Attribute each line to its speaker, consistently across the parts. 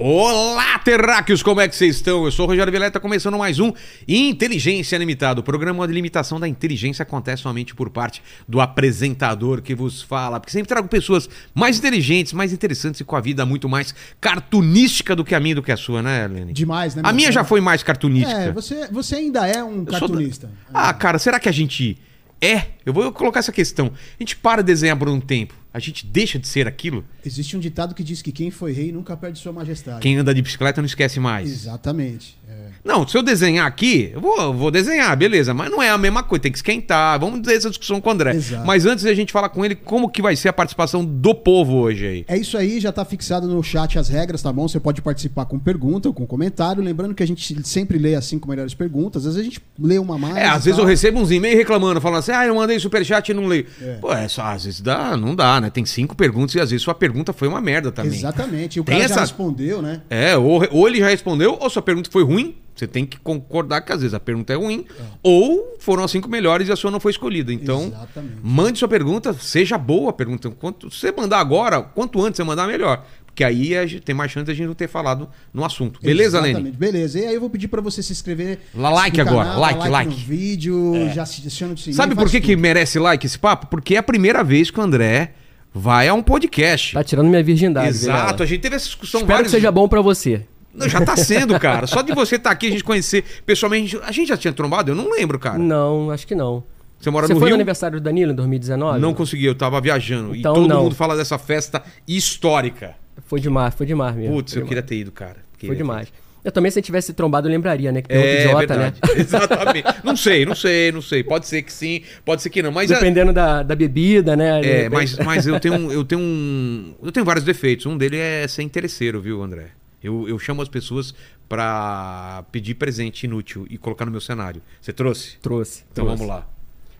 Speaker 1: Olá, terráqueos, como é que vocês estão? Eu sou o Rogério Veleta, começando mais um Inteligência Limitada. O programa de limitação da inteligência acontece somente por parte do apresentador que vos fala, porque sempre trago pessoas mais inteligentes, mais interessantes e com a vida muito mais cartunística do que a minha e do que a sua, né, Helene?
Speaker 2: Demais, né?
Speaker 1: A
Speaker 2: meu?
Speaker 1: minha já foi mais cartunística.
Speaker 2: É, você, você ainda é um
Speaker 1: Eu sou da-
Speaker 2: cartunista.
Speaker 1: Ah, cara, será que a gente é? Eu vou colocar essa questão. A gente para de desenhar por um tempo, a gente deixa de ser aquilo?
Speaker 2: Existe um ditado que diz que quem foi rei nunca perde sua majestade.
Speaker 1: Quem anda de bicicleta não esquece mais.
Speaker 2: Exatamente. É.
Speaker 1: Não, se eu desenhar aqui, eu vou, eu vou desenhar, beleza, mas não é a mesma coisa, tem que esquentar. Vamos ter essa discussão com o André.
Speaker 2: Exato.
Speaker 1: Mas antes da gente falar com ele, como que vai ser a participação do povo hoje aí?
Speaker 2: É isso aí, já tá fixado no chat as regras, tá bom? Você pode participar com pergunta ou com comentário. Lembrando que a gente sempre lê as cinco melhores perguntas. Às vezes a gente lê uma mais.
Speaker 1: É, às
Speaker 2: e
Speaker 1: vezes eu
Speaker 2: tal.
Speaker 1: recebo uns e-mails reclamando, falando assim, ah, eu mandei superchat e não leio.
Speaker 2: É.
Speaker 1: Pô, é só, às vezes dá, não dá, né? Tem cinco perguntas e às vezes sua pergunta foi uma merda também.
Speaker 2: Exatamente. E o
Speaker 1: Tem
Speaker 2: cara já
Speaker 1: essa-
Speaker 2: respondeu, né?
Speaker 1: É, ou, re- ou ele já respondeu, ou sua pergunta foi ruim. Você tem que concordar que às vezes a pergunta é ruim, ou foram as cinco melhores e a sua não foi escolhida. Então,
Speaker 2: Exatamente.
Speaker 1: mande sua pergunta, seja boa a pergunta. Quanto, se você mandar agora, quanto antes você mandar, melhor. Porque aí a gente tem mais chance de a gente não ter falado no assunto. Beleza,
Speaker 2: Exatamente,
Speaker 1: Lene?
Speaker 2: Beleza. E aí eu vou pedir pra você se inscrever.
Speaker 1: Lá, like
Speaker 2: no
Speaker 1: agora,
Speaker 2: canal,
Speaker 1: like,
Speaker 2: dar
Speaker 1: like. É.
Speaker 2: No vídeo, já se adiciona o sininho.
Speaker 1: Sabe por
Speaker 2: faz
Speaker 1: que, que
Speaker 2: tudo.
Speaker 1: merece like esse papo? Porque é a primeira vez que o André vai a um podcast.
Speaker 3: Tá tirando minha virgindade,
Speaker 1: Exato,
Speaker 3: Vilela.
Speaker 1: a gente teve essa discussão
Speaker 3: Espero que seja bom pra você.
Speaker 1: Não, já tá sendo, cara. Só de você estar aqui, a gente conhecer pessoalmente. A gente já tinha trombado? Eu não lembro, cara.
Speaker 3: Não, acho que não.
Speaker 1: Você mora
Speaker 3: você
Speaker 1: no
Speaker 3: foi
Speaker 1: Rio?
Speaker 3: no aniversário do Danilo em 2019?
Speaker 1: Não consegui, eu tava viajando.
Speaker 3: Então,
Speaker 1: e todo
Speaker 3: não.
Speaker 1: mundo fala dessa festa histórica.
Speaker 3: Foi demais, foi demais mesmo.
Speaker 1: Putz,
Speaker 3: foi
Speaker 1: eu queria ter ido, cara. Queria
Speaker 3: Foi
Speaker 1: ter
Speaker 3: demais. Eu também, se eu tivesse trombado, eu lembraria, né? Que tem
Speaker 1: ido.
Speaker 3: outro
Speaker 1: É
Speaker 3: idiota,
Speaker 1: verdade.
Speaker 3: né?
Speaker 1: Exatamente. Não sei, não sei, não sei. Pode ser que sim, pode ser que não. Mas, é,
Speaker 3: Dependendo da, da bebida, né? De
Speaker 1: é,
Speaker 3: repente-
Speaker 1: mas, mas eu tenho um- eu tenho um. Eu tenho vários defeitos. Um deles é ser interesseiro, viu, André? Eu, eu chamo as pessoas pra pedir presente inútil e colocar no meu cenário. Você trouxe?
Speaker 3: Trouxe.
Speaker 1: Então
Speaker 3: trouxe.
Speaker 1: vamos lá.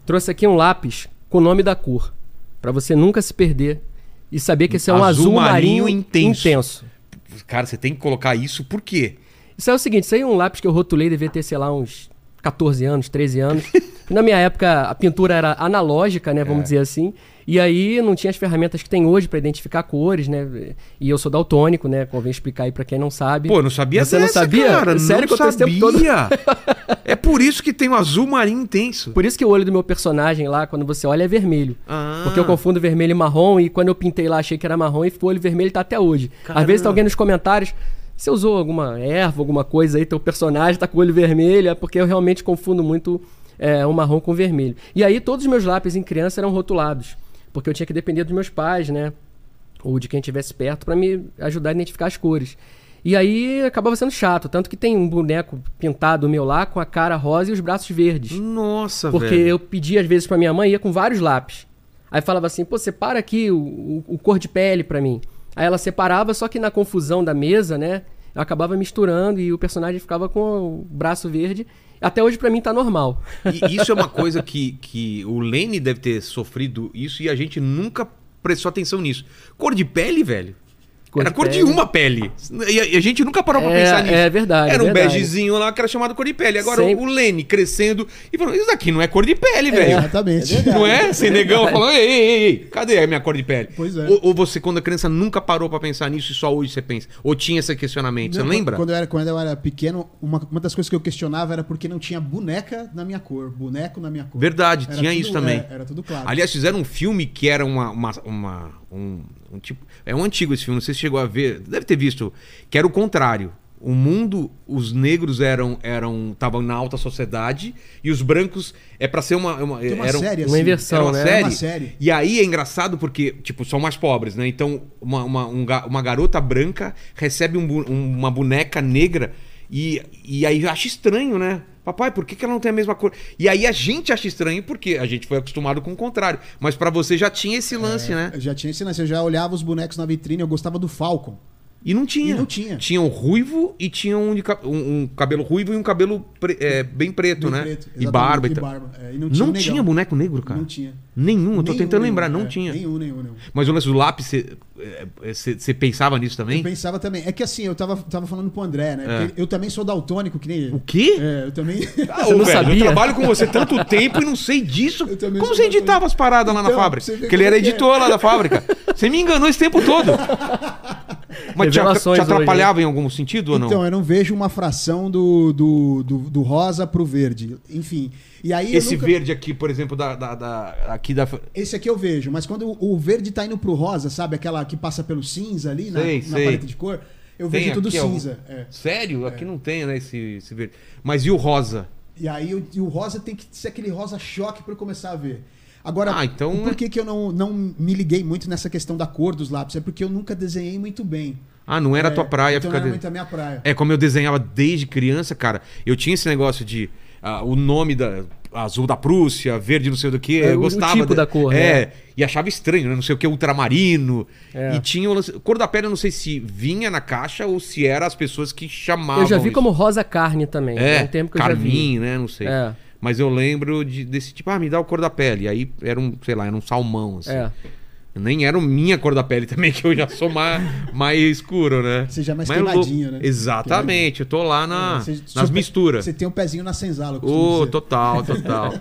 Speaker 3: Trouxe aqui um lápis com o nome da cor. Pra você nunca se perder e saber que esse é um
Speaker 1: Azul
Speaker 3: azul, marinho,
Speaker 1: marinho intenso.
Speaker 3: intenso.
Speaker 1: Cara, você tem que colocar isso por quê?
Speaker 3: Isso é o seguinte, isso aí é um lápis que eu rotulei, devia ter, sei lá, uns 14 anos, 13 anos. Na minha época, a pintura era analógica, né?
Speaker 1: É.
Speaker 3: Vamos dizer assim. E aí não tinha as ferramentas que tem hoje pra identificar cores, né? E eu sou daltônico, né? Convém explicar aí pra quem não sabe.
Speaker 1: Pô, eu não sabia
Speaker 3: Você não
Speaker 1: dessa,
Speaker 3: sabia?
Speaker 1: Cara.
Speaker 3: Sério
Speaker 1: não
Speaker 3: que eu tô esse tempo todo-
Speaker 1: sabia. é por isso que tem o azul marinho intenso.
Speaker 3: Por isso que o olho do meu personagem lá, quando você olha, é vermelho.
Speaker 1: Ah.
Speaker 3: Porque eu confundo vermelho e marrom, e quando eu pintei lá, achei que era marrom e ficou olho vermelho e tá até hoje. Às vezes tá alguém nos comentários. Você usou alguma erva, alguma coisa aí, teu personagem tá com o olho vermelho, é porque eu realmente confundo muito é, o marrom com o vermelho. E aí todos os meus lápis em criança eram rotulados. Porque eu tinha que depender dos meus pais, né? ou de quem estivesse perto pra me ajudar a identificar as cores. E aí acabava sendo chato, tanto que tem um boneco pintado meu lá com a cara rosa e os braços verdes.
Speaker 1: Nossa,
Speaker 3: Porque
Speaker 1: velho.
Speaker 3: eu pedia às vezes pra minha mãe, ia com vários lápis. Aí falava assim, pô, separa aqui o, o- o cor de pele pra mim. Aí ela separava, só que na confusão da mesa, né? Eu acabava misturando e o personagem ficava com o braço verde. Até hoje pra mim tá normal.
Speaker 1: E isso é uma coisa que, que o Lene deve ter sofrido isso e a gente nunca prestou atenção nisso. Cor de pele, velho.
Speaker 3: Cor
Speaker 1: Era
Speaker 3: de
Speaker 1: cor de
Speaker 3: pele.
Speaker 1: uma pele. E a, e a gente nunca parou pra
Speaker 3: É,
Speaker 1: pensar nisso.
Speaker 3: é verdade,
Speaker 1: Era
Speaker 3: é
Speaker 1: um
Speaker 3: verdade.
Speaker 1: begezinho lá que era chamado cor de pele. Agora
Speaker 3: Sempre.
Speaker 1: o Lene crescendo e falando: Isso daqui não é cor de pele, velho.
Speaker 2: Exatamente.
Speaker 1: Não é? Sem negão falando, ei, ei, ei, cadê a minha cor de pele?
Speaker 2: Pois é.
Speaker 1: Ou, ou você, quando a criança, nunca parou pra pensar nisso e só hoje você pensa. Ou tinha esse questionamento, você
Speaker 2: Não,
Speaker 1: lembra?
Speaker 2: Quando eu era, quando eu era pequeno, uma, uma das coisas que eu questionava era porque não tinha boneca na minha cor, boneco na minha cor.
Speaker 1: Verdade,
Speaker 2: Era
Speaker 1: tinha
Speaker 2: tudo- é,
Speaker 1: isso também.
Speaker 2: Era, era tudo claro.
Speaker 1: Aliás, fizeram um filme que era uma. uma, uma- um, um tipo, é um antigo esse filme, não sei se chegou a ver, deve ter visto, que era o contrário. O mundo, os negros eram eram estavam na alta sociedade e os brancos é pra ser uma, uma,
Speaker 2: Tem uma
Speaker 1: eram-
Speaker 2: série assim,
Speaker 3: uma inversão.
Speaker 1: Era uma,
Speaker 3: né?
Speaker 1: série.
Speaker 2: Era uma série.
Speaker 1: E aí é engraçado porque, tipo, são mais pobres, né? Então, uma, uma, um ga- uma garota branca recebe um bu- um- uma boneca negra e, e aí acha estranho, né? Papai, por que, que ela não tem a mesma cor? E aí a gente acha estranho porque a gente foi acostumado com o contrário. Mas pra você já tinha esse lance, né?
Speaker 2: Eu já tinha esse lance, eu já olhava os bonecos na vitrine, eu gostava do Falcon.
Speaker 1: E não tinha.
Speaker 2: E não tinha.
Speaker 1: Tinha um ruivo e tinha um, de ca- um- um cabelo ruivo e um cabelo pre- é, bem preto,
Speaker 2: Bem
Speaker 1: né?
Speaker 2: preto,
Speaker 1: e
Speaker 2: exatamente,
Speaker 1: barba e
Speaker 2: e
Speaker 1: tal.
Speaker 2: barba. É, e
Speaker 1: não
Speaker 2: não tinha
Speaker 1: tinha,
Speaker 2: um negão.
Speaker 1: boneco negro, cara.
Speaker 2: Não tinha.
Speaker 1: Nenhum, eu tô
Speaker 2: Nenhum,
Speaker 1: tentando lembrar,
Speaker 2: nenhum,
Speaker 1: não
Speaker 2: é,
Speaker 1: tinha.
Speaker 2: Nenhum, nenhum, nenhum.
Speaker 1: Mas o lance do lápis, é, você pensava nisso também?
Speaker 2: Eu pensava também. É que assim, eu tava, tava falando pro André, né?
Speaker 1: É.
Speaker 2: Porque Eu também sou daltônico, que nem ele.
Speaker 1: O quê?
Speaker 2: É, eu também.
Speaker 1: Ah,
Speaker 3: Você
Speaker 1: ô,
Speaker 3: não
Speaker 1: velho, Eu
Speaker 3: sabia?
Speaker 1: trabalho com você tanto tempo e não sei disso.
Speaker 2: Eu também
Speaker 1: Como
Speaker 2: sou
Speaker 1: você
Speaker 2: doutor.
Speaker 1: editava as paradas lá na
Speaker 2: Então,
Speaker 1: fábrica?
Speaker 2: você vê
Speaker 1: Porque ele
Speaker 2: como
Speaker 1: era
Speaker 2: que é.
Speaker 1: editor lá da fábrica. Você me enganou esse tempo todo. Mas te, atra-
Speaker 3: revelações
Speaker 1: te
Speaker 3: hoje, né?
Speaker 1: atrapalhava em algum sentido ou não?
Speaker 2: Então, eu não vejo uma fração do, do, do, do rosa pro verde. Enfim. E aí eu
Speaker 1: Esse
Speaker 2: nunca-
Speaker 1: verde aqui, por exemplo, da, da- da- aqui da...
Speaker 2: Esse aqui eu vejo, mas quando o o verde tá indo pro rosa, sabe? Aquela que passa pelo cinza ali na,
Speaker 1: Sei,
Speaker 2: na
Speaker 1: sei.
Speaker 2: paleta de cor, eu
Speaker 1: Tem
Speaker 2: vejo tudo
Speaker 1: aqui algum-
Speaker 2: cinza. é.
Speaker 1: Sério? Aqui não tem, né, esse, esse verde. Mas e o rosa?
Speaker 2: E aí o, e o rosa tem que ser aquele rosa choque para eu começar a ver. Agora,
Speaker 1: Ah, então-
Speaker 2: por que, que eu não, não me liguei muito nessa questão da cor dos lápis? É porque eu nunca desenhei muito bem.
Speaker 1: Ah, não era a tua praia
Speaker 2: então
Speaker 1: ficar
Speaker 2: não era
Speaker 1: de-
Speaker 2: muito a minha praia.
Speaker 1: É, como eu desenhava desde criança, cara, eu tinha esse negócio de ah, o nome da azul da Prússia, verde não sei do que,
Speaker 3: É,
Speaker 1: eu
Speaker 3: o- o
Speaker 1: gostava
Speaker 3: tipo
Speaker 1: de-
Speaker 3: da cor,
Speaker 1: é,
Speaker 3: né?
Speaker 1: e achava estranho, né? não sei o que ultramarino.
Speaker 3: É.
Speaker 1: E tinha o lance- cor da pele, eu não sei se vinha na caixa ou se era as pessoas que chamavam.
Speaker 3: Eu já vi
Speaker 1: Ah, isso.
Speaker 3: como rosa carne também.
Speaker 1: é,
Speaker 3: É, um tempo que eu já vi.
Speaker 1: carmim, né, não sei.
Speaker 3: É.
Speaker 1: Mas eu lembro de- desse tipo, ah, me dá o cor da pele. E Aí era um, sei lá, era um salmão assim.
Speaker 3: É.
Speaker 1: Nem era o minha cor da pele também, que eu já sou mais, mais escuro, né?
Speaker 2: Você já é mais
Speaker 1: Mas eu vou-
Speaker 2: queimadinho, né? É,
Speaker 1: Exatamente, eu tô lá na,
Speaker 2: Você-
Speaker 1: ah, nas
Speaker 2: seu-
Speaker 1: misturas.
Speaker 2: Você tem um pezinho na senzala. eu costumo
Speaker 1: Ô,
Speaker 2: dizer.
Speaker 1: total, total.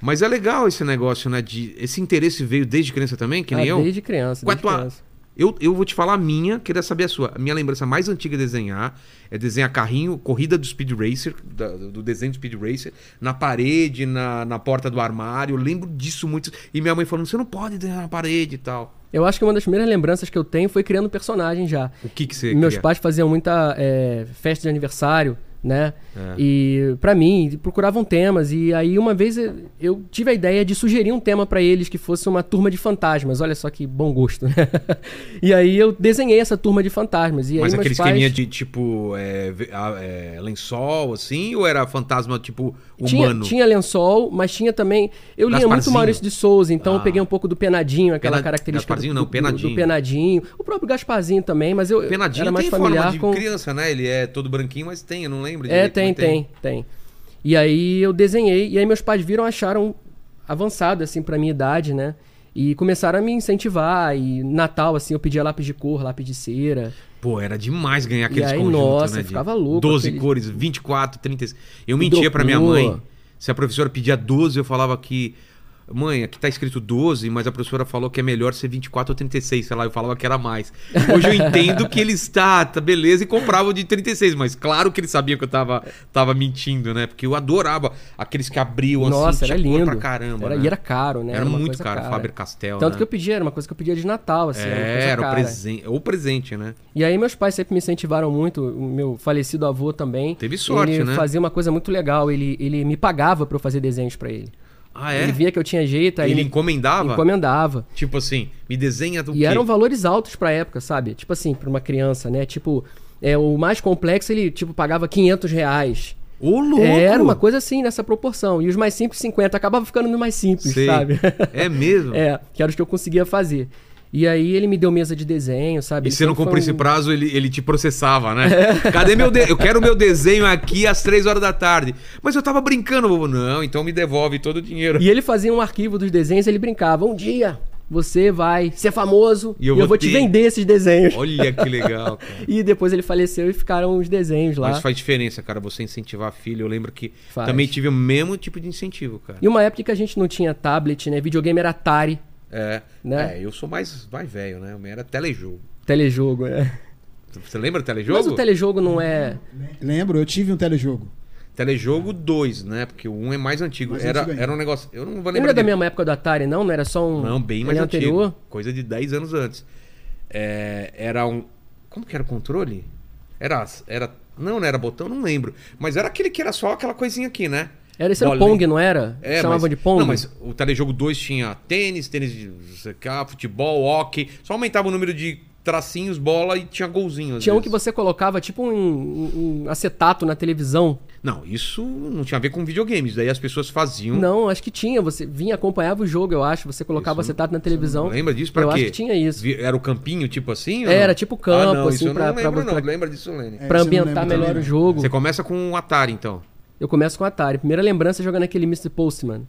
Speaker 1: Mas é legal esse negócio, né? De, esse interesse veio desde criança também, que
Speaker 3: Ah,
Speaker 1: nem eu?
Speaker 3: Desde criança.
Speaker 1: Qual é
Speaker 3: Desde
Speaker 1: a tua-
Speaker 3: criança.
Speaker 1: eu? Eu vou te falar a minha, queria saber a sua. A minha lembrança mais antiga de desenhar é desenhar carrinho, corrida do Speed Racer, da- do desenho do Speed Racer, na parede, na, na porta do armário. Eu lembro disso muito. E minha mãe falando, você não pode desenhar na parede e tal.
Speaker 3: Eu acho que uma das primeiras lembranças que eu tenho foi criando personagem já.
Speaker 1: O que que você
Speaker 3: Meus
Speaker 1: queria?
Speaker 3: pais faziam muita é, festa de aniversário, né?
Speaker 1: É.
Speaker 3: E pra mim, procuravam temas. E aí uma vez eu- eu tive a ideia de sugerir um tema pra eles que fosse uma turma de fantasmas. Olha só que bom gosto, né? e aí eu desenhei essa turma de fantasmas. E aí
Speaker 1: Mas
Speaker 3: meus
Speaker 1: aquele
Speaker 3: pais...
Speaker 1: esqueminha de tipo é, ve- a- é, lençol, assim, ou era fantasma tipo
Speaker 3: Tinha,
Speaker 1: humano?
Speaker 3: tinha lençol, mas tinha também. Eu lia muito
Speaker 1: Gasparzinho.
Speaker 3: Maurício de Souza, então eu
Speaker 1: Ah.
Speaker 3: peguei um pouco do Penadinho, aquela
Speaker 1: Pena-
Speaker 3: característica.
Speaker 1: Gasparzinho
Speaker 3: do,
Speaker 1: não,
Speaker 3: do-
Speaker 1: Penadinho.
Speaker 3: Do Penadinho. O próprio Gasparzinho também, mas eu eu
Speaker 1: Penadinho
Speaker 3: era mais
Speaker 1: tem
Speaker 3: familiar
Speaker 1: forma de
Speaker 3: com.
Speaker 1: criança, né? Ele é todo branquinho, mas tem, eu não lembro.
Speaker 3: É,
Speaker 1: direito,
Speaker 3: tem,
Speaker 1: mas
Speaker 3: tem, tem. E aí eu desenhei, e aí meus pais viram, acharam avançado, assim, pra minha idade, né? E começaram a me incentivar, e Natal, assim, eu pedia lápis de cor, lápis de cera.
Speaker 1: Pô, era demais ganhar aqueles
Speaker 3: aí,
Speaker 1: conjuntos,
Speaker 3: nossa,
Speaker 1: né?
Speaker 3: eu ficava louco,
Speaker 1: 12
Speaker 3: aquele-
Speaker 1: cores, 24, 36. Eu mentia pra minha
Speaker 3: Dropou.
Speaker 1: mãe. Se a professora pedia 12, eu falava que. Mãe, aqui tá escrito 12, mas a professora falou que é melhor ser 24 ou 36, sei lá, eu falava que era mais. Hoje eu entendo que ele está, tá beleza, e comprava o de 36, mas claro que ele sabia que eu tava, tava mentindo, né? Porque eu adorava aqueles que abriam
Speaker 3: Nossa,
Speaker 1: assim,
Speaker 3: era
Speaker 1: tinha cor
Speaker 3: lindo.
Speaker 1: pra caramba.
Speaker 3: Era-
Speaker 1: né?
Speaker 3: E era caro, né?
Speaker 1: Era
Speaker 3: uma
Speaker 1: muito
Speaker 3: coisa
Speaker 1: caro,
Speaker 3: cara.
Speaker 1: Faber-Castell,
Speaker 3: Tanto
Speaker 1: né?
Speaker 3: que eu pedia, era uma coisa que eu pedia de Natal, assim, era uma coisa
Speaker 1: É, era o
Speaker 3: cara.
Speaker 1: presente, ou presente, né?
Speaker 3: E aí meus pais sempre me incentivaram muito, o meu falecido avô também.
Speaker 1: Teve sorte,
Speaker 3: ele
Speaker 1: né?
Speaker 3: fazia uma coisa muito legal, ele, ele me pagava pra eu fazer desenhos pra ele.
Speaker 1: Ah, é?
Speaker 3: Ele via que eu tinha jeito, aí
Speaker 1: Ele
Speaker 3: ele,
Speaker 1: encomendava?
Speaker 3: encomendava.
Speaker 1: Tipo assim, me desenha do
Speaker 3: E um eram valores altos pra época, sabe? Tipo assim, pra uma criança, né? Tipo, é, o mais complexo ele, tipo, pagava 500 reais.
Speaker 1: Ô, louco!
Speaker 3: Era uma coisa assim, nessa proporção. E os mais simples, 50. Acabava ficando no mais simples,
Speaker 1: Sei.
Speaker 3: sabe?
Speaker 1: É mesmo?
Speaker 3: é, que era os que eu conseguia fazer. E aí ele me deu mesa de desenho,
Speaker 1: E
Speaker 3: sabe? Ele
Speaker 1: se não
Speaker 3: sempre foi
Speaker 1: cumprisse
Speaker 3: um- É.
Speaker 1: esse prazo, ele, ele te processava, né? Cadê meu de... Eu quero meu desenho aqui às três horas da tarde. Mas eu tava brincando, vovô. Não, então me devolve todo o dinheiro.
Speaker 3: E ele fazia um arquivo dos desenhos, ele brincava: "Um dia você vai ser famoso e eu, vou, te vender esses desenhos".
Speaker 1: Olha que legal, cara.
Speaker 3: E depois ele faleceu e ficaram os desenhos lá.
Speaker 1: Mas faz diferença, cara, você incentivar filho. Eu lembro que
Speaker 3: Faz.
Speaker 1: também tive o mesmo tipo de incentivo, cara.
Speaker 3: E uma época que a gente não tinha tablet, né? Videogame era Atari,
Speaker 1: É,
Speaker 3: Né?
Speaker 1: é, eu sou mais, mais velho, né? O meu era telejogo.
Speaker 3: telejogo, né?
Speaker 1: Você lembra do telejogo?
Speaker 3: Mas o telejogo não é.
Speaker 2: Lembro, eu tive um telejogo.
Speaker 1: Telejogo 2, né? Porque o 1 um é mais antigo.
Speaker 2: Mais
Speaker 1: era,
Speaker 2: antigo ainda.
Speaker 1: era um negócio. Eu não vou lembrar.
Speaker 3: Lembra da
Speaker 1: dele.
Speaker 3: mesma época do Atari, não? Não era só um.
Speaker 1: Não, bem
Speaker 3: ele
Speaker 1: mais
Speaker 3: é
Speaker 1: antigo.
Speaker 3: anterior?
Speaker 1: Coisa de 10 anos antes. É, era um. Como que era o controle? Era. era não, não era botão, não lembro. Mas era aquele que era só aquela coisinha aqui, né?
Speaker 3: Era, esse era o
Speaker 1: Bolinha.
Speaker 3: Pong, não era?
Speaker 1: É,
Speaker 3: Chamavam
Speaker 1: mas-
Speaker 3: de Pong?
Speaker 1: Não, mas o Telejogo 2 tinha tênis, tênis de não sei o que, ah, futebol, hockey. Só aumentava o número de tracinhos, bola e tinha golzinho. às
Speaker 3: Tinha um
Speaker 1: vezes.
Speaker 3: que você colocava tipo um- um- um acetato na televisão.
Speaker 1: Não, isso não tinha a ver com videogames. Daí as pessoas faziam.
Speaker 3: Não, acho que tinha. Você vinha, acompanhava o jogo, eu acho. Você colocava acetato na televisão.
Speaker 1: Lembra disso? Pra
Speaker 3: Então, eu
Speaker 1: quê?
Speaker 3: acho que tinha isso.
Speaker 1: Vi- Era o campinho, tipo assim? ou
Speaker 3: Era,
Speaker 1: não?
Speaker 3: tipo campo,
Speaker 1: ah, não,
Speaker 3: assim,
Speaker 1: isso eu
Speaker 3: pra-
Speaker 1: não
Speaker 3: pra-
Speaker 1: lembro, não.
Speaker 3: pra-
Speaker 1: Lembra disso, Lene.
Speaker 2: É, isso
Speaker 3: Pra
Speaker 2: eu não
Speaker 3: ambientar
Speaker 2: lembro
Speaker 3: melhor
Speaker 2: também.
Speaker 3: o jogo.
Speaker 1: Você começa com o Atari, então.
Speaker 3: Eu começo com o Atari. Primeira lembrança é jogando aquele Mr. Postman.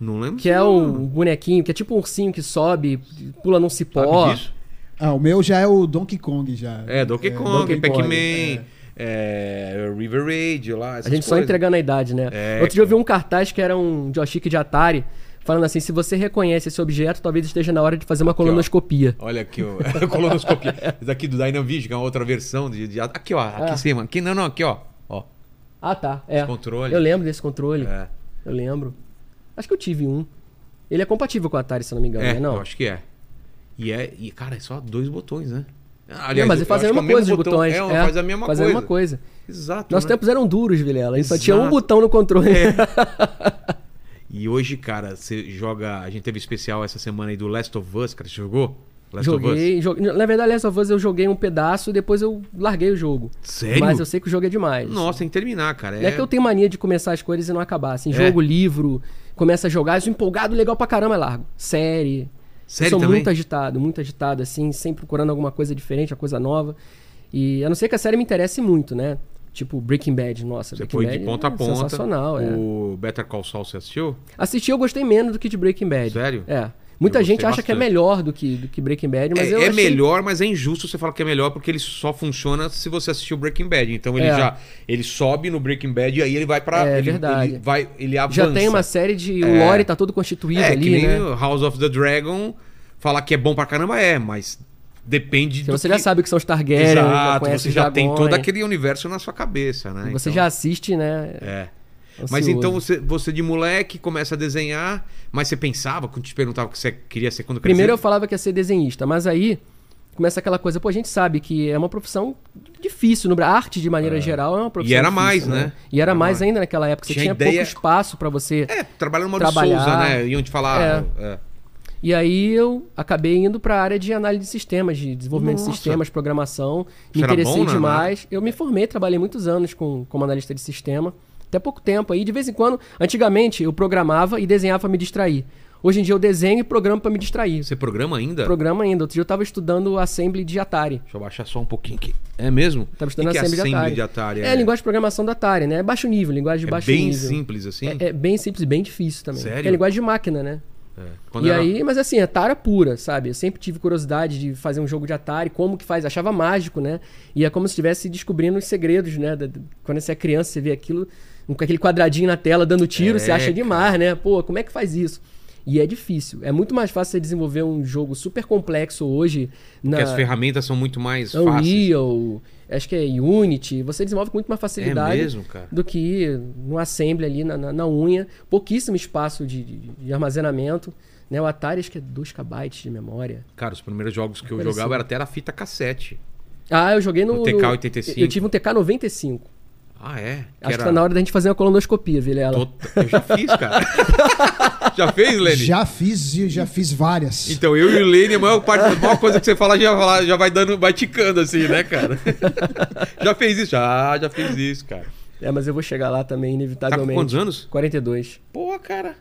Speaker 1: Não lembro.
Speaker 3: Que é um bonequinho, que é tipo um ursinho que sobe, pula num
Speaker 1: Sabe
Speaker 3: cipó.
Speaker 1: disso?
Speaker 2: Ah, o meu já é o Donkey Kong já.
Speaker 1: É, Donkey Kong,
Speaker 3: Donkey Kong,
Speaker 1: Pac-Man, é, River Raid, lá,
Speaker 3: A gente só entregando a idade, né?
Speaker 1: É,
Speaker 3: Outro dia eu vi um cartaz que era um joystick de Atari falando assim: se você reconhece esse objeto, talvez esteja na hora de fazer uma colonoscopia.
Speaker 1: Olha aqui, ó. colonoscopia. Isso aqui do Dynavision, que é uma outra versão de. de- aqui, ó. Aqui em cima. Aqui, não, não, aqui, ó. Ó.
Speaker 3: Ah, tá. É.
Speaker 1: Esse controle.
Speaker 3: Eu lembro desse controle.
Speaker 1: É,
Speaker 3: Eu lembro. Acho que eu tive um. Ele é compatível com o Atari, se eu não me engano,
Speaker 1: é
Speaker 3: né? Não.
Speaker 1: eu acho que é. E é. E, cara, é só dois botões, né?
Speaker 3: Não,
Speaker 1: Aliás,
Speaker 3: mas
Speaker 1: eu
Speaker 3: ele faz a
Speaker 1: acho que
Speaker 3: mesma
Speaker 1: é o
Speaker 3: coisa,
Speaker 1: mesmo
Speaker 3: os
Speaker 1: botão.
Speaker 3: botões.
Speaker 1: É,
Speaker 3: É,
Speaker 1: faz a mesma
Speaker 3: faz
Speaker 1: coisa.
Speaker 3: a mesma coisa.
Speaker 1: Exato.
Speaker 3: Nossos
Speaker 1: né?
Speaker 3: tempos eram duros, Vilela. Ele só tinha um
Speaker 1: Exato. É,
Speaker 3: botão no controle.
Speaker 1: E hoje, cara, você joga. A gente teve especial essa semana aí do Last of Us, cara. Você jogou? Last
Speaker 3: Joguei, joguei. Na verdade, Last of Us eu joguei um pedaço e depois eu larguei o jogo.
Speaker 1: Sério?
Speaker 3: Mas eu sei que o jogo é demais.
Speaker 1: Nossa, tem que terminar, cara.
Speaker 3: É que eu tenho mania de começar as coisas e não acabar. Assim,
Speaker 1: É.
Speaker 3: jogo, livro, começa a jogar, isso empolgado, legal pra caramba, é largo. Série.
Speaker 1: Série
Speaker 3: eu sou
Speaker 1: também?
Speaker 3: muito agitado, muito agitado, assim, sempre procurando alguma coisa diferente, uma coisa nova. E a não ser que a série me interesse muito, né? Tipo Breaking Bad, nossa.
Speaker 1: Você
Speaker 3: Breaking
Speaker 1: foi
Speaker 3: Bad
Speaker 1: de ponta
Speaker 3: é
Speaker 1: a ponta.
Speaker 3: Sensacional, é.
Speaker 1: O Better Call Saul você assistiu?
Speaker 3: Assisti, eu gostei menos do que de Breaking Bad.
Speaker 1: Sério?
Speaker 3: É. Muita
Speaker 1: Eu
Speaker 3: gente
Speaker 1: gostei
Speaker 3: acha que é
Speaker 1: bastante.
Speaker 3: melhor do que, do que Breaking Bad, mas
Speaker 1: é
Speaker 3: eu
Speaker 1: é
Speaker 3: achei...
Speaker 1: melhor, mas é injusto você falar que é melhor porque ele só funciona se você assistiu Breaking Bad. Então ele
Speaker 3: É.
Speaker 1: já ele sobe no Breaking Bad e aí ele vai pra.
Speaker 3: É,
Speaker 1: ele,
Speaker 3: verdade.
Speaker 1: Ele vai, ele avança.
Speaker 3: Já tem uma série de... O
Speaker 1: É.
Speaker 3: lore tá todo constituído
Speaker 1: é,
Speaker 3: ali,
Speaker 1: que nem
Speaker 3: né?
Speaker 1: o House of the Dragon falar que é bom pra caramba é, mas depende
Speaker 3: Porque
Speaker 1: do
Speaker 3: você
Speaker 1: que...
Speaker 3: já sabe o que são os Targaryen, já
Speaker 1: Exato,
Speaker 3: conhece
Speaker 1: você
Speaker 3: os
Speaker 1: já tem
Speaker 3: dragões,
Speaker 1: todo aquele universo na sua cabeça, né?
Speaker 3: Você
Speaker 1: Então-
Speaker 3: já assiste, né?
Speaker 1: É.
Speaker 3: Ansioso.
Speaker 1: Mas então você, você de moleque começa a desenhar, mas você pensava, quando te perguntava o que você queria ser quando
Speaker 3: Primeiro eu
Speaker 1: crescer?
Speaker 3: falava que ia ser desenhista, mas aí começa aquela coisa, pô, a gente sabe que é uma profissão difícil no Brasil. Arte, de maneira geral, é uma profissão
Speaker 1: E era
Speaker 3: difícil,
Speaker 1: mais, né?
Speaker 3: E era
Speaker 1: Era
Speaker 3: mais
Speaker 1: mais.
Speaker 3: ainda naquela época. Você
Speaker 1: Tinha
Speaker 3: tinha,
Speaker 1: ideia-
Speaker 3: pouco espaço pra você.
Speaker 1: É, trabalhar no modo
Speaker 3: Trabalhar.
Speaker 1: Souza, né? Iam te falar.
Speaker 3: É.
Speaker 1: é.
Speaker 3: E aí eu acabei indo pra área de análise de sistemas, de desenvolvimento
Speaker 1: Nossa.
Speaker 3: de sistemas, programação. Me
Speaker 1: Você era
Speaker 3: interessei
Speaker 1: bom né, na-
Speaker 3: demais. Eu me formei, trabalhei muitos anos com, como analista de sistema. Até pouco tempo aí. De vez em quando, antigamente, eu programava e desenhava pra me distrair. Hoje em dia eu desenho e programo pra me distrair.
Speaker 1: Você programa ainda?
Speaker 3: Programa ainda. Outro dia eu tava estudando Assembly de Atari.
Speaker 1: Deixa eu baixar só um pouquinho aqui. É mesmo?
Speaker 3: Tava
Speaker 1: O
Speaker 3: estudando
Speaker 1: que que é
Speaker 3: Assembly,
Speaker 1: Assembly
Speaker 3: de Atari.
Speaker 1: de
Speaker 3: É, a linguagem de programação da Atari, né? É baixo nível, linguagem de
Speaker 1: é
Speaker 3: baixo
Speaker 1: bem
Speaker 3: nível.
Speaker 1: simples assim.
Speaker 3: É, é bem simples e bem difícil também.
Speaker 1: Sério?
Speaker 3: Porque É linguagem de máquina, né?
Speaker 1: Quando
Speaker 3: e
Speaker 1: era-
Speaker 3: aí, mas assim, é tara pura, sabe? Eu sempre tive curiosidade de fazer um jogo de Atari, como que faz, achava mágico, né? E é como se estivesse descobrindo os segredos, né? Da- da- Quando você é criança, você vê aquilo, com aquele quadradinho na tela dando tiro,
Speaker 1: É,
Speaker 3: você acha demais, né? Pô, como é que faz isso? E é difícil. É muito mais fácil você desenvolver um jogo super complexo hoje na
Speaker 1: Porque as ferramentas são muito mais
Speaker 3: É
Speaker 1: fáceis.
Speaker 3: Unreal, acho que é Unity. Você desenvolve com muito mais facilidade
Speaker 1: É mesmo, cara?
Speaker 3: do que no assembly ali na, na- na unha. Pouquíssimo espaço de, de- de armazenamento. Né? O Atari acho que é 2 KB de memória.
Speaker 1: Cara, os primeiros jogos que eu
Speaker 3: Coisa
Speaker 1: jogava
Speaker 3: assim.
Speaker 1: era até era fita cassete.
Speaker 3: Ah, eu joguei no.
Speaker 1: O TK
Speaker 3: no-
Speaker 1: 85.
Speaker 3: Eu tive um TK 95.
Speaker 1: Ah, é?
Speaker 3: acho que tá na hora da gente fazer uma colonoscopia, Vilela.
Speaker 1: Tot- Eu já fiz, cara. já fez, Lenny?
Speaker 2: Já fiz e já fiz várias.
Speaker 1: Então, eu e o Lenny, a maior, parte, a maior coisa que você fala já, fala- já vai dando, vai ticando assim, né, cara? já fez isso? Já, já fez isso, cara.
Speaker 3: É, mas eu vou chegar lá também,
Speaker 1: Tá
Speaker 3: inevitavelmente.
Speaker 1: com quantos anos?
Speaker 3: 42.
Speaker 1: Pô, cara,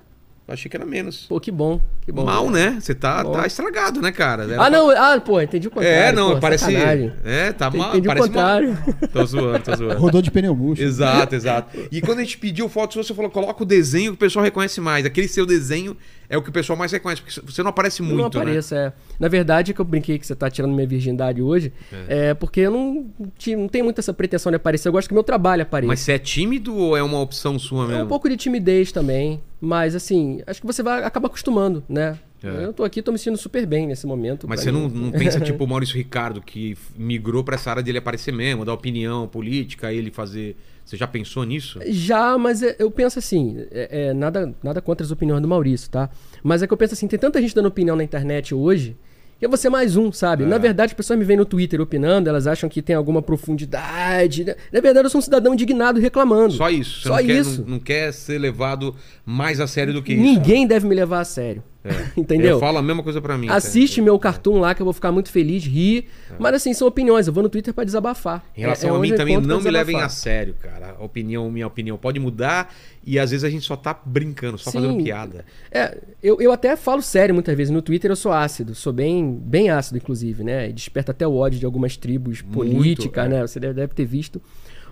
Speaker 1: eu achei que era menos.
Speaker 3: Pô, que bom. Que bom.
Speaker 1: Mal, né? Você tá,
Speaker 3: Bom.
Speaker 1: tá estragado, né, cara? Era
Speaker 3: Ah, não. Ah, pô, entendi o contrário.
Speaker 1: É, não,
Speaker 3: pô,
Speaker 1: parece.
Speaker 3: sacanagem.
Speaker 1: É, tá mal.
Speaker 3: Entendi o
Speaker 1: parece mal.
Speaker 3: contrário.
Speaker 1: Tô zoando, tô zoando.
Speaker 2: Rodou de pneu murcho.
Speaker 1: Exato, exato. E quando a gente pediu foto, sua, você falou, coloca o desenho que o pessoal reconhece mais. Aquele seu desenho é o que o pessoal mais reconhece, porque você não aparece
Speaker 3: Eu
Speaker 1: muito,
Speaker 3: não
Speaker 1: né?
Speaker 3: apareço, é. Na verdade, que eu brinquei que você tá tirando minha virgindade hoje, é, porque eu não, ti- não tenho muita essa pretensão de aparecer. Eu gosto que meu trabalho apareça.
Speaker 1: Mas você é tímido ou é uma opção sua
Speaker 3: É
Speaker 1: mesmo?
Speaker 3: um pouco de timidez também, mas assim, acho que você vai acabar acostumando, né?
Speaker 1: É.
Speaker 3: Eu tô aqui, tô me sentindo super bem nesse momento.
Speaker 1: Mas você
Speaker 3: pra mim.
Speaker 1: não, não pensa, tipo, o Maurício Ricardo, que migrou pra essa área dele aparecer mesmo, dar opinião política, ele fazer. Você já pensou nisso?
Speaker 3: Já, mas é- eu penso assim, é, é, nada, nada contra as opiniões do Maurício, tá? Mas é que eu penso assim, tem tanta gente dando opinião na internet hoje, que eu vou ser mais um, sabe?
Speaker 1: É.
Speaker 3: Na verdade, as pessoas me veem no Twitter opinando, elas acham que tem alguma profundidade. né? Na verdade, eu sou um cidadão indignado reclamando.
Speaker 1: Só isso. Você
Speaker 3: Só
Speaker 1: não quer,
Speaker 3: isso.
Speaker 1: Não, não quer ser levado mais a sério do que isso. né? É.
Speaker 3: Ninguém deve me levar a sério. Entendeu?
Speaker 1: Eu falo assim, né? a mesma coisa pra mim. cara.
Speaker 3: Assiste meu cartoon lá que eu vou ficar muito feliz, ri. Mas assim, são opiniões. Eu vou no Twitter pra desabafar.
Speaker 1: É. Em relação
Speaker 3: É- é
Speaker 1: a
Speaker 3: onde
Speaker 1: mim
Speaker 3: eu
Speaker 1: também,
Speaker 3: encontro pra
Speaker 1: não me levem a
Speaker 3: desabafar.
Speaker 1: sério, cara. A opinião, minha opinião pode mudar e às vezes a gente só tá brincando, só
Speaker 3: Sim.
Speaker 1: fazendo piada.
Speaker 3: É, eu, eu até falo sério muitas vezes. No Twitter eu sou ácido, sou bem, bem ácido, inclusive, né? E Desperta até o ódio de algumas tribos políticas,
Speaker 1: é.
Speaker 3: né? Você deve, deve ter visto.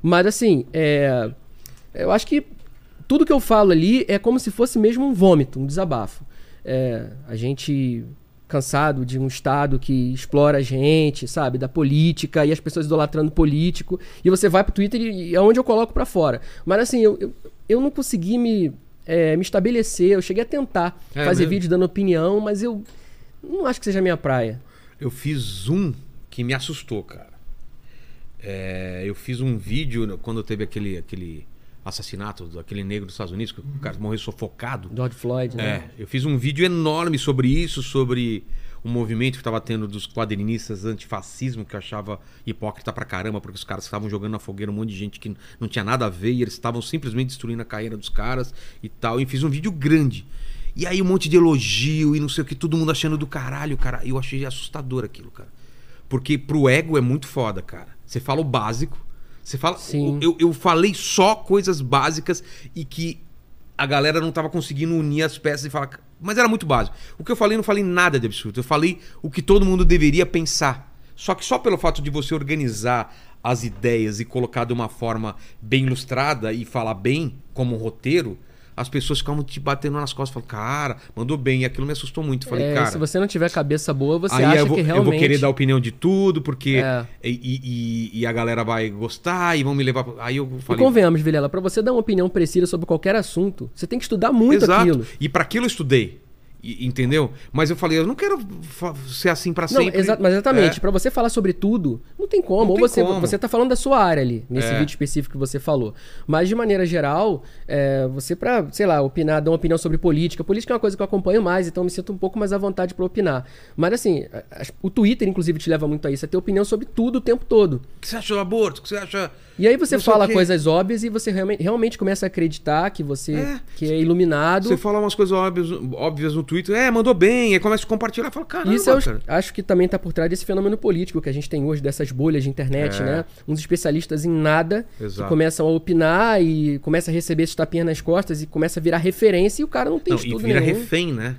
Speaker 3: Mas assim, é, eu acho que tudo que eu falo ali é como se fosse mesmo um vômito, um desabafo. É, a gente cansado de um Estado que explora a gente, sabe, da política e as pessoas idolatrando político. E você vai pro Twitter e e é onde eu coloco pra fora. Mas assim, eu, eu, eu não consegui me é, me estabelecer. Eu cheguei a tentar
Speaker 1: É
Speaker 3: fazer
Speaker 1: mesmo?
Speaker 3: vídeo dando opinião, mas eu não acho que seja a minha praia.
Speaker 1: Eu fiz um que me assustou, cara. É, eu fiz um vídeo no- quando teve aquele, aquele assassinato daquele negro dos Estados Unidos, que o cara morreu sufocado.
Speaker 3: George Floyd, né?
Speaker 1: É, eu fiz um vídeo enorme sobre isso, sobre o movimento que estava tendo dos quadrinistas antifascismo, que eu achava hipócrita pra caramba, porque os caras estavam jogando na fogueira um monte de gente que não tinha nada a ver e eles estavam simplesmente destruindo a carreira dos caras e tal. E fiz um vídeo grande. E aí um monte de elogio e não sei o que, todo mundo achando do caralho, cara. Eu achei assustador aquilo, cara. Porque pro ego é muito foda, cara. Você fala o básico, você fala.
Speaker 3: Sim.
Speaker 1: Eu, eu falei só coisas básicas e que a galera não tava conseguindo unir as peças e falar. Mas era muito básico. O que eu falei, eu não falei nada de absurdo. Eu falei o que todo mundo deveria pensar. Só que só pelo fato de você organizar as ideias e colocar de uma forma bem ilustrada e falar bem, como um roteiro, as pessoas ficavam te batendo nas costas. Falando, cara, mandou bem. E aquilo me assustou muito. Eu Falei,
Speaker 3: É,
Speaker 1: cara.
Speaker 3: se você não tiver cabeça boa, você
Speaker 1: aí
Speaker 3: acha
Speaker 1: eu vou,
Speaker 3: que
Speaker 1: eu vou
Speaker 3: realmente.
Speaker 1: querer dar opinião de tudo, porque.
Speaker 3: É.
Speaker 1: E, e- e a galera vai gostar e vão me levar. pro- Aí eu
Speaker 3: E
Speaker 1: falei.
Speaker 3: convenhamos, Vilela, pra você dar uma opinião precisa sobre qualquer assunto, você tem que estudar muito
Speaker 1: Exato.
Speaker 3: aquilo.
Speaker 1: E pra aquilo eu estudei. e- entendeu? Mas eu falei, eu não quero fa- ser assim pra
Speaker 3: Não,
Speaker 1: sempre.
Speaker 3: exa- mas exatamente.
Speaker 1: É.
Speaker 3: Pra você falar sobre tudo, não tem como.
Speaker 1: Não
Speaker 3: Ou
Speaker 1: tem
Speaker 3: você,
Speaker 1: como.
Speaker 3: você tá falando da sua área ali, nesse
Speaker 1: É.
Speaker 3: vídeo específico que você falou. Mas, de maneira geral, é, você pra, sei lá, opinar, dar uma opinião sobre política. Política é uma coisa que eu acompanho mais, então eu me sinto um pouco mais à vontade pra opinar. Mas, assim, a- as- o Twitter, inclusive, te leva muito a isso. É ter opinião sobre tudo o tempo todo.
Speaker 1: O que você acha do aborto? O que você acha.
Speaker 3: E aí você
Speaker 1: Não sei o
Speaker 3: fala
Speaker 1: quê.
Speaker 3: coisas óbvias e você realme- realmente começa a acreditar que você
Speaker 1: É.
Speaker 3: que é iluminado.
Speaker 1: Você fala umas coisas óbvias, óbvias no Twitter, é, mandou bem, aí começa a compartilhar fala, caramba,
Speaker 3: Isso é eu
Speaker 1: cara.
Speaker 3: acho que também está por trás desse fenômeno político que a gente tem hoje, dessas bolhas de internet,
Speaker 1: É.
Speaker 3: né? Uns especialistas em nada
Speaker 1: Exato.
Speaker 3: que começam a opinar e começa a receber esse tapinha nas costas e começa a virar referência e o cara não tem
Speaker 1: Não, e
Speaker 3: estudo
Speaker 1: vira
Speaker 3: nenhum.
Speaker 1: refém, né?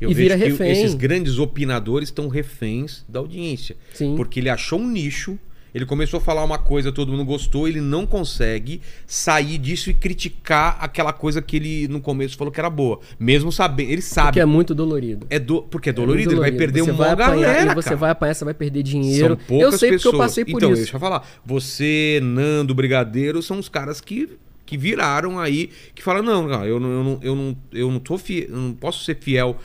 Speaker 1: Eu
Speaker 3: E vira
Speaker 1: vejo que
Speaker 3: refém.
Speaker 1: esses grandes opinadores estão reféns da audiência.
Speaker 3: Sim.
Speaker 1: Porque ele achou um nicho, ele começou a falar uma coisa, todo mundo gostou, ele não consegue sair disso e criticar aquela coisa que ele no começo falou que era boa. Mesmo sabendo, ele
Speaker 3: Porque
Speaker 1: sabe.
Speaker 3: é muito dolorido.
Speaker 1: É do... Porque é dolorido, ele vai perder um
Speaker 3: você
Speaker 1: uma
Speaker 3: apanhar,
Speaker 1: galera,
Speaker 3: e você
Speaker 1: cara.
Speaker 3: vai apanhar, você vai perder dinheiro.
Speaker 1: São poucas
Speaker 3: eu sei
Speaker 1: pessoas.
Speaker 3: porque eu passei por
Speaker 1: então,
Speaker 3: isso.
Speaker 1: deixa eu falar. Você, Nando, Brigadeiro, são os caras que, que viraram aí, que falam, não, não, eu não, eu não, eu não, eu não tô fi- eu não posso ser fiel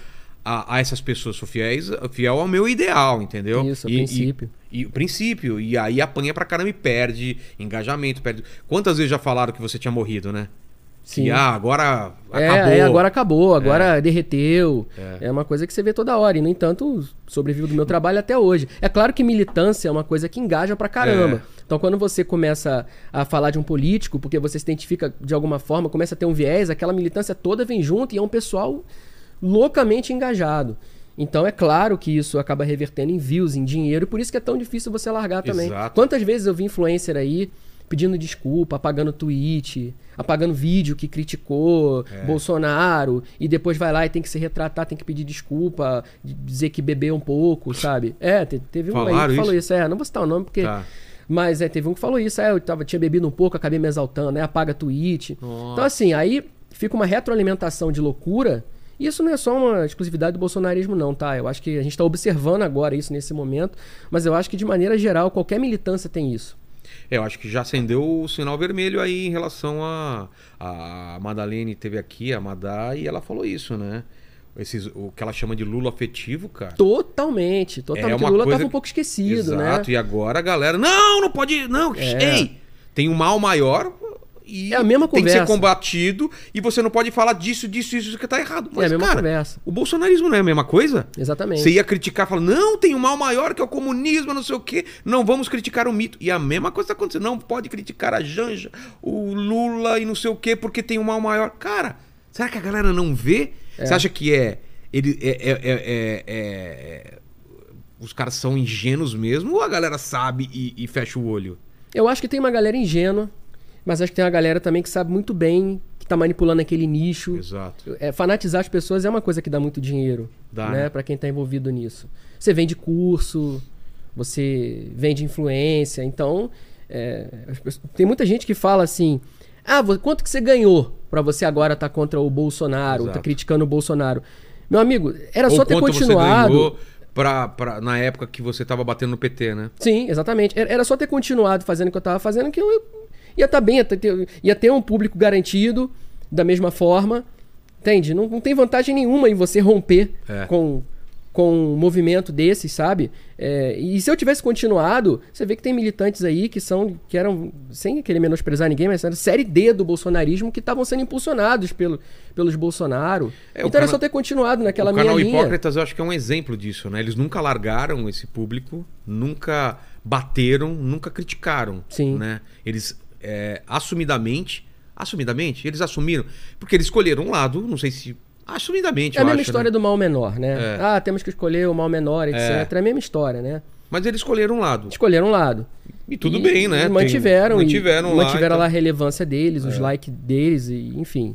Speaker 1: a, a essas pessoas, sou fiéis, fiel ao meu ideal, entendeu?
Speaker 3: Isso, ao
Speaker 1: E- e-
Speaker 3: princípio.
Speaker 1: E, o princípio. E aí apanha pra caramba e perde engajamento, perde... Quantas vezes já falaram que você tinha morrido, né? Que, ah, agora
Speaker 3: É,
Speaker 1: acabou.
Speaker 3: é, agora acabou, agora derreteu. É. uma coisa que você vê toda hora. E, no entanto, sobrevivo do meu trabalho até hoje. É claro que militância é uma coisa que engaja pra caramba. Então, quando você começa a falar de um político, porque você se identifica de alguma forma, começa a ter um viés, aquela militância toda vem junto e é um pessoal loucamente engajado. Então, é claro que isso acaba revertendo em views, em dinheiro, e por isso que é tão difícil você largar também.
Speaker 1: Exato.
Speaker 3: Quantas vezes eu vi influencer aí pedindo desculpa, apagando tweet, apagando vídeo que criticou
Speaker 1: É.
Speaker 3: Bolsonaro e depois vai lá e tem que se retratar, tem que pedir desculpa, d- dizer que bebeu um pouco, sabe? É, te- teve um aí
Speaker 1: Falaram
Speaker 3: que falou
Speaker 1: isso?
Speaker 3: isso, é, não vou citar o nome porque
Speaker 1: Tá.
Speaker 3: mas é, teve um que falou isso, é, eu tava, tinha bebido um pouco, acabei me exaltando, né? Apaga tweet. Então, assim, aí fica uma retroalimentação de loucura. E isso não é só uma exclusividade do bolsonarismo, não, tá? Eu acho que a gente tá observando agora isso nesse momento, mas eu acho que de maneira geral, qualquer militância tem isso.
Speaker 1: É, eu acho que já acendeu o sinal vermelho aí em relação a. A Madalene teve aqui, a Madá, e ela falou isso, né? Esses, o que ela chama de Lula afetivo, cara.
Speaker 3: Totalmente,
Speaker 1: É
Speaker 3: totalmente.
Speaker 1: uma
Speaker 3: o Lula
Speaker 1: coisa
Speaker 3: tava um
Speaker 1: que-
Speaker 3: pouco esquecido,
Speaker 1: Exato,
Speaker 3: né?
Speaker 1: e agora a galera. Não, não pode. Não, ei! Tem um mal maior. E
Speaker 3: É a mesma
Speaker 1: Tem que ser
Speaker 3: conversa.
Speaker 1: combatido e você não pode falar disso, disso, isso, que tá errado. Mas,
Speaker 3: é a mesma
Speaker 1: cara,
Speaker 3: conversa.
Speaker 1: o bolsonarismo não é a mesma coisa?
Speaker 3: Exatamente.
Speaker 1: Você ia criticar, falando, não, tem um mal maior que é o comunismo, não sei o quê, não vamos criticar o mito. E a mesma coisa tá acontecendo, não pode criticar a Janja, o Lula e não sei o quê, porque tem um mal maior. Cara, será que a galera não vê? Você acha que é. Ele, é, é- é- é- é- os caras são ingênuos mesmo ou a galera sabe e, e fecha o olho?
Speaker 3: Eu acho que tem uma galera ingênua, mas acho que tem uma galera também que sabe muito bem que tá manipulando aquele nicho.
Speaker 1: Exato.
Speaker 3: É, fanatizar as pessoas é uma coisa que dá muito dinheiro,
Speaker 1: Dá, né?
Speaker 3: né? Para quem tá envolvido nisso. Você vende curso, você vende influência, então é, as pessoas- tem muita gente que fala assim: "Ah, vo- quanto que você ganhou pra você agora tá contra o Bolsonaro, tá
Speaker 1: Exato.
Speaker 3: criticando o Bolsonaro?" Meu amigo, era só ter
Speaker 1: quanto você
Speaker 3: continuado.
Speaker 1: ganhou pra, pra- na época que você tava batendo no PT, né?
Speaker 3: Sim, exatamente. Era- Era só ter tá continuado fazendo o que eu tava fazendo que eu eu ia estar bem, ia ter, ia ter um público garantido. da mesma forma. Entende? Não, não tem vantagem nenhuma em você romper
Speaker 1: É.
Speaker 3: com, com um movimento desses, sabe? É, e se eu tivesse continuado, você vê que tem militantes aí que são, que eram, sem querer menosprezar ninguém, mas eram série D do bolsonarismo que estavam sendo impulsionados pelo, pelos Bolsonaro.
Speaker 1: É, o
Speaker 3: então era
Speaker 1: cana-
Speaker 3: só ter continuado naquela
Speaker 1: o
Speaker 3: minha
Speaker 1: canal
Speaker 3: linha.
Speaker 1: Hipócritas eu acho que é um exemplo disso, né? Eles nunca largaram esse público, nunca bateram, nunca criticaram.
Speaker 3: Sim.
Speaker 1: Né? Eles é, assumidamente, assumidamente, eles assumiram, porque eles escolheram um lado, não sei se. Assumidamente,
Speaker 3: É a
Speaker 1: eu
Speaker 3: mesma
Speaker 1: acho,
Speaker 3: história
Speaker 1: né?
Speaker 3: do mal menor, né?
Speaker 1: É.
Speaker 3: Ah, temos que escolher o mal menor, etc. É, a mesma história, né?
Speaker 1: Mas eles escolheram um lado.
Speaker 3: Escolheram um lado.
Speaker 1: E tudo
Speaker 3: E-
Speaker 1: bem, né?
Speaker 3: E
Speaker 1: Tem-
Speaker 3: mantiveram, e
Speaker 1: mantiveram lá.
Speaker 3: mantiveram
Speaker 1: então. É.
Speaker 3: lá a relevância deles, os likes deles, e, enfim.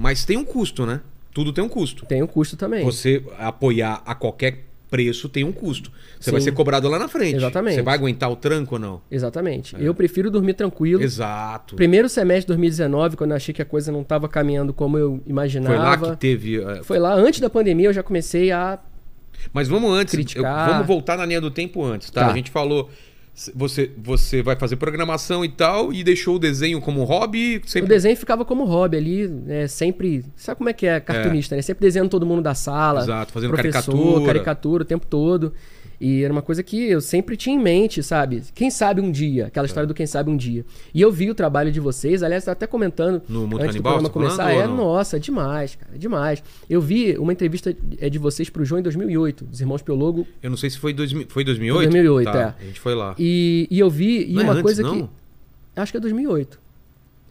Speaker 1: Mas tem um custo, né? Tudo tem um custo.
Speaker 3: Tem um custo também.
Speaker 1: Você apoiar a qualquer preço tem um custo. Você
Speaker 3: Sim.
Speaker 1: vai ser cobrado lá na frente.
Speaker 3: Exatamente.
Speaker 1: Você vai aguentar o tranco ou não? É.
Speaker 3: Exatamente. Eu prefiro dormir tranquilo.
Speaker 1: Exato.
Speaker 3: Primeiro semestre de 2019, quando eu achei que a coisa não estava caminhando como eu imaginava.
Speaker 1: Foi lá que teve. é,
Speaker 3: Foi lá, antes da pandemia, eu já comecei a.
Speaker 1: Mas vamos antes,
Speaker 3: Criticar.
Speaker 1: eu- vamos voltar na linha do tempo antes, tá?
Speaker 3: Tá.
Speaker 1: A gente falou, c- você, você vai fazer programação e tal, e deixou o desenho como hobby,
Speaker 3: O
Speaker 1: sempre...
Speaker 3: desenho ficava como hobby ali, né? Sempre. Sabe como é que é cartunista, né? Sempre desenhando todo mundo da sala.
Speaker 1: Exato, fazendo
Speaker 3: professor,
Speaker 1: caricatura.
Speaker 3: caricatura o tempo todo. E era uma coisa que eu sempre tinha em mente, sabe? Quem sabe um dia,
Speaker 1: É.
Speaker 3: aquela história do quem sabe um dia. E eu vi o trabalho de vocês, aliás, tá até comentando
Speaker 1: No Mundo
Speaker 3: antes do
Speaker 1: Canibal,
Speaker 3: programa
Speaker 1: você tá falando,
Speaker 3: começar,
Speaker 1: ou
Speaker 3: é,
Speaker 1: não?
Speaker 3: nossa, é demais, cara, é demais. Eu vi uma entrevista é de vocês pro João em 2008, dos irmãos Piologo
Speaker 1: Eu não sei se foi, dois, mil- foi 2008?
Speaker 3: Foi 2008,
Speaker 1: Tá,
Speaker 3: é.
Speaker 1: A gente foi lá.
Speaker 3: E, e eu vi, e
Speaker 1: Não é
Speaker 3: uma
Speaker 1: antes,
Speaker 3: coisa
Speaker 1: não?
Speaker 3: que. Acho que é 2008.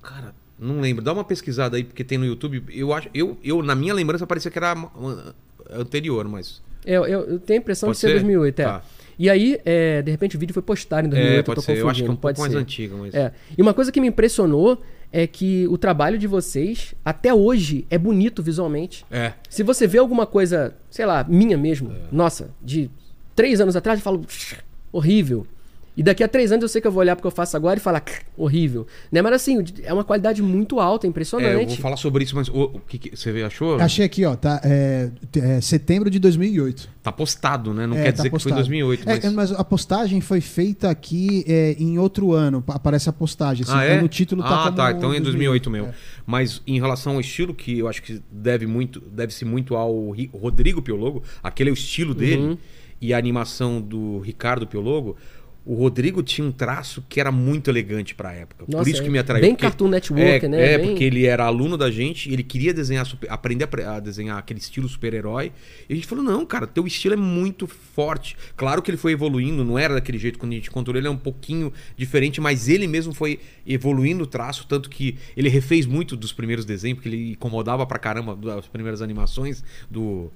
Speaker 1: Cara, não lembro. Dá uma pesquisada aí, porque tem no YouTube. Eu acho, eu, eu na minha lembrança parecia que era uh, anterior, mas...
Speaker 3: É, Eu, eu tenho a impressão
Speaker 1: Pode
Speaker 3: de ser,
Speaker 1: ser?
Speaker 3: 2008, é.
Speaker 1: Tá.
Speaker 3: E aí, é, de repente, o vídeo foi postado em 2008,
Speaker 1: é,
Speaker 3: eu tô
Speaker 1: pode ser. Eu acho que é um
Speaker 3: confundindo,
Speaker 1: pouco
Speaker 3: pode
Speaker 1: mais
Speaker 3: ser.
Speaker 1: antiga, mas...
Speaker 3: É. E uma coisa que me impressionou é que o trabalho de vocês, até hoje, é bonito visualmente.
Speaker 1: É.
Speaker 3: Se você vê alguma coisa, sei lá, minha mesmo, nossa, de três anos atrás, eu falo, "Psh, horrível. E daqui a três anos eu sei que eu vou olhar porque eu faço agora e falar, "Cr, horrível. Né? Mas assim, é uma qualidade muito
Speaker 1: É,
Speaker 3: alta,
Speaker 1: eu
Speaker 3: impressionante.
Speaker 1: vou falar sobre isso, mas o, o que, que- você achou?
Speaker 2: Achei aqui, ó, tá, é, t- é, setembro de 2008.
Speaker 1: Tá postado, né? Não
Speaker 2: É,
Speaker 1: quer
Speaker 2: tá
Speaker 1: dizer que foi
Speaker 2: postado.
Speaker 1: 2008,
Speaker 2: É,
Speaker 1: mas...
Speaker 2: é, mas... a postagem foi feita aqui é, em outro ano. pa- Aparece a postagem. assim,
Speaker 1: ah,
Speaker 2: então
Speaker 1: é?
Speaker 2: No título tá
Speaker 1: Ah,
Speaker 2: como
Speaker 1: tá. Então é em 2008 mesmo.
Speaker 2: É.
Speaker 1: Mas em relação ao estilo, que eu acho que deve muito, deve-se muito ao Ri- Rodrigo Piologo, aquele é o estilo dele, e a animação do Ricardo Piologo, o Rodrigo tinha um traço que era muito elegante pra época. Por
Speaker 3: Nossa,
Speaker 1: isso que
Speaker 3: é
Speaker 1: me atraiu.
Speaker 3: bem
Speaker 1: porque-
Speaker 3: Cartoon Network,
Speaker 1: é,
Speaker 3: né?
Speaker 1: É,
Speaker 3: Bem-
Speaker 1: porque ele era aluno da gente, ele queria desenhar, super- aprender a pre- a desenhar aquele estilo super-herói. E a gente falou: não, cara, teu estilo é muito forte. Claro que ele foi evoluindo, não era daquele jeito quando a gente encontrou ele, é um pouquinho diferente, mas ele mesmo foi evoluindo o traço, tanto que ele refez muito dos primeiros desenhos, porque ele incomodava pra caramba das primeiras animações do.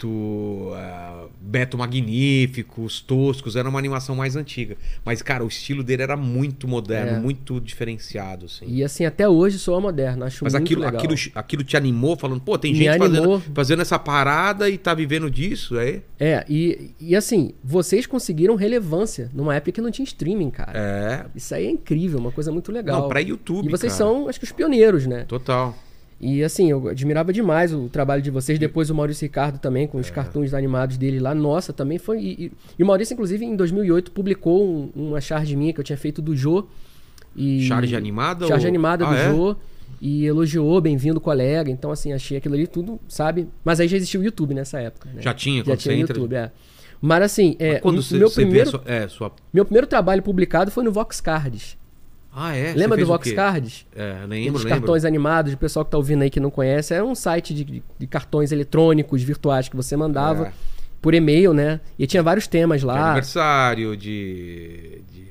Speaker 1: Do ah, Beto Magnífico, Os Toscos, era uma animação mais antiga. Mas, cara, o estilo dele era muito moderno,
Speaker 3: É.
Speaker 1: muito diferenciado. Assim.
Speaker 3: E assim, até hoje soa moderno, acho
Speaker 1: Mas
Speaker 3: muito
Speaker 1: aquilo,
Speaker 3: legal.
Speaker 1: aquilo, aquilo te animou, falando, pô, tem
Speaker 3: Me
Speaker 1: gente fazendo,
Speaker 3: animou.
Speaker 1: fazendo essa parada e tá vivendo disso, é?
Speaker 3: É, e, e assim, vocês conseguiram relevância numa época que não tinha streaming, cara.
Speaker 1: É.
Speaker 3: Isso aí é incrível, uma coisa muito legal.
Speaker 1: Não, pra YouTube.
Speaker 3: E vocês
Speaker 1: cara.
Speaker 3: são, acho que, os pioneiros, né?
Speaker 1: Total.
Speaker 3: E assim, eu admirava demais o trabalho de vocês. Depois o Maurício Ricardo também, com
Speaker 1: É.
Speaker 3: os cartoons animados dele lá. Nossa, também foi. E, e- e o Maurício, inclusive, em 2008, publicou um- uma charge minha que eu tinha feito do Jô. E...
Speaker 1: Charge animada?
Speaker 3: Charge
Speaker 1: ou-
Speaker 3: animada
Speaker 1: Ah,
Speaker 3: do
Speaker 1: é?
Speaker 3: Jô. E elogiou, bem-vindo, colega. Então, assim, achei aquilo ali tudo, sabe? Mas aí já existia o YouTube nessa época. né?
Speaker 1: Já tinha,
Speaker 3: Já
Speaker 1: quando
Speaker 3: tinha
Speaker 1: você
Speaker 3: o
Speaker 1: entra.
Speaker 3: YouTube, é. Mas assim, é,
Speaker 1: Mas quando
Speaker 3: o
Speaker 1: você,
Speaker 3: meu,
Speaker 1: você
Speaker 3: primeiro,
Speaker 1: vê a sua, é, sua.
Speaker 3: meu primeiro trabalho publicado foi no Vox Cards.
Speaker 1: Ah, é?
Speaker 3: Lembra
Speaker 1: Você
Speaker 3: do
Speaker 1: fez o
Speaker 3: Vox
Speaker 1: quê?
Speaker 3: Cards?
Speaker 1: É, lembro,
Speaker 3: Os
Speaker 1: lembro.
Speaker 3: cartões animados, o pessoal que tá ouvindo aí que não conhece, era um site de- de, de cartões eletrônicos virtuais que você mandava
Speaker 1: É.
Speaker 3: por e-mail, né? E tinha vários temas
Speaker 1: de
Speaker 3: lá.
Speaker 1: aniversário, de, de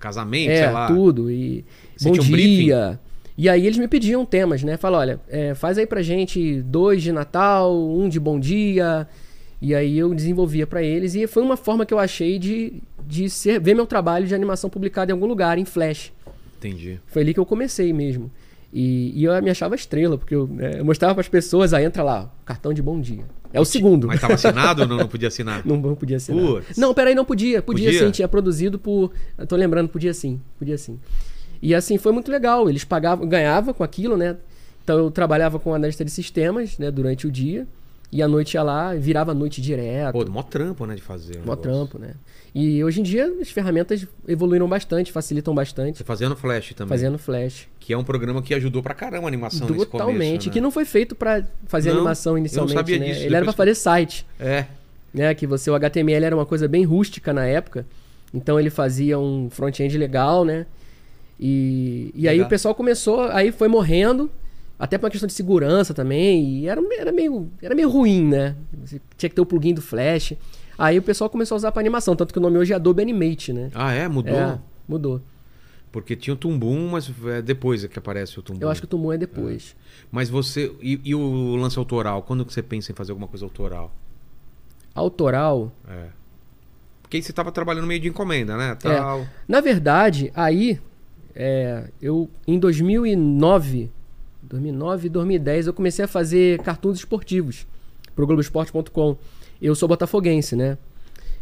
Speaker 1: casamento,
Speaker 3: É,
Speaker 1: sei lá.
Speaker 3: tudo. E
Speaker 1: Você
Speaker 3: bom
Speaker 1: tinha um
Speaker 3: dia. E aí eles me pediam temas, né? Fala, olha, é, faz aí pra gente dois de Natal, um de Bom Dia. E aí eu desenvolvia pra eles. E foi uma forma que eu achei de, de ser- ver meu trabalho de animação publicado em algum lugar, em Flash.
Speaker 1: Entendi.
Speaker 3: Foi ali que eu comecei mesmo. E, e eu me achava estrela, porque eu, né, eu mostrava pras pessoas, aí entra lá, cartão de bom dia. É o segundo.
Speaker 1: Mas tava assinado ou não, não podia assinar?
Speaker 3: Não, não podia ser.
Speaker 1: Putz.
Speaker 3: Não, peraí, não podia. Podia,
Speaker 1: Podia?
Speaker 3: sim, tinha produzido por. Eu tô lembrando, podia sim, podia sim. E assim, foi muito legal. Eles pagavam, ganhavam com aquilo, né? Então eu trabalhava com analista de sistemas, né, durante o dia. E à noite ia lá, virava a noite direto.
Speaker 1: Pô, mó trampo, né, de fazer. o
Speaker 3: Mó
Speaker 1: negócio.
Speaker 3: trampo, né? E hoje em dia as ferramentas evoluíram bastante, facilitam bastante,
Speaker 1: Você fazia no Flash também.
Speaker 3: fazendo flash.
Speaker 1: Que é um programa que ajudou pra caramba a animação nesse começo,
Speaker 3: Totalmente,
Speaker 1: né?
Speaker 3: que não foi feito pra fazer
Speaker 1: Não, eu
Speaker 3: animação
Speaker 1: não
Speaker 3: inicialmente,
Speaker 1: sabia
Speaker 3: né?
Speaker 1: disso,
Speaker 3: Ele era pra
Speaker 1: depois
Speaker 3: fazer site,
Speaker 1: É.
Speaker 3: né? Que você, o HTML era uma coisa bem rústica na época, então ele fazia um front-end legal, né? E, e aí
Speaker 1: Legal.
Speaker 3: o pessoal começou, aí foi morrendo, até por uma questão de segurança também, e era, era, meio, era meio ruim, né? Você tinha que ter o plugin do Flash. Aí o pessoal começou a usar pra animação, tanto que o nome hoje é Adobe Animate, né?
Speaker 1: Ah, é? Mudou?
Speaker 3: É, mudou.
Speaker 1: Porque tinha o Tumbum, mas é depois é que aparece o Tumbum.
Speaker 3: Eu acho que o Tumon é depois.
Speaker 1: Mas você... E, e o lance autoral? Quando que você pensa em fazer alguma coisa autoral?
Speaker 3: Autoral.
Speaker 1: É. Porque aí você tava trabalhando meio de encomenda,
Speaker 3: É.
Speaker 1: né? Tal.
Speaker 3: Na verdade, aí, é, eu em 2009, 2009, 2010, eu comecei a fazer cartoons esportivos pro Globoesporte.com. Eu sou botafoguense, né?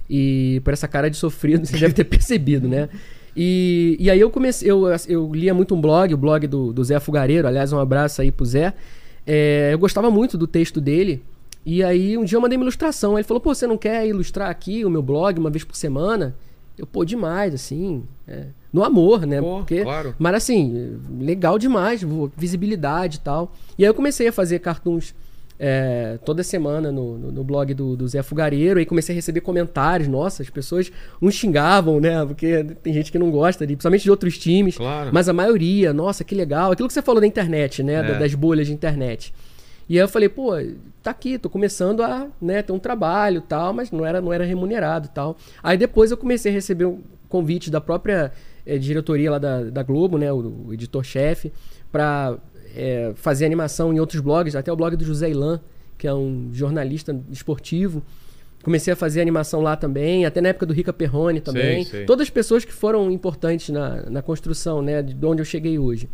Speaker 3: E por essa cara de sofrido, você deve ter percebido, né? E, e aí eu comecei, eu, eu lia muito um blog, o blog do, do Zé Fugareiro, aliás, um abraço aí pro Zé. É, eu gostava muito do texto dele. E aí um dia eu mandei uma ilustração. Aí ele falou, pô, você não quer ilustrar aqui o meu blog uma vez por semana? Eu, pô, demais, assim. é, no amor, né?
Speaker 1: Pô,
Speaker 3: Porque,
Speaker 1: claro.
Speaker 3: Mas assim, legal demais, vou- visibilidade e tal. E aí eu comecei a fazer cartoons é, toda semana no, no, no blog do, do Zé Fugareiro. Aí comecei a receber comentários. Nossa, as pessoas uns xingavam, né? Porque tem gente que não gosta, de, principalmente de outros times.
Speaker 1: Claro.
Speaker 3: Mas a maioria, nossa, que legal. Aquilo que você falou da internet, né? da-
Speaker 1: É.
Speaker 3: Das bolhas de internet. E aí eu falei, pô, tá aqui, tô começando a né, ter um trabalho e tal, mas não era, não era remunerado e tal. Aí depois eu comecei a receber um convite da própria eh, diretoria lá da, da Globo, né, o, o editor-chefe, pra eh, fazer animação em outros blogs, até o blog do José Ilan, que é um jornalista esportivo. Comecei a fazer animação lá também, até na época do Rica Perrone também.
Speaker 1: sei.
Speaker 3: Todas as pessoas que foram importantes na, na construção, né, de onde eu cheguei hoje.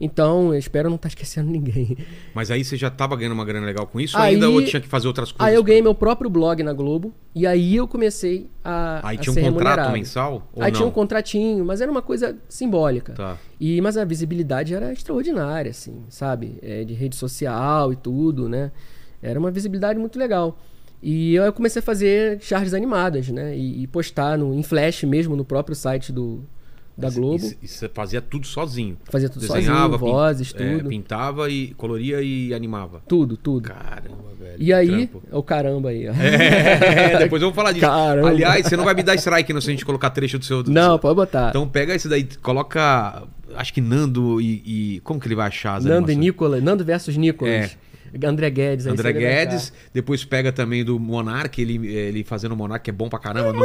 Speaker 3: Então, eu espero não estar esquecendo ninguém.
Speaker 1: Mas aí você já tava ganhando uma grana legal com isso?
Speaker 3: Aí-
Speaker 1: Ainda ou tinha que fazer outras coisas?
Speaker 3: Aí eu ganhei meu próprio blog na Globo e aí eu comecei a.
Speaker 1: Aí
Speaker 3: a
Speaker 1: tinha um
Speaker 3: ser
Speaker 1: contrato
Speaker 3: remunerado.
Speaker 1: mensal? Ou
Speaker 3: Aí
Speaker 1: não?
Speaker 3: tinha um contratinho, mas era uma coisa simbólica.
Speaker 1: Tá.
Speaker 3: E, mas a visibilidade era extraordinária, assim, sabe? É, de rede social e tudo, né? Era uma visibilidade muito legal. E eu comecei a fazer charges animadas, né? E, e postar no, em flash mesmo no próprio site do, da Globo.
Speaker 1: E, e você fazia tudo sozinho?
Speaker 3: Fazia tudo sozinho,
Speaker 1: pin-
Speaker 3: vozes,
Speaker 1: é,
Speaker 3: tudo.
Speaker 1: pintava e coloria e animava.
Speaker 3: tudo, tudo.
Speaker 1: Caramba, velho.
Speaker 3: E aí,
Speaker 1: trampo.
Speaker 3: o caramba aí, ó.
Speaker 1: É, depois vamos falar disso.
Speaker 3: Caramba.
Speaker 1: Aliás, você não vai me dar strike não, se a gente colocar trecho do seu. do
Speaker 3: Não,
Speaker 1: seu-
Speaker 3: pode botar.
Speaker 1: Então pega esse daí, coloca. Acho que Nando e. e- como que ele vai achar as
Speaker 3: Nando e
Speaker 1: animações?
Speaker 3: Nicolas, Nando versus Nicolas. André Guedes. aí
Speaker 1: É. André
Speaker 3: você vai
Speaker 1: Guedes, depois pega também do Monark, ele, ele fazendo o Monark, que é bom pra caramba. No...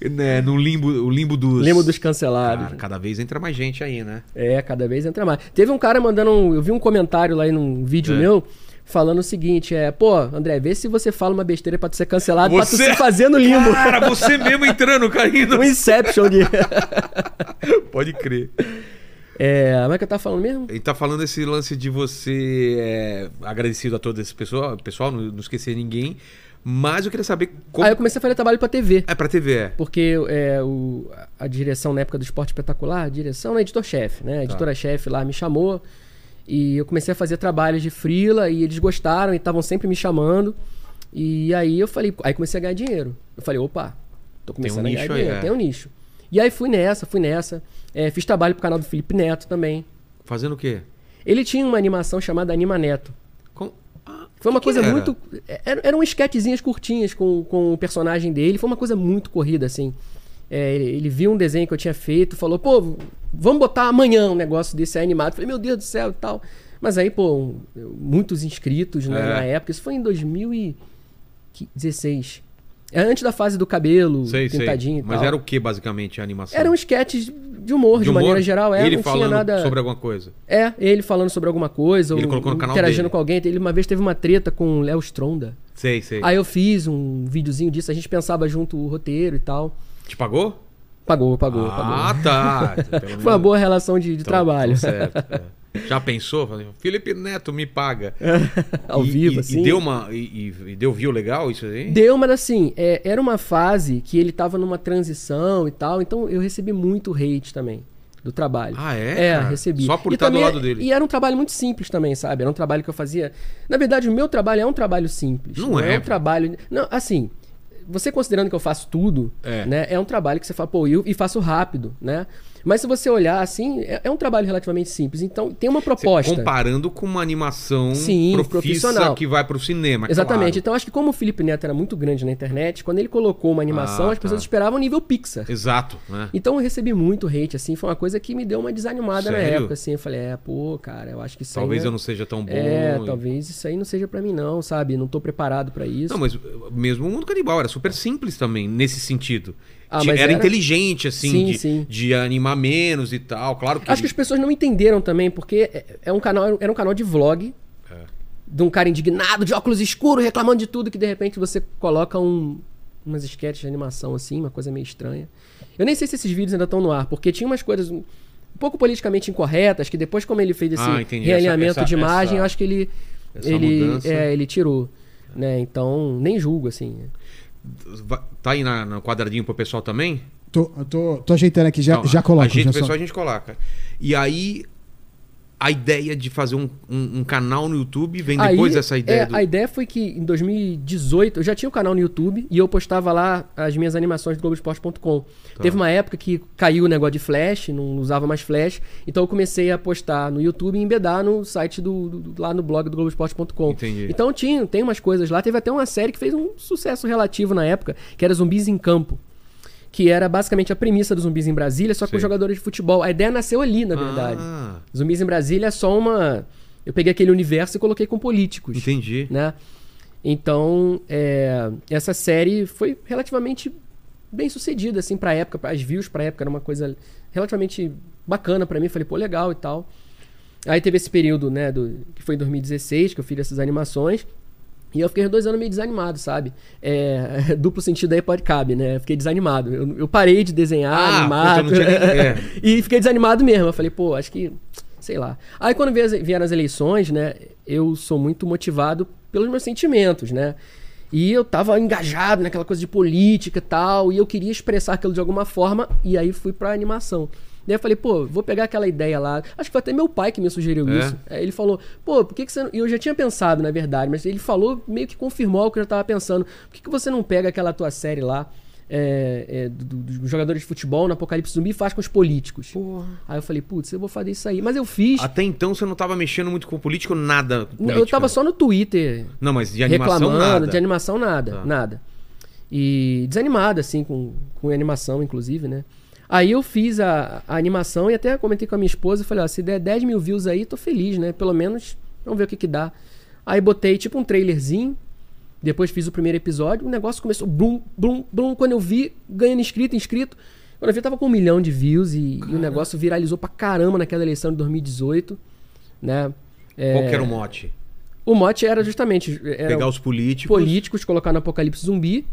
Speaker 1: né, no limbo, o limbo dos.
Speaker 3: achar. Lembro dos cancelados.
Speaker 1: Cara, cada vez entra mais gente aí, né?
Speaker 3: É, cada vez entra mais. Teve um cara mandando, um- eu vi um comentário lá em um vídeo
Speaker 1: É.
Speaker 3: meu, falando o seguinte, é, pô, André, vê se você fala uma besteira pra tu ser cancelado, pra tu
Speaker 1: Você-
Speaker 3: Ah, tá se fazer no limbo.
Speaker 1: Cara, você mesmo entrando, caindo.
Speaker 3: Um Inception de...
Speaker 1: Pode crer.
Speaker 3: É, como é que eu tava falando mesmo?
Speaker 1: Ele tá falando esse lance de você é, agradecido a todo esse pessoal, pessoal, não, não esquecer ninguém. Mas eu queria saber como.
Speaker 3: Aí eu comecei a fazer trabalho pra TV.
Speaker 1: É pra TV, é.
Speaker 3: Porque é, o- a direção na época do Esporte Espetacular, a direção, né, editor-chefe,
Speaker 1: Tá.
Speaker 3: né? A editora-chefe lá me chamou e eu comecei a fazer trabalhos de frila e eles gostaram e estavam sempre me chamando. E aí eu falei, aí comecei a ganhar dinheiro. Eu falei, opa, tô começando a
Speaker 1: nicho
Speaker 3: ganhar
Speaker 1: aí,
Speaker 3: dinheiro,
Speaker 1: é.
Speaker 3: tem um nicho. E aí fui nessa, fui nessa. É, fiz trabalho pro canal do Felipe Neto também.
Speaker 1: Fazendo o quê?
Speaker 3: Ele tinha uma animação chamada Anima Neto.
Speaker 1: Com- Ah,
Speaker 3: Foi uma
Speaker 1: que que
Speaker 3: coisa
Speaker 1: era?
Speaker 3: muito. era- Eram esquetezinhas curtinhas com, com o personagem dele. Foi uma coisa muito corrida, assim. É, ele, ele viu um desenho que eu tinha feito, falou, pô, vamos botar amanhã um negócio desse aí animado. Eu Falei, meu Deus do céu e tal. Mas aí, pô, um- muitos inscritos né,
Speaker 1: É.
Speaker 3: na época. Isso foi em 2016. É antes da fase do cabelo,
Speaker 1: Sei, sei.
Speaker 3: pintadinho e tal.
Speaker 1: Mas era um o que, basicamente, a animação?
Speaker 3: Eram esquetes de humor, de,
Speaker 1: humor?
Speaker 3: maneira geral. É,
Speaker 1: Ele
Speaker 3: não tinha
Speaker 1: falando
Speaker 3: nada.
Speaker 1: sobre alguma coisa.
Speaker 3: É, ele falando sobre alguma coisa,
Speaker 1: Ele
Speaker 3: ou
Speaker 1: colocou no canal
Speaker 3: interagindo
Speaker 1: dele.
Speaker 3: com alguém. Ele uma vez teve uma treta com o Léo Stronda.
Speaker 1: Sei, sei.
Speaker 3: Aí eu fiz um videozinho disso, a gente pensava junto o roteiro e tal.
Speaker 1: Te pagou?
Speaker 3: Pagou, pagou,
Speaker 1: ah, tá. Pelo
Speaker 3: pagou.
Speaker 1: menos-
Speaker 3: Foi uma boa relação de, de
Speaker 1: Então,
Speaker 3: trabalho.
Speaker 1: então certo, é. Já pensou? Falei, Felipe Neto me paga.
Speaker 3: Ao
Speaker 1: E-
Speaker 3: vivo,
Speaker 1: e,
Speaker 3: assim.
Speaker 1: E deu uma. E, e- e deu view legal isso aí?
Speaker 3: Deu, mas assim, é, era uma fase que ele tava numa transição e tal, então eu recebi muito hate também. do trabalho.
Speaker 1: Ah, é, cara?
Speaker 3: recebi.
Speaker 1: Só por
Speaker 3: E
Speaker 1: estar do
Speaker 3: também-
Speaker 1: lado dele.
Speaker 3: E era um trabalho muito simples também, sabe? Era um trabalho que eu fazia. Na verdade, o meu trabalho é um trabalho simples.
Speaker 1: Não é,
Speaker 3: é um
Speaker 1: pô.
Speaker 3: trabalho. Não, assim. Você considerando que eu faço tudo,
Speaker 1: É.
Speaker 3: né? É um trabalho que você fala, pô, eu, e faço rápido, né? Mas se você olhar assim, é, é um trabalho relativamente simples. Então, tem uma
Speaker 1: Você
Speaker 3: proposta.
Speaker 1: Comparando com uma animação
Speaker 3: Sim,
Speaker 1: profissa
Speaker 3: profissional.
Speaker 1: que vai pro cinema. é
Speaker 3: Exatamente.
Speaker 1: claro.
Speaker 3: Então, acho que como o Felipe Neto era muito grande na internet, quando ele colocou uma animação,
Speaker 1: Ah,
Speaker 3: as pessoas
Speaker 1: tá.
Speaker 3: esperavam um nível Pixar.
Speaker 1: Exato. Né?
Speaker 3: Então eu recebi muito hate, assim, foi uma coisa que me deu uma desanimada
Speaker 1: Sério?
Speaker 3: na época, assim. Eu falei, é, pô, cara, eu acho que isso
Speaker 1: Talvez
Speaker 3: aí.
Speaker 1: eu não seja tão bom.
Speaker 3: né? É,
Speaker 1: e-
Speaker 3: talvez isso aí não seja pra mim, não, sabe? Não tô preparado pra isso.
Speaker 1: Não, mas mesmo o mundo canibal era super simples também, nesse sentido.
Speaker 3: Ah,
Speaker 1: Ti-
Speaker 3: mas
Speaker 1: era,
Speaker 3: era?
Speaker 1: inteligente, assim,
Speaker 3: Sim,
Speaker 1: de,
Speaker 3: sim.
Speaker 1: de animar menos e tal. Claro que.
Speaker 3: Acho que as pessoas não entenderam também, porque é- é um canal, era um canal de vlog.
Speaker 1: É.
Speaker 3: De um cara indignado, de óculos escuros, reclamando de tudo, que de repente você coloca um, umas sketches de animação assim, uma coisa meio estranha. Eu nem sei se esses vídeos ainda estão no ar, porque tinha umas coisas um um pouco politicamente incorretas, que depois, como ele fez esse
Speaker 1: Ah, entendi.
Speaker 3: realinhamento
Speaker 1: Essa- essa-
Speaker 3: de imagem,
Speaker 1: essa-
Speaker 3: eu acho que ele.
Speaker 1: essa
Speaker 3: Ele,
Speaker 1: mudança.
Speaker 3: é, ele tirou. Né? Então, nem julgo, assim.
Speaker 1: Va- Tá aí na, no quadradinho pro pessoal também?
Speaker 2: Tô, eu tô, tô ajeitando aqui, já,
Speaker 1: Então,
Speaker 2: já coloco.
Speaker 1: A gente,
Speaker 2: já
Speaker 1: pessoal,
Speaker 2: só.
Speaker 1: a gente coloca. E aí, a ideia de fazer um, um- um canal no YouTube vem depois
Speaker 3: Aí,
Speaker 1: dessa ideia
Speaker 3: é,
Speaker 1: do.
Speaker 3: A ideia foi que em 2018 eu já tinha o canal no YouTube e eu postava lá as minhas animações do Globoesporte.com.
Speaker 1: Tá.
Speaker 3: Teve uma época que caiu o negócio de flash, não usava mais flash, então eu comecei a postar no YouTube e embedar no site do, do- do- lá no blog do Globoesporte.com.
Speaker 1: Entendi.
Speaker 3: Então tinha, tem umas coisas lá. Teve até uma série que fez um sucesso relativo na época, que era Zumbis em Campo. Que era basicamente a premissa dos zumbis em Brasília, só com
Speaker 1: Sei.
Speaker 3: jogadores de futebol. A ideia nasceu ali, na é verdade.
Speaker 1: Ah,
Speaker 3: Zumbis em Brasília é só uma. Eu peguei aquele universo e coloquei com políticos.
Speaker 1: entendi.
Speaker 3: Né? Então, é, essa série foi relativamente bem sucedida, assim, pra época. As views pra época era uma coisa relativamente bacana pra mim. Falei, pô, legal e tal. Aí teve esse período, né, do, que foi em 2016, que eu fiz essas animações. E eu fiquei dois anos meio desanimado, sabe? É, duplo sentido aí pode cabe, né? Eu fiquei desanimado. Eu, eu parei de desenhar,
Speaker 1: Ah,
Speaker 3: animar.
Speaker 1: puta, eu não tinha nem- é.
Speaker 3: E fiquei desanimado mesmo. Eu falei, pô, acho que. Sei lá. Aí quando vier- vieram as eleições, né? Eu sou muito motivado pelos meus sentimentos, né? E eu tava engajado naquela coisa de política e tal. E eu queria expressar aquilo de alguma forma. E aí fui pra animação. Daí eu falei, pô, vou pegar aquela ideia lá. Acho que foi até meu pai que me sugeriu
Speaker 1: É?
Speaker 3: isso. Aí ele falou, pô, por que, que você. não- E eu já tinha pensado, na verdade, mas ele falou, meio que confirmou o que eu já tava pensando. Por que, que você não pega aquela tua série lá? é, é, do- do- dos jogadores de futebol no Apocalipse Zumbi e faz com os políticos. Aí eu falei, putz, eu vou fazer isso aí. Mas eu fiz.
Speaker 1: Até então você não tava mexendo muito com político, nada. com
Speaker 3: Eu
Speaker 1: política.
Speaker 3: tava só no Twitter
Speaker 1: Não, mas de animação
Speaker 3: reclamando,
Speaker 1: nada.
Speaker 3: de animação nada,
Speaker 1: Tá.
Speaker 3: nada. E desanimado, assim, com, com animação, inclusive, né? Aí eu fiz a, a animação e até comentei com a minha esposa, falei, ó, se der 10 mil views aí, tô feliz, né? Pelo menos, vamos ver o que que dá. Aí botei, tipo, um trailerzinho, depois fiz o primeiro episódio, o negócio começou, blum, blum, blum, quando eu vi, ganhando inscrito, inscrito, quando eu vi, tava com um milhão de views e, e o negócio viralizou pra caramba naquela eleição de 2018, né? É,
Speaker 1: Qual que era o mote?
Speaker 3: o mote era justamente... Era
Speaker 1: Pegar os políticos.
Speaker 3: políticos colocar no apocalipse zumbi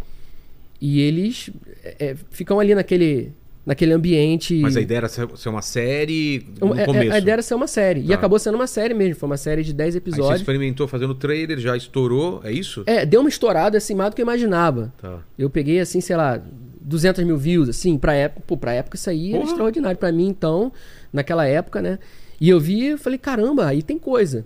Speaker 3: e eles é, é, ficam ali naquele, naquele ambiente.
Speaker 1: Mas a ideia era ser ser uma série no
Speaker 3: Um, é- é-
Speaker 1: começo.
Speaker 3: a ideia era ser uma série. E
Speaker 1: Tá.
Speaker 3: acabou sendo uma série mesmo. Foi uma série de 10
Speaker 1: Aí você
Speaker 3: episódios.
Speaker 1: experimentou fazendo trailer, já estourou, é isso?
Speaker 3: É, deu uma estourada assim, mais do que eu imaginava.
Speaker 1: Tá.
Speaker 3: Eu peguei, assim, sei lá, 200 mil views, assim, pra época. Pô, pra época isso aí era
Speaker 1: Porra.
Speaker 3: extraordinário. Pra mim, então, naquela época, né? E eu vi, eu falei, caramba, aí tem coisa.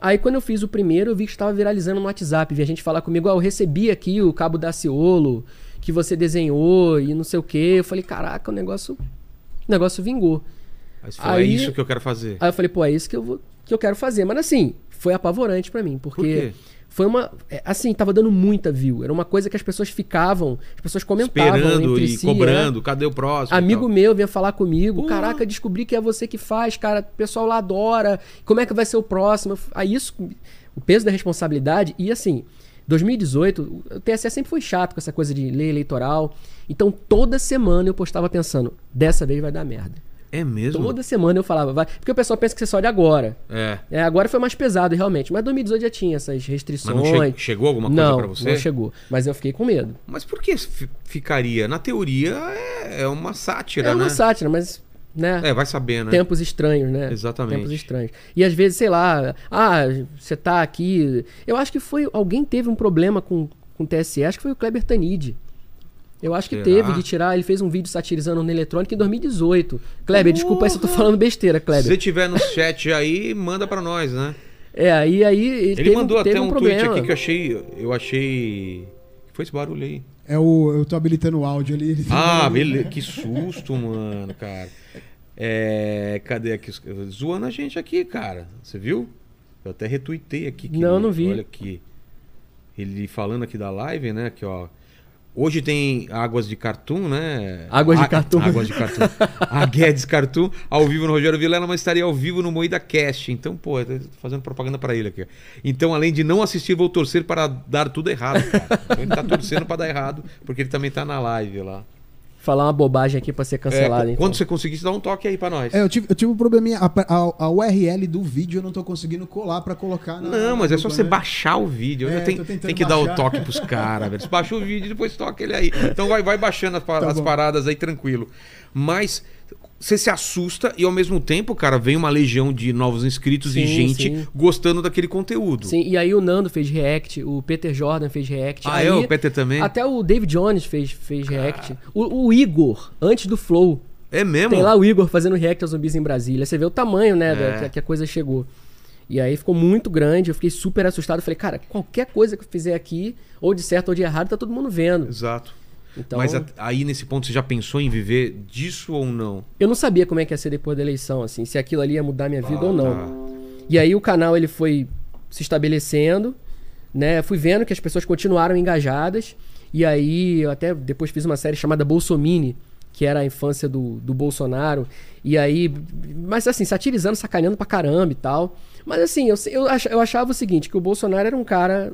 Speaker 3: Aí quando eu fiz o primeiro, eu vi que estava viralizando no WhatsApp. Vi a gente falar comigo, ah, eu recebi aqui o Cabo Daciolo, que você desenhou e não sei o quê. Eu falei, caraca, o negócio. O negócio vingou.
Speaker 1: Aí você falou, é
Speaker 3: Aí-
Speaker 1: isso que eu quero fazer.
Speaker 3: Aí eu falei, pô, é isso que eu, vou, que eu quero fazer. Mas assim, foi apavorante pra mim, porque
Speaker 1: Por quê?
Speaker 3: foi uma. é, Assim, tava dando muita view. Era uma coisa que as pessoas ficavam, as pessoas comentavam.
Speaker 1: Esperando
Speaker 3: entre
Speaker 1: e
Speaker 3: si,
Speaker 1: cobrando, cadê o
Speaker 3: é.
Speaker 1: próximo? e
Speaker 3: Amigo
Speaker 1: tal.
Speaker 3: meu vinha falar comigo,
Speaker 1: Pô.
Speaker 3: caraca, descobri que é você que faz, cara, o pessoal lá adora, como é que vai ser o próximo? Eu f- Aí isso, o peso da responsabilidade, e assim, 2018, o TSE sempre foi chato com essa coisa de lei eleitoral, então toda semana eu postava pensando, dessa vez vai dar merda.
Speaker 1: É mesmo?
Speaker 3: Toda semana eu falava, vai. Porque o pessoal pensa que você só olha agora.
Speaker 1: É.
Speaker 3: É, agora foi mais pesado, realmente. Mas 2018 já tinha essas
Speaker 1: Mas
Speaker 3: restrições.
Speaker 1: não che- chegou alguma coisa
Speaker 3: não,
Speaker 1: pra você?
Speaker 3: Não chegou. Mas eu fiquei com medo.
Speaker 1: Mas por que fi- ficaria? Na teoria é, é uma sátira,
Speaker 3: é uma
Speaker 1: né?
Speaker 3: sátira, mas. Né?
Speaker 1: É, vai saber, né?
Speaker 3: Tempos estranhos, né?
Speaker 1: Exatamente.
Speaker 3: Tempos estranhos. E às vezes, sei lá, ah, você tá aqui. Eu acho que foi. Alguém teve um problema com, com o TSE, acho que foi o Kleber Tanide. Eu acho que
Speaker 1: Será?
Speaker 3: teve de tirar. Ele fez um vídeo satirizando no eletrônico em 2018. Kleber, desculpa aí se eu tô falando besteira, Kleber.
Speaker 1: Se tiver no chat aí, manda pra nós, né?
Speaker 3: É, aí aí ele,
Speaker 1: Ele
Speaker 3: teve,
Speaker 1: mandou
Speaker 3: teve
Speaker 1: até um,
Speaker 3: problema.
Speaker 1: tweet aqui que eu achei. Eu achei. que Foi esse barulho aí.
Speaker 2: É o. Eu tô habilitando o áudio ali. ele fica
Speaker 1: Ah,
Speaker 2: ali.
Speaker 1: beleza. Que susto, mano, cara. É, cadê aqui? os- Zoando a gente aqui, cara. Você viu? Eu até retuitei aqui. que
Speaker 3: Não,
Speaker 1: lindo.
Speaker 3: não vi.
Speaker 1: Olha aqui. Ele falando aqui da live, né? Aqui, ó. Hoje tem Águas de Cartoon, né?
Speaker 3: Águas de
Speaker 1: A-
Speaker 3: Cartoon.
Speaker 1: Águas de Cartoon. A Guedes Cartoon, ao vivo no Rogério Vilela, mas estaria ao vivo no Moída Cast. Então, pô, eu tô fazendo propaganda pra ele aqui. ó. Então, além de não assistir, vou torcer para dar tudo errado, cara. Então, ele tá torcendo pra dar errado, porque ele também tá na live lá.
Speaker 3: Falar uma bobagem aqui pra ser cancelado.
Speaker 1: É,
Speaker 3: então.
Speaker 1: Quando você conseguir, você dá um toque aí pra nós.
Speaker 2: É, eu tive, eu tive um probleminha. A, a- a URL do vídeo eu não tô conseguindo colar pra colocar na.
Speaker 1: Não, mas é só
Speaker 2: na- né?
Speaker 1: você baixar o vídeo.
Speaker 2: É,
Speaker 1: Eu tenho-
Speaker 2: tô
Speaker 1: tem,
Speaker 2: tentando
Speaker 1: que dar o
Speaker 2: baixar.
Speaker 1: toque pros caras, velho. Você baixa o vídeo e depois toca ele aí. Então vai, vai baixando as, pa-
Speaker 2: Tá
Speaker 1: as
Speaker 2: bom.
Speaker 1: paradas aí tranquilo. Mas você se assusta e ao mesmo tempo, cara, vem uma legião de novos inscritos e
Speaker 3: Sim,
Speaker 1: gente
Speaker 3: sim.
Speaker 1: gostando daquele conteúdo.
Speaker 3: Sim, e aí o Nando fez react, o Peter Jordan fez react.
Speaker 1: Ah,
Speaker 3: aí,
Speaker 1: é? O Peter também?
Speaker 3: Até o David Jones fez, fez react. O, o Igor, antes do Flow,
Speaker 1: É É. mesmo?
Speaker 3: tem lá o Igor fazendo react aos zumbis em Brasília. Você vê o tamanho, né, da- que, que a coisa chegou. E aí ficou muito grande, eu fiquei super assustado. Falei, cara, qualquer coisa que eu fizer aqui, ou de certo ou de errado, tá todo mundo vendo.
Speaker 1: Exato.
Speaker 3: Então,
Speaker 1: Mas a- aí nesse ponto você já pensou em viver disso ou não?
Speaker 3: eu não sabia como é que ia ser depois da eleição, assim, se aquilo ali ia mudar minha vida ou não.
Speaker 1: tá.
Speaker 3: E aí o canal ele foi se estabelecendo, né? Fui vendo que as pessoas continuaram engajadas. E aí eu até depois fiz uma série chamada Bolsomini, que era a infância do, do Bolsonaro. E aí. Mas assim, satirizando, sacaneando pra caramba e tal. Mas assim, eu, se- eu, ach- eu achava o seguinte, que o Bolsonaro era um cara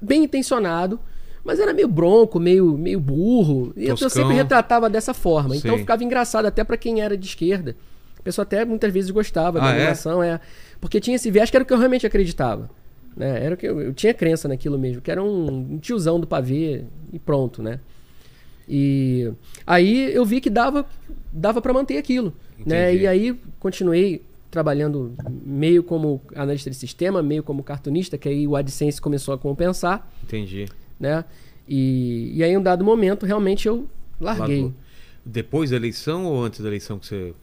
Speaker 3: bem intencionado. Mas era meio bronco, meio, meio burro. E eu- eu
Speaker 1: Toscão.
Speaker 3: sempre retratava dessa forma. Então
Speaker 1: Sim.
Speaker 3: ficava engraçado até pra quem era de esquerda. A pessoa até muitas vezes gostava
Speaker 1: Ah,
Speaker 3: da
Speaker 1: é?
Speaker 3: animação não, é. Porque tinha esse viés que era o que eu realmente acreditava. Né? Era o que eu, eu tinha crença naquilo mesmo, que era um, um tiozão do pavê e pronto, né? E aí eu vi que dava dava para manter aquilo, né?
Speaker 1: Entendi.
Speaker 3: E aí continuei trabalhando meio como analista de sistema, meio como cartunista, que aí o AdSense começou a compensar,
Speaker 1: Entendi.
Speaker 3: né? E, e aí em um dado momento realmente eu larguei.
Speaker 1: Largou. Depois da eleição ou antes da eleição que você.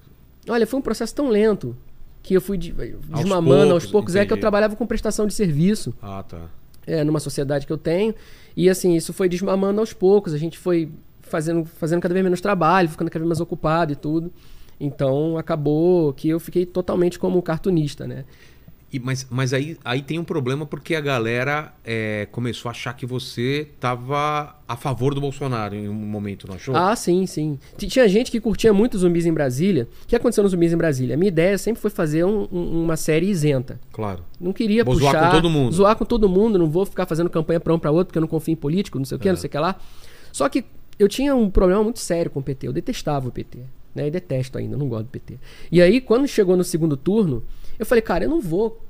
Speaker 3: Olha, foi um processo tão lento que eu fui de-
Speaker 1: poucos,
Speaker 3: desmamando aos poucos. É que eu
Speaker 1: entendi.
Speaker 3: trabalhava com prestação de serviço
Speaker 1: Ah, tá.
Speaker 3: é, numa sociedade que eu tenho. E assim, isso foi desmamando aos poucos. A gente foi fazendo, fazendo cada vez menos trabalho, ficando cada vez mais ocupado e tudo. Então acabou que eu fiquei totalmente como cartunista, né?
Speaker 1: E- mas mas aí, aí tem um problema porque a galera é, começou a achar que você tava a favor do Bolsonaro em um momento, não achou?
Speaker 3: Ah, sim, sim. T- Tinha gente que curtia muito zumbis em Brasília. O que aconteceu nos zumbis em Brasília? A minha ideia sempre foi fazer um- um- uma série isenta.
Speaker 1: Claro.
Speaker 3: Não queria
Speaker 1: Vou zoar
Speaker 3: puxar.
Speaker 1: com todo mundo.
Speaker 3: Zoar com todo mundo, não vou ficar fazendo campanha pra um pra outro, porque eu não confio em político, não sei o
Speaker 1: É.
Speaker 3: que, não sei o que lá. Só que eu tinha um problema muito sério com o PT, eu detestava o PT. Né? E detesto ainda, eu não gosto do PT. E aí, quando chegou no segundo turno, eu falei, cara, eu não vou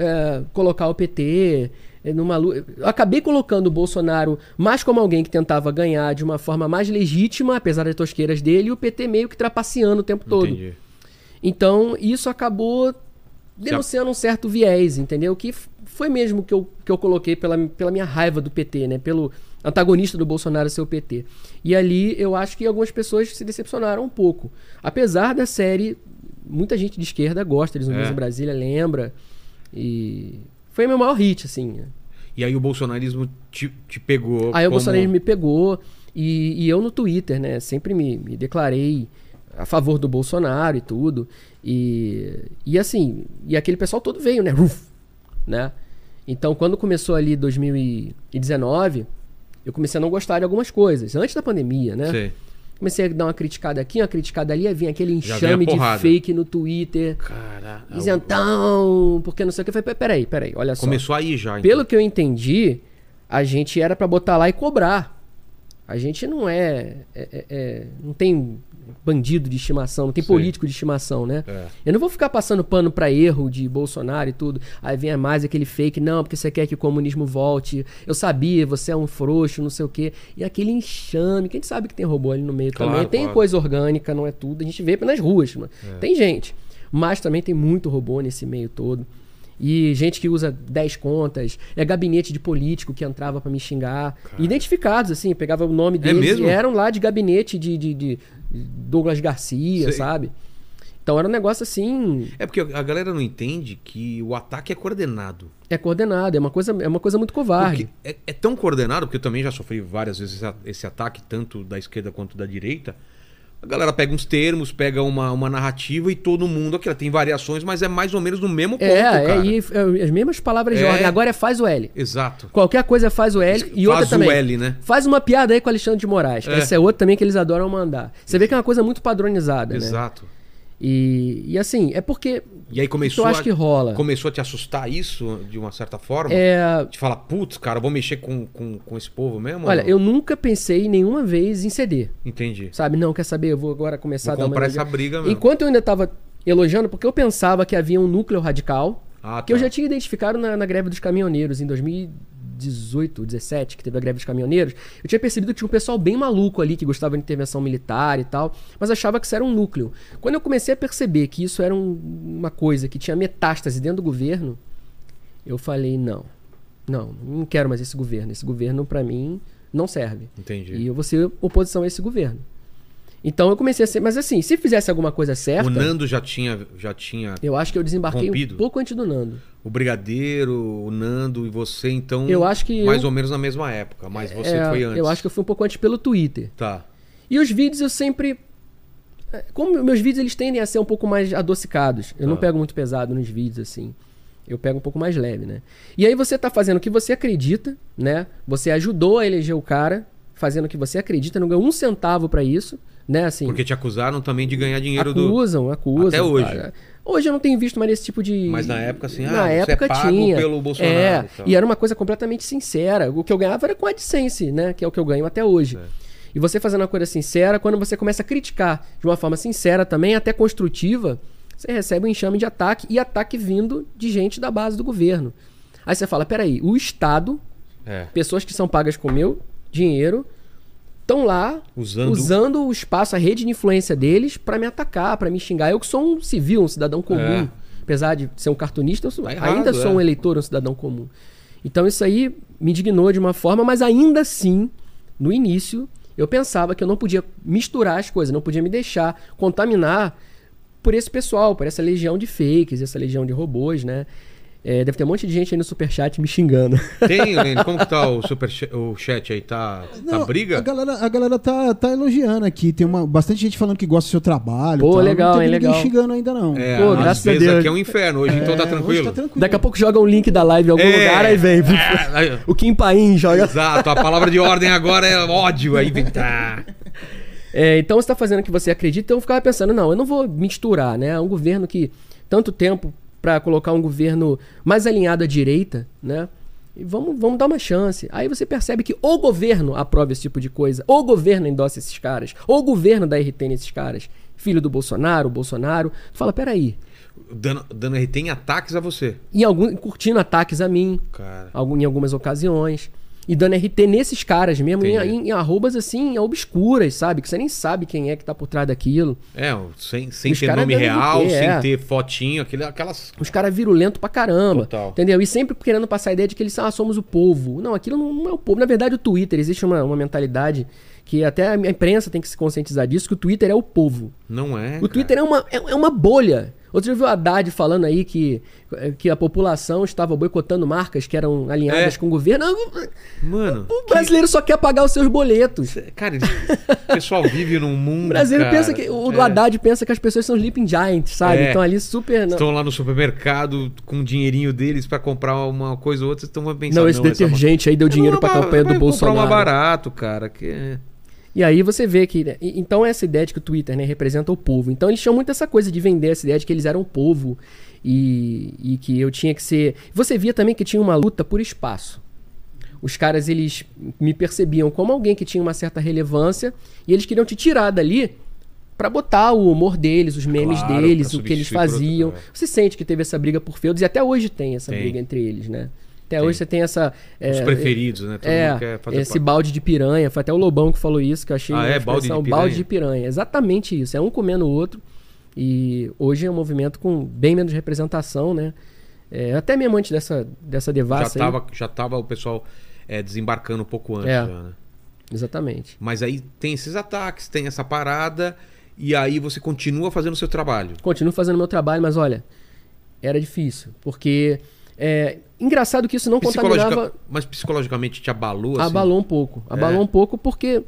Speaker 3: é, colocar o PT numa lu... Eu acabei colocando o Bolsonaro mais como alguém que tentava ganhar de uma forma mais legítima, apesar das tosqueiras dele, e o PT meio que trapaceando o tempo todo.
Speaker 1: Entendi.
Speaker 3: Então, isso acabou denunciando um certo viés, entendeu? Que f- foi mesmo que eu, que eu coloquei pela, pela minha raiva do PT, né? Pelo antagonista do Bolsonaro ser o PT. E ali eu acho que algumas pessoas se decepcionaram um pouco. Apesar da série, muita gente de esquerda gosta de Zumbis
Speaker 1: É.
Speaker 3: em Brasília, lembra. E foi meu maior hit, assim.
Speaker 1: E aí o bolsonarismo te, te pegou.
Speaker 3: Aí
Speaker 1: como-
Speaker 3: o bolsonarismo me pegou e, e eu no Twitter, né? Sempre me, me declarei a favor do Bolsonaro e tudo. E, e assim, e aquele pessoal todo veio, né? Ruf, né? Então, quando começou ali 2019, eu comecei a não gostar de algumas coisas. Antes da pandemia, né?
Speaker 1: Sei.
Speaker 3: Comecei a dar uma criticada aqui, uma criticada ali, aí vinha aquele
Speaker 1: Já vem a
Speaker 3: enxame de
Speaker 1: porrada.
Speaker 3: fake no Twitter.
Speaker 1: Cara, é
Speaker 3: Isentão, porque não sei o que. Eu falei, peraí, peraí, olha só.
Speaker 1: Começou aí já. então.
Speaker 3: Pelo que eu entendi, a gente era pra botar lá e cobrar. A gente não é, é- é- é- não tem bandido de estimação, não tem
Speaker 1: Sim. É.
Speaker 3: político de estimação, né? Eu não vou ficar passando pano pra erro de Bolsonaro e tudo. Aí vem mais aquele fake, não, porque você quer que o comunismo volte. Eu sabia, você é um frouxo, não sei o quê. E aquele enxame, quem sabe que tem robô ali no meio
Speaker 1: Claro,
Speaker 3: também. Tem
Speaker 1: claro.
Speaker 3: coisa orgânica, não é
Speaker 1: É.
Speaker 3: tudo. A gente vê nas ruas, mano. Tem gente, mas também tem muito robô nesse meio todo. E gente que usa 10 contas. É gabinete de político que entrava pra me xingar. Identificados, assim, pegava o nome deles.
Speaker 1: É mesmo?
Speaker 3: E eram lá de gabinete de, de- de Douglas Garcia,
Speaker 1: Sei.
Speaker 3: sabe? Então era um negócio assim.
Speaker 1: É porque a galera não entende que o ataque é coordenado.
Speaker 3: É coordenado, é uma coisa, é uma coisa muito covarde.
Speaker 1: Porque é, é tão coordenado, porque eu também já sofri várias vezes essa- esse ataque, tanto da esquerda quanto da direita. A galera pega uns termos, pega uma, uma narrativa e todo mundo, aquela tem variações, mas é mais ou menos no mesmo ponto,
Speaker 3: é, é,
Speaker 1: cara.
Speaker 3: e é, as mesmas palavras de
Speaker 1: É.
Speaker 3: ordem. Agora é faz o L.
Speaker 1: Exato.
Speaker 3: Qualquer coisa faz o L
Speaker 1: Faz
Speaker 3: e outra
Speaker 1: o
Speaker 3: também.
Speaker 1: L, né?
Speaker 3: Faz uma piada aí com o Alexandre de Moraes.
Speaker 1: É.
Speaker 3: Essa é outra também que eles adoram mandar. Você vê que é uma coisa muito padronizada, né?
Speaker 1: Exato.
Speaker 3: E, e assim, é porque.
Speaker 1: E aí começou
Speaker 3: acho que rola.
Speaker 1: Começou a te assustar isso, de uma certa forma?
Speaker 3: É,
Speaker 1: Te falar, putz, cara, eu vou mexer com, com, com esse povo mesmo?
Speaker 3: olha,
Speaker 1: Não.
Speaker 3: eu nunca pensei nenhuma vez em ceder.
Speaker 1: Entendi.
Speaker 3: Sabe, não, quer saber? Eu vou agora
Speaker 1: Vou
Speaker 3: começar a dar uma.
Speaker 1: comprar essa
Speaker 3: elogiada.
Speaker 1: briga mesmo.
Speaker 3: Enquanto eu ainda tava elogiando, porque eu pensava que havia um núcleo radical,
Speaker 1: Ah,
Speaker 3: que eu
Speaker 1: tá.
Speaker 3: já tinha identificado na, na greve dos caminhoneiros em 2018, 17, que teve a greve dos caminhoneiros. Eu tinha percebido que tinha um pessoal bem maluco ali que gostava de intervenção militar e tal, mas achava que isso era um núcleo. Quando eu comecei a perceber que isso era um- uma coisa que tinha metástase dentro do governo, eu falei não. Não, não quero mais esse governo. Esse governo pra mim não serve.
Speaker 1: Entendi.
Speaker 3: E eu vou ser oposição a esse governo. Então eu comecei a ser. Mas assim, se fizesse alguma coisa certa,
Speaker 1: O Nando já tinha, já tinha
Speaker 3: eu acho que eu desembarquei
Speaker 1: Rompido.
Speaker 3: um pouco antes do Nando.
Speaker 1: o Brigadeiro, o Nando e você, então.
Speaker 3: Eu acho que
Speaker 1: Mais
Speaker 3: eu-
Speaker 1: ou menos na mesma época, mas você
Speaker 3: É,
Speaker 1: foi antes.
Speaker 3: Eu acho que eu fui um pouco antes pelo Twitter.
Speaker 1: Tá.
Speaker 3: E os vídeos eu sempre. é, Como meus vídeos eles tendem a ser um pouco mais adocicados. Eu não
Speaker 1: Tá.
Speaker 3: pego muito pesado nos vídeos, assim. Eu pego um pouco mais leve, né? E aí você tá fazendo o que você acredita, né? Você ajudou a eleger o cara, fazendo o que você acredita, não ganhou um centavo pra isso, né? Assim.
Speaker 1: Porque te acusaram também de ganhar dinheiro do.
Speaker 3: acusam, acusam.
Speaker 1: Até hoje.
Speaker 3: Hoje eu não tenho visto mais esse tipo de.
Speaker 1: Mas na época, assim, ah,
Speaker 3: na
Speaker 1: você é
Speaker 3: época
Speaker 1: pago
Speaker 3: tinha.
Speaker 1: pelo Bolsonaro então.
Speaker 3: É,
Speaker 1: e tal.
Speaker 3: e era uma coisa completamente sincera. O que eu ganhava era com a AdSense, né? Que é o que eu ganho até hoje. E você fazendo uma coisa sincera, quando você começa a criticar de uma forma sincera também, até construtiva, você recebe um enxame de ataque e ataque vindo de gente da base do governo. Aí você fala: peraí, o Estado,
Speaker 1: É.
Speaker 3: pessoas que são pagas com meu dinheiro, estão lá
Speaker 1: Usando-
Speaker 3: usando o espaço, a rede de influência deles pra me atacar, pra me xingar. Eu que sou um civil, um cidadão comum.
Speaker 1: É.
Speaker 3: Apesar de ser um cartunista, eu sou-
Speaker 1: Tá errado,
Speaker 3: ainda sou
Speaker 1: é.
Speaker 3: um eleitor, um cidadão comum. Então isso aí me indignou de uma forma, mas ainda assim, no início, eu pensava que eu não podia misturar as coisas, não podia me deixar contaminar por esse pessoal, por essa legião de fakes, essa legião de robôs, né? É, deve ter um monte de gente aí no superchat me xingando.
Speaker 1: Tem, Lene, como que tá o, super o chat aí? Tá,
Speaker 2: Não,
Speaker 1: tá briga?
Speaker 2: A galera, a galera tá, tá elogiando aqui. Tem uma, bastante gente falando que gosta do seu trabalho.
Speaker 3: Pô,
Speaker 2: e tal.
Speaker 3: legal,
Speaker 2: Não teve
Speaker 3: hein,
Speaker 2: ninguém
Speaker 3: legal.
Speaker 2: xingando ainda, não.
Speaker 1: É,
Speaker 3: Pô,
Speaker 1: às
Speaker 3: graças a
Speaker 1: vezes
Speaker 3: Deus.
Speaker 1: aqui é um inferno hoje, então tá
Speaker 2: hoje
Speaker 1: tranquilo.
Speaker 2: tá tranquilo.
Speaker 3: Daqui a pouco joga um link da live em algum
Speaker 1: É.
Speaker 3: lugar, aí vem.
Speaker 1: É,
Speaker 3: O Kim Paim joga.
Speaker 1: Exato, a palavra de ordem agora é ódio. Aí vem. Tá.
Speaker 3: É, então você tá fazendo o que você acredita, então eu ficava pensando, não, eu não vou misturar, né? É um governo que tanto tempo pra colocar um governo mais alinhado à direita, né? E vamos, vamos dar uma chance. Aí você percebe que o governo aprova esse tipo de coisa, o governo endossa esses caras, o governo dá RT nesses caras. Filho do Bolsonaro, Bolsonaro. Tu fala, peraí.
Speaker 1: Dando, dando RT em ataques a você.
Speaker 3: E algum, curtindo ataques a mim.
Speaker 1: Cara.
Speaker 3: algum- em algumas ocasiões. E dando RT nesses caras mesmo, em,
Speaker 1: Entendi.
Speaker 3: em- em arrobas assim, obscuras, sabe? Que você nem sabe quem é que tá por trás daquilo.
Speaker 1: É, sem, sem
Speaker 3: Os
Speaker 1: ter
Speaker 3: caras
Speaker 1: nome
Speaker 3: dando
Speaker 1: real,
Speaker 3: RT,
Speaker 1: sem
Speaker 3: é.
Speaker 1: ter fotinho, aquele, aquelas.
Speaker 3: Os caras virulentos pra caramba.
Speaker 1: Total.
Speaker 3: Entendeu? E sempre querendo passar a ideia de que eles são, ah, somos o povo. Não, aquilo não não é o povo. Na verdade, o Twitter, existe uma, uma mentalidade que até a imprensa tem que se conscientizar disso, que o Twitter é o povo.
Speaker 1: Não é.
Speaker 3: O
Speaker 1: cara.
Speaker 3: Twitter é uma, é, é uma bolha. Outro dia eu vi o Haddad falando aí que, que a população estava boicotando marcas que eram alinhadas
Speaker 1: É.
Speaker 3: com o governo. Ah,
Speaker 1: Mano.
Speaker 3: O brasileiro só quer pagar os seus boletos.
Speaker 1: Cara, ele- o pessoal vive num mundo.
Speaker 3: O brasileiro
Speaker 1: cara.
Speaker 3: pensa que. O
Speaker 1: É.
Speaker 3: do Haddad pensa que as pessoas são sleeping giants, sabe?
Speaker 1: É.
Speaker 3: Estão ali super. Não,
Speaker 1: Estão lá no supermercado com o dinheirinho deles pra comprar uma coisa ou outra, estão pensando.
Speaker 3: não, esse detergente aí deu dinheiro pra campanha
Speaker 1: comprar
Speaker 3: do
Speaker 1: uma
Speaker 3: Bolsonaro.
Speaker 1: barato, cara. Que... é-
Speaker 3: E aí você vê que. né, e- Então, essa ideia de que o Twitter né, representa o povo. Então, eles tinham muito essa coisa de vender essa ideia de que eles eram o povo e, e que eu tinha que ser. Você via também que tinha uma luta por espaço. Os caras, eles me percebiam como alguém que tinha uma certa relevância e eles queriam te tirar dali pra botar o humor deles, os memes
Speaker 1: Claro,
Speaker 3: deles,
Speaker 1: pra
Speaker 3: o que eles
Speaker 1: substituir por outro,
Speaker 3: faziam.
Speaker 1: é.
Speaker 3: Você sente que teve essa briga por feudos e até hoje tem essa
Speaker 1: Tem.
Speaker 3: briga entre eles, né? Até
Speaker 1: Tem.
Speaker 3: hoje você tem essa.
Speaker 1: Os
Speaker 3: é,
Speaker 1: preferidos, né? Todo mundo
Speaker 3: é,
Speaker 1: quer fazer
Speaker 3: esse
Speaker 1: parte.
Speaker 3: balde de piranha, foi até o Lobão que falou isso, que eu achei
Speaker 1: Ah,
Speaker 3: uma
Speaker 1: é? Balde de
Speaker 3: expressão,
Speaker 1: piranha?
Speaker 3: balde de piranha. Exatamente isso, é um comendo o outro. E hoje é um movimento com bem menos representação, né? É, até mesmo antes dessa, dessa
Speaker 1: Já
Speaker 3: devassa aí.
Speaker 1: tava, já tava o pessoal é, desembarcando um pouco antes.
Speaker 3: É.
Speaker 1: já, né?
Speaker 3: Exatamente.
Speaker 1: Mas aí tem esses ataques, tem essa parada, e aí você continua fazendo o seu trabalho.
Speaker 3: Continuo fazendo meu trabalho, mas olha, era difícil. Porque. É, engraçado que isso não
Speaker 1: Psicologica-
Speaker 3: contaminava.
Speaker 1: Mas psicologicamente te abalou, assim?
Speaker 3: Abalou um pouco. Abalou um pouco porque.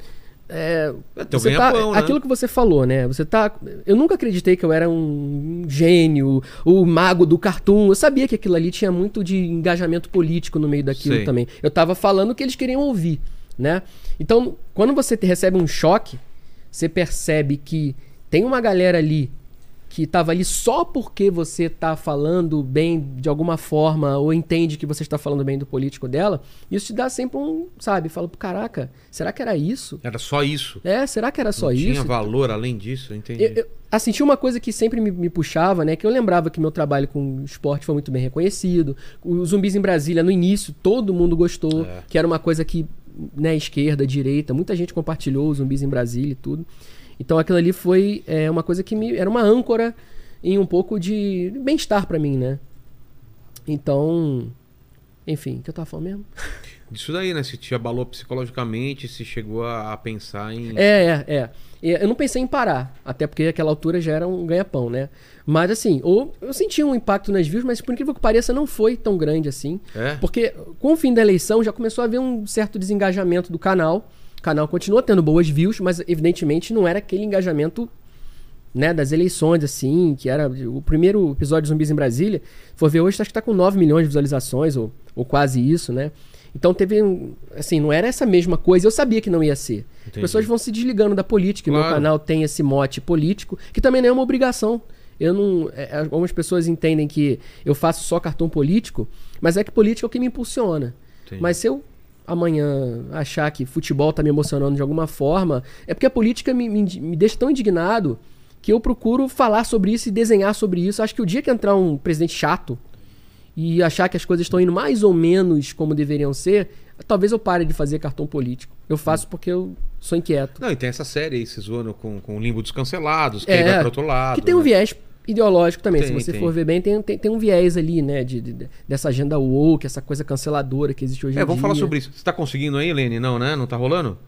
Speaker 3: É,
Speaker 1: É teu
Speaker 3: você tá,
Speaker 1: ganha-pão, né?
Speaker 3: Aquilo que você falou, né? Você tá. Eu nunca acreditei que eu era um gênio, o mago do cartoon. Eu sabia que aquilo ali tinha muito de engajamento político no meio daquilo
Speaker 1: Sei.
Speaker 3: também. Eu tava falando o que eles queriam ouvir, né? Então, quando você te- recebe um choque, você percebe que tem uma galera ali que tava ali só porque você tá falando bem de alguma forma ou entende que você está falando bem do político dela, isso te dá sempre um, sabe, fala, caraca, será que era isso?
Speaker 1: Era só isso.
Speaker 3: É, será que era só
Speaker 1: Não
Speaker 3: isso?
Speaker 1: Tinha valor além disso, eu entendi.
Speaker 3: Eu, eu, assim, tinha uma coisa que sempre me, me puxava, né? Que eu lembrava que meu trabalho com esporte foi muito bem reconhecido. O Zumbis em Brasília, no início, todo mundo gostou, que era uma coisa que, né, esquerda, direita, muita gente compartilhou o Zumbis em Brasília e tudo. Então aquilo ali foi é, uma coisa que me. Era uma âncora em um pouco de bem-estar pra mim, né? Então. Enfim, o que eu tava falando mesmo?
Speaker 1: Isso daí, né? Se te abalou psicologicamente, se chegou a, a pensar em.
Speaker 3: É, é, é. E Eu não pensei em parar, até porque naquela altura já era um ganha-pão, né? Mas assim, ou eu senti um impacto nas views, mas por incrível que pareça, não foi tão grande assim.
Speaker 1: É?
Speaker 3: Porque com o fim da eleição já começou a haver um certo desengajamento do canal. O canal continua tendo boas views, mas evidentemente não era aquele engajamento né, das eleições, assim, que era o primeiro episódio de Zumbis em Brasília, for ver hoje, acho que tá com 9 milhões de visualizações, ou, ou quase isso, né? Então teve, um- assim, não era essa mesma coisa, eu sabia que não ia ser.
Speaker 1: Entendi.
Speaker 3: As pessoas vão se desligando da política, e meu
Speaker 1: Claro.
Speaker 3: canal tem esse mote político, que também não é uma obrigação. Eu não, é, é, algumas pessoas entendem que eu faço só cartão político, mas é que política é o que me impulsiona.
Speaker 1: Entendi.
Speaker 3: Mas se eu amanhã achar que futebol tá me emocionando de alguma forma, é porque a política me, me, indi- me deixa tão indignado que eu procuro falar sobre isso e desenhar sobre isso. Acho que o dia que entrar um presidente chato e achar que as coisas estão indo mais ou menos como deveriam ser, talvez eu pare de fazer cartão político. Eu faço porque eu sou inquieto.
Speaker 1: Não, e tem essa série aí, vocês zoando com, com o limbo dos cancelados, quem
Speaker 3: É,
Speaker 1: vai pro outro lado.
Speaker 3: que tem um
Speaker 1: né?
Speaker 3: viés ideológico também, se
Speaker 1: Tem,
Speaker 3: você
Speaker 1: tem.
Speaker 3: for ver bem, tem, tem, tem um viés ali, né, de, de- dessa agenda woke, essa coisa canceladora que existe hoje
Speaker 1: É,
Speaker 3: em dia.
Speaker 1: vamos falar sobre isso. Você tá conseguindo aí, Lene? Não, né? Não tá rolando?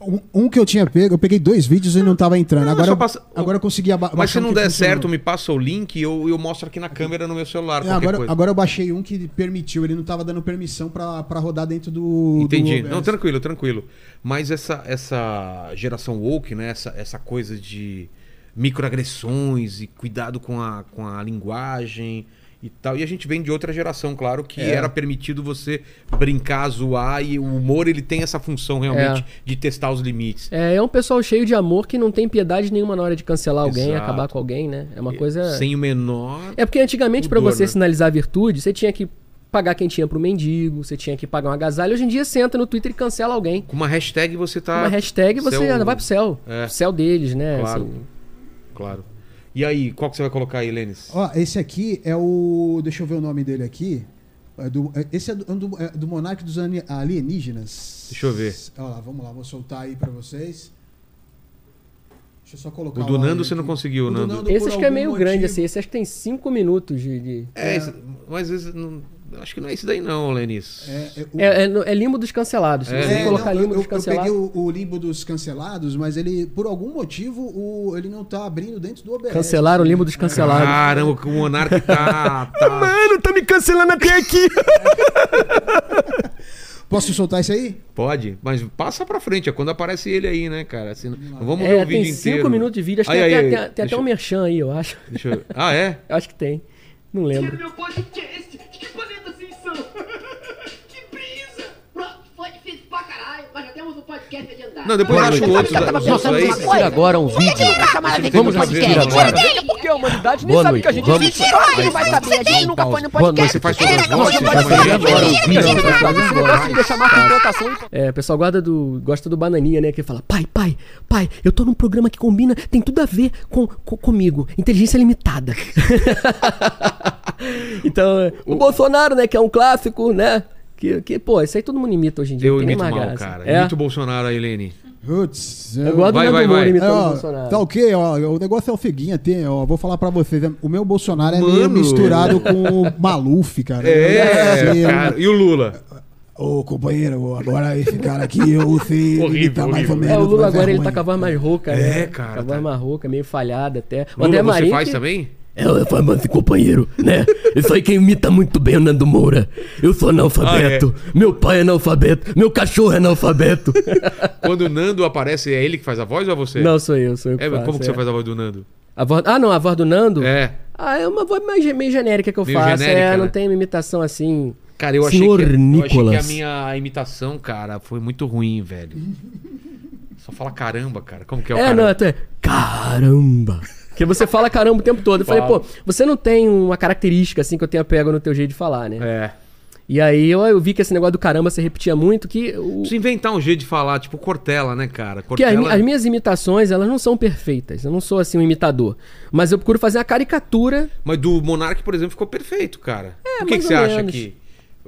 Speaker 2: Um, um que eu tinha pego, eu peguei dois vídeos e não tava entrando.
Speaker 1: Não,
Speaker 2: agora,
Speaker 1: só
Speaker 2: eu-
Speaker 1: passa-
Speaker 2: agora eu consegui aba-
Speaker 1: Mas
Speaker 2: baixar
Speaker 1: se
Speaker 2: um
Speaker 1: não
Speaker 2: que
Speaker 1: der
Speaker 2: funcionou.
Speaker 1: certo, me passa o link e eu, eu mostro aqui na câmera no meu celular.
Speaker 2: É,
Speaker 1: qualquer
Speaker 2: agora,
Speaker 1: coisa.
Speaker 2: agora eu baixei um que permitiu, ele não tava dando permissão pra, pra rodar dentro do.
Speaker 1: Entendi.
Speaker 2: do
Speaker 1: Não,
Speaker 2: OBS.
Speaker 1: tranquilo, tranquilo. Mas essa, essa geração woke, né? Essa, essa coisa de microagressões e cuidado com a, com a linguagem e tal. E a gente vem de outra geração, claro,
Speaker 3: É.
Speaker 1: que era permitido você brincar, zoar e o humor ele tem essa função realmente
Speaker 3: É.
Speaker 1: de testar os limites.
Speaker 3: É, é um pessoal cheio de amor que não tem piedade nenhuma na hora de cancelar alguém,
Speaker 1: Exato.
Speaker 3: acabar com alguém, né? É uma coisa.
Speaker 1: Sem o menor.
Speaker 3: É porque antigamente, pra
Speaker 1: Pudor,
Speaker 3: você
Speaker 1: né?
Speaker 3: sinalizar virtude, você tinha que pagar quem tinha pro mendigo, você tinha que pagar um agasalho. Hoje em dia, você entra no Twitter e cancela alguém.
Speaker 1: Com uma hashtag você tá.
Speaker 3: Uma hashtag, você
Speaker 1: Seu-
Speaker 3: vai pro céu.
Speaker 1: É.
Speaker 3: O céu deles, né?
Speaker 1: Claro.
Speaker 3: Assim,
Speaker 1: Claro. E aí, qual que você vai colocar aí, Lênis?
Speaker 2: Ó, esse aqui é o. Deixa eu ver o nome dele aqui. É do- é- esse é do, é do, é do Monarca dos Ani- Alienígenas.
Speaker 1: Deixa eu ver.
Speaker 2: Olha lá, vamos lá, vou soltar aí pra vocês. Deixa eu só colocar
Speaker 1: O do
Speaker 2: áudio
Speaker 1: Nando você não
Speaker 2: aqui.
Speaker 1: conseguiu,
Speaker 2: O do
Speaker 1: Nando.
Speaker 2: Nando,
Speaker 3: esse
Speaker 2: por
Speaker 3: acho que é
Speaker 2: algum
Speaker 3: meio grande,
Speaker 2: motivo-
Speaker 3: assim. Esse acho que tem cinco minutos de. de-
Speaker 1: É, esse- mas às vezes. Não, acho que não é isso daí, não, Lênis.
Speaker 2: É, é, o-
Speaker 3: É, é no- é limbo dos cancelados. Se
Speaker 1: É,
Speaker 3: você
Speaker 1: né?
Speaker 3: colocar
Speaker 2: não,
Speaker 3: limbo
Speaker 2: eu,
Speaker 3: dos
Speaker 2: eu peguei um-
Speaker 3: cancelados.
Speaker 2: o, o limbo dos cancelados, mas ele, por algum motivo, o, ele não tá abrindo dentro do OBS.
Speaker 3: Cancelaram o limbo dos cancelados.
Speaker 1: Caramba, que o Monark tá. tá-
Speaker 3: Mano, tá me cancelando até aqui!
Speaker 2: Posso soltar isso aí?
Speaker 1: Pode, mas passa pra frente, é quando aparece ele aí, né, cara? Assim, não vamos ver
Speaker 3: É,
Speaker 1: o vídeo
Speaker 3: tem
Speaker 1: inteiro.
Speaker 3: cinco minutos de vídeo. Acho que
Speaker 1: Aí,
Speaker 3: tem,
Speaker 1: aí,
Speaker 3: até,
Speaker 1: aí,
Speaker 3: tem até
Speaker 1: deixa
Speaker 3: um
Speaker 1: eu-
Speaker 3: merchan aí, eu acho.
Speaker 1: deixa eu- Ah, é?
Speaker 3: Eu Acho que tem. Não
Speaker 4: Quero
Speaker 3: lembro.
Speaker 4: meu podcast! Que planeta vocês são? que brisa!
Speaker 5: Pronto, foi difícil pra caralho, mas já temos um podcast adiantado.
Speaker 1: Não, depois eu acho outros.
Speaker 6: Eu tava
Speaker 1: os outros
Speaker 6: pensando
Speaker 1: aí.
Speaker 6: numa coisa. agora um vídeo. Vamos assistir agora.
Speaker 7: Porque a humanidade nem
Speaker 6: Boa
Speaker 7: sabe
Speaker 6: noite.
Speaker 7: que a gente
Speaker 6: Vamos.
Speaker 7: existe. Ah, ele não vai saber, a gente nunca foi no
Speaker 6: Boa noite.
Speaker 7: podcast.
Speaker 1: Você faz todas as
Speaker 7: Ele
Speaker 1: vozes?
Speaker 7: não vai
Speaker 1: Você
Speaker 7: saber.
Speaker 6: tá
Speaker 1: vai agora o vídeo?
Speaker 7: Esse negócio de deixar marca de plantação e
Speaker 3: É, o pessoal guarda do, gosta do bananinha, né? Que fala, pai, pai, pai, eu tô num programa que combina, tem tudo a ver com, com- comigo. Inteligência limitada. então, é, o, Bolsonaro, né? Que é um clássico, né? Que, que, pô, isso aí todo mundo imita hoje em dia.
Speaker 1: Eu
Speaker 3: não tem nem
Speaker 1: imito
Speaker 3: mais
Speaker 1: mal,
Speaker 3: graça.
Speaker 1: cara.
Speaker 3: É,
Speaker 1: Imito o Bolsonaro aí, Lene.
Speaker 2: Putz,
Speaker 3: Eu gosto
Speaker 1: Vai,
Speaker 3: do
Speaker 1: vai,
Speaker 3: Nando Moura
Speaker 1: vai.
Speaker 3: imitando o
Speaker 2: ó,
Speaker 3: Bolsonaro.
Speaker 2: Tá ok, ó. O negócio é o seguinte, tem, ó. Vou falar pra vocês. O meu Bolsonaro é meio
Speaker 1: Mano.
Speaker 2: misturado com o Maluf, cara. Eu não sei,
Speaker 1: É,
Speaker 2: eu-
Speaker 1: cara. E o Lula?
Speaker 2: Ô, companheiro, agora esse cara aqui eu sei
Speaker 1: Horrível,
Speaker 2: imitar mais
Speaker 1: horrível.
Speaker 2: ou menos.
Speaker 3: É, o Lula
Speaker 2: mas
Speaker 3: agora ele
Speaker 2: ruim.
Speaker 3: tá com a voz mais rouca,
Speaker 1: É,
Speaker 3: né?
Speaker 1: cara,
Speaker 3: Com a
Speaker 1: tá-
Speaker 3: voz mais rouca, meio falhada até. O
Speaker 1: Lula,
Speaker 3: André
Speaker 1: você
Speaker 3: Marinho.
Speaker 1: faz
Speaker 3: que-
Speaker 1: também?
Speaker 8: É, eu faço esse companheiro, né? Isso aí quem imita muito
Speaker 3: é
Speaker 8: bem o Nando Moura. Eu sou analfabeto,
Speaker 1: Ah,
Speaker 8: meu pai é analfabeto, meu cachorro é analfabeto.
Speaker 1: Quando o Nando aparece, é ele que faz a voz ou é você?
Speaker 3: Não, sou eu, sou eu.
Speaker 1: É, mas como que
Speaker 3: faço,
Speaker 1: você
Speaker 3: é.
Speaker 1: faz a voz do Nando?
Speaker 3: A voz... Ah, não, a voz do Nando?
Speaker 1: É.
Speaker 3: Ah, é uma voz mais, meio genérica que eu
Speaker 1: Meio
Speaker 3: faço.
Speaker 1: genérica,
Speaker 3: é, não
Speaker 1: né?
Speaker 3: tem uma imitação assim.
Speaker 1: Cara, eu achei,
Speaker 8: Senhor
Speaker 1: que, eu achei que a
Speaker 8: Nicolas.
Speaker 1: minha imitação, cara, foi muito ruim, velho. Só fala caramba, cara. Como que é o
Speaker 3: É,
Speaker 1: caramba?
Speaker 3: não, até. Caramba! Porque você fala caramba o tempo todo. Eu falei,
Speaker 1: Falo.
Speaker 3: pô, você não tem uma característica assim que eu tenha pego no teu jeito de falar, né?
Speaker 1: É.
Speaker 3: E aí eu, eu vi que esse negócio do caramba se repetia muito, que o,
Speaker 1: Preciso inventar um jeito de falar, tipo Cortella, né, cara?
Speaker 3: Porque as,
Speaker 1: Cortella...
Speaker 3: mi- as minhas imitações, elas não são perfeitas. Eu não sou assim um imitador. Mas eu procuro fazer a caricatura.
Speaker 1: Mas do Monark, por exemplo, ficou perfeito, cara. É, Por que,
Speaker 3: mais
Speaker 1: que você
Speaker 3: ou
Speaker 1: acha
Speaker 3: menos.
Speaker 1: que...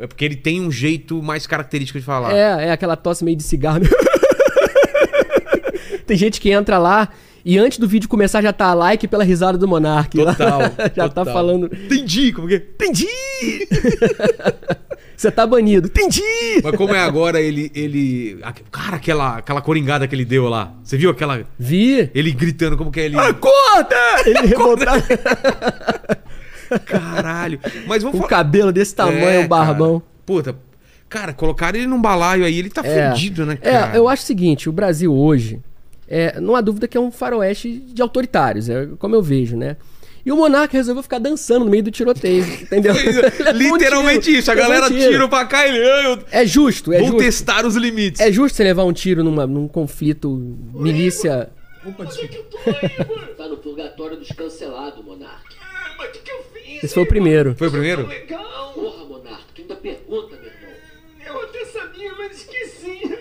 Speaker 1: É porque ele tem um jeito mais característico de falar.
Speaker 3: É, é aquela tosse meio de cigarro. Tem gente que entra lá e antes do vídeo começar já tá like pela risada do Monark.
Speaker 1: Total,
Speaker 3: já
Speaker 1: total.
Speaker 3: tá falando.
Speaker 1: Entendi, como que...
Speaker 3: Entendi! Você tá banido. Entendi!
Speaker 1: Mas como é agora, ele... ele... aque- Cara, aquela, aquela coringada que ele deu lá. Você viu aquela...
Speaker 3: Vi!
Speaker 1: Ele gritando, como que é ele...
Speaker 3: Acorda! Ele revoltado.
Speaker 1: Caralho. Mas vamos falar...
Speaker 3: Com o Um cabelo desse tamanho,
Speaker 1: É,
Speaker 3: um barbão.
Speaker 1: Cara. Puta, cara, colocaram ele num balaio aí, ele tá fudido, né, cara?
Speaker 3: É, eu acho o seguinte, o Brasil hoje, é, não há dúvida que é um faroeste de autoritários, é como eu vejo, né? E o Monarca resolveu ficar dançando no meio do tiroteio, entendeu? Ele levou um
Speaker 1: é, Literalmente
Speaker 3: tiro,
Speaker 1: isso, a
Speaker 3: levou um
Speaker 1: galera tira pra cá e ele. "Ah, eu-
Speaker 3: É justo, é
Speaker 1: Vou
Speaker 3: justo.
Speaker 1: testar os limites.
Speaker 3: É justo você levar um tiro numa, num conflito milícia.
Speaker 5: Tá no purgatório dos cancelados, Monark.
Speaker 4: é, Ah, mas o que, que eu fiz? é
Speaker 3: Esse foi o primeiro.
Speaker 1: Foi o primeiro?
Speaker 4: Legal.
Speaker 5: Porra, Monark, tu ainda pergunta, meu irmão.
Speaker 4: Eu até sabia, mas esqueci.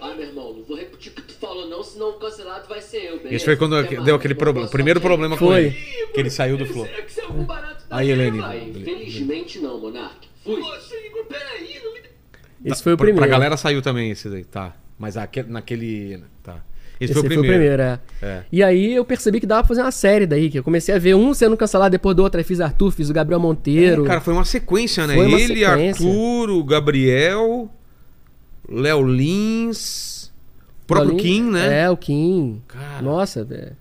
Speaker 5: Ah, meu irmão, não vou repetir o que tu falou, não, senão o cancelado vai ser eu, beleza?
Speaker 1: Esse foi quando
Speaker 5: Até mais,
Speaker 1: deu aquele
Speaker 5: irmão,
Speaker 1: problema. O
Speaker 5: posso
Speaker 1: primeiro
Speaker 5: sair?
Speaker 1: problema com
Speaker 3: Foi.
Speaker 1: ele. Que ele saiu do flow.
Speaker 4: Será que isso é algum barato da
Speaker 1: Aí, Helene.
Speaker 4: Eva?
Speaker 5: Ah, infelizmente não, Monark. Fui.
Speaker 4: Poxa, Igor, peraí, não me dá-
Speaker 3: Esse foi o
Speaker 1: Pra-
Speaker 3: primeiro.
Speaker 1: Pra galera saiu também esse daí, tá. Mas aque- naquele. Tá. Esse,
Speaker 3: Esse
Speaker 1: foi o primeiro.
Speaker 3: é.
Speaker 1: É.
Speaker 3: E aí eu percebi que dava pra fazer uma série daí, que eu comecei a ver um sendo cancelado depois do outro, aí fiz Arthur, fiz o Gabriel Monteiro.
Speaker 1: É, Cara, foi uma sequência, né?
Speaker 3: é. Foi uma
Speaker 1: ele,
Speaker 3: sequência.
Speaker 1: Arthur, o Gabriel, Léo Lins, o próprio
Speaker 3: Paulinho-
Speaker 1: Kim, né?
Speaker 3: É, o Kim.
Speaker 1: Cara.
Speaker 3: Nossa, velho.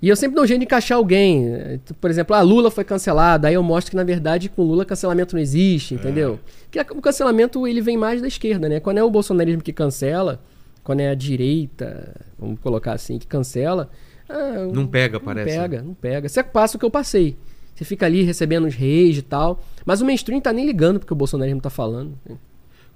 Speaker 3: E eu sempre dou um jeito de encaixar alguém. Eh, tu- Por exemplo, ah, Lula foi cancelado. Aí eu mostro que, na verdade, com Lula cancelamento não
Speaker 1: É.
Speaker 3: existe, entendeu? Porque a- o cancelamento ele vem mais da esquerda, né? Quando é o bolsonarismo que cancela, quando é a direita, vamos colocar assim, que cancela. ah,
Speaker 1: Não pega, parece.
Speaker 3: Não
Speaker 1: né?
Speaker 3: pega, não pega. Você passa o que eu passei. Você fica ali recebendo os reis e tal. Mas o mainstream tá nem ligando porque o bolsonarismo tá falando.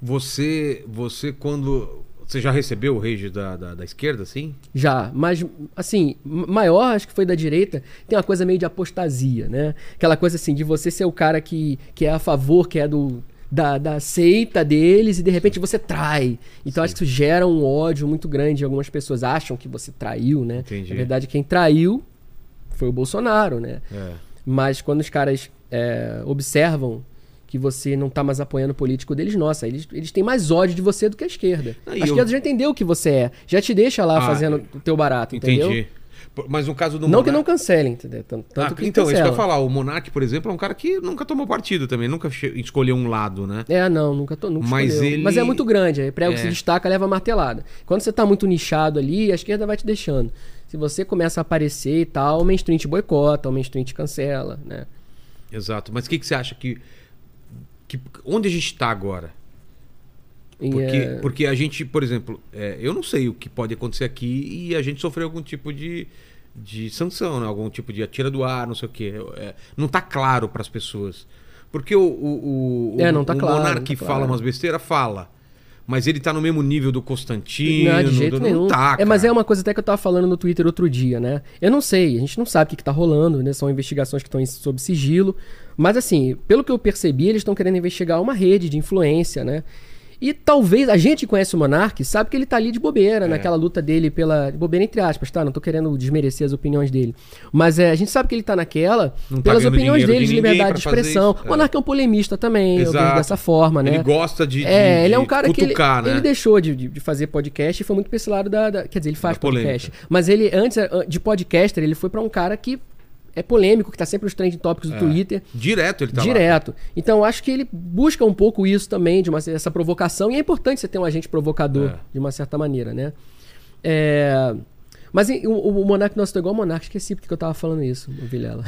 Speaker 1: Você, você quando. Você já recebeu o rage da, da, da esquerda, assim?
Speaker 3: Já, mas assim, m- maior acho que foi da direita, tem uma coisa meio de apostasia, né? Aquela coisa assim, de você ser o cara que, que é a favor, que é do da, da seita deles e de repente você trai. Então acho que isso gera um ódio muito grande. Algumas pessoas acham que você traiu, né?
Speaker 1: Entendi.
Speaker 3: Na verdade, quem traiu foi o Bolsonaro, né?
Speaker 1: É.
Speaker 3: Mas quando os caras é, observam que você não tá mais apoiando o político deles, nossa, eles, eles têm mais ódio de você do que a esquerda.
Speaker 1: Ah,
Speaker 3: a
Speaker 1: e
Speaker 3: esquerda
Speaker 1: eu-
Speaker 3: já entendeu o que você é. Já te deixa lá
Speaker 1: Ah,
Speaker 3: fazendo o teu barato, entendeu?
Speaker 1: Entendi. Por- Mas no caso do
Speaker 3: Não que não
Speaker 1: Monark-
Speaker 3: cancelem, entendeu? Tan- Tanto
Speaker 1: Ah,
Speaker 3: que
Speaker 1: então, isso que eu ia
Speaker 3: cancela.
Speaker 1: falar. O Monark, por exemplo, é um cara que nunca tomou partido também, nunca che- escolheu um lado, né?
Speaker 3: É, não, nunca tô, nunca
Speaker 1: Mas
Speaker 3: escolheu.
Speaker 1: ele-
Speaker 3: Mas é muito grande, aí prego que
Speaker 1: É.
Speaker 3: se destaca, leva martelada. Quando você tá muito nichado ali, a esquerda vai te deixando. Se você começa a aparecer e tal, o mainstream te boicota, o mainstream te cancela, né?
Speaker 1: Exato. Mas o que, que você acha que, que. Onde a gente tá agora?
Speaker 3: E,
Speaker 1: Porque,
Speaker 3: é,
Speaker 1: porque a gente, por exemplo, é, eu não sei o que pode acontecer aqui e a gente sofreu algum tipo de, de sanção, né? algum tipo de atira do ar, não sei o quê. Eu, é, não tá claro para as pessoas. Porque o, o, o,
Speaker 3: É,
Speaker 1: o-
Speaker 3: não tá
Speaker 1: o
Speaker 3: claro,
Speaker 1: Monark
Speaker 3: não tá
Speaker 1: que
Speaker 3: claro.
Speaker 1: fala umas besteiras, fala. Mas ele tá no mesmo nível do Constantino.
Speaker 3: Não, de jeito
Speaker 1: do,
Speaker 3: nenhum.
Speaker 1: Não tá,
Speaker 3: é, mas
Speaker 1: cara.
Speaker 3: é uma coisa até que eu tava falando no Twitter outro dia, né? Eu não sei, a gente não sabe o que, que tá rolando, né? São investigações que estão em- sob sigilo. Mas assim, pelo que eu percebi, eles estão querendo investigar uma rede de influência, né? E talvez a gente que conhece o Monark sabe que ele tá ali de
Speaker 1: É.
Speaker 3: bobeira, naquela luta dele pela. de Bobeira entre aspas, tá? Não tô querendo desmerecer as opiniões dele. Mas é, a gente sabe que ele tá naquela
Speaker 1: Não tá
Speaker 3: pelas
Speaker 1: ganhando
Speaker 3: opiniões
Speaker 1: dinheiro
Speaker 3: dele
Speaker 1: de
Speaker 3: de
Speaker 1: ninguém
Speaker 3: liberdade de
Speaker 1: pra fazer
Speaker 3: expressão.
Speaker 1: isso, é.
Speaker 3: O Monark é um polemista também, eu vejo
Speaker 1: Exato.
Speaker 3: dessa forma, né?
Speaker 1: Ele gosta de, de-
Speaker 3: É, ele é um
Speaker 1: de
Speaker 3: cara
Speaker 1: cutucar,
Speaker 3: que ele,
Speaker 1: né?
Speaker 3: ele deixou de, de- de fazer podcast e foi muito pra esse lado da, da- Quer dizer, ele faz
Speaker 1: Da polêmica.
Speaker 3: podcast. Mas ele, antes eh, de podcaster, ele foi pra um cara que é polêmico, que tá sempre nos trending topics do Twitter.
Speaker 1: Direto ele É. tá lá.
Speaker 3: direto. Então, eu acho que ele busca um pouco isso também, de uma, essa provocação. E é importante você ter um agente provocador,
Speaker 1: É.
Speaker 3: de uma certa maneira, né? É, Mas em- o, o Monark, nossa, tô igual o Monark, esqueci porque que eu tava falando isso, o Vilela.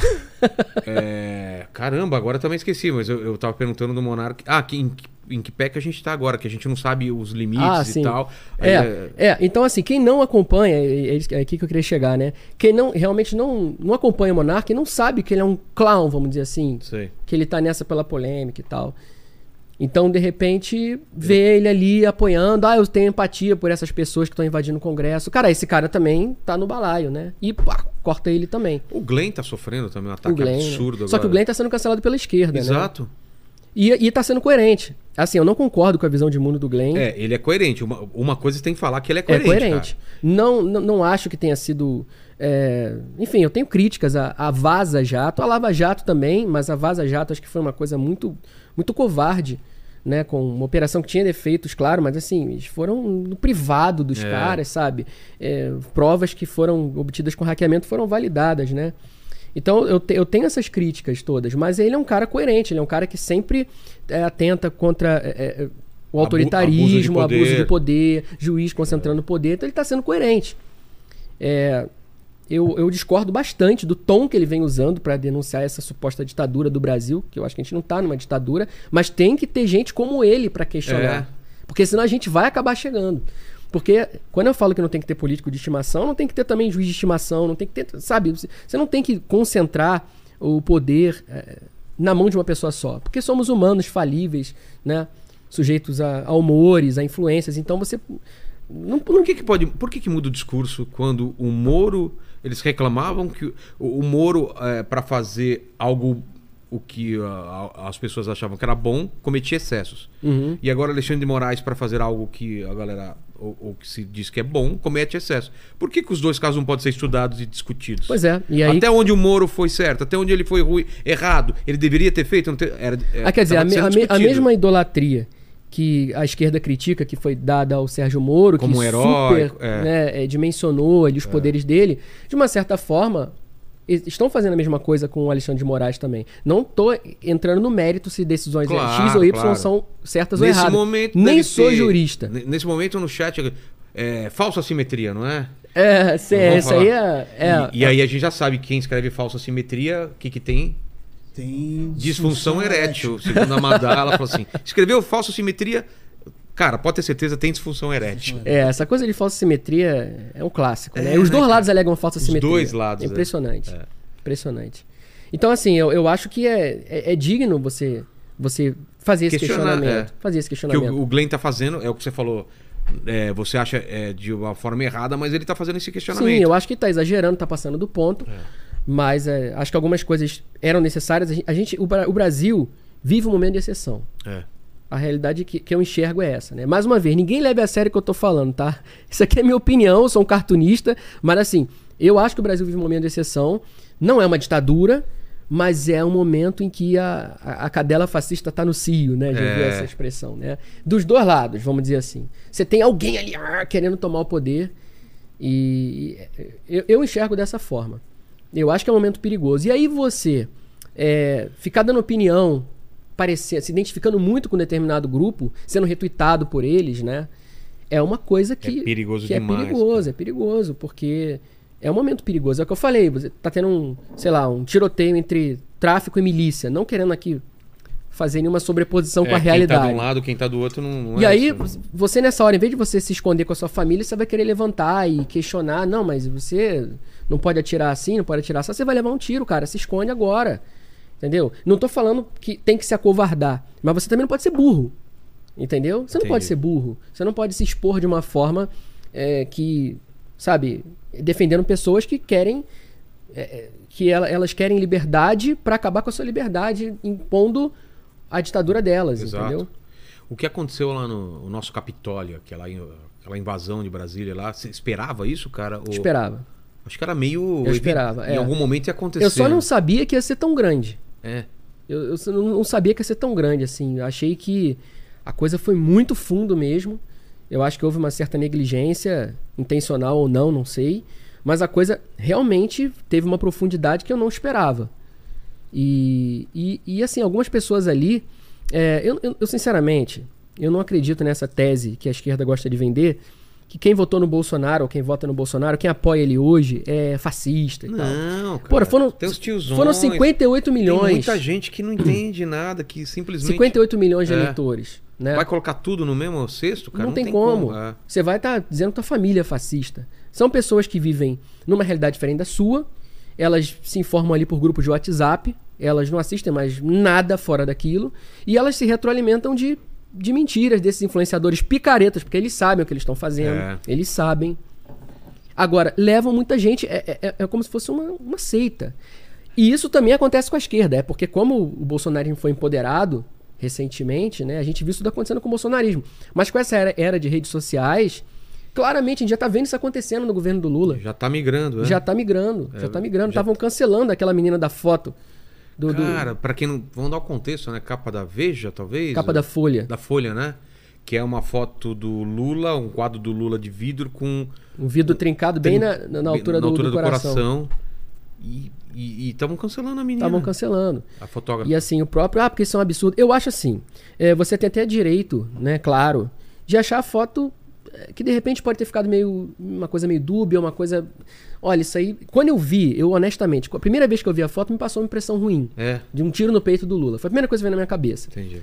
Speaker 1: É, caramba, agora eu também esqueci, mas eu, eu tava perguntando do Monark. Ah, que, em, que- em que pé que a gente tá agora, que a gente não sabe os limites
Speaker 3: Ah,
Speaker 1: e
Speaker 3: sim.
Speaker 1: tal. Aí,
Speaker 3: É, é, então assim, quem não acompanha, é, é- é aqui que eu queria chegar, né? Quem não realmente não, não acompanha o Monark não sabe que ele é um clown, vamos dizer assim.
Speaker 1: Sei.
Speaker 3: Que ele tá nessa pela polêmica e tal. Então, de repente, vê ele ali apoiando. Ah, eu tenho empatia por essas pessoas que estão invadindo o Congresso. Cara, esse cara também tá no balaio, né? E pá, corta ele também.
Speaker 1: O Glenn tá sofrendo também um
Speaker 3: O
Speaker 1: ataque
Speaker 3: Glenn. né?
Speaker 1: absurdo agora.
Speaker 3: Só que o Glenn tá sendo cancelado pela esquerda, né?
Speaker 1: Exato.
Speaker 3: E, e tá sendo coerente. Assim, eu não concordo com a visão de mundo do Glenn.
Speaker 1: É, ele é coerente. Uma, uma coisa tem que falar que ele é
Speaker 3: É
Speaker 1: coerente.
Speaker 3: coerente.
Speaker 1: cara.
Speaker 3: Não, não, não acho que tenha sido. é, Enfim, eu tenho críticas à, à Vaza Jato, à Lava Jato também, mas a Vaza Jato acho que foi uma coisa muito, muito covarde, né? Com uma operação que tinha defeitos, claro, mas assim, eles foram no privado dos
Speaker 1: É.
Speaker 3: caras, sabe? É, provas que foram obtidas com hackeamento foram validadas, né? Então eu, te- eu tenho essas críticas todas, mas ele é um cara coerente, ele é um cara que sempre é, atenta contra. é, é, o
Speaker 1: Abu-
Speaker 3: autoritarismo,
Speaker 1: abuso de
Speaker 3: abuso de
Speaker 1: poder.
Speaker 3: poder poder, juiz concentrando poder, então ele está sendo coerente. É, eu, eu discordo bastante do tom que ele vem usando para denunciar essa suposta ditadura do Brasil, que eu acho que a gente não está numa ditadura, mas tem que ter gente como ele para questionar.
Speaker 1: É.
Speaker 3: Porque senão a gente vai acabar chegando. Porque quando eu falo que não tem que ter político de estimação, não tem que ter também juiz de estimação, não tem que ter, sabe? Você não tem que concentrar o poder eh, na mão de uma pessoa só. Porque somos humanos falíveis, né? Sujeitos a, a humores, a influências. Então você. Não,
Speaker 1: Por que, que pode. Por que, que muda o discurso quando o Moro. Eles reclamavam que o, o Moro, é, para fazer algo o que ah, a- as pessoas achavam que era bom, cometia excessos.
Speaker 3: Uhum.
Speaker 1: E agora Alexandre de Moraes, para fazer algo que a galera. Ou, ou que se diz que é bom, comete excesso. Por que, que os dois casos não podem ser estudados e discutidos?
Speaker 3: Pois é, e aí-
Speaker 1: Até onde o Moro foi certo, até onde ele foi ruim, errado, ele deveria ter feito. Não ter, era,
Speaker 3: Ah, quer dizer,
Speaker 1: É,
Speaker 3: a,
Speaker 1: tava
Speaker 3: me-
Speaker 1: sendo
Speaker 3: a me- a
Speaker 1: discutido.
Speaker 3: mesma idolatria que a esquerda critica, que foi dada ao Sérgio Moro,
Speaker 1: Como um
Speaker 3: que
Speaker 1: herói, é.
Speaker 3: né, eh, dimensionou ali os poderes dele, de uma certa forma, e- estão fazendo a mesma coisa com o Alexandre de Moraes também. Não tô entrando no mérito se decisões é
Speaker 1: Claro,
Speaker 3: X ou Y
Speaker 1: claro.
Speaker 3: são certas
Speaker 1: Nesse
Speaker 3: ou erradas.
Speaker 1: momento.
Speaker 3: Nem
Speaker 1: deve
Speaker 3: sou
Speaker 1: ter-
Speaker 3: jurista.
Speaker 1: ne- Nesse momento no chat. É, falsa simetria, não é?
Speaker 3: É, cê-
Speaker 1: Vamos
Speaker 3: isso
Speaker 1: falar.
Speaker 3: aí é. é-
Speaker 1: E, e aí a gente já sabe quem escreve falsa simetria, o que, que tem?
Speaker 2: Tem.
Speaker 1: Disfunção erétil. Segundo a Madá, ela falou assim: escreveu falsa simetria. Cara, pode ter certeza, tem disfunção erétil.
Speaker 3: É, essa coisa de falsa simetria é um clássico, né?
Speaker 1: É,
Speaker 3: Os
Speaker 1: né,
Speaker 3: dois
Speaker 1: cara?
Speaker 3: lados alegam falsa
Speaker 1: Os
Speaker 3: simetria.
Speaker 1: dois lados, é.
Speaker 3: Impressionante. Impressionante. Então, assim, eu, eu acho que é, é, é digno você, você fazer esse
Speaker 1: Questionar,
Speaker 3: questionamento.
Speaker 1: é.
Speaker 3: Fazer esse
Speaker 1: que
Speaker 3: questionamento.
Speaker 1: o, o Glenn tá fazendo, é o que você falou. é, você acha é, de uma forma errada, mas ele tá fazendo esse questionamento.
Speaker 3: Sim, eu acho que tá exagerando, tá passando do ponto. Mas é, acho que algumas coisas eram necessárias. A gente, a gente- o, Bra- o Brasil vive um momento de exceção.
Speaker 1: É.
Speaker 3: A realidade que, que eu enxergo é essa, né? Mais uma vez, ninguém leve a sério o que eu tô falando, tá? Isso aqui é minha opinião, eu sou um cartunista, mas assim, eu acho que o Brasil vive um momento de exceção. Não é uma ditadura, mas é um momento em que a, a, a cadela fascista tá no cio, né? Já viu
Speaker 1: É.
Speaker 3: essa expressão, né? Dos dois lados, vamos dizer assim. Você tem alguém ali ah, querendo tomar o poder e e, eu, eu enxergo dessa forma. Eu acho que é um momento perigoso. E aí você é, ficar dando opinião, parecer, se identificando muito com determinado grupo, sendo retweetado por eles, né? É uma coisa que
Speaker 1: perigoso
Speaker 3: que
Speaker 1: demais,
Speaker 3: É perigoso, é perigoso, porque é um momento perigoso. É o que eu falei, você tá tendo um, sei lá, um tiroteio entre tráfico e milícia, não querendo aqui fazer nenhuma sobreposição
Speaker 1: É,
Speaker 3: com a
Speaker 1: Quem tá
Speaker 3: realidade.
Speaker 1: de um lado, quem tá do outro, não, não
Speaker 3: E
Speaker 1: é
Speaker 3: aí,
Speaker 1: isso, né?
Speaker 3: você nessa hora, em vez de você se esconder com a sua família, você vai querer levantar e questionar. Não, mas você não pode atirar assim, não pode atirar assim. Você vai levar um tiro, cara. Se esconde agora. Entendeu? Não tô falando que tem que se acovardar. Mas você também não pode ser burro. Entendeu? Você não
Speaker 1: Entendi.
Speaker 3: pode ser burro. Você não pode se expor de uma forma é, que, sabe, defendendo pessoas que querem. é, é, que ela- elas querem liberdade pra acabar com a sua liberdade, impondo a ditadura delas,
Speaker 1: Exato.
Speaker 3: entendeu?
Speaker 1: O que aconteceu lá no o nosso Capitólio, aquela, in- aquela invasão de Brasília lá, você esperava isso, cara? Ou-
Speaker 3: Esperava.
Speaker 1: Acho que era meio.
Speaker 3: Eu esperava,
Speaker 1: Em
Speaker 3: é.
Speaker 1: algum momento ia acontecer.
Speaker 3: Eu só não
Speaker 1: né?
Speaker 3: sabia que ia ser tão grande.
Speaker 1: É.
Speaker 3: Eu, eu só não não sabia que ia ser tão grande, assim. Eu achei que a coisa foi muito fundo mesmo. Eu acho que houve uma certa negligência, intencional ou não, não sei. Mas a coisa realmente teve uma profundidade que eu não esperava. E, e, e, assim, algumas pessoas ali. é, eu, eu- eu, sinceramente, eu não acredito nessa tese que a esquerda gosta de vender. Que quem votou no Bolsonaro, ou quem vota no Bolsonaro, quem apoia ele hoje é fascista e tal.
Speaker 1: Não, cara.
Speaker 3: Pô, foram,
Speaker 1: Tem os tiozões.
Speaker 3: foram 58 milhões.
Speaker 1: Tem muita gente que não entende nada, que simplesmente
Speaker 3: 58 milhões de
Speaker 1: É.
Speaker 3: eleitores. Né?
Speaker 1: vai colocar tudo no mesmo cesto, cara.
Speaker 3: não, tem, como.
Speaker 1: é.
Speaker 3: Você vai estar dizendo que tua família é fascista. São pessoas que vivem numa realidade diferente da sua. Elas se informam ali por grupos de WhatsApp. Elas não assistem mais nada fora daquilo. E elas se retroalimentam de, de mentiras desses influenciadores picaretas, porque eles sabem o que eles estão fazendo.
Speaker 1: É.
Speaker 3: Eles sabem. Agora, levam muita gente. É, é- é como se fosse uma, uma seita. E isso também acontece com a esquerda. É porque, como o bolsonarismo foi empoderado recentemente, né? A gente viu isso tudo acontecendo com o bolsonarismo. Mas com essa era, era de redes sociais, claramente a gente já tá vendo isso acontecendo no governo do Lula.
Speaker 1: Já tá migrando, né?
Speaker 3: Já tá migrando. já tá migrando.
Speaker 1: já
Speaker 3: Estavam cancelando aquela menina da foto do, do
Speaker 1: Cara, pra quem não. Vamos dar o contexto, né? Capa da Veja, talvez?
Speaker 3: capa da Folha.
Speaker 1: Da Folha, né? Que é uma foto do Lula, um quadro do Lula de vidro com.
Speaker 3: Um vidro trincado bem na, na- na altura, do, do coração.
Speaker 1: E estavam cancelando a menina.
Speaker 3: Estavam cancelando.
Speaker 1: A fotógrafa.
Speaker 3: E assim, o próprio, ah, porque isso é um absurdo. Eu acho assim, é, você tem até direito, né, claro, de achar a foto é, que de repente pode ter ficado meio uma coisa meio dúbia, uma coisa, olha, isso aí, quando eu vi, eu honestamente, a primeira vez que eu vi a foto me passou uma impressão ruim.
Speaker 1: É,
Speaker 3: De um tiro no peito do Lula. Foi a primeira coisa que veio na minha cabeça.
Speaker 1: entendi.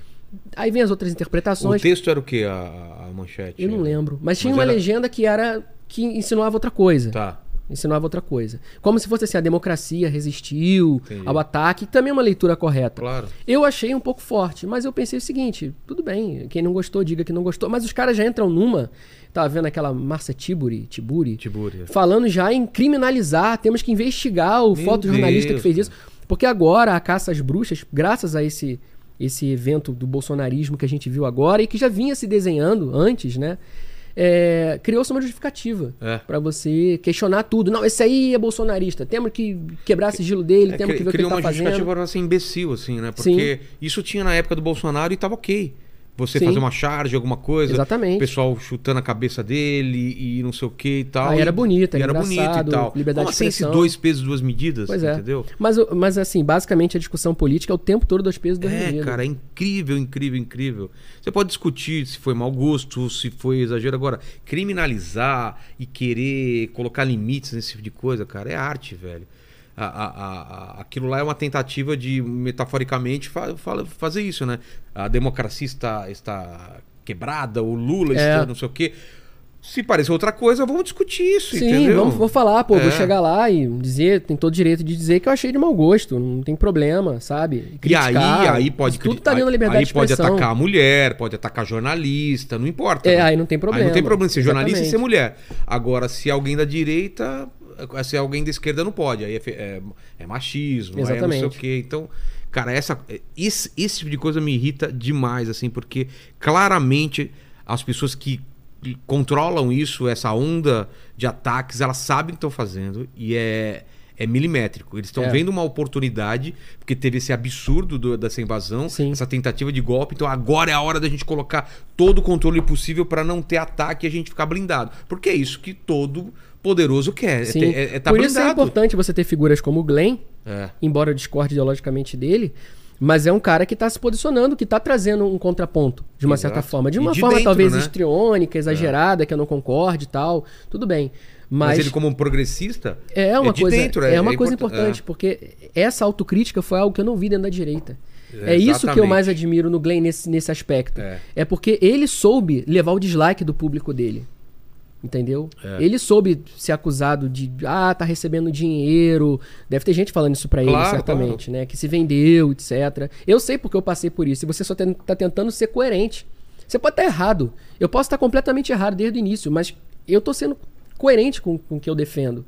Speaker 3: Aí vem as outras
Speaker 1: O
Speaker 3: interpretações.
Speaker 1: texto era o quê? A, a manchete?
Speaker 3: Eu não lembro. Mas tinha
Speaker 1: Mas
Speaker 3: uma
Speaker 1: era-
Speaker 3: legenda que era. que insinuava outra coisa.
Speaker 1: Tá.
Speaker 3: Insinuava outra coisa. Como se fosse assim, a democracia resistiu
Speaker 1: Entendi.
Speaker 3: ao ataque, que também é uma leitura correta.
Speaker 1: Claro.
Speaker 3: Eu achei um pouco forte, mas eu pensei o seguinte: tudo bem, quem não gostou, diga que não gostou. Mas os caras já entram numa. Tava vendo aquela Márcia Tiburi, Tiburi,
Speaker 1: Tibúria.
Speaker 3: falando já em criminalizar, temos que investigar o
Speaker 1: é. Meu
Speaker 3: fotojornalista
Speaker 1: Deus,
Speaker 3: que fez isso. Porque agora a caça às bruxas, graças a esse esse evento do bolsonarismo que a gente viu agora e que já vinha se desenhando antes, né? é, criou-se uma justificativa
Speaker 1: É.
Speaker 3: pra para você questionar tudo. Não, esse aí é bolsonarista. Temos que quebrar sigilo dele,
Speaker 1: É,
Speaker 3: temos
Speaker 1: cri-
Speaker 3: que ver o que ele
Speaker 1: criou
Speaker 3: tá
Speaker 1: uma justificativa
Speaker 3: fazendo.
Speaker 1: para ser imbecil, assim, né? Porque isso tinha na época do Bolsonaro e tava ok. Você
Speaker 3: Sim.
Speaker 1: fazer uma charge, alguma coisa.
Speaker 3: Exatamente.
Speaker 1: O pessoal chutando a cabeça dele e não sei o que e tal.
Speaker 3: Aí
Speaker 1: e-
Speaker 3: era bonito,
Speaker 1: e era
Speaker 3: era
Speaker 1: bonito e
Speaker 3: engraçado,
Speaker 1: tal.
Speaker 3: liberdade
Speaker 1: Como
Speaker 3: de
Speaker 1: assim esse
Speaker 3: expressão.
Speaker 1: dois pesos, duas medidas?
Speaker 3: Pois é.
Speaker 1: Entendeu?
Speaker 3: Mas, o- mas assim, basicamente a discussão política é o tempo todo dois pesos, dois
Speaker 1: É,
Speaker 3: medidas.
Speaker 1: cara, é incrível, incrível, incrível. Você pode discutir se foi mau gosto, se foi exagero. Agora, criminalizar e querer colocar limites nesse tipo de coisa, cara, é arte, velho. A- a- a- a- aquilo lá é uma tentativa de, metaforicamente, fa- fala- fazer isso, né? A democracia está, está quebrada, o Lula
Speaker 3: É.
Speaker 1: está não sei o quê. Se parecer outra coisa, vamos discutir isso,
Speaker 3: Sim,
Speaker 1: entendeu?
Speaker 3: vamos, vou falar, pô,
Speaker 1: É.
Speaker 3: vou chegar lá e dizer, tem todo direito de dizer que eu achei de mau gosto, não tem problema, sabe?
Speaker 1: E aí,
Speaker 3: Criticar,
Speaker 1: aí pode
Speaker 3: tudo
Speaker 1: cri-
Speaker 3: tá dentro da
Speaker 1: aí-
Speaker 3: liberdade
Speaker 1: aí
Speaker 3: de
Speaker 1: pode
Speaker 3: expressão.
Speaker 1: atacar a mulher, pode atacar jornalista, não importa.
Speaker 3: É,
Speaker 1: né?
Speaker 3: aí não tem problema.
Speaker 1: Aí não tem problema ser jornalista e ser
Speaker 3: Exatamente.
Speaker 1: mulher. Agora, se alguém da direita, se alguém da esquerda não pode, aí é, fe- é- é machismo, aí é não sei o
Speaker 3: Exatamente.
Speaker 1: quê. Então, cara, essa, é, esse, esse tipo de coisa me irrita demais, assim, porque claramente as pessoas que controlam isso, essa onda de ataques, elas sabem o que estão fazendo e é. É milimétrico. Eles estão
Speaker 3: É.
Speaker 1: vendo uma oportunidade, porque teve esse absurdo do- dessa invasão,
Speaker 3: Sim.
Speaker 1: essa tentativa de golpe. Então agora é a hora da gente colocar todo o controle possível para não ter ataque e a gente ficar blindado. Porque é isso que todo poderoso quer.
Speaker 3: Sim.
Speaker 1: É, ter- é, é tá
Speaker 3: Por isso é
Speaker 1: blindado.
Speaker 3: importante você ter figuras como o Glenn,
Speaker 1: É.
Speaker 3: embora eu discorde ideologicamente dele, mas é um cara que tá se posicionando, que tá trazendo um contraponto, de uma
Speaker 1: Exato.
Speaker 3: certa forma. De
Speaker 1: E
Speaker 3: uma
Speaker 1: de
Speaker 3: forma
Speaker 1: dentro,
Speaker 3: talvez
Speaker 1: né?
Speaker 3: histriônica, exagerada, que eu não concorde e tal, tudo bem.
Speaker 1: Mas...
Speaker 3: Mas,
Speaker 1: ele, como um progressista,
Speaker 3: é uma
Speaker 1: de
Speaker 3: coisa,
Speaker 1: dentro,
Speaker 3: é, uma coisa
Speaker 1: import-
Speaker 3: importante, porque essa autocrítica foi algo que eu não vi dentro da direita.
Speaker 1: É,
Speaker 3: É, isso que eu
Speaker 1: exatamente.
Speaker 3: mais admiro no Glenn nesse, nesse aspecto.
Speaker 1: É.
Speaker 3: É. porque ele soube levar o dislike do público dele. Entendeu?
Speaker 1: É.
Speaker 3: Ele soube ser acusado de, ah, tá recebendo dinheiro. Deve ter gente falando isso pra ele,
Speaker 1: Claro,
Speaker 3: certamente, né? Que se vendeu, etc. Eu sei porque eu passei por isso. E você só ten- tá tentando ser coerente. Você pode estar errado. Eu posso estar completamente errado desde o início, mas eu tô sendo coerente com, com o que eu defendo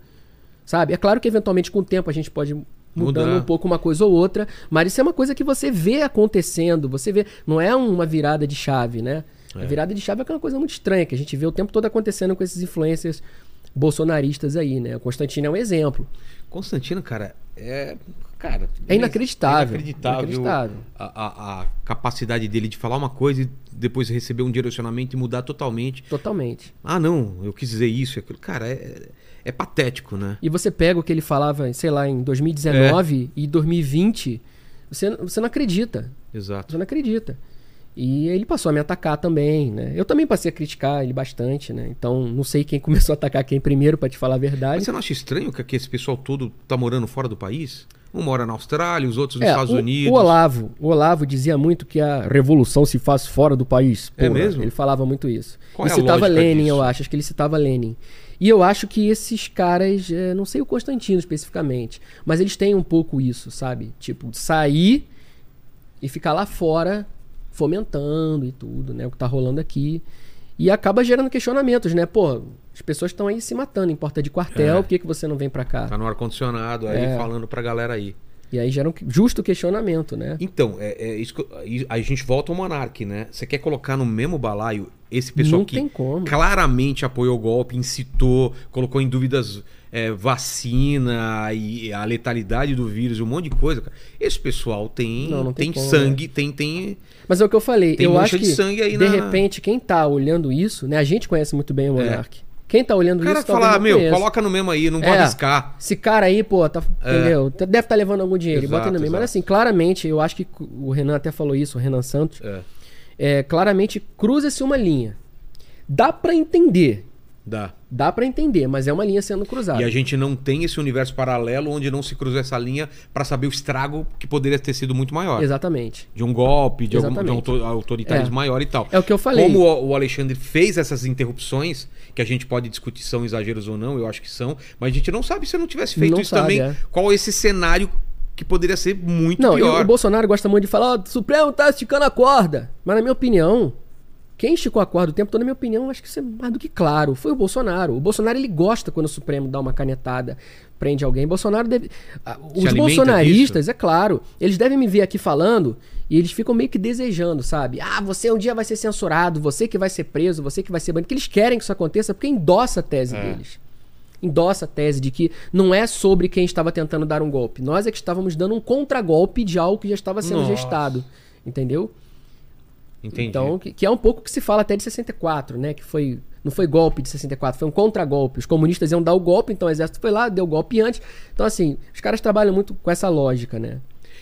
Speaker 3: sabe? É claro que eventualmente com o tempo a gente pode mudando
Speaker 1: Mudar.
Speaker 3: um pouco uma coisa ou outra, mas isso é uma coisa que você vê acontecendo, você vê, não é uma virada de chave, né? A virada de chave é aquela coisa muito estranha que a gente vê o tempo todo acontecendo com esses influencers bolsonaristas aí, né? O Constantino é um exemplo.
Speaker 1: Constantino, cara, é. Cara.
Speaker 3: É inacreditável,
Speaker 1: é inacreditável.
Speaker 3: inacreditável.
Speaker 1: A, a- a capacidade dele de falar uma coisa e depois receber um direcionamento e mudar totalmente.
Speaker 3: Totalmente.
Speaker 1: Ah, não, eu quis dizer isso e aquilo. Cara, é, é patético, né?
Speaker 3: E você pega o que ele falava, sei lá, em 2019 e 2020, você, você não acredita.
Speaker 1: Exato.
Speaker 3: Você não acredita. E ele passou a me atacar também, né? Eu também passei a criticar ele bastante, né? Então, não sei quem começou a atacar quem primeiro, pra te falar a verdade.
Speaker 1: Mas você não acha estranho que, que esse pessoal todo tá morando fora do país? Um mora na Austrália, os outros nos
Speaker 3: É,
Speaker 1: Estados
Speaker 3: o,
Speaker 1: Unidos.
Speaker 3: O Olavo, o Olavo dizia muito que a revolução se faz fora do país.
Speaker 1: É mesmo?
Speaker 3: Ele falava muito isso.
Speaker 1: Qual
Speaker 3: ele
Speaker 1: é a
Speaker 3: citava
Speaker 1: lógica
Speaker 3: Lenin,
Speaker 1: disso?
Speaker 3: eu acho. Acho que ele citava Lenin. E eu acho que esses caras, eh, não sei o Constantino especificamente, mas eles têm um pouco isso, sabe? Tipo, sair e ficar lá fora fomentando e tudo, né? O que tá rolando aqui. E acaba gerando questionamentos, né? Pô, as pessoas estão aí se matando em porta de quartel,
Speaker 1: É.
Speaker 3: por que, que você não vem pra cá?
Speaker 1: Tá no ar-condicionado aí,
Speaker 3: É.
Speaker 1: falando pra galera aí.
Speaker 3: E aí gera um que- justo questionamento, né?
Speaker 1: Então, é, é isso que eu- aí a gente volta ao Monark, né? Você quer colocar no mesmo balaio esse pessoal
Speaker 3: Não
Speaker 1: que
Speaker 3: tem como.
Speaker 1: claramente apoiou o golpe, incitou, colocou em dúvidas é, vacina e a letalidade do vírus, um monte de coisa, cara. Esse pessoal tem,
Speaker 3: Não, não tem
Speaker 1: tem,
Speaker 3: como, né?
Speaker 1: sangue, tem, tem.
Speaker 3: Mas é o que eu falei,
Speaker 1: Tem
Speaker 3: eu
Speaker 1: mancha
Speaker 3: acho
Speaker 1: de
Speaker 3: que
Speaker 1: sangue aí
Speaker 3: de
Speaker 1: na- É.
Speaker 3: repente quem tá olhando isso, né? A gente conhece muito bem o Monark. Quem tá olhando
Speaker 1: O cara
Speaker 3: isso talvez
Speaker 1: fala,
Speaker 3: não
Speaker 1: meu,
Speaker 3: conheça.
Speaker 1: coloca no mesmo aí, não vou
Speaker 3: É.
Speaker 1: arriscar.
Speaker 3: Esse cara aí, pô, tá, entendeu? T- Deve estar levando algum dinheiro, e
Speaker 1: Exato,
Speaker 3: bota no meio. Mas
Speaker 1: exato.
Speaker 3: assim, claramente, eu acho que cu- o Renan até falou isso, o Renan Santos.
Speaker 1: É.
Speaker 3: É, claramente cruza-se uma linha. Dá pra entender,
Speaker 1: Dá.
Speaker 3: dá pra entender, mas é uma linha sendo cruzada.
Speaker 1: E a gente não tem esse universo paralelo onde não se cruzou essa linha pra saber o estrago que poderia ter sido muito maior.
Speaker 3: Exatamente.
Speaker 1: de um golpe, de, algum, de um
Speaker 3: Exatamente.
Speaker 1: auto- autoritarismo
Speaker 3: É.
Speaker 1: maior e tal.
Speaker 3: É o que eu falei.
Speaker 1: Como o o Alexandre fez essas interrupções, que a gente pode discutir se são exageros ou não, eu acho que são, mas a gente não sabe se eu não tivesse feito
Speaker 3: Não
Speaker 1: isso
Speaker 3: sabe,
Speaker 1: também,
Speaker 3: é.
Speaker 1: qual esse cenário que poderia ser muito
Speaker 3: Não, e
Speaker 1: pior.
Speaker 3: o Bolsonaro gosta muito de falar, ó, o Supremo tá esticando a corda. Mas na minha opinião, quem esticou a corda o tempo todo, na minha opinião, acho que isso é mais do que claro. Foi o Bolsonaro. O Bolsonaro, ele gosta quando o Supremo dá uma canetada, prende alguém. Bolsonaro deve... ah, Os
Speaker 1: alimenta
Speaker 3: bolsonaristas, é claro, eles devem me ver aqui falando e eles ficam meio que desejando, sabe? Ah, você um dia vai ser censurado, você que vai ser preso, você que vai ser banido. Que eles querem que isso aconteça porque endossa a tese
Speaker 1: É.
Speaker 3: deles endossa a tese de que não é sobre quem estava tentando dar um golpe. Nós é que estávamos dando um contragolpe de algo que já estava sendo
Speaker 1: Nossa.
Speaker 3: gestado. Entendeu?
Speaker 1: Entendi.
Speaker 3: Então, que, que é um pouco que se fala até de 64, né? Que foi. Não foi golpe de 64, foi um contragolpe. Os comunistas iam dar o golpe, então o exército foi lá, deu o golpe antes. Então, assim, os caras trabalham muito com essa lógica, né?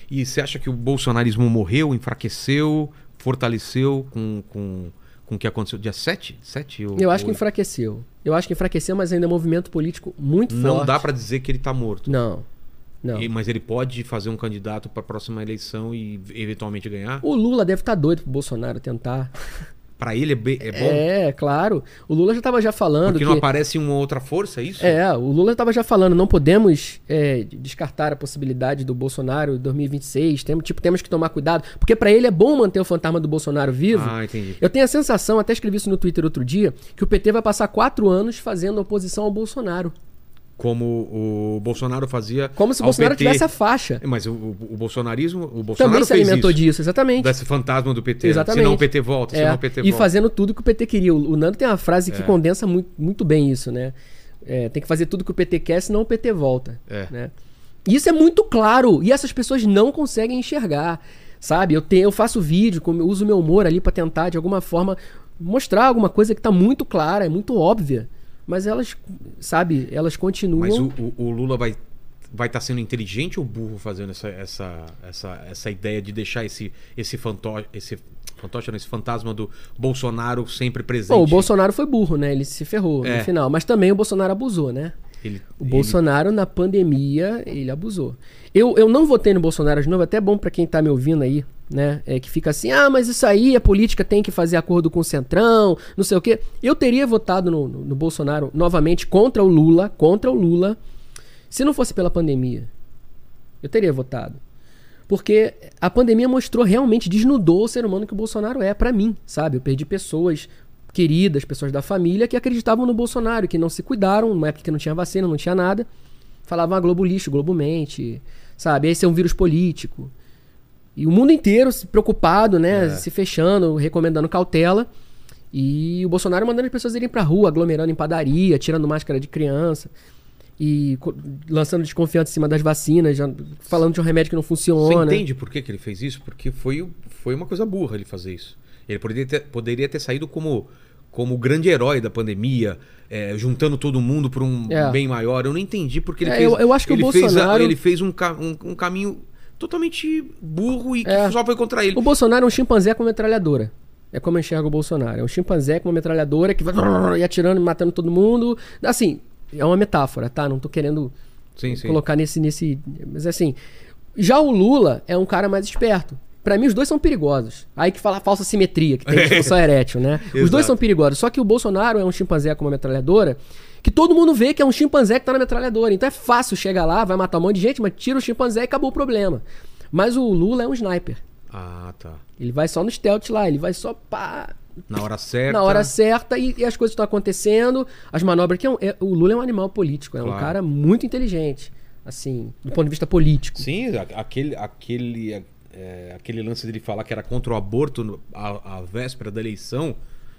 Speaker 1: E você acha que o bolsonarismo morreu, enfraqueceu, fortaleceu com, com, com o que aconteceu? Dia 7? 7 ou,
Speaker 3: Eu acho que
Speaker 1: ou-
Speaker 3: enfraqueceu. Eu acho que enfraqueceu, mas ainda é um movimento político muito
Speaker 1: Não
Speaker 3: forte.
Speaker 1: dá pra dizer que ele tá morto.
Speaker 3: Não. Não.
Speaker 1: E- mas ele pode fazer um candidato pra próxima eleição e eventualmente ganhar?
Speaker 3: O Lula deve estar doido pro Bolsonaro tentar.
Speaker 1: Pra ele é, be- é bom?
Speaker 3: É, claro. O Lula já estava já falando
Speaker 1: Porque
Speaker 3: que.
Speaker 1: não aparece uma outra força, é isso?
Speaker 3: É, o Lula estava já falando, não podemos é, descartar a possibilidade do Bolsonaro em 2026, temos, tipo, temos que tomar cuidado, porque para ele é bom manter o fantasma do Bolsonaro vivo.
Speaker 1: Ah, entendi.
Speaker 3: Eu tenho a sensação, até escrevi isso no Twitter outro dia, que o PT vai passar quatro anos fazendo oposição ao Bolsonaro.
Speaker 1: Como o Bolsonaro fazia.
Speaker 3: Como se o
Speaker 1: ao
Speaker 3: Bolsonaro
Speaker 1: PT.
Speaker 3: tivesse a faixa.
Speaker 1: É, Mas o, o- o bolsonarismo. O Bolsonaro
Speaker 3: Também se
Speaker 1: fez
Speaker 3: alimentou
Speaker 1: isso,
Speaker 3: disso, exatamente.
Speaker 1: Desse fantasma do PT.
Speaker 3: Exatamente.
Speaker 1: Senão o PT volta,
Speaker 3: É,
Speaker 1: senão o PT
Speaker 3: E
Speaker 1: volta. É.
Speaker 3: fazendo tudo que o PT queria. O o Nando tem uma frase que condensa muito, muito bem isso, né? É, tem que fazer tudo que o PT quer, senão o PT volta.
Speaker 1: É.
Speaker 3: né? E Isso é muito claro. E essas pessoas não conseguem enxergar. Sabe? Eu, tenho, eu faço vídeo, como eu uso meu humor ali pra tentar, de alguma forma, mostrar alguma coisa que tá muito clara, é muito óbvia. Mas elas, sabe, elas continuam.
Speaker 1: Mas o, o- o Lula vai vai estar sendo inteligente ou burro fazendo essa, essa, essa, essa ideia de deixar esse, esse fantoche. Esse, fantoche não, esse fantasma do Bolsonaro sempre presente.
Speaker 3: Bom, o Bolsonaro foi burro, né? Ele se ferrou
Speaker 1: É.
Speaker 3: no final. Mas também o Bolsonaro abusou, né?
Speaker 1: Ele-
Speaker 3: O Bolsonaro, na pandemia, ele abusou. Eu, eu não votei no Bolsonaro de novo, até bom pra quem tá me ouvindo aí, né? É, que fica assim, ah, mas isso aí, a política tem que fazer acordo com o Centrão, não sei o quê. Eu teria votado no, no- no Bolsonaro novamente contra o Lula, contra o Lula, se não fosse pela pandemia. Eu teria votado. Porque a pandemia mostrou realmente, desnudou o ser humano que o Bolsonaro é pra mim, sabe? Eu perdi pessoas queridas, pessoas da família que acreditavam no Bolsonaro, que não se cuidaram, numa época que não tinha vacina, não tinha nada. Falavam ah, Globo lixo, Globo mente, sabe? Esse é um vírus político. E o mundo inteiro se preocupado,
Speaker 1: É.
Speaker 3: né? Se fechando, recomendando cautela. E o Bolsonaro mandando as pessoas irem pra rua, aglomerando em padaria, tirando máscara de criança. E co- lançando desconfiança em cima das vacinas, já falando de um remédio que não
Speaker 1: Você
Speaker 3: funciona.
Speaker 1: entende por que, que ele fez isso? Porque foi, o- foi uma coisa burra ele fazer isso. Ele poderia ter, poderia ter saído como como o grande herói da pandemia, é, juntando todo mundo por um
Speaker 3: É.
Speaker 1: bem maior. Eu não entendi porque ele
Speaker 3: É,
Speaker 1: fez.
Speaker 3: eu- eu acho que o
Speaker 1: ele fez, a-
Speaker 3: Bolsonaro-
Speaker 1: ele fez um, ca- um, um caminho totalmente burro e que
Speaker 3: É.
Speaker 1: só foi contra ele.
Speaker 3: O Bolsonaro é um chimpanzé com metralhadora. É como eu enxergo o Bolsonaro. É um chimpanzé com uma metralhadora que vai e atirando e matando todo mundo. Assim, é uma metáfora, tá? Não tô querendo
Speaker 1: Sim, sim.
Speaker 3: colocar nesse, nesse. Mas assim, já o Lula é um cara mais esperto. Pra mim, os dois são perigosos. Aí que fala a falsa simetria, que tem disfunção erétil, né? Os
Speaker 1: Exato.
Speaker 3: dois são perigosos. Só que o Bolsonaro é um chimpanzé com uma metralhadora que todo mundo vê que é um chimpanzé que tá na metralhadora. Então é fácil chegar lá, vai matar um monte de gente, mas tira o chimpanzé e acabou o problema. Mas o Lula é um sniper.
Speaker 1: Ah, tá.
Speaker 3: Ele vai só no stealth lá, ele vai só pá,
Speaker 1: Na hora certa.
Speaker 3: na hora certa e, e as coisas estão acontecendo, as manobras. Que é um- é- o Lula é um animal político, é um
Speaker 1: Claro.
Speaker 3: cara muito inteligente, assim, do ponto de vista político.
Speaker 1: Sim, a- aquele, aquele, é, aquele lance dele falar que era contra o aborto no- a, a véspera da eleição,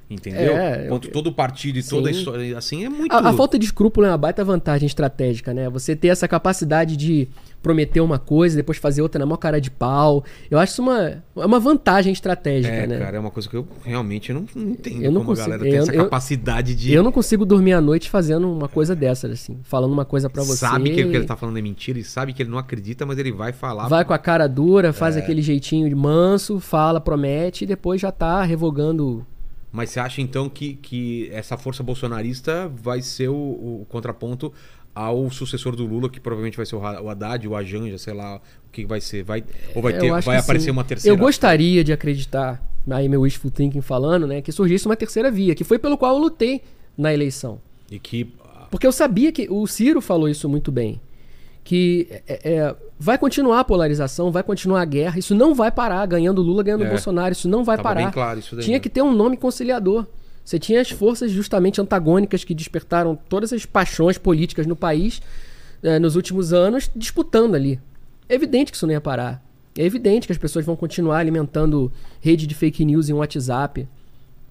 Speaker 1: entendeu?
Speaker 3: É, eu-
Speaker 1: contra todo o partido e toda a
Speaker 3: Sim.
Speaker 1: história. Assim, é muito.
Speaker 3: A, a falta de escrúpulo é uma baita vantagem estratégica, né? Você ter essa capacidade de prometer uma coisa, depois fazer outra na maior cara de pau. Eu acho isso uma, é uma vantagem estratégica,
Speaker 1: É,
Speaker 3: né?
Speaker 1: cara, é uma coisa que eu realmente não, não entendo
Speaker 3: Eu não
Speaker 1: como
Speaker 3: consigo-
Speaker 1: a galera tem
Speaker 3: eu-
Speaker 1: essa
Speaker 3: eu-
Speaker 1: capacidade de
Speaker 3: Eu não consigo dormir à noite fazendo uma coisa dessas, assim, falando uma coisa pra você.
Speaker 1: sabe que o que ele tá falando é mentira e sabe que ele não acredita, mas ele vai falar.
Speaker 3: Vai com a cara dura,
Speaker 1: É.
Speaker 3: faz aquele jeitinho de manso, fala, promete e depois já tá revogando.
Speaker 1: Mas você acha então que, que essa força bolsonarista vai ser o, o contraponto ao sucessor do Lula, que provavelmente vai ser o Ra- o Haddad, o Ajanja, sei lá, o que vai ser, vai ou vai
Speaker 3: É, Eu
Speaker 1: ter,
Speaker 3: acho
Speaker 1: vai
Speaker 3: que
Speaker 1: aparecer
Speaker 3: sim.
Speaker 1: uma terceira.
Speaker 3: Eu gostaria de acreditar, aí meu wishful thinking falando, né, que surgisse uma terceira via, que foi pelo qual eu lutei na eleição.
Speaker 1: E que ah,
Speaker 3: Porque eu sabia que o Ciro falou isso muito bem. Que é, é, vai continuar a polarização, vai continuar a guerra, isso não vai parar, ganhando Lula, ganhando
Speaker 1: É.
Speaker 3: Bolsonaro, isso não vai
Speaker 1: Tava
Speaker 3: parar.
Speaker 1: bem claro isso daí,
Speaker 3: Tinha
Speaker 1: né?
Speaker 3: que ter um nome conciliador. Você tinha as forças justamente antagônicas que despertaram todas as paixões políticas no país eh, nos últimos anos disputando ali. É evidente que isso não ia parar. É evidente que as pessoas vão continuar alimentando rede de fake news em WhatsApp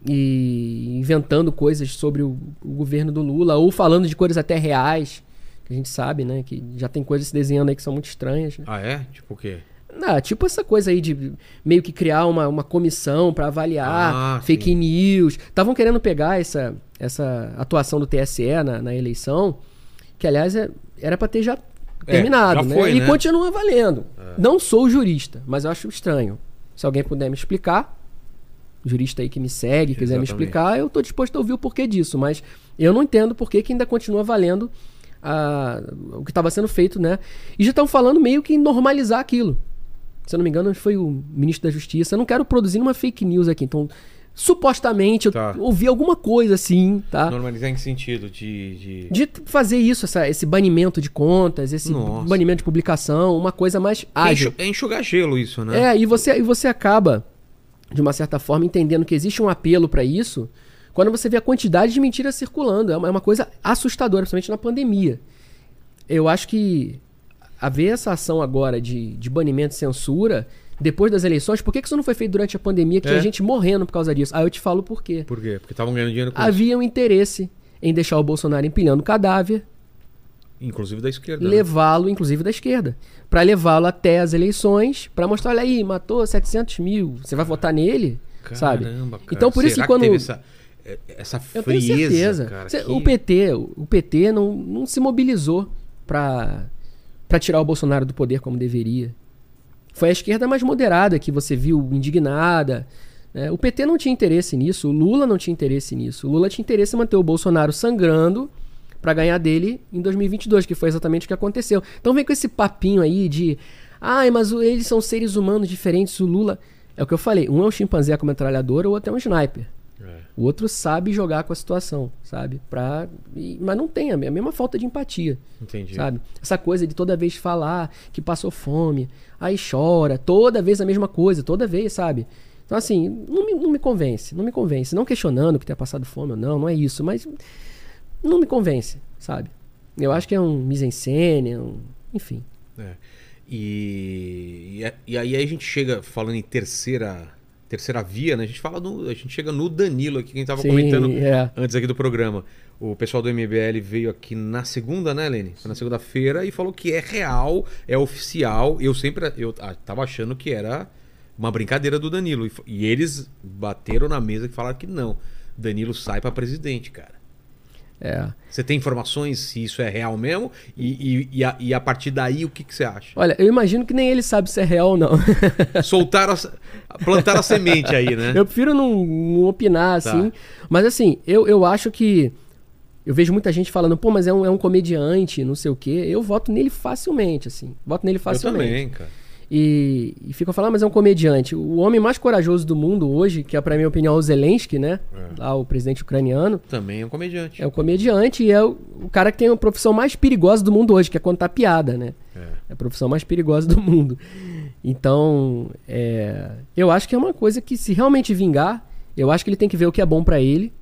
Speaker 3: e inventando coisas sobre o, o governo do Lula ou falando de coisas até reais. Que a gente sabe, né? Que já tem coisas se desenhando aí que são muito estranhas. né?
Speaker 1: ah é, tipo o quê?
Speaker 3: Ah, tipo essa coisa aí de meio que criar uma, uma comissão pra avaliar
Speaker 1: Ah,
Speaker 3: fake
Speaker 1: sim.
Speaker 3: news. Estavam querendo pegar essa, essa atuação do TSE na, na eleição, que aliás é- era pra ter já terminado,
Speaker 1: É, já
Speaker 3: né?
Speaker 1: foi,
Speaker 3: E
Speaker 1: né? É.
Speaker 3: continua valendo. Não sou jurista, mas eu acho estranho. Se alguém puder me explicar, jurista aí que me segue, quiser me
Speaker 1: Exatamente.
Speaker 3: explicar, eu tô disposto a ouvir o porquê disso, mas eu não entendo por que que ainda continua valendo ah, o que estava sendo feito, né? E já estão falando meio que em normalizar aquilo. Se eu não me engano, foi o ministro da Justiça. Eu não quero produzir uma fake news aqui, então supostamente
Speaker 1: Tá.
Speaker 3: eu ouvi alguma coisa assim, tá?
Speaker 1: Normalizar em que sentido de, de...
Speaker 3: De fazer isso, essa- esse banimento de contas, esse
Speaker 1: Nossa.
Speaker 3: banimento de publicação, uma coisa mais
Speaker 1: É
Speaker 3: ágil.
Speaker 1: enxu- É enxugar gelo isso, né?
Speaker 3: Ah, É, e você, e você acaba, de uma certa forma, entendendo que existe um apelo pra isso quando você vê a quantidade de mentiras circulando. É uma, é uma coisa assustadora, principalmente na pandemia. Eu acho que haver essa ação agora de, de banimento e censura, depois das eleições, por que que isso não foi feito durante a pandemia, que
Speaker 1: É.
Speaker 3: tinha gente morrendo por causa disso? Aí eu te falo por quê.
Speaker 1: Por quê? Porque estavam ganhando dinheiro com isso.
Speaker 3: Havia um interesse em deixar o Bolsonaro empilhando cadáver,
Speaker 1: Inclusive da esquerda. né?
Speaker 3: levá-lo, inclusive da esquerda, Pra levá-lo até as eleições, pra mostrar, olha aí, matou 700 mil, você vai votar nele, sabe?
Speaker 1: Caramba, cara.
Speaker 3: Então por isso
Speaker 1: Será
Speaker 3: que quando
Speaker 1: teve essa, é, essa
Speaker 3: eu
Speaker 1: frieza,
Speaker 3: tenho certeza,
Speaker 1: cara,
Speaker 3: Cê-
Speaker 1: que-
Speaker 3: o PT, o PT não, não se mobilizou pra para tirar o Bolsonaro do poder como deveria. Foi a esquerda mais moderada que você viu indignada. né? O PT não tinha interesse nisso, o Lula não tinha interesse nisso. O Lula tinha interesse em manter o Bolsonaro sangrando pra ganhar dele em 2022, que foi exatamente o que aconteceu. Então vem com esse papinho aí de, ai, mas o- eles são seres humanos diferentes, o Lula é o que eu falei, um é um chimpanzé com metralhadora, o outro é um sniper.
Speaker 1: é,
Speaker 3: O outro sabe jogar com a situação, sabe? Pra... e- Mas não tem a me- a mesma falta de empatia.
Speaker 1: Entendi.
Speaker 3: Sabe? Essa coisa de toda vez falar que passou fome, aí chora, toda vez a mesma coisa, toda vez, sabe? Então, assim, não me, não me convence, não me convence. Não questionando que tenha passado fome ou não, não é isso, mas não me convence, sabe? Eu acho que é um mise-en-scène, é um... enfim.
Speaker 1: É. E, e a- e aí a gente chega, falando em terceira, terceira via, né? A gente fala no, a gente chega no Danilo aqui, quem tava
Speaker 3: Sim,
Speaker 1: comentando
Speaker 3: é.
Speaker 1: antes aqui do programa. O pessoal do MBL veio aqui na segunda, né, Lene? Foi na segunda-feira e falou que é real, é oficial. Eu sempre eu ah, tava achando que era uma brincadeira do Danilo. E, f- e eles bateram na mesa e falaram que não. Danilo sai pra presidente, cara.
Speaker 3: É.
Speaker 1: Você tem informações se isso é real mesmo? E, e- e a, e a partir daí, o que, que você acha?
Speaker 3: Olha, eu imagino que nem ele sabe se é real ou não.
Speaker 1: Soltaram, a, se- plantaram a semente aí, né?
Speaker 3: Eu prefiro não, não opinar,
Speaker 1: Tá.
Speaker 3: assim. Mas assim, eu, eu acho que. Eu vejo muita gente falando, pô, mas é um, é um comediante, não sei o quê. Eu voto nele facilmente, assim. Voto nele
Speaker 1: Eu
Speaker 3: facilmente.
Speaker 1: também, cara.
Speaker 3: E, e ficam falando, "Ah, mas é um comediante. O homem mais corajoso do mundo hoje, que é, pra minha opinião, é o Zelensky, né?
Speaker 1: É.
Speaker 3: Lá, o presidente ucraniano.
Speaker 1: Também é um comediante.
Speaker 3: É um comediante e é o, o cara que tem a profissão mais perigosa do mundo hoje, que é contar piada, né? É a profissão mais perigosa do mundo. Então, é, eu acho que é uma coisa que, se realmente vingar, eu acho que ele tem que ver o que é bom pra ele,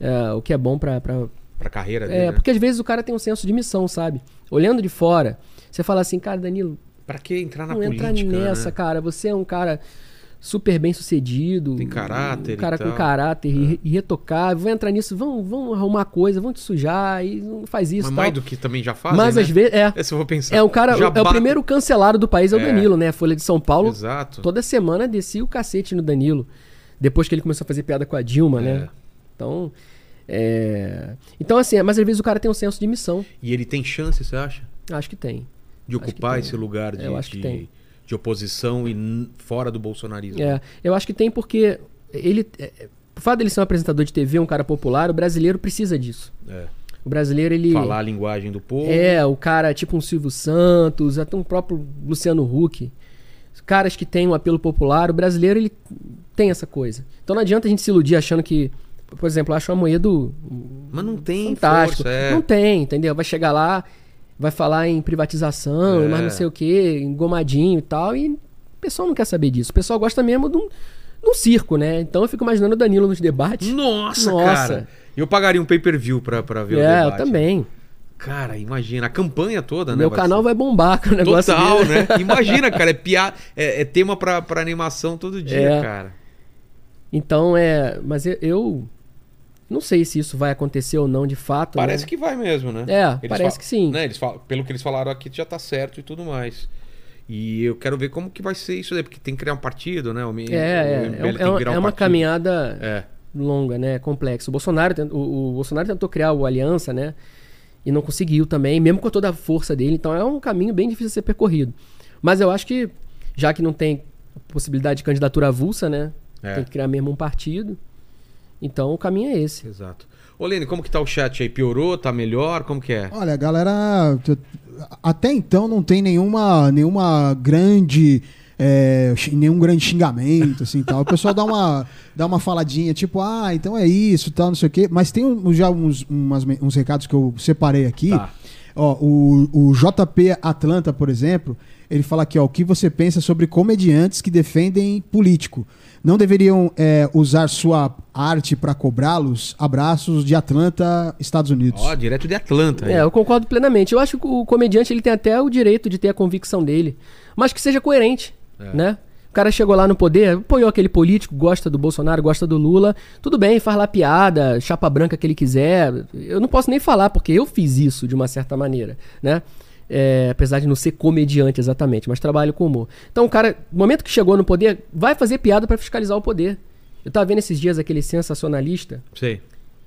Speaker 3: é, o que é bom pra. pra-
Speaker 1: Pra carreira dele,
Speaker 3: É,
Speaker 1: né?
Speaker 3: porque às vezes o cara tem um senso de missão, sabe? Olhando de fora, você fala assim, cara, Danilo,
Speaker 1: Pra que entrar na
Speaker 3: não
Speaker 1: política,
Speaker 3: entra nessa,
Speaker 1: né?
Speaker 3: cara. Você é um cara super bem sucedido.
Speaker 1: Tem caráter então. É.
Speaker 3: Um cara
Speaker 1: e
Speaker 3: com
Speaker 1: tal.
Speaker 3: caráter irre- irretocável. Vai entrar nisso, vão, vão arrumar coisa, vão te sujar e não faz isso.
Speaker 1: Mas
Speaker 3: tal.
Speaker 1: mais do que também já fazem,
Speaker 3: Mas
Speaker 1: né?
Speaker 3: às vezes. É.
Speaker 1: Esse eu vou pensar.
Speaker 3: É o cara.
Speaker 1: Já
Speaker 3: é o
Speaker 1: bate-
Speaker 3: primeiro cancelado do país, é o
Speaker 1: É.
Speaker 3: Danilo, né? A Folha de São Paulo.
Speaker 1: Exato.
Speaker 3: Toda semana descia o cacete no Danilo. Depois que ele começou a fazer piada com a Dilma,
Speaker 1: É.
Speaker 3: né? Então. é. Então, assim, mas às vezes o cara tem um senso de missão.
Speaker 1: E ele tem chance, você acha?
Speaker 3: Acho que tem.
Speaker 1: De
Speaker 3: Acho que
Speaker 1: ocupar
Speaker 3: tem.
Speaker 1: esse lugar de,
Speaker 3: Eu acho que
Speaker 1: de,
Speaker 3: tem.
Speaker 1: de oposição e n- fora do bolsonarismo.
Speaker 3: É, eu acho que tem porque ele. é, é, O fato dele ser um apresentador de TV, um cara popular, o brasileiro precisa disso.
Speaker 1: É.
Speaker 3: O brasileiro, ele.
Speaker 1: Falar a linguagem do povo.
Speaker 3: É, o cara tipo um Silvio Santos, até um próprio Luciano Huck. Os Caras que têm um apelo popular, o brasileiro, ele tem essa coisa. Então não adianta a gente se iludir achando que. Por exemplo, eu acho a Moedo
Speaker 1: Mas não tem
Speaker 3: fantástico.
Speaker 1: força, é.
Speaker 3: Não tem, entendeu? Vai chegar lá, vai falar em privatização,
Speaker 1: É.
Speaker 3: e mais não sei o que, engomadinho e tal, e o pessoal não quer saber disso. O pessoal gosta mesmo de um, de um circo, né? Então eu fico imaginando o Danilo nos debates.
Speaker 1: Nossa,
Speaker 3: Nossa.
Speaker 1: cara. Eu pagaria um pay-per-view pra, pra ver o
Speaker 3: é,
Speaker 1: debate. né?
Speaker 3: eu também.
Speaker 1: Cara, imagina. A campanha toda, né?
Speaker 3: Meu canal vai bombar com o negócio
Speaker 1: Total,
Speaker 3: dele.
Speaker 1: né? Imagina, cara. É, piada, é, é tema pra, pra animação todo dia,
Speaker 3: É.
Speaker 1: cara.
Speaker 3: Então é. Mas eu, eu não sei se isso vai acontecer ou não de fato.
Speaker 1: Parece
Speaker 3: né?
Speaker 1: que vai mesmo, né?
Speaker 3: É, parece
Speaker 1: fa-
Speaker 3: que sim.
Speaker 1: né, eles falam- pelo que eles falaram aqui, já tá certo e tudo mais. E eu quero ver como que vai ser isso daí, porque tem que criar um partido, né? O M-
Speaker 3: É,
Speaker 1: o
Speaker 3: é,
Speaker 1: MBL
Speaker 3: é,
Speaker 1: tem que
Speaker 3: é uma-
Speaker 1: virar um
Speaker 3: é uma
Speaker 1: partido.
Speaker 3: caminhada
Speaker 1: É.
Speaker 3: longa, né? Complexa. O Bolsonaro, tent- o, o Bolsonaro tentou criar o Aliança, né? E não conseguiu também, mesmo com toda a força dele. Então é um caminho bem difícil de ser percorrido. Mas eu acho que, já que não tem possibilidade de candidatura avulsa, né?
Speaker 1: É.
Speaker 3: Tem que criar mesmo um partido. Então o caminho é esse.
Speaker 1: Exato. Ô, Lene, como que tá o chat aí? Piorou? Tá melhor? Como que é?
Speaker 2: Olha, galera, t- até então não tem nenhuma, nenhuma grande. é, xi- nenhum grande xingamento, assim tal. O pessoal dá uma, dá uma faladinha, tipo, ah, então é isso, tal, não sei o quê. Mas tem um- já uns, umas men- uns recados que eu separei aqui. Ó, o, o JP Atlanta, por exemplo, ele fala aqui, ó, o que você pensa sobre comediantes que defendem político? Não deveriam é, usar sua arte para cobrá-los? Abraços de Atlanta, Estados Unidos.
Speaker 1: Ó, direto de Atlanta.
Speaker 3: É,
Speaker 1: aí.
Speaker 3: eu concordo plenamente. Eu acho que o comediante ele tem até o direito de ter a convicção dele, mas que seja coerente, né? O cara chegou lá no poder, apoiou aquele político, gosta do Bolsonaro, gosta do Lula, tudo bem, faz lá piada, chapa branca que ele quiser. Eu não posso nem falar porque eu fiz isso de uma certa maneira, né? É, apesar de não ser comediante exatamente, mas trabalho com humor. Então o cara, no momento que chegou no poder, vai fazer piada pra fiscalizar o poder. Eu tava vendo esses dias aquele sensacionalista,
Speaker 1: Sei.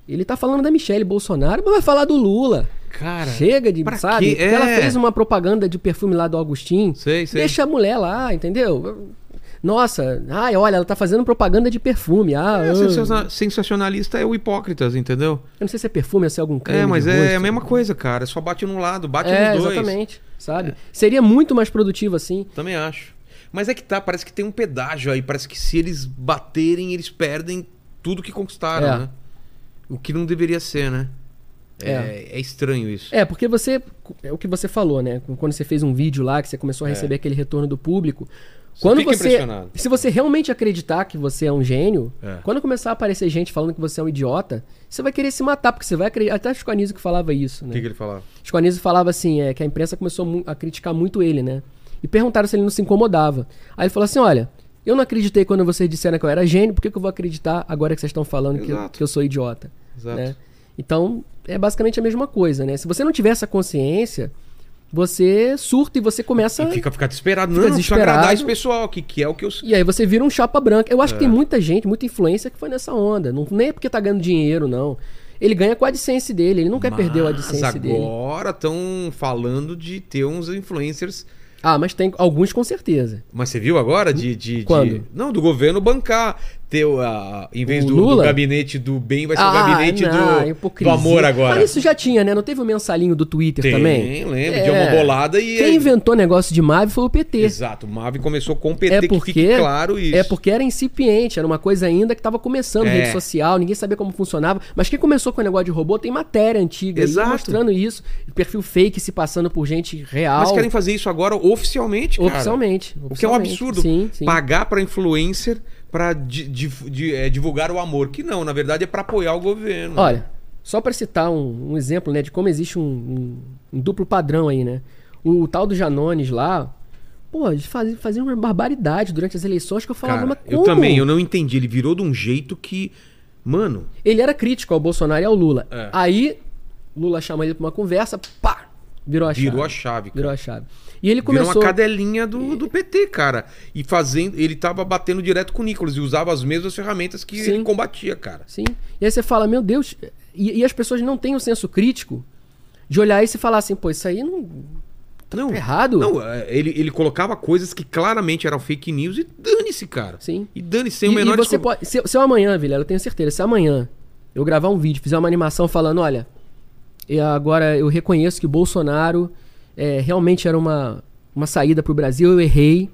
Speaker 3: ele tá falando da Michelle Bolsonaro, mas vai falar do Lula.
Speaker 1: Cara,
Speaker 3: Chega de,
Speaker 1: pra
Speaker 3: sabe?
Speaker 1: quê?
Speaker 3: Porque Ela
Speaker 1: É.
Speaker 3: fez uma propaganda de perfume lá do Agostinho.
Speaker 1: Sei, sei.
Speaker 3: Deixa a mulher lá, entendeu? Nossa, ai, olha, ela tá fazendo propaganda de perfume. Ah,
Speaker 1: É,
Speaker 3: ah.
Speaker 1: sensaciona- sensacionalista é o Hipócritas, entendeu?
Speaker 3: eu não sei se é perfume ou se é algum creme.
Speaker 1: É, mas
Speaker 3: de
Speaker 1: é
Speaker 3: rosto.
Speaker 1: a mesma coisa, cara. Só bate num lado, bate
Speaker 3: É,
Speaker 1: nos dois. É.
Speaker 3: exatamente, sabe? Seria muito mais produtivo assim.
Speaker 1: Também acho. Mas é que tá, parece que tem um pedágio aí. Parece que se eles baterem, eles perdem tudo que conquistaram,
Speaker 3: É.
Speaker 1: né? O que não deveria ser, né? É, é estranho isso.
Speaker 3: É, porque você. É o que você falou, né? Quando você fez um vídeo lá, que você começou a receber aquele retorno do público. Quando
Speaker 1: É. fica
Speaker 3: você.
Speaker 1: impressionado.
Speaker 3: Se você realmente acreditar que você é um gênio,
Speaker 1: É.
Speaker 3: quando começar a aparecer gente falando que você é um idiota, você vai querer se matar, porque você vai acreditar. Até Chico Anísio que falava isso,
Speaker 1: O
Speaker 3: né?
Speaker 1: que, que ele falava?
Speaker 3: Chico Anísio falava assim, é, que a imprensa começou mu- a criticar muito ele, né? e perguntaram se ele não se incomodava. Aí ele falou assim: olha, eu não acreditei quando vocês disseram que eu era gênio, por que, que eu vou acreditar agora que vocês estão falando que eu,
Speaker 1: Exato.
Speaker 3: que eu sou idiota?
Speaker 1: Exato.
Speaker 3: né? Então, é basicamente a mesma coisa, né? Se você não tiver essa consciência, você surta e você começa.
Speaker 1: E fica, fica desesperado. Não,
Speaker 3: Fica
Speaker 1: deixa eu agradar
Speaker 3: desesperado.
Speaker 1: esse pessoal, que, que é o que eu...
Speaker 3: E aí você vira um chapa branca. Eu
Speaker 1: É.
Speaker 3: acho que tem muita gente, muita influência que foi nessa onda. Não, nem é porque tá ganhando dinheiro, não. Ele ganha com a AdSense dele, ele não quer perder o AdSense
Speaker 1: Mas
Speaker 3: dele.
Speaker 1: agora estão falando de ter uns influencers...
Speaker 3: Ah, mas tem alguns com certeza.
Speaker 1: Mas você viu agora de... de, de-
Speaker 3: Quando?
Speaker 1: Não, do governo bancar. Ter, ah, em vez
Speaker 3: O
Speaker 1: do, do
Speaker 3: Lula?
Speaker 1: gabinete do bem, vai ser é o
Speaker 3: Ah,
Speaker 1: gabinete
Speaker 3: não,
Speaker 1: do, do
Speaker 3: hipocrisia.
Speaker 1: amor agora.
Speaker 3: Mas isso já tinha, né? Não teve o mensalinho do Twitter também? É.
Speaker 1: Tem, lembro. Deu uma bolada e... é-
Speaker 3: Quem inventou negócio de Mave foi o PT.
Speaker 1: Exato. O Mavi começou com o PT,
Speaker 3: É
Speaker 1: que fique
Speaker 3: porque-
Speaker 1: claro isso.
Speaker 3: É porque era incipiente, era uma coisa ainda que estava começando,
Speaker 1: É.
Speaker 3: rede social, ninguém sabia como funcionava. Mas quem começou com o negócio de robô tem matéria antiga aí
Speaker 1: Exato.
Speaker 3: mostrando isso, perfil fake se passando por gente real.
Speaker 1: Mas querem fazer isso agora oficialmente, cara.
Speaker 3: oficialmente,
Speaker 1: O que é um
Speaker 3: oficialmente.
Speaker 1: absurdo.
Speaker 3: Sim, sim.
Speaker 1: Pagar pra influencer pra di- di- di- é, divulgar o amor. Que não, na verdade é pra apoiar o governo.
Speaker 3: Olha, só para citar um, um exemplo, né, de como existe um, um- um duplo padrão aí, né? O tal do Janones lá, pô, eles faziam, faziam uma barbaridade durante as eleições que eu falava,
Speaker 1: cara,
Speaker 3: mas como?
Speaker 1: eu também, eu não entendi. Ele virou de um jeito que. Mano,
Speaker 3: Ele era crítico ao Bolsonaro e ao Lula.
Speaker 1: É.
Speaker 3: Aí, Lula chama ele pra uma conversa, pá, virou a chave.
Speaker 1: virou a chave. Cara.
Speaker 3: Virou a chave. E ele
Speaker 1: Virou
Speaker 3: começou...
Speaker 1: uma cadelinha do, do PT, cara. E fazendo. Ele tava batendo direto com o Nicolas e usava as mesmas ferramentas que
Speaker 3: Sim.
Speaker 1: ele combatia, cara.
Speaker 3: Sim. E aí você fala, meu Deus... E, e as pessoas não têm o senso crítico de olhar isso e falar assim, pô, isso aí não...
Speaker 1: Não,
Speaker 3: Tá errado.
Speaker 1: Não, é, ele, ele colocava coisas que claramente eram fake news e dane-se, cara.
Speaker 3: Sim.
Speaker 1: E dane-se, sem o
Speaker 3: e,
Speaker 1: menor
Speaker 3: e você
Speaker 1: desculpa.
Speaker 3: pode, se, se eu amanhã, Vilela, eu tenho certeza, se é amanhã eu gravar um vídeo, fizer uma animação falando, olha, e agora eu reconheço que o Bolsonaro é, realmente era uma, uma saída pro Brasil, eu errei.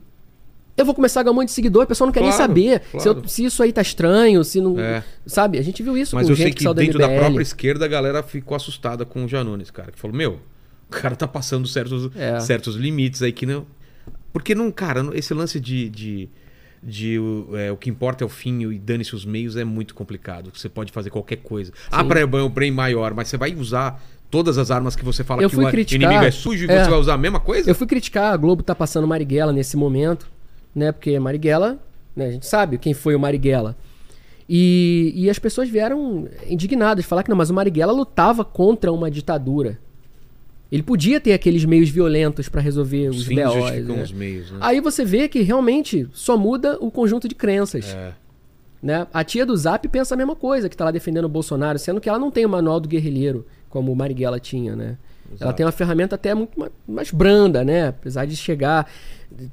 Speaker 3: Eu vou começar a ganhar um monte de seguidor, o pessoal não quer nem
Speaker 1: Claro,
Speaker 3: saber se, eu-
Speaker 1: claro.
Speaker 3: se isso aí tá estranho, se não.
Speaker 1: É.
Speaker 3: Sabe? A gente viu isso
Speaker 1: Mas eu sei que,
Speaker 3: saiu
Speaker 1: dentro da,
Speaker 3: MBL.
Speaker 1: própria esquerda a galera ficou assustada com o Janones, cara. Que falou, meu, o cara tá passando certos,
Speaker 3: É.
Speaker 1: certos limites aí que não... Porque não, cara, não- esse lance de... de, de, o, é, o que importa é o fim e dane-se os meios é muito complicado. Você pode fazer qualquer coisa. Ah, pra é um bem maior, mas você vai usar todas as armas que você fala
Speaker 3: Eu
Speaker 1: que
Speaker 3: fui
Speaker 1: o
Speaker 3: criticar-
Speaker 1: inimigo é sujo e
Speaker 3: É.
Speaker 1: você vai usar a mesma coisa?
Speaker 3: Eu fui criticar, a Globo tá passando Marighella nesse momento, né? Porque Marighella, né, a gente sabe quem foi o Marighella. E, e as pessoas vieram indignadas, falar que não, mas o Marighella lutava contra uma ditadura. Ele podia ter aqueles meios violentos pra resolver os
Speaker 1: Os fins
Speaker 3: BOs.
Speaker 1: justificam
Speaker 3: né?
Speaker 1: os meios, né?
Speaker 3: Aí você vê que realmente só muda o conjunto de crenças. Né? A tia do Zap pensa a mesma coisa, que tá lá defendendo o Bolsonaro, sendo que ela não tem o manual do guerrilheiro, como o Marighella tinha, né? Ela tem uma ferramenta até muito ma- mais branda, né? Apesar de chegar.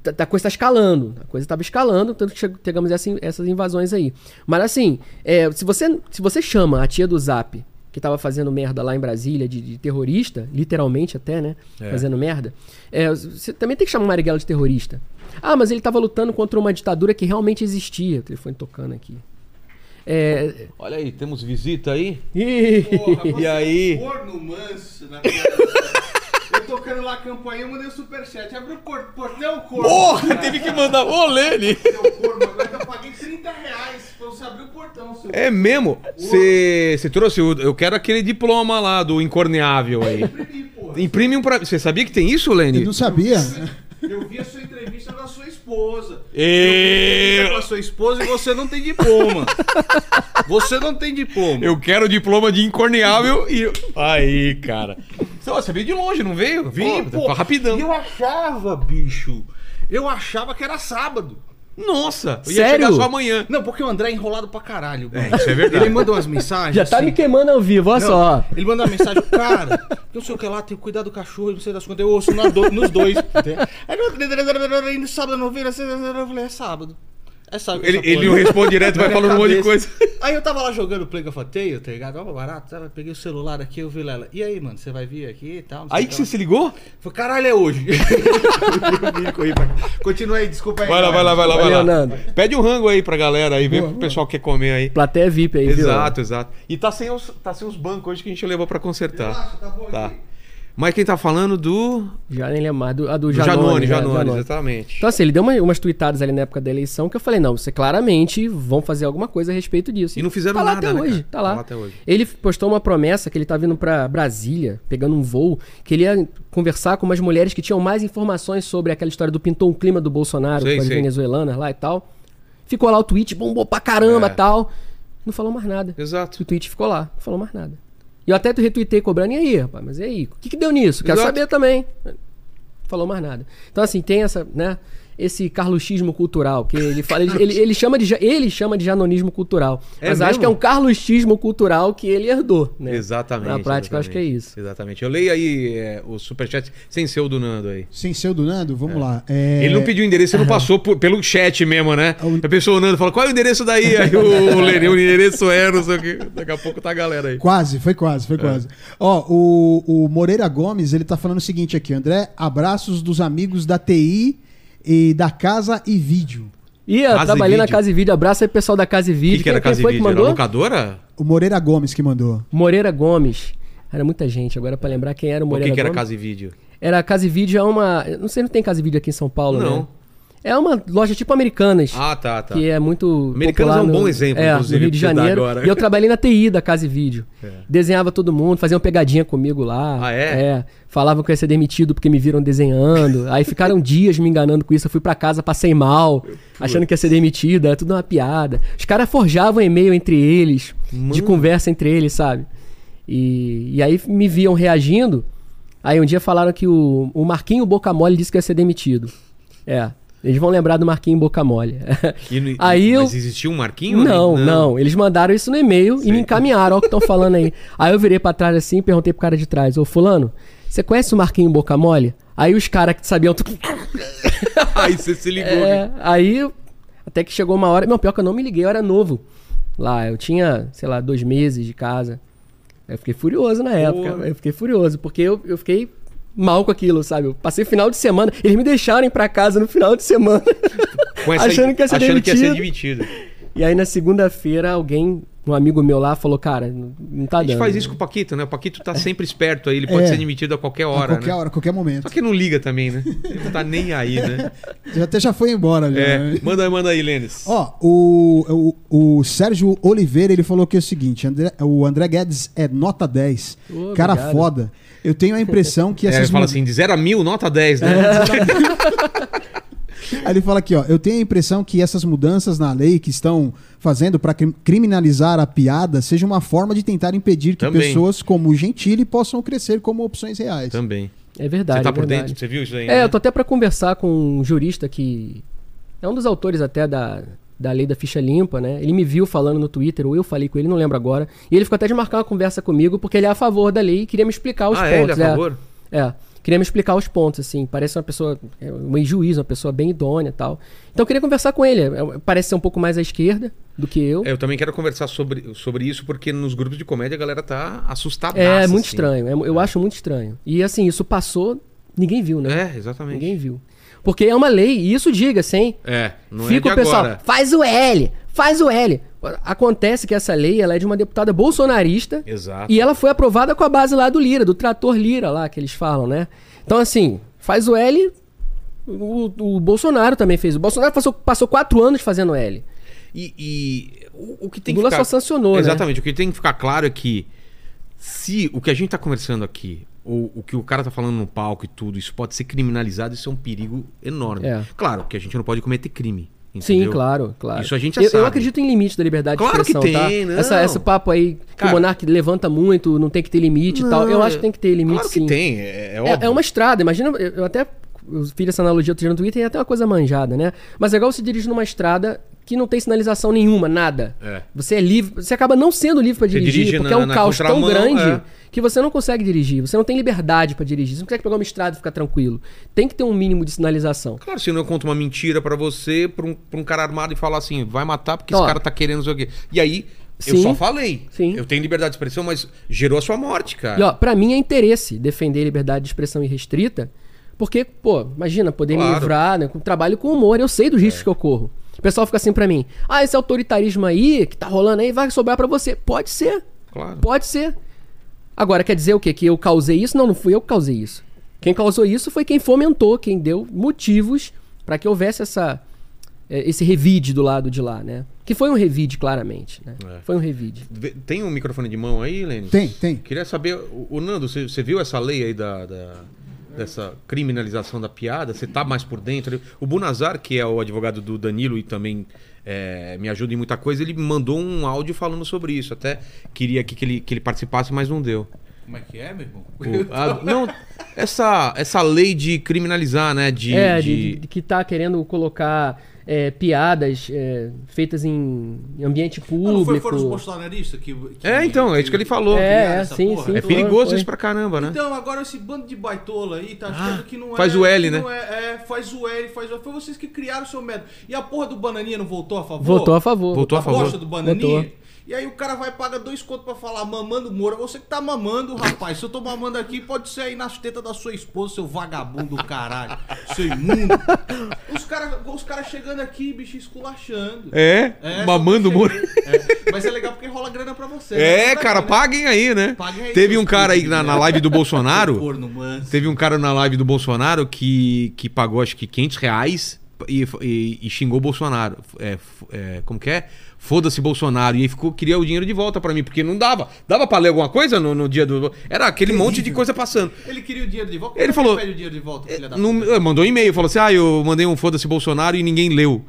Speaker 3: tá- tá- A coisa tá escalando. A coisa estava escalando, tanto que chegou- chegamos a essa in- essas invasões aí. Mas assim, é, se, você, se você chama a tia do Zap, que tava fazendo merda lá em Brasília, de, de terrorista, literalmente até, né? Fazendo merda. é, você também tem que chamar o Marighella de terrorista. Ah, mas ele tava lutando contra uma ditadura que realmente existia. O telefone tocando aqui. É.
Speaker 1: Olha aí, temos visita aí.
Speaker 4: Você
Speaker 1: E aí?
Speaker 4: é um Corno manso na minha Eu tocando lá a campainha, eu mandei um superchat. Abre o por- portão, corno.
Speaker 1: Porra,
Speaker 4: cara.
Speaker 1: teve que mandar. Ô, lê ele!
Speaker 4: Seu corno, agora eu paguei 30 reais pra você abrir o portão, seu
Speaker 1: É mesmo? Você trouxe o. Eu quero aquele diploma lá do incorneável aí.
Speaker 4: Ih, porra.
Speaker 1: Imprime um pra. Você sabia que tem isso,
Speaker 2: Eu
Speaker 1: Lenny?
Speaker 2: não sabia.
Speaker 4: Eu vi a sua entrevista da sua esposa.
Speaker 1: Eu-
Speaker 4: Eu vi a entrevista com a sua esposa e você não tem diploma. Você não tem diploma.
Speaker 1: Eu quero o diploma de incorneável e. Aí, cara. Você ó, você veio de longe, não veio? Vim,
Speaker 4: pô.
Speaker 1: pô, tá rapidão.
Speaker 4: E eu achava, bicho. Eu achava que era sábado.
Speaker 1: Nossa, eu ia
Speaker 3: Sério?
Speaker 1: chegar só amanhã.
Speaker 4: Não, porque o André é enrolado pra caralho. mano.
Speaker 1: É, isso é verdade.
Speaker 4: Ele manda umas mensagens. assim
Speaker 3: Já tá me queimando ao vivo, olha
Speaker 4: Não,
Speaker 3: só.
Speaker 4: Ele manda uma mensagem, cara, não sei o que lá, tem que cuidar do cachorro, não sei das contas. Eu ouço na do- nos dois. Aí no- no sábado não vira, eu falei, é sábado. É sábado. que
Speaker 1: Ele,
Speaker 4: essa
Speaker 1: ele não
Speaker 4: porra.
Speaker 1: responde direto, vai
Speaker 4: Na minha
Speaker 1: falando um monte de coisa.
Speaker 4: cabeça. Aí eu tava lá jogando Play of Tale, tá ligado? Ó, barato, tava, peguei o celular aqui, eu vi ela. E aí, mano, você vai vir aqui e tal? não sei
Speaker 1: Aí
Speaker 4: o
Speaker 1: que
Speaker 4: lá.
Speaker 1: você se ligou?
Speaker 4: Falei, caralho, é hoje. Eu vim, corri pra cá. Continua aí, desculpa aí.
Speaker 1: Vai lá, vai lá, vai lá, vai
Speaker 3: Valeu,
Speaker 1: lá.
Speaker 3: Nando.
Speaker 1: Pede um rango aí pra galera aí, vê pro pessoal que quer comer aí.
Speaker 3: Plateia VIP aí, viu?
Speaker 1: Exato, exato. E tá sem, os, tá sem os bancos hoje que a gente levou pra consertar.
Speaker 4: Relaxa, tá bom
Speaker 1: Tá.
Speaker 4: aqui.
Speaker 1: Mas quem tá falando do.
Speaker 3: Já nem lembro mais. Do, a do
Speaker 1: do Janone, Janone,
Speaker 3: Janone. né? Janone.
Speaker 1: exatamente.
Speaker 3: Então, assim, ele deu uma- umas tweetadas ali na época da eleição que eu falei, não, você claramente vão fazer alguma coisa a respeito disso.
Speaker 1: E não fizeram
Speaker 3: tá lá
Speaker 1: nada,
Speaker 3: até
Speaker 1: né,
Speaker 3: hoje.
Speaker 1: cara?
Speaker 3: Tá, lá.
Speaker 1: Tá lá até hoje.
Speaker 3: Ele postou uma promessa que ele tá vindo pra Brasília, pegando um voo, que ele ia conversar com umas mulheres que tinham mais informações sobre aquela história do pintou um clima do Bolsonaro,
Speaker 1: Sei,
Speaker 3: com as
Speaker 1: sei.
Speaker 3: venezuelanas lá e tal. Ficou lá o tweet, bombou pra caramba
Speaker 1: É.
Speaker 3: tal. Não falou mais nada.
Speaker 1: Exato.
Speaker 3: O tweet ficou lá, não falou mais nada. E eu até retuitei cobrando, e aí, rapaz, mas e aí? O que, que deu nisso? Quero
Speaker 1: Exato.
Speaker 3: saber também. Falou mais nada. Então, assim, tem essa, né? Esse carluxismo cultural, que ele fala, ele, ele, ele chama de, ja- ele chama de janonismo cultural.
Speaker 1: É
Speaker 3: mas
Speaker 1: mesmo?
Speaker 3: acho que é um carluxismo cultural que ele herdou, né?
Speaker 1: Exatamente.
Speaker 3: Na prática, eu acho que é
Speaker 1: exatamente.
Speaker 3: isso.
Speaker 1: Exatamente. Eu leio aí é, o superchat sem ser o do Nando aí.
Speaker 2: Sem ser o do Nando, vamos lá. É,
Speaker 1: Ele não pediu o endereço, ele não passou por- pelo chat mesmo, né?
Speaker 3: um-
Speaker 2: O-
Speaker 1: A pessoa, o Nando, fala, qual é o endereço daí? Aí o Lenê, o endereço é, não sei o quê. Daqui a pouco tá a galera aí.
Speaker 2: Quase, foi quase,
Speaker 1: É.
Speaker 2: foi quase. Ó, o, o Moreira Gomes, ele tá falando o seguinte aqui, André, abraços dos amigos da TI e da Casa e Vídeo.
Speaker 3: E eu
Speaker 1: Casa e
Speaker 3: trabalhei na
Speaker 1: Vídeo.
Speaker 3: Casa e Vídeo, abraço aí pessoal da Casa e
Speaker 1: O
Speaker 3: Vídeo.
Speaker 1: que, que era
Speaker 3: Quem- quem
Speaker 1: casa e
Speaker 3: foi
Speaker 1: vídeo?
Speaker 3: que
Speaker 1: Era
Speaker 3: mandou?
Speaker 1: locadora?
Speaker 2: O Moreira Gomes que mandou.
Speaker 3: Moreira Gomes. Era muita gente, agora pra lembrar quem era o
Speaker 1: O
Speaker 3: Moreira
Speaker 1: É. que, que era
Speaker 3: Gomes.
Speaker 1: casa e vídeo?
Speaker 3: Era a Casa e Vídeo, é uma. eu Não sei, não tem Casa e Vídeo aqui em São Paulo,
Speaker 1: Não.
Speaker 3: né? É uma loja tipo Americanas.
Speaker 1: Ah, tá, tá.
Speaker 3: Que é muito.
Speaker 1: Americanas
Speaker 3: popular
Speaker 1: é um bom
Speaker 3: no-
Speaker 1: exemplo,
Speaker 3: é,
Speaker 1: inclusive,
Speaker 3: No Rio de
Speaker 1: pra você dar
Speaker 3: Janeiro.
Speaker 1: agora. É.
Speaker 3: E eu trabalhei na TI da Casa e Vídeo. Desenhava todo mundo, fazia uma pegadinha comigo lá.
Speaker 1: Ah, é?
Speaker 3: Falavam que eu ia ser demitido porque me viram desenhando. Aí ficaram dias me enganando com isso. Eu fui pra casa, passei mal, achando que ia ser demitido. Era tudo uma piada. Os caras forjavam e-mail entre eles, de conversa entre eles, sabe? E, e aí me viam reagindo. Aí um dia falaram que o, o Marquinho Boca Mole disse que ia ser demitido. É. Eles vão lembrar do Marquinho Boca Mole.
Speaker 1: E no-
Speaker 3: aí eu.
Speaker 1: Mas existia um marquinho?
Speaker 3: Não, não, Eles mandaram isso no e-mail e me encaminharam, ó, o que estão falando aí. aí eu virei pra trás assim e perguntei pro cara de trás: Ô, Fulano, você conhece o Marquinho Boca Mole? Aí os caras que sabiam. tu-
Speaker 1: Aí você se ligou. né?
Speaker 3: É, aí eu- até que chegou uma hora. Não, pior que eu não me liguei, eu era novo. Lá, eu tinha, sei lá, dois meses de casa. Eu fiquei furioso na época. Eu fiquei furioso, porque eu, eu fiquei mal com aquilo, sabe? Eu passei o final de semana. Eles me deixaram ir pra casa no final de semana.
Speaker 1: Com essa-
Speaker 3: achando que ia ser
Speaker 1: achando que ia ser
Speaker 3: demitido.
Speaker 1: demitido.
Speaker 3: E aí na segunda-feira alguém, um amigo meu lá, falou, cara, não não tá
Speaker 1: A gente
Speaker 3: dando.
Speaker 1: faz isso com o Paquito, né? O Paquito tá sempre esperto aí, ele pode
Speaker 2: É.
Speaker 1: ser demitido a qualquer
Speaker 2: a
Speaker 1: hora,
Speaker 2: qualquer
Speaker 1: né?
Speaker 2: hora, a qualquer momento.
Speaker 1: Só que não liga também, né? Ele não tá nem aí, né?
Speaker 2: Já até já foi embora, já. né?
Speaker 1: É, manda aí, manda aí, Lênis.
Speaker 2: Ó, o, o, o Sérgio Oliveira, ele falou que é o seguinte, André- o André Guedes é nota 10,
Speaker 3: Ô,
Speaker 2: cara
Speaker 3: obrigado.
Speaker 2: foda. Eu tenho a impressão que
Speaker 1: É, ele
Speaker 2: essas...
Speaker 1: fala
Speaker 2: mu-
Speaker 1: assim, de 0 a mil, nota 10, né?
Speaker 3: É.
Speaker 2: Aí ele fala aqui, ó, eu tenho a impressão que essas mudanças na lei que estão fazendo para criminalizar a piada seja uma forma de tentar impedir que
Speaker 1: Também.
Speaker 2: pessoas como o Gentili possam crescer como opções reais.
Speaker 1: Também.
Speaker 3: É verdade.
Speaker 1: você tá
Speaker 3: é
Speaker 1: por
Speaker 3: verdade.
Speaker 1: dentro, você viu isso aí?
Speaker 3: É,
Speaker 1: né?
Speaker 3: eu tô até pra conversar com um jurista que é um dos autores até da, da lei da ficha limpa, né? Ele me viu falando no Twitter, ou eu falei com ele, não lembro agora. E ele ficou até de marcar uma conversa comigo, porque ele é a favor da lei e queria me explicar os
Speaker 1: Ah, é? Ele é a
Speaker 3: pontos.
Speaker 1: favor?
Speaker 3: É. Queria me explicar os pontos, assim. Parece uma pessoa, é, um ex-juiz, uma pessoa bem idônea e tal. Então eu queria conversar com ele. É, Parece ser um pouco mais à esquerda do que eu.
Speaker 1: É, eu também quero conversar sobre, sobre isso, porque nos grupos de comédia a galera tá assustada.
Speaker 3: É, muito
Speaker 1: assim.
Speaker 3: estranho. é mu- eu acho muito estranho. E assim, isso passou, ninguém viu, né?
Speaker 1: É, exatamente.
Speaker 3: Ninguém viu. Porque é uma lei, e isso diga-se, hein?
Speaker 1: É, não
Speaker 3: Fica
Speaker 1: é
Speaker 3: o
Speaker 1: de
Speaker 3: pessoal,
Speaker 1: agora.
Speaker 3: faz o L, faz o L. Acontece que essa lei ela é de uma deputada bolsonarista
Speaker 1: Exato.
Speaker 3: e ela foi aprovada com a base lá do Lira, do trator Lira lá que eles falam, né? Então, assim, faz o L. O, o Bolsonaro também fez. O Bolsonaro passou, passou quatro anos fazendo L.
Speaker 1: E, e o, o que tem
Speaker 3: Lula
Speaker 1: que ficar...
Speaker 3: só sancionou, né?
Speaker 1: Exatamente. O que tem que ficar claro é que se o que a gente tá conversando aqui, ou o que o cara tá falando no palco e tudo, isso pode ser criminalizado, isso é um perigo enorme.
Speaker 3: É.
Speaker 1: Claro que a gente não pode cometer crime.
Speaker 3: Sim,
Speaker 1: entendeu?
Speaker 3: claro, claro.
Speaker 1: Isso a gente já
Speaker 3: eu,
Speaker 1: sabe.
Speaker 3: eu acredito em limite da liberdade
Speaker 1: Claro
Speaker 3: de
Speaker 1: que
Speaker 3: expressão,
Speaker 1: tem,
Speaker 3: tá?
Speaker 1: não.
Speaker 3: Essa, esse papo aí que
Speaker 1: Cara-
Speaker 3: o Monark levanta muito, não tem que ter limite e tal. Eu
Speaker 1: Não,
Speaker 3: acho que tem que ter limite
Speaker 1: Claro
Speaker 3: sim.
Speaker 1: que tem, é, é
Speaker 3: É-
Speaker 1: óbvio.
Speaker 3: É, uma estrada, imagina, eu eu até eu fiz essa analogia outro dia no Twitter e é até uma coisa manjada, né? Mas é igual você dirige numa estrada que não tem sinalização nenhuma, nada.
Speaker 1: É.
Speaker 3: Você é livre, você acaba não sendo livre pra
Speaker 1: Você
Speaker 3: dirigir,
Speaker 1: dirige
Speaker 3: porque
Speaker 1: na-
Speaker 3: é um
Speaker 1: na
Speaker 3: caos tão
Speaker 1: contramão,
Speaker 3: grande
Speaker 1: é.
Speaker 3: que você não consegue dirigir, você não tem liberdade pra dirigir, você não consegue pegar uma estrada e ficar tranquilo. Tem que ter um mínimo de sinalização.
Speaker 1: Claro, senão eu conto uma mentira pra você, pra um, pra um cara armado e falar assim, vai matar porque esse
Speaker 3: Ó.
Speaker 1: cara tá querendo não sei o quê. E aí, eu
Speaker 3: Sim.
Speaker 1: só falei.
Speaker 3: Sim.
Speaker 1: Eu tenho liberdade de expressão, mas gerou a sua morte, cara.
Speaker 3: E ó, pra mim é interesse defender liberdade de expressão irrestrita, porque, pô, imagina, poder
Speaker 1: Claro.
Speaker 3: me livrar, né? com- Trabalho com humor, eu sei dos riscos que eu corro. O pessoal fica assim pra mim, ah, esse autoritarismo aí que tá rolando aí vai sobrar pra você. Pode ser,
Speaker 1: Claro.
Speaker 3: pode ser. Agora, quer dizer o quê? Que eu causei isso? Não, não fui eu que causei isso. Quem causou isso foi quem fomentou, quem deu motivos para que houvesse essa, eh, esse revide do lado de lá, né? Que foi um revide, claramente. né? Foi um revide.
Speaker 1: Vê- Tem um microfone de mão aí, Lênin?
Speaker 2: Tem, tem.
Speaker 1: Queria saber, o o Nando, você você viu essa lei aí da, da- dessa criminalização da piada? Você tá mais por dentro? O Bunazar, que é o advogado do Danilo e também é, me ajuda em muita coisa, ele me mandou um áudio falando sobre isso. Até queria aqui que ele, que ele participasse, mas não deu.
Speaker 4: Como é que é, meu irmão?
Speaker 1: O- a- não, essa, essa lei de criminalizar, né? De,
Speaker 3: é, de,
Speaker 1: de-
Speaker 3: de- de que tá querendo colocar eh, piadas eh, feitas em em ambiente
Speaker 4: Ah, não foi,
Speaker 3: público.
Speaker 4: foram os bolsonaristas que, que-
Speaker 1: É, então, é isso que ele falou.
Speaker 3: É, é,
Speaker 4: essa
Speaker 3: sim,
Speaker 4: porra?
Speaker 3: sim.
Speaker 1: É
Speaker 3: foi,
Speaker 1: perigoso
Speaker 3: foi.
Speaker 1: isso pra caramba, né?
Speaker 4: Então, agora esse bando de baitola aí tá achando que não é.
Speaker 1: Ah, faz o L,
Speaker 4: que
Speaker 1: né?
Speaker 4: não É, é, faz o L, faz o L. Foi vocês que criaram o seu método. E a porra do bananinha não voltou a favor?
Speaker 3: Votou a favor.
Speaker 1: Votou a
Speaker 4: a
Speaker 1: favor.
Speaker 4: bosta do bananinha?
Speaker 3: Votou.
Speaker 4: E aí o cara vai pagar dois contos pra falar mamando Moura. Você que tá mamando, rapaz. Se eu tô mamando aqui, pode ser aí nas tetas da sua esposa, seu vagabundo do caralho. Seu imundo. Os caras os cara chegando aqui, bicho, esculachando.
Speaker 1: É,
Speaker 4: É,
Speaker 1: mamando o
Speaker 4: só
Speaker 1: muro.
Speaker 4: que cheguei- é, mas é legal porque rola grana pra você.
Speaker 1: É,
Speaker 4: né?
Speaker 1: cara,
Speaker 4: Né?
Speaker 1: paguem aí, né?
Speaker 4: Paguem aí
Speaker 1: Teve
Speaker 4: seus
Speaker 1: um cara aí
Speaker 4: putos,
Speaker 1: na,
Speaker 4: né?
Speaker 1: na live do Bolsonaro.
Speaker 4: Corno, mano.
Speaker 1: Teve um cara na live do Bolsonaro que, que pagou acho que 500 reais e, e- e xingou o Bolsonaro. É, f- é, como que é? Foda-se Bolsonaro. E aí ficou, queria o dinheiro de volta pra mim, porque não dava. Dava pra ler alguma coisa no, no dia do. Era aquele monte de coisa passando.
Speaker 4: Ele queria o dinheiro de volta.
Speaker 1: Ele
Speaker 4: Como
Speaker 1: falou-
Speaker 4: que pede o dinheiro de volta, filha da
Speaker 1: Não-
Speaker 4: puta?
Speaker 1: eh, mandou um e-mail, falou assim: ah, eu mandei um foda-se Bolsonaro e ninguém leu.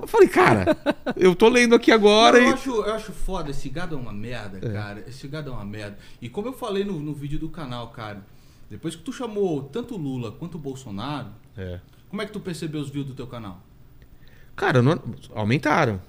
Speaker 1: Eu falei, cara, eu tô lendo aqui agora
Speaker 4: eu,
Speaker 1: e.
Speaker 4: acho, eu acho foda, esse gado é uma merda, cara. Esse gado é uma merda. E como eu falei no, no vídeo do canal, cara, depois que tu chamou tanto o Lula quanto o Bolsonaro,
Speaker 1: É.
Speaker 4: como é que tu percebeu os views do teu canal?
Speaker 1: Cara, não- aumentaram.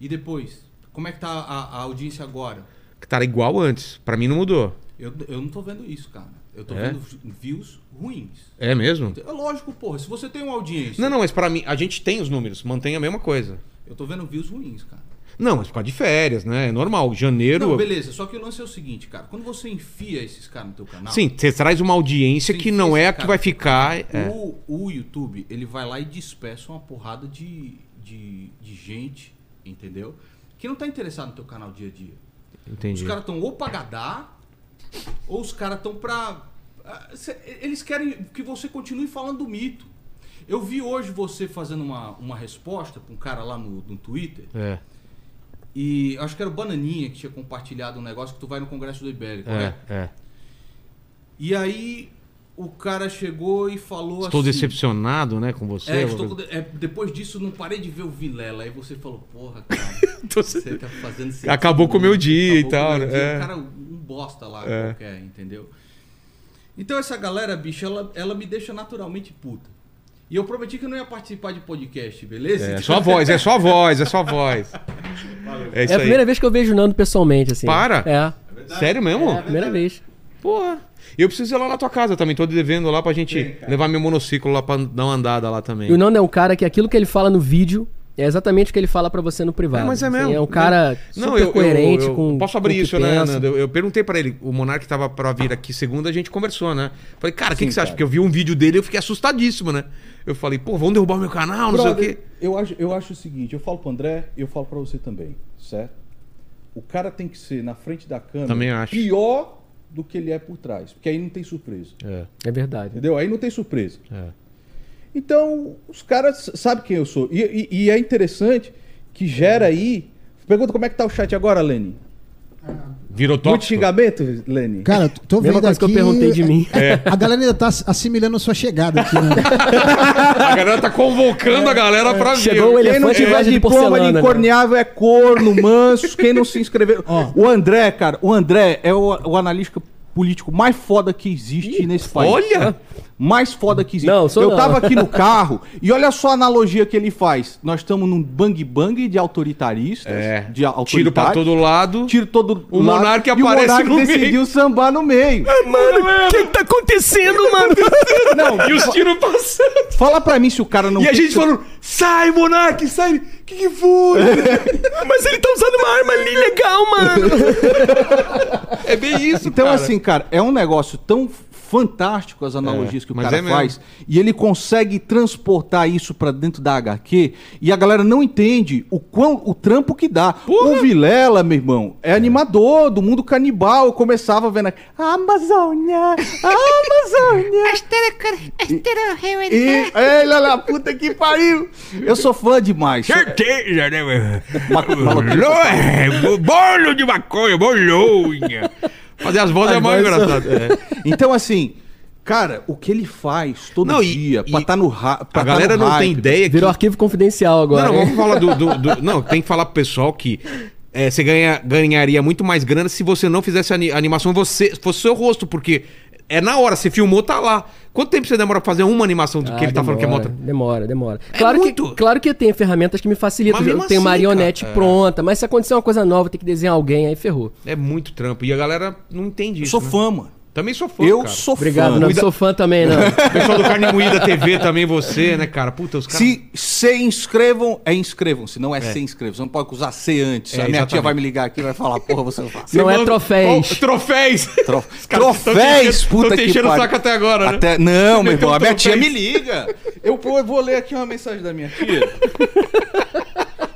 Speaker 4: E depois, como é que tá a, a audiência agora?
Speaker 1: que tá igual antes. Pra mim não mudou.
Speaker 4: Eu, eu não tô vendo isso, cara. Eu tô
Speaker 1: É?
Speaker 4: vendo views ruins.
Speaker 1: É mesmo?
Speaker 4: É lógico, porra, se você tem uma audiência,
Speaker 1: Não, não, mas pra mim, a gente tem os números, mantém a mesma coisa.
Speaker 4: eu tô vendo views ruins, cara.
Speaker 1: Não, mas por causa de férias, né? É normal. Janeiro.
Speaker 4: Não, beleza, só que o lance é o seguinte, cara. Quando você enfia esses caras no teu canal,
Speaker 1: Sim, você traz uma audiência
Speaker 4: Sim,
Speaker 1: que não é a
Speaker 4: esse
Speaker 1: que
Speaker 4: cara.
Speaker 1: vai ficar. É.
Speaker 4: O, o YouTube, ele vai lá e dispersa uma porrada de, de, de gente, entendeu? Que não tá interessado no teu canal dia a dia. Os
Speaker 1: Entendi.
Speaker 4: caras estão ou pra gadar, ou os caras estão pra. ah, cê- Eles querem que você continue falando do mito. Eu vi hoje você fazendo uma, uma resposta pra um cara lá no, no Twitter,
Speaker 1: É.
Speaker 4: e acho que era o Bananinha que tinha compartilhado um negócio que tu vai no Congresso do Ibérico, né?
Speaker 1: É, é.
Speaker 4: E aí o cara chegou e falou
Speaker 1: Estou
Speaker 4: assim.
Speaker 1: decepcionado, né, com você.
Speaker 4: É,
Speaker 1: uma
Speaker 4: estou
Speaker 1: coisa-
Speaker 4: com- é, depois disso não parei de ver o Vilela. Aí você falou, porra, cara,
Speaker 1: Tô-
Speaker 4: você tá fazendo isso.
Speaker 1: Acabou com o meu dia e tal,
Speaker 4: né?
Speaker 1: é.
Speaker 4: Um cara, um bosta lá qualquer, entendeu? Então essa galera, bicho, ela, ela me deixa naturalmente puta. E eu prometi que eu não ia participar de podcast, beleza?
Speaker 1: É
Speaker 4: Então-
Speaker 1: só a voz, é só a voz, é só a voz. É
Speaker 3: É
Speaker 1: isso
Speaker 3: a
Speaker 1: aí.
Speaker 3: primeira vez que eu vejo o Nando pessoalmente, assim.
Speaker 1: Para.
Speaker 3: É.
Speaker 1: Sério mesmo?
Speaker 3: É a
Speaker 4: né?
Speaker 3: primeira vez.
Speaker 1: Porra. Eu preciso ir lá na tua casa também, tô devendo lá pra gente levar meu monociclo lá pra dar uma andada lá também.
Speaker 3: E o Nando é um cara que aquilo que ele fala no vídeo é exatamente o que ele fala pra você no privado.
Speaker 1: É, mas é
Speaker 3: assim,
Speaker 1: mesmo.
Speaker 3: É um cara
Speaker 1: Não,
Speaker 3: super
Speaker 1: eu- eu-
Speaker 3: coerente
Speaker 1: eu,
Speaker 3: com.
Speaker 1: Posso
Speaker 3: com o
Speaker 1: abrir
Speaker 3: que
Speaker 1: isso, né,
Speaker 3: pensa.
Speaker 1: Nando? Eu, eu perguntei pra ele, o Monark tava pra vir aqui segunda, a gente conversou, né? Falei, cara, o que, que você acha? Porque eu vi um vídeo dele e eu fiquei assustadíssimo, né? Eu falei, pô, vão derrubar o meu canal, não sei o
Speaker 9: Brother,
Speaker 1: quê.
Speaker 9: Eu acho, eu acho o seguinte, eu falo pro André e eu falo pra você também, certo? O cara tem que ser na frente da câmera
Speaker 1: Também acho.
Speaker 9: pior do que ele é por trás, porque aí não tem surpresa.
Speaker 3: É verdade.
Speaker 9: Entendeu? Aí não tem surpresa.
Speaker 1: É.
Speaker 9: Então, os caras sabem quem eu sou. E, e- e é interessante que gera aí. Pergunta como é que tá o chat agora, Lenny.
Speaker 1: Virou
Speaker 9: Muito
Speaker 1: tóxico.
Speaker 9: xingamento, Lenny?
Speaker 2: Cara, t- tô vendo
Speaker 3: Mesma coisa
Speaker 2: aqui...
Speaker 3: que eu perguntei de mim.
Speaker 1: É.
Speaker 2: A galera ainda tá assimilando sua chegada aqui, né?
Speaker 1: A galera tá convocando a galera pra vir.
Speaker 3: Chegou o
Speaker 9: Quem não
Speaker 3: elefante em
Speaker 9: tiver
Speaker 3: vez é de
Speaker 9: diploma de
Speaker 3: porcelana. né?
Speaker 9: incorneável é corno, manso. Quem não se inscreveu. o André, cara, o André é o, o analista político mais foda que existe nesse país.
Speaker 1: olha!
Speaker 9: Mais foda que existe.
Speaker 3: Não, sou
Speaker 9: Eu
Speaker 3: não.
Speaker 9: tava aqui no carro e olha só a analogia que ele faz. Nós estamos num bang-bang de autoritaristas.
Speaker 1: É.
Speaker 9: De autoritários.
Speaker 1: Tiro pra todo lado.
Speaker 9: Tiro todo
Speaker 1: O monarca
Speaker 9: e o
Speaker 1: aparece
Speaker 9: monarca
Speaker 1: no meio.
Speaker 9: decidiu sambar no meio.
Speaker 3: Ah, Mano, o que tá acontecendo, mano?
Speaker 9: Não,
Speaker 1: E os tiros passando.
Speaker 9: fala pra mim se o cara não...
Speaker 1: Então, E a gente falando, sai, Monark, sai. Que que foi?
Speaker 3: Mas ele tá usando uma arma ali legal, mano.
Speaker 1: É bem isso,
Speaker 9: Então,
Speaker 1: cara.
Speaker 9: assim, cara, é um negócio tão
Speaker 4: fantástico as analogias que o
Speaker 1: mas
Speaker 4: cara
Speaker 1: é mesmo.
Speaker 4: faz. E ele consegue transportar isso pra dentro da HQ. E a galera não entende o quão o trampo que dá. O Vilela, meu irmão, é animador do mundo canibal. Eu começava vendo a a Amazônia, a Amazônia. e, é, olha lá, puta que pariu. Eu sou fã demais.
Speaker 1: Certeza, né, meu?
Speaker 4: Ma- maloqueiro.
Speaker 1: Lo- Bolo de maconha, bolonha. Fazer as vozes é mais engraçado.
Speaker 4: Então, assim, cara, o que ele faz todo
Speaker 1: Não, e-
Speaker 4: dia pra
Speaker 1: e
Speaker 4: tá no ra- pra
Speaker 1: A
Speaker 4: tá
Speaker 1: galera
Speaker 4: no
Speaker 1: não
Speaker 4: hype,
Speaker 1: tem ideia que
Speaker 3: Virou arquivo confidencial agora.
Speaker 4: é.
Speaker 1: Não, não,
Speaker 3: hein?
Speaker 1: vamos falar do, do- do- Não, tem que falar pro pessoal que é, você ganha, ganharia muito mais grana se você não fizesse a ani- animação, você fosse seu rosto, porque é na hora, você filmou, tá lá. Quanto tempo você demora pra fazer uma animação do
Speaker 3: Ah,
Speaker 1: que ele tá falando que é
Speaker 3: demora,
Speaker 1: moto?
Speaker 3: Demora, demora.
Speaker 1: É
Speaker 3: claro,
Speaker 1: muito.
Speaker 3: que, claro que eu tenho ferramentas que me facilitam.
Speaker 1: Mas
Speaker 3: Eu
Speaker 1: mesmo
Speaker 3: tenho
Speaker 1: assim,
Speaker 3: marionete
Speaker 1: cara, é.
Speaker 3: pronta, mas se acontecer uma coisa nova, tem que desenhar alguém, aí ferrou.
Speaker 1: É muito trampo. E a galera não entende
Speaker 4: Eu
Speaker 1: isso.
Speaker 4: sou
Speaker 1: né?
Speaker 4: fã, mano.
Speaker 1: Também sou fã.
Speaker 4: Eu
Speaker 1: cara.
Speaker 4: sou
Speaker 3: Obrigado,
Speaker 4: fã.
Speaker 3: não
Speaker 1: Cuida-
Speaker 3: sou fã também, não.
Speaker 1: Pessoal do Carne Moída TV também, você, né, cara? Puta, os caras.
Speaker 4: Se se inscrevam, é inscrevam. Se não é, se inscrevam. Você não pode usar se antes.
Speaker 1: É,
Speaker 4: a minha tia
Speaker 1: exatamente.
Speaker 4: vai me ligar aqui e vai falar, porra, você um não faz.
Speaker 3: não é
Speaker 1: Mano,
Speaker 3: troféis.
Speaker 1: oh, troféis! Os caras tão te
Speaker 4: Troféus,
Speaker 1: enchendo-
Speaker 4: puta
Speaker 1: tão te
Speaker 4: que
Speaker 1: enchendo o
Speaker 4: pariu.
Speaker 1: saco até agora, né?
Speaker 4: Até- Não, meu
Speaker 1: meteu
Speaker 4: irmão, a minha tia me
Speaker 1: troféus.
Speaker 4: liga. Eu vou, eu vou ler aqui uma mensagem da minha tia.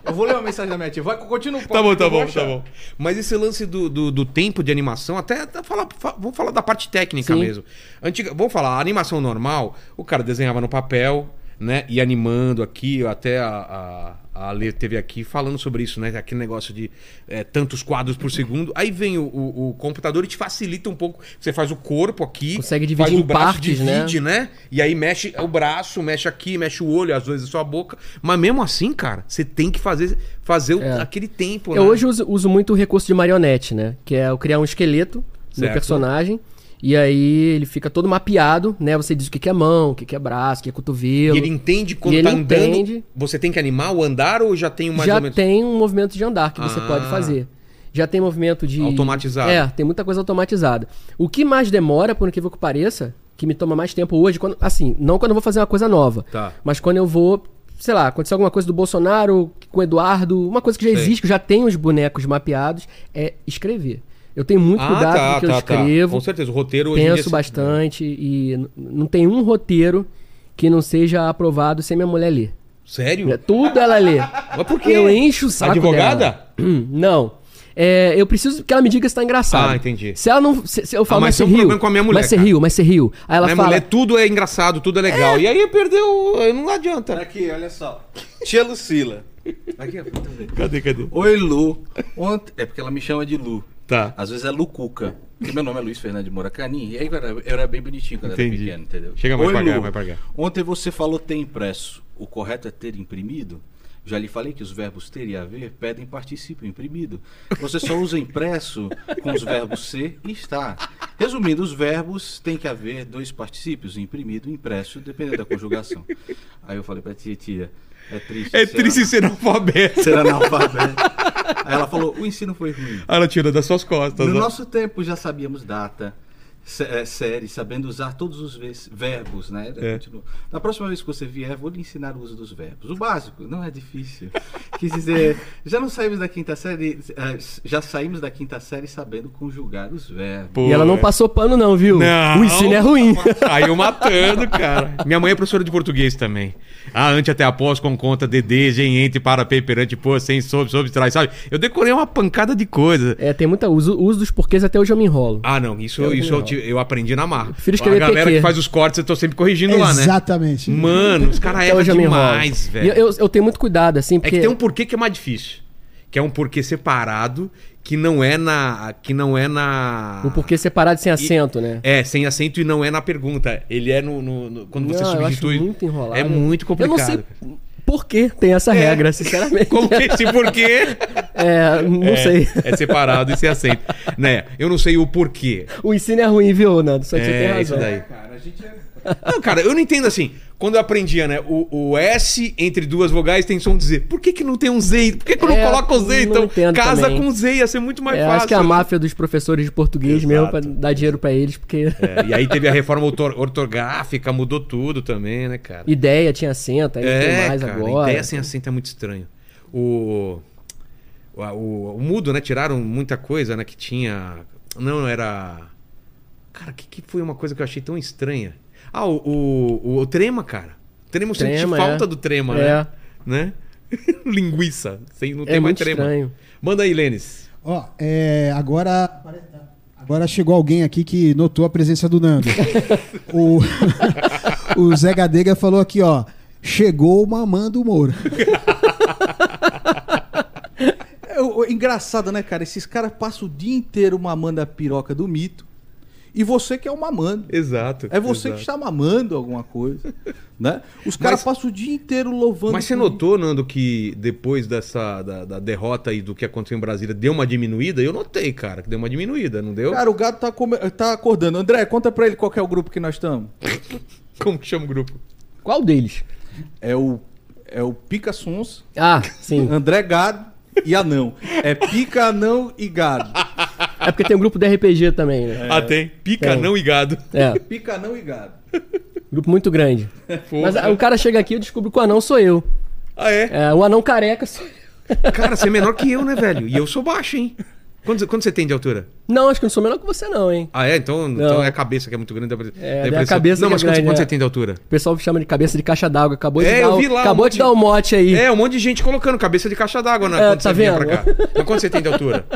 Speaker 4: Eu vou ler uma mensagem da minha tia. Vai, continua o
Speaker 1: Tá
Speaker 4: papo
Speaker 1: bom,
Speaker 4: que
Speaker 1: tá
Speaker 4: eu vou
Speaker 1: bom,
Speaker 4: achar.
Speaker 1: tá bom. Mas esse lance do, do, do tempo de animação, até até falar, fa- vamos falar da parte técnica
Speaker 3: Sim.
Speaker 1: mesmo. Antiga, vamos falar, a animação normal, o cara desenhava no papel, né? E animando aqui, até a, a, a Lê teve aqui falando sobre isso, né? Aquele negócio de é, tantos quadros por segundo. Aí vem o, o- o computador e te facilita um pouco. Você faz o corpo aqui,
Speaker 3: Consegue dividir
Speaker 1: faz
Speaker 3: em partes, né?
Speaker 1: divide, né? E aí mexe o braço, mexe aqui, mexe o olho, às vezes a sua boca. Mas mesmo assim, cara, você tem que fazer, fazer o-
Speaker 3: É.
Speaker 1: aquele tempo, né?
Speaker 3: Eu hoje uso, uso muito o recurso de marionete, né? Que é eu criar um esqueleto
Speaker 1: Certo.
Speaker 3: do personagem. E aí ele fica todo mapeado, né? Você diz o que, que é mão, o que, que é braço, o que é cotovelo.
Speaker 1: E ele entende quando
Speaker 3: E ele
Speaker 1: tá andando.
Speaker 3: entende.
Speaker 1: Você tem que animar o andar ou já tem um mais
Speaker 3: já
Speaker 1: ou menos?
Speaker 3: tem um movimento de andar que você
Speaker 1: Ah.
Speaker 3: pode fazer. Já tem movimento de.
Speaker 1: Automatizado.
Speaker 3: É, tem muita coisa automatizada. O que mais demora, por incrível que pareça, que me toma mais tempo hoje, quando, assim, não quando eu vou fazer uma coisa nova,
Speaker 1: Tá.
Speaker 3: mas quando eu vou, sei lá, acontecer alguma coisa do Bolsonaro com o Eduardo, uma coisa que já
Speaker 1: Sei.
Speaker 3: existe, que eu já tenho os bonecos mapeados, é escrever. Eu tenho muito
Speaker 1: Ah,
Speaker 3: cuidado
Speaker 1: tá,
Speaker 3: com o que
Speaker 1: tá,
Speaker 3: eu
Speaker 1: tá.
Speaker 3: escrevo,
Speaker 1: Com certeza, o roteiro hoje em
Speaker 3: penso
Speaker 1: dia- é assim.
Speaker 3: bastante e n- não tem um roteiro que não seja aprovado sem minha mulher ler. É,
Speaker 1: Sério?
Speaker 3: Tudo ela lê.
Speaker 1: Mas por quê?
Speaker 3: Eu encho o saco
Speaker 1: Advogada?
Speaker 3: dela. Hum, Não. É, eu preciso que ela me diga se tá engraçado.
Speaker 1: Ah, entendi.
Speaker 3: Se ela não. Se, se eu falo,
Speaker 1: Ah, mas
Speaker 3: mas,
Speaker 1: tem
Speaker 3: você
Speaker 1: um
Speaker 3: riu.
Speaker 1: problema com a minha mulher,
Speaker 3: mas você
Speaker 1: cara.
Speaker 3: riu, mas você riu. Aí ela
Speaker 1: Né,
Speaker 3: fala.
Speaker 1: mulher, tudo é engraçado, tudo é legal. E aí perdeu, eh, não adianta.
Speaker 4: Aqui, olha só. Tia Lucila. Aqui, ó.
Speaker 1: Cadê, cadê?
Speaker 4: Oi, Lu. Ont- É porque ela me chama de Lu.
Speaker 1: Tá.
Speaker 4: Às vezes é Lu Cuca. Porque meu nome é Luiz Fernando de Moura Canin. E aí eu era, eu era bem bonitinho quando
Speaker 1: Entendi.
Speaker 4: era pequeno, entendeu?
Speaker 1: Chega mais
Speaker 4: Oi,
Speaker 1: pra cá,
Speaker 4: Lu.
Speaker 1: mais pra cá.
Speaker 4: Ontem você falou ter impresso. O correto é ter imprimido? Já lhe falei que os verbos ter e haver pedem particípio imprimido. Você só usa impresso com os verbos ser e estar. Resumindo, os verbos tem que haver dois particípios, imprimido e impresso, dependendo da conjugação. Aí eu falei pra tia, tia, é triste.
Speaker 1: É
Speaker 4: ser
Speaker 1: triste ser analfabeto.
Speaker 4: ser analfabeto. né? Aí ela falou: o ensino foi ruim.
Speaker 1: Ah, Ela tira das suas costas.
Speaker 4: No
Speaker 1: ó.
Speaker 4: nosso tempo já sabíamos data, sé- eh, série, sabendo usar todos os ves- verbos, né? Continua. Na próxima vez que você vier, vou lhe ensinar o uso dos verbos. O básico, não é difícil. Quis dizer, já não saímos da quinta série, eh, já saímos da quinta série sabendo conjugar os verbos.
Speaker 1: Pô,
Speaker 3: E ela não
Speaker 1: é.
Speaker 3: passou pano, não, viu?
Speaker 1: Não.
Speaker 3: O ensino é ruim.
Speaker 1: Saiu matando, cara. Minha mãe é professora de português também. A ante até após com conta DD, gente para P perante pô, sem sob, subtrai, sabe? Eu decorei uma pancada de coisa.
Speaker 3: É, tem muita. O uso, o uso dos porquês até hoje eu me enrolo.
Speaker 1: Ah, não, isso,
Speaker 3: Eu
Speaker 1: eu,
Speaker 3: não.
Speaker 1: isso eu, te- eu aprendi na marra.
Speaker 3: prefiro
Speaker 1: a
Speaker 3: escrever
Speaker 1: galera
Speaker 3: PQ.
Speaker 1: que faz os cortes, eu tô sempre corrigindo lá,
Speaker 2: Exatamente.
Speaker 1: né? Mano, os caras
Speaker 3: até
Speaker 1: erram
Speaker 3: hoje eu me enrolo.
Speaker 1: demais,
Speaker 3: E
Speaker 1: velho.
Speaker 3: eu, eu, eu tenho muito cuidado, assim,
Speaker 1: É
Speaker 3: porque.
Speaker 1: que tem um porquê que é mais difícil. Que é um porquê separado, que não é na. Que não é na.
Speaker 3: O porquê separado sem acento, né?
Speaker 1: É, sem acento e não é na pergunta. Ele é no. no- no- quando você
Speaker 3: Não, eu acho
Speaker 1: substitui.
Speaker 3: muito enrolado.
Speaker 1: É muito complicado. É.
Speaker 3: Eu não sei por que tem essa regra, sinceramente.
Speaker 1: Como que esse porquê?
Speaker 3: É, não
Speaker 1: é,
Speaker 3: sei.
Speaker 1: É separado e sem acento. Né? Eu não sei o porquê.
Speaker 3: O ensino é ruim, viu, Nando? Só que você tem
Speaker 1: É, isso
Speaker 3: razão.
Speaker 1: daí. Não, cara, eu não entendo assim. Quando eu aprendia, né? O, o S entre duas vogais tem som de Z. Por que, que não tem um Z? Por que, que eu não
Speaker 3: É,
Speaker 1: coloco o Z?
Speaker 3: não
Speaker 1: Então,
Speaker 3: entendo
Speaker 1: casa
Speaker 3: também.
Speaker 1: com Z, ia ser muito mais
Speaker 3: É,
Speaker 1: fácil.
Speaker 3: acho que é a máfia dos professores de português
Speaker 1: Exato.
Speaker 3: mesmo, pra dar dinheiro pra eles, porque
Speaker 1: É, e aí teve a reforma ortor- ortográfica, mudou tudo também, né, cara?
Speaker 3: ideia tinha acento, aí não tem Tá mais agora.
Speaker 1: É, ideia sem acento é muito estranho. O, o, o- o mudo, né? Tiraram muita coisa, né? Que tinha... Não, era... Cara, o que, que foi uma coisa que eu achei tão estranha? Ah, o, o, o trema, cara. Trema, eu senti
Speaker 3: Trema,
Speaker 1: falta
Speaker 3: é.
Speaker 1: do trema,
Speaker 3: É.
Speaker 1: né? Né? Linguiça. Sem, não
Speaker 3: É
Speaker 1: tem mais
Speaker 3: muito
Speaker 1: trema.
Speaker 3: estranho.
Speaker 1: Manda aí, Lênis.
Speaker 2: Ó, é, agora. Agora chegou alguém aqui que notou a presença do Nando. o, o Zé Gadega falou aqui, ó. Chegou o mamando Moura.
Speaker 4: É, o- o- engraçado, né, cara? Esses caras passam o dia inteiro mamando a piroca do mito. E você que é o mamando.
Speaker 1: Exato.
Speaker 4: É você
Speaker 1: exato.
Speaker 4: que está mamando alguma coisa. né? Os caras
Speaker 1: Mas-
Speaker 4: passam o dia inteiro louvando.
Speaker 1: Mas você
Speaker 4: tudo.
Speaker 1: notou, Nando, que depois dessa da, da derrota e do que aconteceu em Brasília, deu uma diminuída? Eu notei, cara, que deu uma diminuída, não deu?
Speaker 4: Cara, o gato tá, come- tá acordando. André, conta pra ele qual que é o grupo que nós estamos.
Speaker 1: Como que chama o grupo?
Speaker 3: Qual deles?
Speaker 4: É o, é o Pica Sons,
Speaker 3: Ah, sim.
Speaker 4: André Gado e Anão. É Pica, Anão e Gado.
Speaker 3: É porque tem um grupo de RPG também, né?
Speaker 1: Ah, tem. Pica,
Speaker 3: Tem.
Speaker 1: não e gado.
Speaker 3: É,
Speaker 4: Pica, Anão e Gado.
Speaker 3: grupo muito grande. Mas ah, o cara chega aqui e descobre que o anão sou eu.
Speaker 1: Ah, é?
Speaker 3: É, o anão careca sou eu.
Speaker 1: Cara, você é menor que eu, né, velho? E eu sou baixo, hein? Quanto, quanto você tem de altura?
Speaker 3: Não, acho que não sou menor que você, não, hein?
Speaker 1: Ah, é? Então, então é a cabeça que é muito grande. dá pra-
Speaker 3: É,
Speaker 1: dá
Speaker 3: é a
Speaker 1: impressão.
Speaker 3: cabeça
Speaker 1: Não,
Speaker 3: que é
Speaker 1: mas quanto,
Speaker 3: grande,
Speaker 1: quanto
Speaker 3: é.
Speaker 1: você tem de altura?
Speaker 3: O pessoal chama de cabeça de caixa d'água. Acabou de
Speaker 1: É,
Speaker 3: dar,
Speaker 1: eu
Speaker 3: o-
Speaker 1: vi lá um
Speaker 3: acabou
Speaker 1: monte
Speaker 3: de
Speaker 1: de-
Speaker 3: dar um mote aí.
Speaker 1: É, um monte de gente colocando cabeça de caixa d'água na
Speaker 3: É,
Speaker 1: quando
Speaker 3: tá
Speaker 1: você vinha pra
Speaker 3: vendo?
Speaker 1: cá. Mas quanto você tem de altura?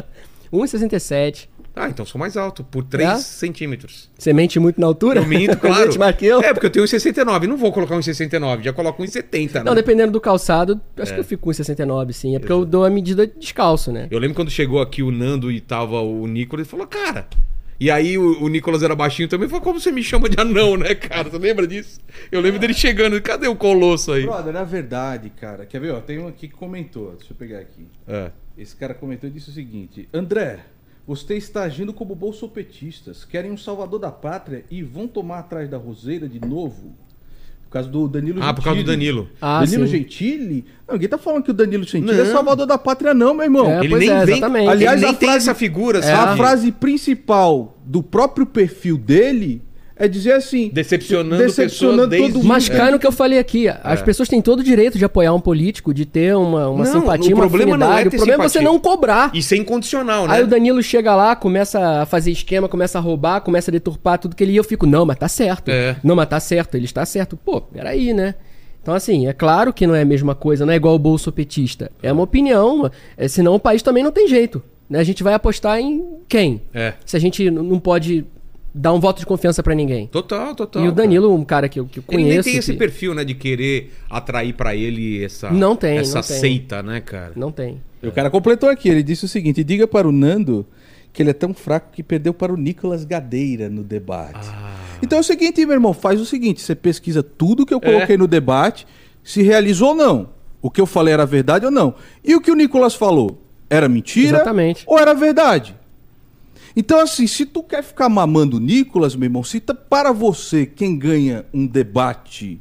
Speaker 3: 1,67.
Speaker 1: Ah, então sou mais alto, por 3
Speaker 3: É?
Speaker 1: centímetros.
Speaker 3: Você mente muito na altura?
Speaker 1: Eu minto,
Speaker 3: Quando
Speaker 1: claro.
Speaker 3: eu te marquei, eu-
Speaker 1: É, porque eu tenho 1,69. Não vou colocar 1,69, já coloco 1,70.
Speaker 3: Não,
Speaker 1: né?
Speaker 3: dependendo do calçado, acho que eu fico com 69, sim. É porque eu dou a medida descalço, né?
Speaker 1: Eu lembro quando chegou aqui o Nando e tava o Nicolas, ele falou, cara. E aí o, o Nicolas era baixinho também, falou, como você me chama de anão, né, cara? Você lembra disso? Eu lembro dele chegando, cadê o colosso aí?
Speaker 4: Brother, na verdade, cara. Quer ver? Ó, tem um aqui que comentou. Deixa eu pegar aqui.
Speaker 1: É.
Speaker 4: Esse cara comentou e disse o seguinte: André, você está agindo como bolsopetistas, querem um salvador da pátria e vão tomar atrás da roseira de novo. Por causa do Danilo
Speaker 1: Ah, por causa do Danilo.
Speaker 3: Ah,
Speaker 4: Danilo
Speaker 3: sim.
Speaker 4: Gentili? Não, ninguém tá falando que o Danilo Gentili é
Speaker 1: Não.
Speaker 4: salvador da pátria, não, meu irmão.
Speaker 3: É,
Speaker 1: ele
Speaker 3: pois
Speaker 1: nem
Speaker 3: é,
Speaker 1: vem,
Speaker 3: exatamente.
Speaker 1: aliás,
Speaker 4: Aliás,
Speaker 1: ele nem
Speaker 4: a
Speaker 1: tem
Speaker 4: frase- é,
Speaker 1: essa figura,
Speaker 4: A
Speaker 1: sabe?
Speaker 4: frase principal do próprio perfil dele é dizer assim:
Speaker 1: Decepcionando pessoas
Speaker 4: Decepcionando
Speaker 1: desde-
Speaker 4: todo mundo.
Speaker 3: Mas
Speaker 1: é.
Speaker 3: cai no é que eu falei aqui. As pessoas têm todo o direito de apoiar um político, de ter uma, uma
Speaker 1: Não,
Speaker 3: simpatia,
Speaker 1: o
Speaker 3: uma
Speaker 1: problema não é
Speaker 3: afinidade.
Speaker 1: ter
Speaker 3: o problema é você
Speaker 1: simpatia.
Speaker 3: não cobrar.
Speaker 1: E sem condicional, né?
Speaker 3: Aí o Danilo chega lá, começa a fazer esquema, começa a roubar, começa a deturpar tudo que ele ia. Eu fico, não, mas tá certo.
Speaker 1: É.
Speaker 3: Não, mas tá certo, ele está certo. Pô, peraí, né? Então, assim, é claro que não é a mesma coisa, não é igual o bolso petista. É uma opinião, é, senão o país também não tem jeito. Né? A gente vai apostar em quem?
Speaker 1: É.
Speaker 3: Se a gente n- não pode dar um voto de confiança pra ninguém.
Speaker 1: Total, total.
Speaker 3: e o Danilo, um cara que eu, que eu
Speaker 1: cara.
Speaker 3: conheço.
Speaker 1: Ele nem tem esse
Speaker 3: que-
Speaker 1: perfil, né, de querer atrair pra ele essa,
Speaker 3: Não tem,
Speaker 1: essa
Speaker 3: não tem.
Speaker 1: seita, né, cara?
Speaker 3: Não tem.
Speaker 4: O cara completou aqui, ele disse o seguinte: diga para o Nando que ele é tão fraco que perdeu para o Nicolas Gadeira no debate. Então é o seguinte, meu irmão, faz o seguinte: você pesquisa tudo que eu coloquei no debate, se realizou ou não. O que eu falei era verdade ou não. E o que o Nicolas falou? Era mentira
Speaker 3: Exatamente.
Speaker 4: ou era verdade? Então, assim, se tu quer ficar mamando o Nicolas, meu irmão, se tá- para você quem ganha um debate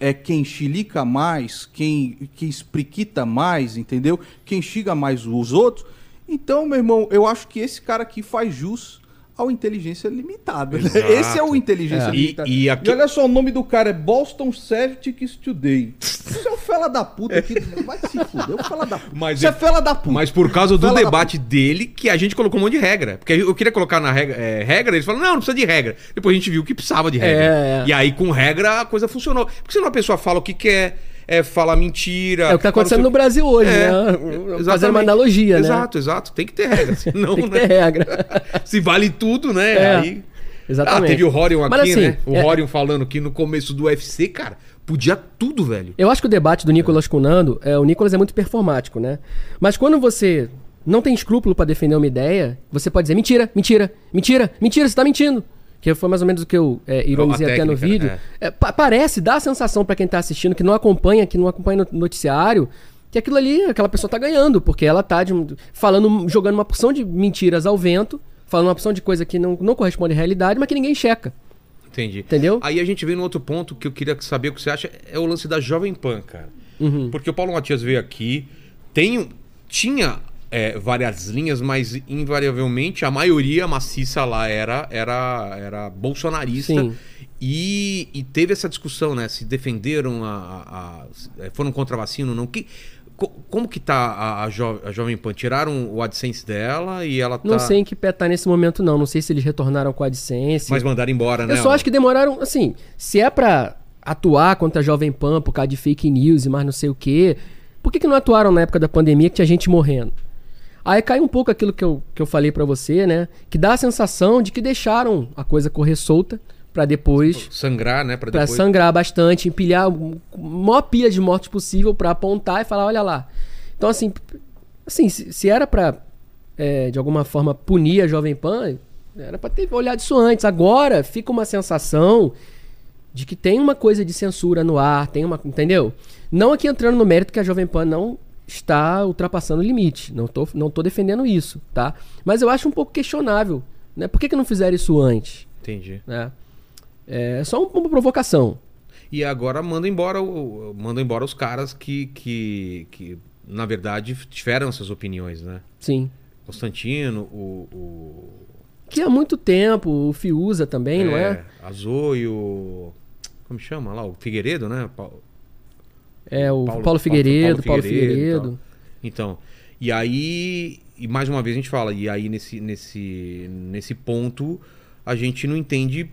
Speaker 4: é quem chilica mais, quem, quem espriquita mais, entendeu? Quem xinga mais os outros. Então, meu irmão, eu acho que esse cara aqui faz jus ao inteligência limitada. né?
Speaker 1: Exato.
Speaker 4: Esse é o inteligência
Speaker 1: É. E-
Speaker 4: limitada.
Speaker 1: e aqui-
Speaker 4: olha só, o nome do cara é Boston Celtics Today. Você é um fela da puta aqui. Vai se fuder, é um fela da puta.
Speaker 1: Mas
Speaker 4: Você é
Speaker 1: eu-
Speaker 4: fela da puta.
Speaker 1: Mas por causa do
Speaker 4: Fala da
Speaker 1: debate dele, que a gente colocou um monte de regra. Porque eu queria colocar na regra, é, regra, eles falaram, não, não precisa de regra. Depois a gente viu que precisava de regra.
Speaker 3: É, é.
Speaker 1: E aí, com regra, a coisa funcionou. Porque senão a pessoa fala o que quer, é, fala mentira.
Speaker 3: É o que
Speaker 1: fala
Speaker 3: tá acontecendo
Speaker 1: não
Speaker 3: no
Speaker 1: sei
Speaker 3: Brasil hoje,
Speaker 1: É,
Speaker 3: né?
Speaker 1: exatamente.
Speaker 3: Fazendo uma analogia, né? É,
Speaker 1: Exato, exato. Tem que ter regra. Senão,
Speaker 3: Tem que
Speaker 1: né?
Speaker 3: ter regra.
Speaker 1: Se vale tudo, né?
Speaker 3: É,
Speaker 1: Aí...
Speaker 3: exatamente.
Speaker 1: Ah, teve o Horion aqui,
Speaker 3: Mas assim,
Speaker 1: né? O
Speaker 3: é-
Speaker 1: Horion falando que no começo do UFC, cara, podia tudo, velho.
Speaker 3: Eu acho que o debate do Nicolas com o Nando, é, o Nicolas é muito performático, né? Mas quando você não tem escrúpulo pra defender uma ideia, você pode dizer mentira, mentira, mentira, mentira, você tá mentindo. Que foi mais ou menos o que eu é, ironizei
Speaker 1: A
Speaker 3: até no
Speaker 1: técnica,
Speaker 3: vídeo.
Speaker 1: né?
Speaker 3: É, pa- parece, dá a sensação pra quem tá assistindo, que não acompanha, que não acompanha no noticiário, que aquilo ali, aquela pessoa tá ganhando, porque ela tá de um- falando, jogando uma porção de mentiras ao vento, falando uma porção de coisa que não, não corresponde à realidade, mas que ninguém checa.
Speaker 1: Entendi.
Speaker 3: Entendeu?
Speaker 1: Aí a gente vem no outro ponto que eu queria saber o que você acha, é o lance da Jovem Pan, cara.
Speaker 3: Uhum.
Speaker 1: Porque o Paulo Matias veio aqui, tem, tinha é, várias linhas, mas invariavelmente a maioria maciça lá era, era, era bolsonarista.
Speaker 3: Sim.
Speaker 1: E, e teve essa discussão, né? Se defenderam a. a- a- se- eh, foram contra a vacina ou não. Que, co- como que tá a, a jo- a Jovem Pan? Tiraram o AdSense dela e ela tá...
Speaker 3: Não sei em que pé tá nesse momento, não. Não sei se eles retornaram com a AdSense.
Speaker 1: Mas mandaram embora, né?
Speaker 3: Eu só acho que demoraram, assim, se é pra atuar contra a Jovem Pan por causa de fake news e mais não sei o quê, por que, que não atuaram na época da pandemia que tinha gente morrendo? Aí cai um pouco aquilo que eu, que eu falei pra você, né? Que dá a sensação de que deixaram a coisa correr solta pra depois
Speaker 1: Sangrar, né? Pra
Speaker 3: Pra
Speaker 1: depois...
Speaker 3: sangrar bastante, empilhar o- a maior pilha de mortos possível pra apontar e falar, olha lá. Então, assim, p- assim se, se era pra é, de alguma forma, punir a Jovem Pan, era pra ter olhado isso antes. Agora fica uma sensação de que tem uma coisa de censura no ar, tem uma. Entendeu? Não aqui entrando no mérito que a Jovem Pan não está ultrapassando o limite. Não tô, não tô defendendo isso, tá? Mas eu acho um pouco questionável. Né? Por que, que não fizeram isso antes?
Speaker 1: Entendi.
Speaker 3: né? É só um- uma provocação.
Speaker 1: E agora manda embora, o- manda embora os caras que, que, que, na verdade, tiveram essas opiniões, né?
Speaker 3: Sim.
Speaker 1: Constantino, o... o...
Speaker 3: Que há muito tempo o Fiuza também, não é?
Speaker 1: A Zoe, o... Como chama lá? O Figueiredo, né? Pa-
Speaker 3: É o Paulo, Figueiredo, Paulo Figueiredo.
Speaker 1: e tal. Então, e aí, e mais uma vez a gente fala, e aí nesse, nesse, nesse ponto a gente não entende.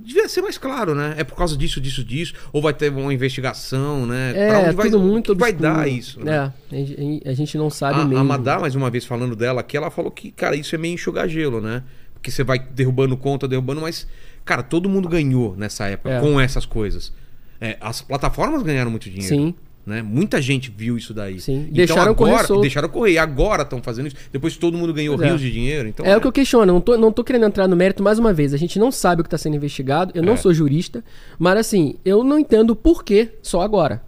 Speaker 1: Devia ser mais claro, né? É por causa disso, disso, disso, ou vai ter uma investigação, né?
Speaker 3: É,
Speaker 1: Pra
Speaker 3: tudo muito
Speaker 1: o que vai
Speaker 3: obscuro.
Speaker 1: dar isso, né?
Speaker 3: É, a gente- a gente não sabe
Speaker 1: A,
Speaker 3: mesmo.
Speaker 1: a Madá, mais uma vez falando dela aqui, ela falou que, cara, isso é meio enxugar gelo, né? Porque você vai derrubando conta, derrubando, mas, cara, todo mundo ganhou nessa época
Speaker 3: É.
Speaker 1: com essas coisas. É, as plataformas ganharam muito dinheiro.
Speaker 3: Sim.
Speaker 1: Né? Muita gente viu isso daí. Então,
Speaker 3: Sim. Deixaram correr
Speaker 1: agora,
Speaker 3: solto.
Speaker 1: Deixaram correr. E agora estão fazendo isso. Depois todo mundo ganhou
Speaker 3: Pois é.
Speaker 1: rios de dinheiro. Então,
Speaker 3: é o que eu questiono, não tô, não tô querendo entrar no mérito mais uma vez. A gente não sabe o que está sendo investigado, eu não sou jurista, mas assim, eu não entendo o porquê só agora.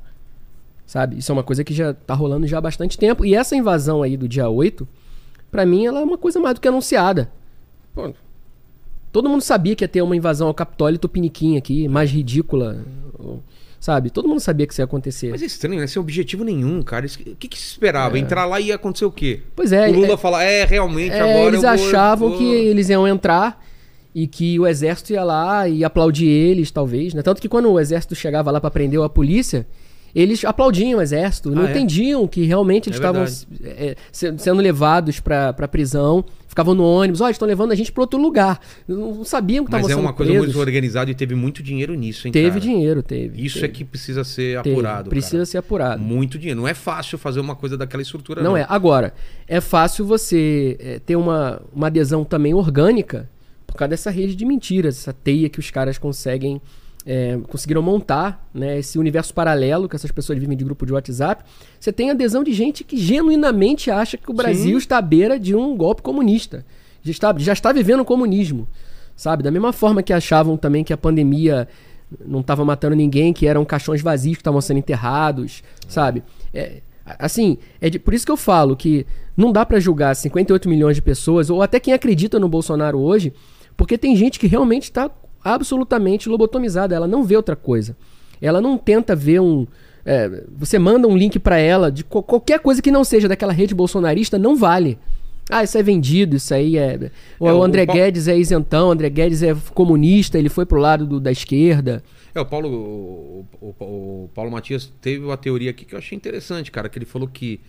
Speaker 3: Sabe? Isso é uma coisa que já tá rolando já há bastante tempo. E essa invasão aí do dia 8, pra mim, ela é uma coisa mais do que anunciada. Pô, todo mundo sabia que ia ter uma invasão ao Capitólio e Tupiniquim aqui, mais ridícula. Sabe? Todo mundo sabia que isso ia acontecer.
Speaker 1: Mas é estranho, né? Sem objetivo nenhum, cara. Isso- O que, que se esperava? Entrar lá e ia acontecer o quê?
Speaker 3: É. Pois é,
Speaker 1: O Lula
Speaker 3: é-
Speaker 1: falar, é, realmente,
Speaker 3: É,
Speaker 1: agora
Speaker 3: eles
Speaker 1: eu vou- eu
Speaker 3: achavam
Speaker 1: vou-
Speaker 3: que eles iam entrar e que o exército ia lá e aplaudir eles, talvez, né? Tanto que quando o exército chegava lá pra prender a polícia, eles aplaudiam o exército, não
Speaker 1: Ah, é?
Speaker 3: entendiam que realmente
Speaker 1: É
Speaker 3: eles estavam
Speaker 1: verdade.
Speaker 3: é, se- sendo levados pra, pra prisão, ficavam no ônibus, ó, eles estão levando a gente pra outro lugar. Não não sabiam que estavam
Speaker 1: Mas é
Speaker 3: sendo
Speaker 1: uma coisa
Speaker 3: presos.
Speaker 1: muito organizada e teve muito dinheiro nisso, hein, cara?
Speaker 3: Teve dinheiro, teve.
Speaker 1: Isso é
Speaker 3: teve,
Speaker 1: que precisa ser
Speaker 3: teve.
Speaker 1: apurado,
Speaker 3: Precisa
Speaker 1: cara.
Speaker 3: ser apurado.
Speaker 1: Muito dinheiro. Não é fácil fazer uma coisa daquela estrutura,
Speaker 3: Não é. Agora, é fácil você é, ter uma, uma adesão também orgânica por causa dessa rede de mentiras, essa teia que os caras conseguem. é, conseguiram montar né, esse universo paralelo que essas pessoas vivem de grupo de WhatsApp. Você tem adesão de gente que genuinamente acha que o Brasil está à beira de um golpe comunista. Já está, já está vivendo o comunismo. Sabe? Da mesma forma que achavam também que a pandemia não estava matando ninguém, que eram caixões vazios que estavam sendo enterrados, sabe? É, a- assim, é de- por isso que eu falo que não dá pra julgar 58 milhões de pessoas, ou até quem acredita no Bolsonaro hoje, porque tem gente que realmente está absolutamente lobotomizada, ela não vê outra coisa. Ela não tenta ver um. é, você manda um link pra ela de co- qualquer coisa que não seja daquela rede bolsonarista, não vale. Ah, isso é vendido, isso aí é. O,
Speaker 1: É, o
Speaker 3: André
Speaker 1: Pau-
Speaker 3: Guedes é isentão, o André Guedes é comunista, ele foi pro lado do- da esquerda.
Speaker 1: É, o Paulo, o, o- o Paulo Matias teve uma teoria aqui que eu achei interessante, cara, que ele falou que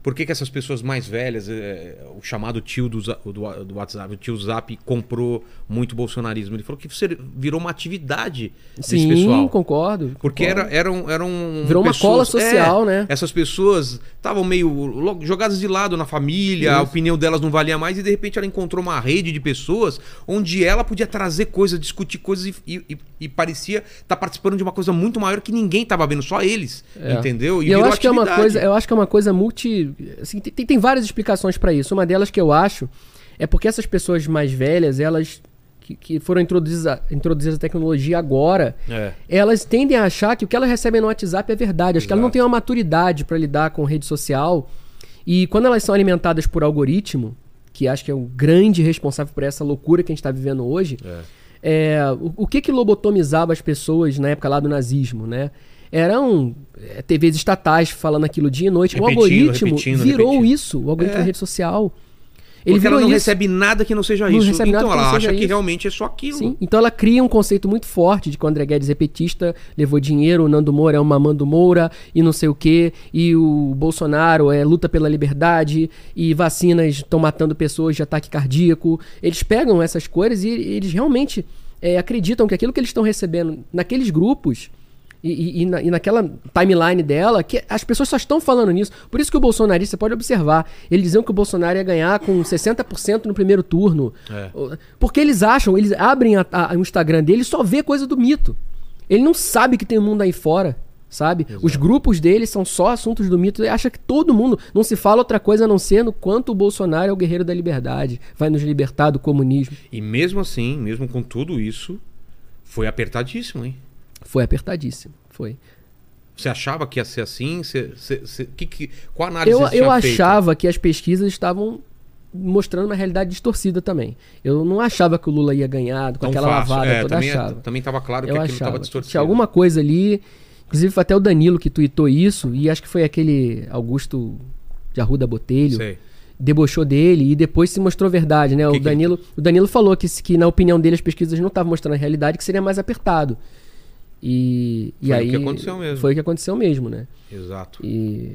Speaker 1: por que, que essas pessoas mais velhas, é, o chamado tio do, za- do- do WhatsApp, o tio Zap comprou muito bolsonarismo. Ele falou que você virou uma atividade desse
Speaker 3: Sim,
Speaker 1: é pessoal.
Speaker 3: concordo.
Speaker 1: Porque
Speaker 3: concordo.
Speaker 1: era, eram, eram
Speaker 3: Virou uma cola social,
Speaker 1: É,
Speaker 3: né?
Speaker 1: Essas pessoas estavam meio lo- jogadas de lado na família, a opinião delas não valia mais, e de repente ela encontrou uma rede de pessoas onde ela podia trazer coisas, discutir coisas e, e- e- e parecia estar participando de uma coisa muito maior que ninguém estava vendo, só eles. Entendeu?
Speaker 3: É. E eu
Speaker 1: virou
Speaker 3: acho que é uma
Speaker 1: atividade.
Speaker 3: coisa, eu acho que é uma coisa multi, assim, tem, tem- tem várias explicações pra isso. Uma delas que eu acho é porque essas pessoas mais velhas, elas que, que foram introduzidas, a- introduzidas a tecnologia agora,
Speaker 1: É.
Speaker 3: elas tendem a achar que o que elas recebem no WhatsApp é verdade. Acho que elas não têm uma maturidade pra lidar com rede social. E quando elas são alimentadas por algoritmo, que acho que é o grande responsável por essa loucura que a gente tá vivendo hoje, é, o, o que que lobotomizava as pessoas na época lá do nazismo, né? Eram é, TVs estatais falando aquilo dia e noite. o
Speaker 1: Repetindo,
Speaker 3: algoritmo
Speaker 1: repetindo,
Speaker 3: virou
Speaker 1: repetindo.
Speaker 3: isso, o algoritmo da rede social.
Speaker 1: Porque ela
Speaker 3: virou
Speaker 1: não
Speaker 3: isso.
Speaker 1: recebe nada que não seja
Speaker 3: Não
Speaker 1: isso.
Speaker 3: recebe nada
Speaker 1: então
Speaker 3: que não
Speaker 1: ela
Speaker 3: seja
Speaker 1: acha que
Speaker 3: isso.
Speaker 1: realmente é só aquilo.
Speaker 3: Sim, então ela cria um conceito muito forte de que o André Guedes é petista, levou dinheiro, o Nando Moura é uma Mando Moura e não sei o quê, e o Bolsonaro é luta pela liberdade e vacinas estão matando pessoas de ataque cardíaco. Eles pegam essas coisas e eles realmente é, acreditam que aquilo que eles estão recebendo naqueles grupos e, e- e na- e naquela timeline dela, que as pessoas só estão falando nisso. Por isso que o bolsonarista, você pode observar, eles diziam que o Bolsonaro ia ganhar com 60% no primeiro turno. Porque eles acham, eles abrem a- a- o Instagram dele e só vê coisa do mito. Ele não sabe que tem um mundo aí fora, sabe? Os grupos dele são só assuntos do mito. Ele acha que todo mundo não se fala outra coisa a não ser no quanto o Bolsonaro é o guerreiro da liberdade, vai nos libertar do comunismo.
Speaker 1: E mesmo assim, mesmo com tudo isso, foi apertadíssimo, hein?
Speaker 3: Foi apertadíssimo, foi.
Speaker 1: Você achava que ia ser assim? Você, você- você- que, que- qual análise
Speaker 3: Eu,
Speaker 1: você tinha
Speaker 3: eu
Speaker 1: feito?
Speaker 3: achava que as pesquisas estavam mostrando uma realidade distorcida também. Eu não achava que o Lula ia ganhar com
Speaker 1: Tão
Speaker 3: aquela
Speaker 1: fácil.
Speaker 3: lavada
Speaker 1: É,
Speaker 3: toda,
Speaker 1: também,
Speaker 3: achava.
Speaker 1: também tava claro que
Speaker 3: eu
Speaker 1: aquilo
Speaker 3: achava.
Speaker 1: tava distorcido.
Speaker 3: Tinha alguma coisa ali. Inclusive foi até o Danilo que tuitou isso, e acho que foi aquele Augusto de Arruda Botelho.
Speaker 1: Sei.
Speaker 3: Debochou dele e depois se mostrou verdade, né?
Speaker 1: Que
Speaker 3: o
Speaker 1: que-
Speaker 3: Danilo, o Danilo falou que, se- que, na opinião dele, as pesquisas não estavam mostrando a realidade, que seria mais apertado. E, e
Speaker 1: Foi o
Speaker 3: aí.
Speaker 1: que aconteceu mesmo.
Speaker 3: Foi o que aconteceu mesmo, né?
Speaker 1: Exato.
Speaker 3: E,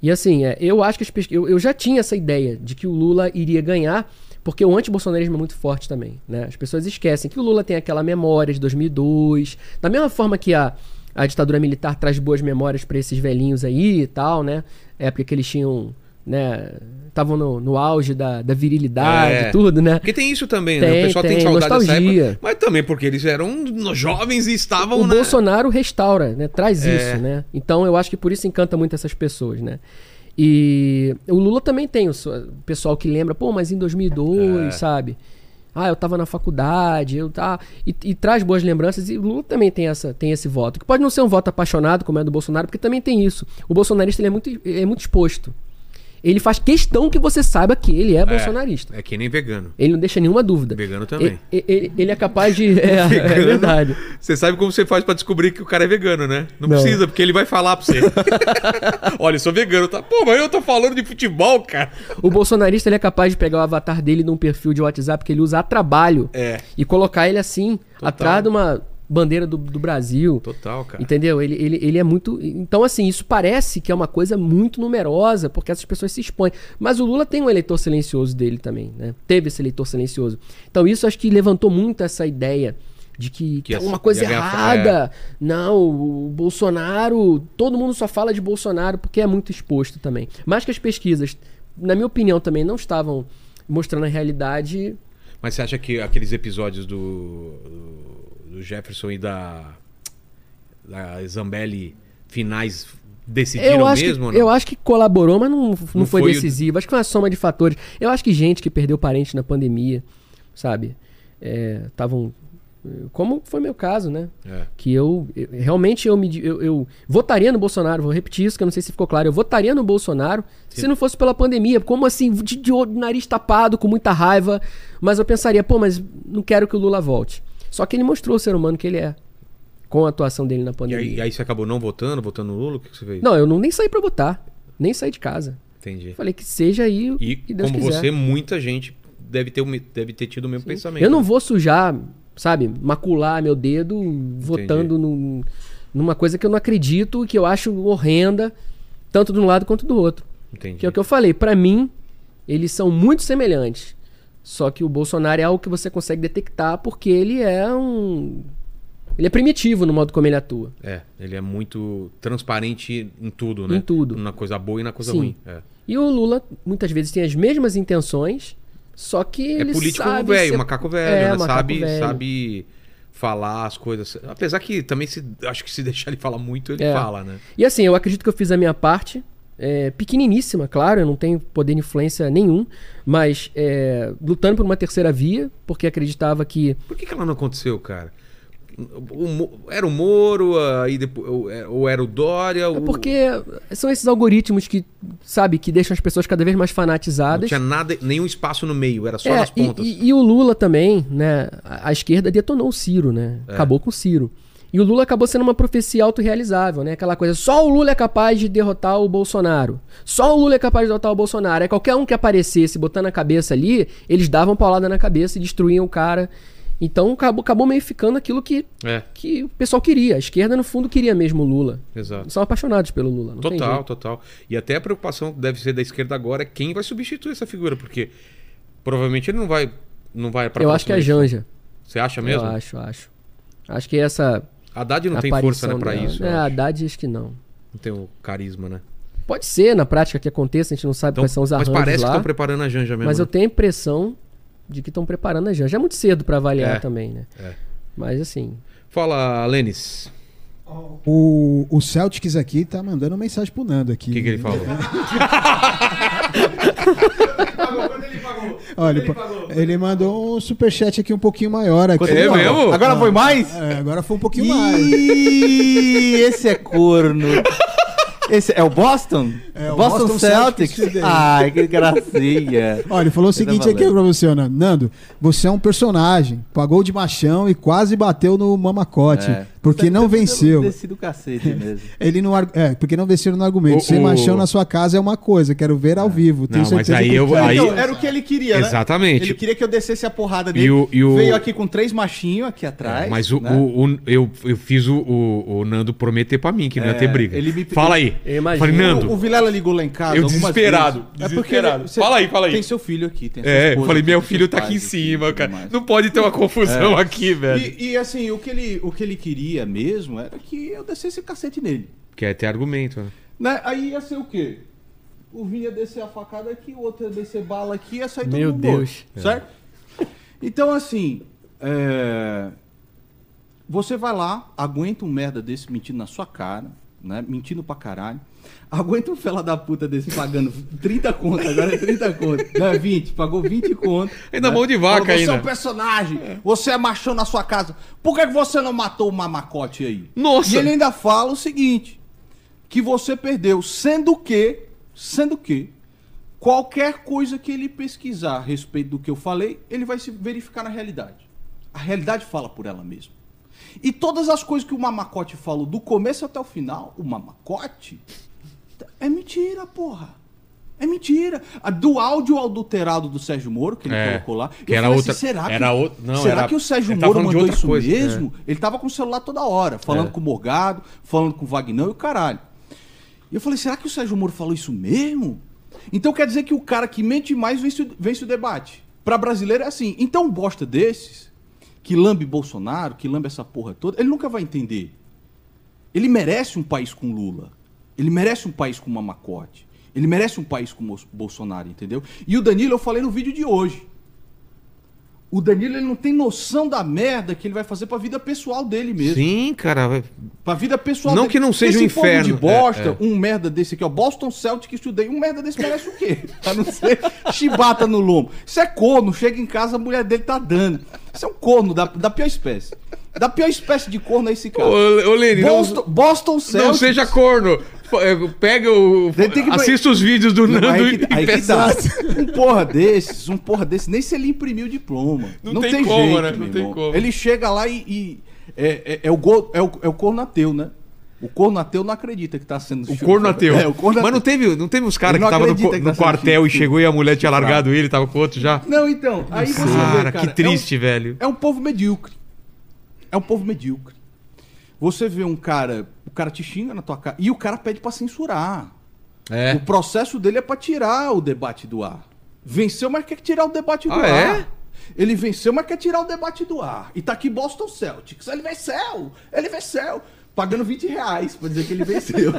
Speaker 3: e assim, é, eu acho que as pesqui- eu, eu já tinha essa ideia de que o Lula iria ganhar, porque o antibolsonarismo é muito forte também. Né? As pessoas esquecem que o Lula tem aquela memória de 2002, da mesma forma que a, a ditadura militar traz boas memórias para esses velhinhos aí e tal, né? Época que eles tinham. né Estavam no, no auge da, da virilidade,
Speaker 1: É.
Speaker 3: e tudo, né?
Speaker 1: Porque tem isso também, né?
Speaker 3: Tem,
Speaker 1: O pessoal tem,
Speaker 3: tem,
Speaker 1: saudade
Speaker 3: nostalgia.
Speaker 1: dessa época. Mas também porque eles eram jovens e estavam,
Speaker 3: o
Speaker 1: né?
Speaker 3: Bolsonaro restaura, né? Traz
Speaker 1: É.
Speaker 3: isso, né? Então eu acho que por isso encanta muito essas pessoas, né? E o Lula também tem o seu- o pessoal que lembra, pô, mas em
Speaker 1: É.
Speaker 3: 2002, sabe? Ah, eu tava na faculdade, eu tá e, e traz boas lembranças e o Lula também tem essa tem esse voto, que pode não ser um voto apaixonado como é do Bolsonaro, porque também tem isso. O bolsonarista ele é muito ele é muito exposto. Ele faz questão que você saiba que ele é, bolsonarista.
Speaker 1: É que nem vegano.
Speaker 3: Ele não deixa nenhuma dúvida.
Speaker 1: Vegano também.
Speaker 3: E- e- Ele, ele é capaz de é, é
Speaker 1: Vegano.
Speaker 3: verdade.
Speaker 1: Você sabe como você faz pra descobrir que o cara é vegano, né? Não,
Speaker 3: Não.
Speaker 1: precisa, porque ele vai falar pra você. Olha, eu sou vegano, tá? Pô, mas eu tô falando de futebol, cara.
Speaker 3: O bolsonarista ele é capaz de pegar o avatar dele num perfil de WhatsApp que ele usa a trabalho
Speaker 1: É.
Speaker 3: e colocar ele assim, atrás de uma bandeira do, do Brasil.
Speaker 1: Total, cara.
Speaker 3: Entendeu? Ele, ele, ele é muito. Então, assim, isso parece que é uma coisa muito numerosa, porque essas pessoas se expõem. Mas o Lula tem um eleitor silencioso dele também, né? Teve esse eleitor silencioso. Então, isso acho que levantou muito essa ideia de que,
Speaker 1: Que
Speaker 3: que
Speaker 1: ia-
Speaker 3: alguma coisa
Speaker 1: ia ganhar- é.
Speaker 3: errada. Não, o Bolsonaro. Todo mundo só fala de Bolsonaro porque é muito exposto também. Mas que as pesquisas, na minha opinião, também não estavam mostrando a realidade.
Speaker 1: Mas você acha que aqueles episódios do, do- do Jefferson e da, da Zambelli finais decidiram
Speaker 3: Eu acho,
Speaker 1: mesmo? ou
Speaker 3: que,
Speaker 1: não?
Speaker 3: eu acho que colaborou, mas não, não,
Speaker 1: foi
Speaker 3: foi,
Speaker 1: o-
Speaker 3: decisivo. Acho que foi uma soma de fatores. Eu acho que gente que perdeu parente na pandemia, sabe? Estavam. como foi meu caso, né?
Speaker 1: É.
Speaker 3: Que eu, eu- realmente eu me di- eu, eu votaria no Bolsonaro, vou repetir isso que eu não sei se ficou claro. Eu votaria no Bolsonaro se não fosse pela pandemia. Como assim, de, de olho- nariz tapado, com muita raiva, mas eu pensaria, pô, mas não quero que o Lula volte. Só que ele mostrou o ser humano que ele é com a atuação dele na
Speaker 1: E
Speaker 3: pandemia.
Speaker 1: aí, e aí você acabou não votando, votando no Lula? O que que você fez?
Speaker 3: Não, eu não nem saí pra votar. Nem saí de casa.
Speaker 1: Entendi.
Speaker 3: Falei que seja aí o
Speaker 1: E
Speaker 3: que Deus
Speaker 1: como
Speaker 3: quiser.
Speaker 1: você, muita gente deve ter, o me- deve ter tido o mesmo pensamento.
Speaker 3: eu não vou sujar, sabe, macular meu dedo votando num- numa coisa que eu não acredito e que eu acho horrenda, tanto de um lado quanto do outro.
Speaker 1: Entendi.
Speaker 3: Que é o que eu falei, pra mim, eles são muito semelhantes. Só que o Bolsonaro é algo que você consegue detectar porque ele é um. Ele é primitivo no modo como ele atua.
Speaker 1: É, ele é muito transparente em tudo, né?
Speaker 3: Em tudo.
Speaker 1: Na coisa boa e na coisa
Speaker 3: Sim.
Speaker 1: ruim. É,
Speaker 3: E o Lula muitas vezes tem as mesmas intenções, só que
Speaker 1: É
Speaker 3: ele
Speaker 1: político
Speaker 3: sabe
Speaker 1: velho,
Speaker 3: ser-
Speaker 1: macaco velho,
Speaker 3: É,
Speaker 1: né?
Speaker 3: macaco
Speaker 1: sabe,
Speaker 3: velho.
Speaker 1: sabe falar as coisas. Apesar que também se, acho que se deixar ele falar muito, ele
Speaker 3: É.
Speaker 1: fala, né?
Speaker 3: E assim, eu acredito que eu fiz a minha parte. É, pequeniníssima, claro, eu não tenho poder de influência nenhum, mas é, lutando por uma terceira via, porque acreditava que.
Speaker 1: Por que, que ela não aconteceu, cara? O Mo- era o Moro, aí depois, ou, é- ou era o Dória?
Speaker 3: É
Speaker 1: o-
Speaker 3: porque são esses algoritmos que, sabe, que deixam as pessoas cada vez mais
Speaker 1: Não
Speaker 3: fanatizadas.
Speaker 1: tinha nada, nenhum espaço no meio, era só
Speaker 3: É,
Speaker 1: nas
Speaker 3: e-
Speaker 1: pontas. É.
Speaker 3: E, e o Lula também, né? A, a esquerda detonou o Ciro, né? Acabou com o Ciro. E o Lula acabou sendo uma profecia autorrealizável, né? Aquela coisa, só o Lula é capaz de derrotar o Bolsonaro. Só o Lula é capaz de derrotar o Bolsonaro. É qualquer um que aparecesse botando a cabeça ali, eles davam paulada na cabeça e destruíam o cara. Então acabou, acabou meio ficando aquilo que,
Speaker 1: É.
Speaker 3: que o pessoal queria. A esquerda, no fundo, queria mesmo o Lula.
Speaker 1: Exato.
Speaker 3: São apaixonados pelo Lula. Não tem
Speaker 1: Total,
Speaker 3: jeito.
Speaker 1: total. E até a preocupação que deve ser da esquerda agora é quem vai substituir essa figura, porque provavelmente ele não vai não vai para
Speaker 3: Eu acho que é a Janja.
Speaker 1: Você acha mesmo?
Speaker 3: Eu acho, acho. Acho que essa.
Speaker 1: Haddad não tem força
Speaker 3: aparição
Speaker 1: né, para
Speaker 3: dela-
Speaker 1: isso. eu
Speaker 3: É,
Speaker 1: acho.
Speaker 3: Haddad acho que não.
Speaker 1: Não tem o carisma, né?
Speaker 3: Pode ser na prática que aconteça, a gente não sabe
Speaker 1: Então,
Speaker 3: quais são os
Speaker 1: mas
Speaker 3: arranjos
Speaker 1: parece que
Speaker 3: lá.
Speaker 1: estão preparando a Janja mesmo.
Speaker 3: mas eu
Speaker 1: né?
Speaker 3: tenho a impressão de que estão preparando a Janja. Já é muito cedo pra avaliar
Speaker 1: É,
Speaker 3: também, né?
Speaker 1: é.
Speaker 3: Mas assim,
Speaker 1: Fala, Lênis.
Speaker 2: O, o Celtics aqui tá mandando mensagem pro Nando aqui.
Speaker 1: O que, que ele falou?
Speaker 2: Olha, ele, pa- ele mandou um superchat aqui um pouquinho maior. Aqui.
Speaker 1: É
Speaker 2: Ó,
Speaker 1: mesmo?
Speaker 10: Agora foi mais?
Speaker 2: é, agora foi um pouquinho mais.
Speaker 10: Ih, esse é corno. Esse é o Boston?
Speaker 2: É, o
Speaker 10: Boston,
Speaker 2: Boston
Speaker 10: Celtics?
Speaker 2: Celtics.
Speaker 10: Ai, que gracinha. tá
Speaker 2: Olha, ele
Speaker 1: tá
Speaker 2: falou o
Speaker 4: é
Speaker 2: seguinte aqui
Speaker 10: valendo.
Speaker 2: pra você, ó, Nando. Nando, você é um personagem. Pagou de machão e quase bateu no mamacote.
Speaker 10: É.
Speaker 4: Tá
Speaker 2: Porque não venceu.
Speaker 10: Desci do cacete mesmo.
Speaker 2: Ele não argu- é, porque não venceram no
Speaker 1: O-
Speaker 2: argumento. Ser
Speaker 1: o- Ah.
Speaker 2: machão na sua casa é uma coisa, quero ver ao vivo. Tenho
Speaker 1: Não, mas
Speaker 2: certeza
Speaker 1: aí
Speaker 2: que-
Speaker 1: eu vou- aí-
Speaker 4: Então, era o que ele queria, né?
Speaker 1: Exatamente.
Speaker 4: Ele queria que eu descesse a porrada dele.
Speaker 1: E o- e o- É,
Speaker 4: Veio aqui com três machinhos aqui atrás.
Speaker 1: Mas o,
Speaker 4: né?
Speaker 1: o- o- eu, eu fiz o, o- o Nando prometer pra mim que não ia ter briga.
Speaker 4: É, ele me-
Speaker 1: Fala aí.
Speaker 3: Eu imagino.
Speaker 1: Falei, Nando.
Speaker 4: O, o Vilela ligou lá em casa.
Speaker 1: Eu
Speaker 4: algumas
Speaker 1: desesperado,
Speaker 4: vezes. É
Speaker 1: desesperado.
Speaker 4: você-
Speaker 1: Fala aí, fala aí.
Speaker 4: Tem seu filho aqui. Tem sua
Speaker 1: É, eu
Speaker 4: esposa,
Speaker 1: falei,
Speaker 4: tem
Speaker 1: meu
Speaker 4: seus
Speaker 1: filho tá aqui em
Speaker 4: pais
Speaker 1: cima,
Speaker 4: tudo
Speaker 1: cara.
Speaker 4: mais. é.
Speaker 1: Não pode ter uma confusão aqui, velho.
Speaker 4: E, e, assim, o que, ele, o que ele queria mesmo era que eu descesse o cacete nele.
Speaker 1: Quer ter argumento, né?
Speaker 4: Né? Aí ia ser o quê? O Vini ia descer a facada aqui, o outro ia descer bala aqui, ia sair
Speaker 3: Meu
Speaker 4: todo mundo
Speaker 3: Deus.
Speaker 4: morto, certo? Então, assim, é, você vai lá, aguenta um merda desse mentindo na sua cara, né? Mentindo pra caralho. Aguenta um fela da puta desse pagando 30 conto, agora é 30 conto. Não, é 20, pagou 20 conto.
Speaker 1: Ainda mão de vaca
Speaker 4: Fala, Você é
Speaker 1: ainda."
Speaker 4: um personagem, você é machão na sua casa. Por que que você não matou o mamacote aí?
Speaker 1: Nossa!
Speaker 4: E ele ainda fala o seguinte, que você perdeu, sendo que, sendo que, qualquer coisa que ele pesquisar a respeito do que eu falei, ele vai se verificar na realidade. A realidade fala por ela mesma. E todas as coisas que o Mamacote falou do começo até o final, o Mamacote, é mentira, porra. É mentira. A Do áudio adulterado do Sérgio Moro, que ele
Speaker 1: É,
Speaker 4: colocou lá.
Speaker 1: que
Speaker 4: eu
Speaker 1: era
Speaker 4: falei assim,
Speaker 1: outra-
Speaker 4: será que,
Speaker 1: era outra- não,
Speaker 4: será
Speaker 1: era-
Speaker 4: que o Sérgio
Speaker 1: ele tava
Speaker 4: Moro
Speaker 1: falando de
Speaker 4: mandou
Speaker 1: outra
Speaker 4: isso
Speaker 1: coisa,
Speaker 4: mesmo? Ele tava com o celular toda hora, falando
Speaker 1: É.
Speaker 4: com o Morgado, falando com o Vagnão e o caralho. E eu falei, será que o Sérgio Moro falou isso mesmo? Então quer dizer que o cara que mente mais vence, o- vence o debate. Pra brasileiro é assim. Então um bosta desses, que lambe Bolsonaro, que lambe essa porra toda, ele nunca vai entender. Ele merece um país com Lula. Ele merece um país com Mamacote. Ele merece um país com Mo- Bolsonaro, entendeu? E o Danilo, eu falei no vídeo de hoje. O Danilo ele não tem noção da merda que ele vai fazer pra vida pessoal dele mesmo.
Speaker 1: Sim, cara. vai-
Speaker 4: Pra vida pessoal
Speaker 1: Não
Speaker 4: dele.
Speaker 1: que não seja
Speaker 4: Esse
Speaker 1: um
Speaker 4: povo
Speaker 1: inferno.
Speaker 4: de bosta,
Speaker 1: É,
Speaker 4: um merda desse aqui, ó. Boston Celtic que estudei. Um merda desse merece o quê? A não ser chibata no lombo. Isso é corno. Chega em casa, a mulher dele tá dando. Isso é um corno da, da pior espécie. Da pior espécie de corno é esse
Speaker 1: Ô,
Speaker 4: cara.
Speaker 1: ô Lene, não,
Speaker 4: Boston, Boston Celtics.
Speaker 1: não seja corno. F- eh, Pega o.
Speaker 4: Ele tem que-
Speaker 1: Assista os vídeos do
Speaker 4: Não,
Speaker 1: Nando
Speaker 4: aí
Speaker 1: e
Speaker 4: que, aí que
Speaker 1: peça-
Speaker 4: tá. Um porra desses, um porra desses, nem se ele imprimiu o diploma.
Speaker 1: Não tem como, né? Não
Speaker 4: meu
Speaker 1: tem
Speaker 4: irmão.
Speaker 1: como.
Speaker 4: Ele chega lá e. e- é, é- é o go, é, o, é o corno ateu, né? O corno ateu não acredita que tá sendo.
Speaker 1: O corno ateu.
Speaker 4: É, o corno
Speaker 1: Mas não
Speaker 4: ateu.
Speaker 1: teve, não teve uns caras
Speaker 4: Ele
Speaker 1: que
Speaker 4: não
Speaker 1: estavam no,
Speaker 4: acredita
Speaker 1: co-
Speaker 4: que
Speaker 1: no
Speaker 4: tá sendo
Speaker 1: quartel e
Speaker 4: chifrado.
Speaker 1: chegou e a mulher tinha largado ele, tava com outro já.
Speaker 4: Não, então. Aí você vê,
Speaker 1: Cara,
Speaker 4: cara.
Speaker 1: que triste, velho.
Speaker 4: É um, é um povo medíocre. É um povo medíocre. Você vê um cara. O cara te xinga na tua cara. E o cara pede pra censurar. O
Speaker 1: É.
Speaker 4: processo dele é pra tirar o debate do ar. Venceu, mas quer tirar o debate do
Speaker 1: Ah,
Speaker 4: ar.
Speaker 1: é?
Speaker 4: Ele venceu, mas quer tirar o debate do ar. E tá aqui Boston Celtics. Ele venceu! Ele venceu! Pagando 20 reais pra dizer que ele venceu.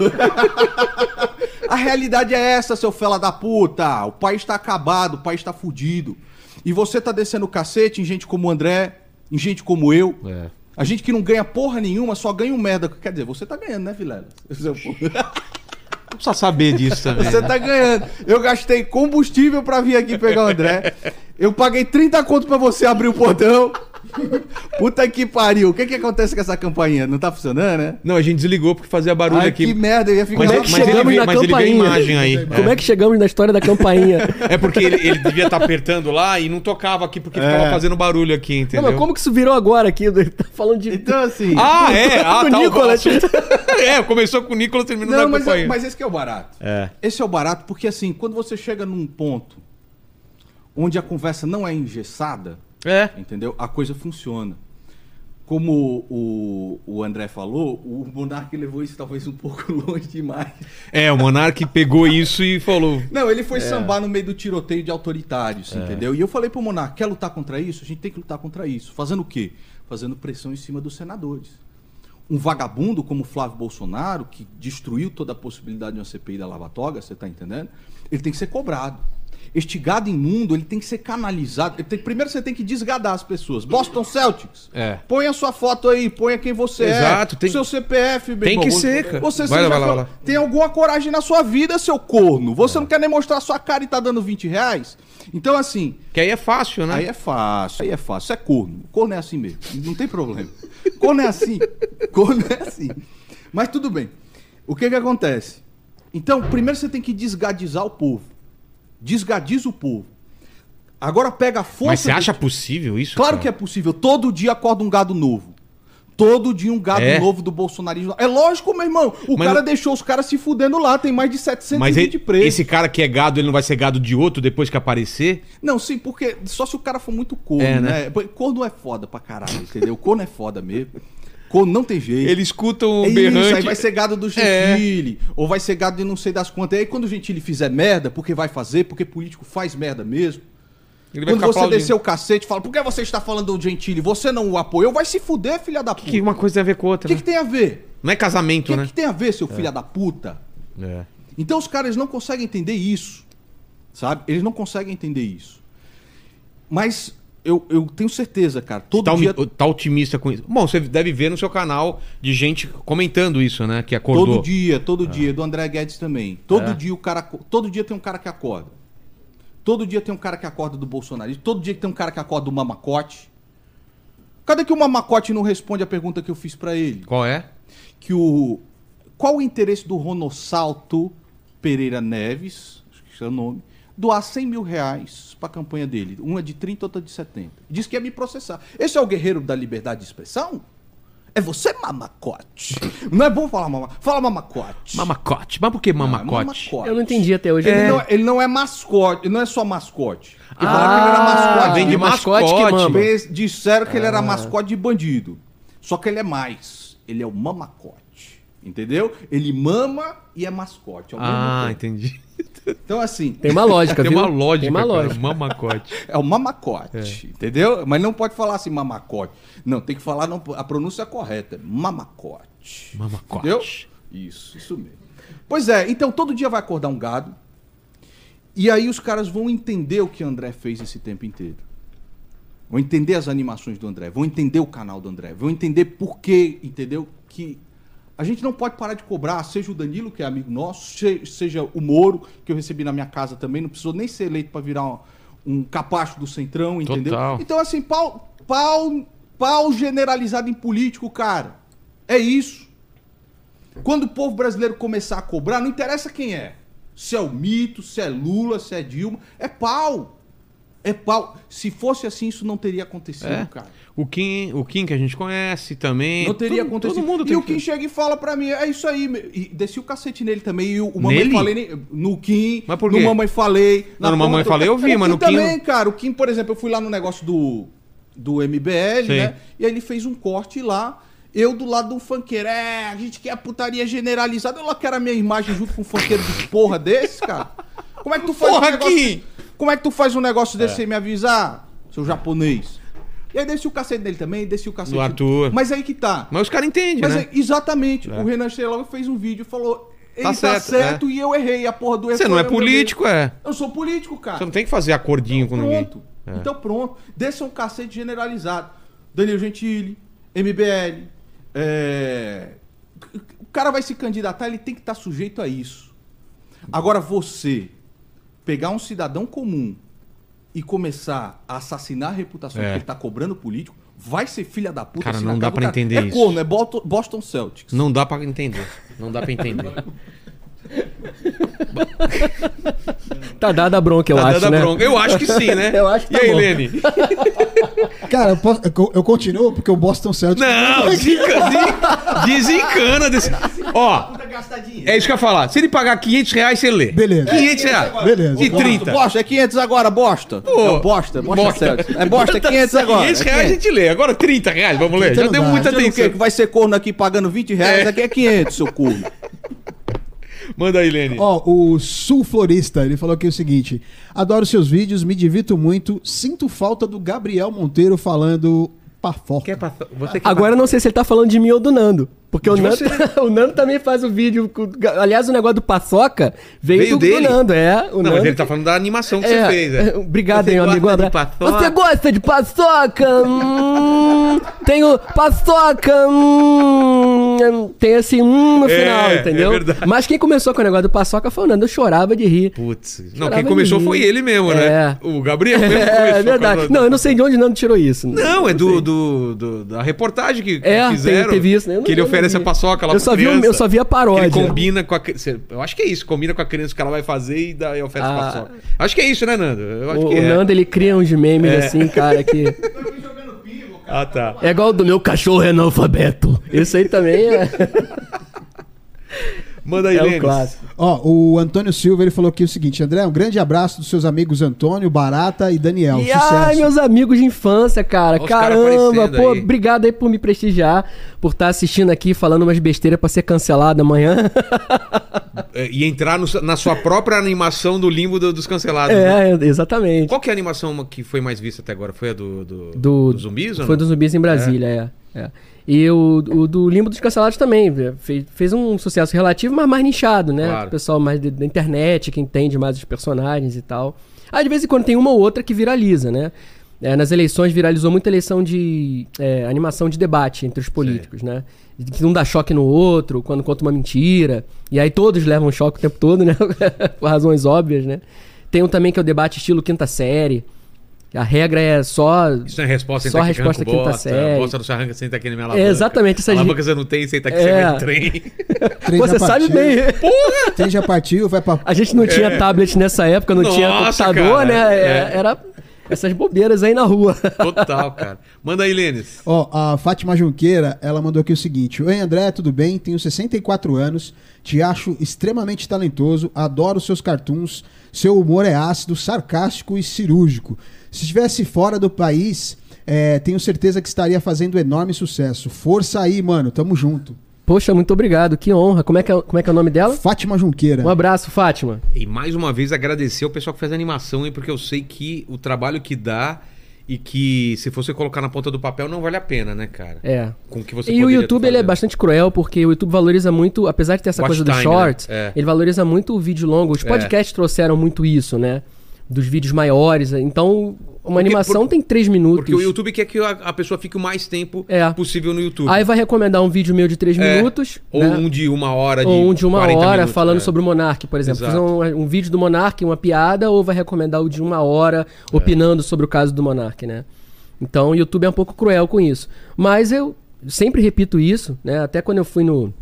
Speaker 4: A realidade é essa, seu fela da puta. O país tá acabado, o país tá fudido. E você tá descendo o cacete em gente como o André, em gente como eu.
Speaker 1: É.
Speaker 4: A gente que não ganha porra nenhuma, só ganha um merda. Quer dizer, você tá ganhando, né, Vilela? Você é um-
Speaker 1: Não precisa saber disso também.
Speaker 4: você tá ganhando. Eu gastei combustível pra vir aqui pegar o André. Eu paguei 30 conto pra você abrir o portão. Puta que pariu. O que que acontece com essa campainha? Não tá funcionando, né?
Speaker 1: Não, a gente desligou porque fazia barulho
Speaker 4: Ai,
Speaker 1: aqui.
Speaker 4: que merda, eu ia ficar...
Speaker 1: Mas,
Speaker 3: Como é que
Speaker 1: mas
Speaker 3: chegamos
Speaker 1: ele, vê-
Speaker 3: na
Speaker 1: mas ele vê a
Speaker 3: campainha?
Speaker 1: imagem aí.
Speaker 3: Como é que chegamos na história da campainha?
Speaker 1: É porque ele, ele devia estar apertando lá e não tocava aqui porque
Speaker 4: É.
Speaker 1: ficava fazendo barulho aqui, entendeu?
Speaker 3: Não, mas como que isso virou agora aqui? Ele tá falando de.
Speaker 4: Então, assim...
Speaker 1: Ah, é? Ah,
Speaker 3: Do
Speaker 1: tá, o
Speaker 3: Nicolas.
Speaker 1: assunto- é, começou com o Nicolas terminou
Speaker 4: Não,
Speaker 1: na
Speaker 4: mas,
Speaker 1: companhia.
Speaker 4: mas esse que é o barato.
Speaker 1: É.
Speaker 4: Esse é o barato porque, assim, quando você chega num ponto onde a conversa não é engessada,
Speaker 1: É.
Speaker 4: entendeu? A coisa funciona. Como o, o André falou, o Monark levou isso talvez um pouco longe demais.
Speaker 1: É, o Monark pegou isso e falou.
Speaker 4: Não, ele
Speaker 1: É.
Speaker 4: foi sambar no meio do tiroteio de autoritários, entendeu? E eu falei pro Monark, quer lutar contra isso? A gente tem que lutar contra isso. Fazendo o quê? Fazendo pressão em cima dos senadores. Um vagabundo como Flávio Bolsonaro, que destruiu toda a possibilidade de uma CPI da Lava Toga, você tá entendendo? Ele tem que ser cobrado. Este gado imundo, ele tem que ser canalizado. Ele tem- primeiro você tem que desgadar as pessoas. Boston Celtics,
Speaker 1: É.
Speaker 4: põe a sua foto aí, põe quem você
Speaker 1: Exato,
Speaker 4: é.
Speaker 1: tem-
Speaker 4: Seu CPF, meu
Speaker 1: Tem
Speaker 4: irmão.
Speaker 1: que ser, cara.
Speaker 4: Você
Speaker 1: Vai lá,
Speaker 4: seja
Speaker 1: vai lá, vai lá. É.
Speaker 4: tem alguma coragem na sua vida, seu corno. Você não quer nem mostrar a sua cara e tá dando 20 reais? Então, assim,
Speaker 1: Que aí é fácil, né?
Speaker 4: aí é fácil, aí é fácil. Isso é corno. Corno é assim mesmo. Não tem problema. Corno é assim. Corno é assim. Mas tudo bem. O que que acontece? Então, primeiro você tem que desgadizar o povo. Desgadiza o povo. Agora pega a força.
Speaker 1: Mas você
Speaker 4: do-
Speaker 1: acha possível isso?
Speaker 4: Claro que é possível. Todo dia acorda um gado novo. Todo dia um gado
Speaker 1: É?
Speaker 4: novo do bolsonarismo. É lógico, meu irmão. O
Speaker 1: Mas
Speaker 4: cara
Speaker 1: o-
Speaker 4: deixou os caras se fudendo lá. Tem mais de
Speaker 1: Mas
Speaker 4: 720
Speaker 1: ele-
Speaker 4: presos.
Speaker 1: esse cara que é gado, ele não vai ser gado de outro depois que aparecer?
Speaker 4: Não, sim, porque só se o cara for muito corno,
Speaker 1: É, né?
Speaker 4: né? Porque Corno é foda pra caralho, entendeu? Corno é foda mesmo. Corno não tem jeito.
Speaker 1: Ele escuta um
Speaker 4: É
Speaker 1: berrante. É.
Speaker 4: Isso, aí vai ser gado do Gentili, ou vai ser gado de não sei das quantas. E aí quando o Gentili fizer merda, porque vai fazer, porque político faz merda mesmo.
Speaker 1: Ele vai
Speaker 4: Quando
Speaker 1: ficar
Speaker 4: você
Speaker 1: aplaudindo.
Speaker 4: descer o cacete e fala, por que você está falando do Gentili? Você não o apoiou, vai se fuder, filha da puta.
Speaker 1: Que uma coisa tem a ver com
Speaker 4: O
Speaker 1: outra,
Speaker 4: que,
Speaker 1: né?
Speaker 4: que tem a ver?
Speaker 1: Não é
Speaker 4: O
Speaker 1: casamento,
Speaker 4: que,
Speaker 1: né?
Speaker 4: que tem a ver, seu filho da puta?
Speaker 1: É.
Speaker 4: Então os caras não conseguem entender isso. Sabe? Eles não conseguem entender isso. Mas eu, eu tenho certeza, cara. Todo
Speaker 1: Tá,
Speaker 4: dia.
Speaker 1: omi- tá otimista com isso. Bom, você deve ver no seu canal de gente comentando isso, né? Que acordou. Ah. É.
Speaker 4: Todo dia, todo dia. Do André Guedes também. Todo dia o cara. aco- Todo dia tem um cara que acorda. Todo dia tem um cara que acorda do Bolsonaro. Todo dia tem um cara que acorda do Mamacote. Cadê que o Mamacote não responde a pergunta que eu fiz pra ele?
Speaker 1: Qual é?
Speaker 4: que o qual o interesse do Ronossalto Pereira Neves, acho que esse é o nome, doar 100 mil reais para a campanha dele, uma de 30, outra de 70. Diz que ia me processar. Esse é o guerreiro da liberdade de expressão? É você, mamacote. Não é bom falar mamacote. Fala mamacote.
Speaker 1: Mamacote. Mas por que
Speaker 4: Não, é
Speaker 1: mamacote?
Speaker 3: Eu não entendi até hoje.
Speaker 4: Ele,
Speaker 3: né?
Speaker 4: não, ele não é mascote, ele não é só mascote. Porque
Speaker 3: Ah,
Speaker 4: falaram que ele era mascote
Speaker 1: vem de
Speaker 4: de
Speaker 1: mascote,
Speaker 3: mascote que mama.
Speaker 4: Eles disseram que ele
Speaker 1: Ah.
Speaker 4: era mascote de bandido. Só que ele é mais. Ele é o mamacote. Entendeu? Ele mama e é mascote. ao mesmo
Speaker 1: Ah,
Speaker 4: tempo.
Speaker 1: entendi.
Speaker 4: Então, assim,
Speaker 3: Tem uma lógica,
Speaker 1: Tem
Speaker 3: viu?
Speaker 1: uma lógica,
Speaker 3: Tem uma
Speaker 1: cara.
Speaker 3: lógica.
Speaker 1: Mamacote.
Speaker 4: é o mamacote. Entendeu? Mas não pode falar assim, mamacote. Não, tem que falar não- a pronúncia correta. é Mamacote.
Speaker 1: Mamacote.
Speaker 4: Entendeu? Isso, isso mesmo. Pois é, então todo dia vai acordar um gado. E aí os caras vão entender o que André fez esse tempo inteiro. Vão entender as animações do André, vão entender o canal do André, vão entender por que, entendeu? Que a gente não pode parar de cobrar, seja o Danilo, que é amigo nosso, se- seja o Moro, que eu recebi na minha casa também, não precisou nem ser eleito para virar um, um capacho do Centrão, entendeu?
Speaker 1: Total.
Speaker 4: Então, assim, pau, pau, pau generalizado em político, cara. É isso. Quando o povo brasileiro começar a cobrar, não interessa quem é. Se é o Mito, se é Lula, se é Dilma, é pau. É pau. Se fosse assim, isso não teria acontecido,
Speaker 1: É.
Speaker 4: cara.
Speaker 1: O Kim, o Kim que a gente conhece também.
Speaker 4: Não teria
Speaker 1: Todo-
Speaker 4: acontecido.
Speaker 1: Todo mundo
Speaker 4: e
Speaker 1: tem
Speaker 4: o Kim chega e fala pra mim, é isso aí. meu. E desci o cacete nele também. E o, o
Speaker 1: Nele?
Speaker 4: Mamãe Falei ne- no Kim,
Speaker 1: Mas por
Speaker 4: no
Speaker 1: quê?
Speaker 4: Mamãe Falei.
Speaker 1: Não, no Mamãe
Speaker 4: porra do-
Speaker 1: Falei eu vi,
Speaker 4: o
Speaker 1: mas no Kim
Speaker 4: também,
Speaker 1: não-
Speaker 4: cara. O Kim, por exemplo, eu fui lá no negócio do, do MBL,
Speaker 1: Sim.
Speaker 4: né? E aí ele fez um corte lá. Eu do lado do funkeiro, é, a gente quer a putaria generalizada. Eu lá quero a minha imagem junto com um funkeiro de porra desse, cara. Como é que tu faz
Speaker 1: Porra,
Speaker 4: um negócio...
Speaker 1: Kim!
Speaker 4: Como é que tu faz um negócio desse sem me avisar, seu japonês? E aí desci o cacete dele também, desci o cacete.
Speaker 1: Do Arthur.
Speaker 4: Mas aí que tá.
Speaker 1: Mas os caras entendem,
Speaker 4: Mas
Speaker 1: né?
Speaker 4: é- exatamente. O Renan Strelau fez um vídeo e falou: ele tá certo,
Speaker 1: certo, é.
Speaker 4: e eu errei. A porra do erro
Speaker 1: Você
Speaker 4: foi
Speaker 1: não é
Speaker 4: eu, meu
Speaker 1: político, é.
Speaker 4: Deus. Eu sou político, cara.
Speaker 1: Você não tem que fazer acordinho com ninguém. É.
Speaker 4: Pronto. Então pronto. Desça um cacete generalizado. Danilo Gentili, MBL. é, O cara vai se candidatar, ele tem que estar sujeito a isso. Agora você pegar um cidadão comum e começar a assassinar a reputação
Speaker 1: É.
Speaker 4: que ele está cobrando político, vai ser filha da puta.
Speaker 1: Cara,
Speaker 4: se
Speaker 1: não
Speaker 4: na
Speaker 1: dá
Speaker 4: cara do
Speaker 1: pra entender
Speaker 4: é
Speaker 1: isso.
Speaker 4: É corno, é Boston- Boston Celtics.
Speaker 1: Não dá pra entender. Não dá pra entender.
Speaker 3: Tá dada a bronca, eu
Speaker 1: Tá
Speaker 3: acho,
Speaker 1: dando a
Speaker 3: né?
Speaker 1: bronca. Eu acho que sim, né?
Speaker 3: Eu acho que
Speaker 1: E
Speaker 3: tá
Speaker 1: aí,
Speaker 3: bom.
Speaker 1: Lene?
Speaker 2: Cara, eu, posso- eu- eu continuo porque o Boston Celtics.
Speaker 1: Não, desenca- desen- desencana desse. Ó, é isso que eu ia falar. Se ele pagar 500 reais, você lê.
Speaker 2: Beleza. É,
Speaker 1: 500 reais.
Speaker 2: Beleza.
Speaker 1: é ah? E 30.
Speaker 4: Bosta, é 500 agora, bosta. é bosta, bosta,
Speaker 1: bosta.
Speaker 4: Celtics. É bosta, é 500 agora.
Speaker 1: 500
Speaker 4: é
Speaker 1: reais a gente lê. Agora 30 reais, vamos ler.
Speaker 2: 30
Speaker 1: Já
Speaker 2: não
Speaker 1: deu
Speaker 2: dá.
Speaker 1: muita
Speaker 4: Tá dizendo o quê?
Speaker 1: atenção.
Speaker 4: Que vai ser corno aqui pagando 20 reais,
Speaker 1: É.
Speaker 4: aqui é 500, seu corno.
Speaker 1: Manda aí, Lene.
Speaker 2: Ó, o Sul Florista, ele falou aqui o seguinte: adoro seus vídeos, me divirto muito, sinto falta do Gabriel Monteiro falando pafoca.
Speaker 1: Você que
Speaker 3: Agora eu não sei se ele tá falando de mim ou do Nando. Porque o
Speaker 1: De
Speaker 3: Nando,
Speaker 1: você.
Speaker 3: o Nando também faz o vídeo. com- Aliás, o negócio do paçoca veio,
Speaker 1: Veio
Speaker 3: do, do
Speaker 1: dele?
Speaker 3: Nando, é. O
Speaker 1: Não,
Speaker 3: Nando
Speaker 1: mas ele tá falando da animação que
Speaker 3: É,
Speaker 1: você fez.
Speaker 3: é, Obrigado, hein,
Speaker 1: gosta
Speaker 3: amigo
Speaker 1: de
Speaker 3: André.
Speaker 1: paçoca?
Speaker 3: Você é gosta de paçoca? Hum, tenho paçoca. Hum, tem esse hum no
Speaker 1: É,
Speaker 3: final,
Speaker 1: é
Speaker 3: entendeu?
Speaker 1: verdade.
Speaker 3: Mas quem começou com o negócio do paçoca foi o Nando. Eu chorava de rir.
Speaker 1: Putz. Não,
Speaker 3: Chorava
Speaker 1: quem começou
Speaker 3: de rir.
Speaker 1: foi ele mesmo, né?
Speaker 3: É.
Speaker 1: O Gabriel mesmo começou.
Speaker 3: É, é
Speaker 1: com a
Speaker 3: verdade.
Speaker 1: nossa-
Speaker 3: Não, eu não sei de onde o Nando tirou isso.
Speaker 1: Não, é do, do- do- da reportagem que que
Speaker 3: É, tem-
Speaker 1: fizeram.
Speaker 3: teve isso, né? Eu não-
Speaker 1: que ele
Speaker 3: eu não
Speaker 1: oferece a
Speaker 3: vi.
Speaker 1: paçoca lá
Speaker 3: Eu
Speaker 1: pra
Speaker 3: só vi o-
Speaker 1: criança.
Speaker 3: eu só vi a paródia.
Speaker 1: Que Ele combina com a criança. Eu acho que é isso. Combina com a criança que ela vai fazer e, dá, e oferece
Speaker 3: Ah.
Speaker 1: paçoca. Acho que é isso, né, Nando? Eu acho
Speaker 3: O,
Speaker 1: que
Speaker 3: o
Speaker 1: é.
Speaker 3: Nando, ele cria uns memes assim, cara, que...
Speaker 1: Ah, tá.
Speaker 3: É igual o do meu cachorro é analfabeto. Isso aí também é,
Speaker 1: Manda aí,
Speaker 3: é um
Speaker 1: Lênis.
Speaker 3: clássico.
Speaker 2: Ó, o Antônio Silva, ele falou aqui o seguinte: André, um grande abraço dos seus amigos Antônio, Barata e Daniel.
Speaker 3: E
Speaker 2: Sucesso.
Speaker 3: ai, meus amigos de infância, cara.
Speaker 1: Olha os caras
Speaker 3: Caramba,
Speaker 1: aparecendo
Speaker 3: pô,
Speaker 1: aí.
Speaker 3: obrigado aí por me prestigiar, por estar assistindo aqui, falando umas besteiras pra ser cancelado amanhã.
Speaker 1: É, E entrar no- na sua própria animação do limbo do- dos cancelados. né?
Speaker 3: é, exatamente.
Speaker 1: Qual que é a animação que foi mais vista até agora? Foi a do, do,
Speaker 3: Do,
Speaker 1: dos zumbis? ou
Speaker 3: Foi
Speaker 1: não?
Speaker 3: dos zumbis em Brasília, é. é. E o, o do Limbo dos Cancelados também. é, Fez, fez um sucesso relativo, mas mais nichado, né?
Speaker 1: Claro.
Speaker 3: O pessoal mais de- da internet, que entende mais os personagens e tal. Aí de vez em quando tem uma ou outra que viraliza, né? É, nas eleições viralizou muita eleição de é, animação de debate entre os políticos, né? Que um dá choque no outro, quando conta uma mentira. E aí todos levam choque o tempo todo, né? Por razões óbvias, né? Tem um também que é o debate estilo quinta série. A regra é só.
Speaker 1: Isso é resposta,
Speaker 3: Só
Speaker 1: senta aqui,
Speaker 3: resposta
Speaker 1: arranca o
Speaker 3: quinta
Speaker 1: bosta,
Speaker 3: série.
Speaker 1: Bosta do charranca, senta aqui na minha alavanca.
Speaker 3: exatamente, essas-
Speaker 1: Alavanca você não tem, senta aqui, você
Speaker 3: É.
Speaker 1: vai em trem.
Speaker 2: Trem
Speaker 3: Pô,
Speaker 2: já
Speaker 3: Você sabe
Speaker 2: partiu,
Speaker 3: bem.
Speaker 2: Trem já partiu, vai pra.
Speaker 3: A gente não tinha tablet nessa época, não tinha
Speaker 1: É. Nossa,
Speaker 3: computador,
Speaker 1: cara,
Speaker 3: né?
Speaker 1: é.
Speaker 3: É, Era essas bobeiras aí na rua.
Speaker 1: Total, cara. Manda aí, Lênis.
Speaker 2: Ó, a Fátima Junqueira, ela mandou aqui o seguinte: Oi, André, tudo bem? Tenho 64 anos, te acho extremamente talentoso, adoro seus cartoons, seu humor é ácido, sarcástico e cirúrgico. Se estivesse fora do país, eh, tenho certeza que estaria fazendo enorme sucesso. Força aí, mano, tamo junto.
Speaker 3: Poxa, muito obrigado, que honra. Como é que é, como é, que é o nome dela?
Speaker 2: Fátima Junqueira.
Speaker 3: Um abraço, Fátima.
Speaker 1: E mais uma vez agradecer ao pessoal que fez a animação, hein, porque eu sei que o trabalho que dá e que se você colocar na ponta do papel não vale a pena, né, cara?
Speaker 3: É.
Speaker 1: Com o que você
Speaker 3: E o
Speaker 1: poderia
Speaker 3: YouTube
Speaker 1: tá
Speaker 3: ele é
Speaker 1: fazendo.
Speaker 3: bastante cruel, porque o YouTube valoriza muito, apesar de ter essa
Speaker 1: Watch
Speaker 3: coisa dos
Speaker 1: time,
Speaker 3: shorts,
Speaker 1: né? É.
Speaker 3: ele valoriza muito o vídeo longo. Os
Speaker 1: É.
Speaker 3: podcasts trouxeram muito isso, né? Dos vídeos maiores. Então, uma animação
Speaker 1: por-
Speaker 3: tem três minutos.
Speaker 1: Porque o YouTube quer que a, a pessoa fique o mais tempo
Speaker 3: É.
Speaker 1: possível no YouTube.
Speaker 3: Aí vai recomendar um vídeo meu de três
Speaker 1: É.
Speaker 3: minutos.
Speaker 1: Ou
Speaker 3: né?
Speaker 1: um de uma hora, de
Speaker 3: Ou um de uma
Speaker 1: 40
Speaker 3: hora
Speaker 1: minutos,
Speaker 3: falando
Speaker 1: né?
Speaker 3: sobre o Monark, por exemplo.
Speaker 1: Exato.
Speaker 3: Fazer um, um vídeo do Monark, uma piada, ou vai recomendar o de uma hora
Speaker 1: É.
Speaker 3: opinando sobre o caso do Monark, né? Então o YouTube é um pouco cruel com isso. Mas eu sempre repito isso, né? Até quando eu fui no,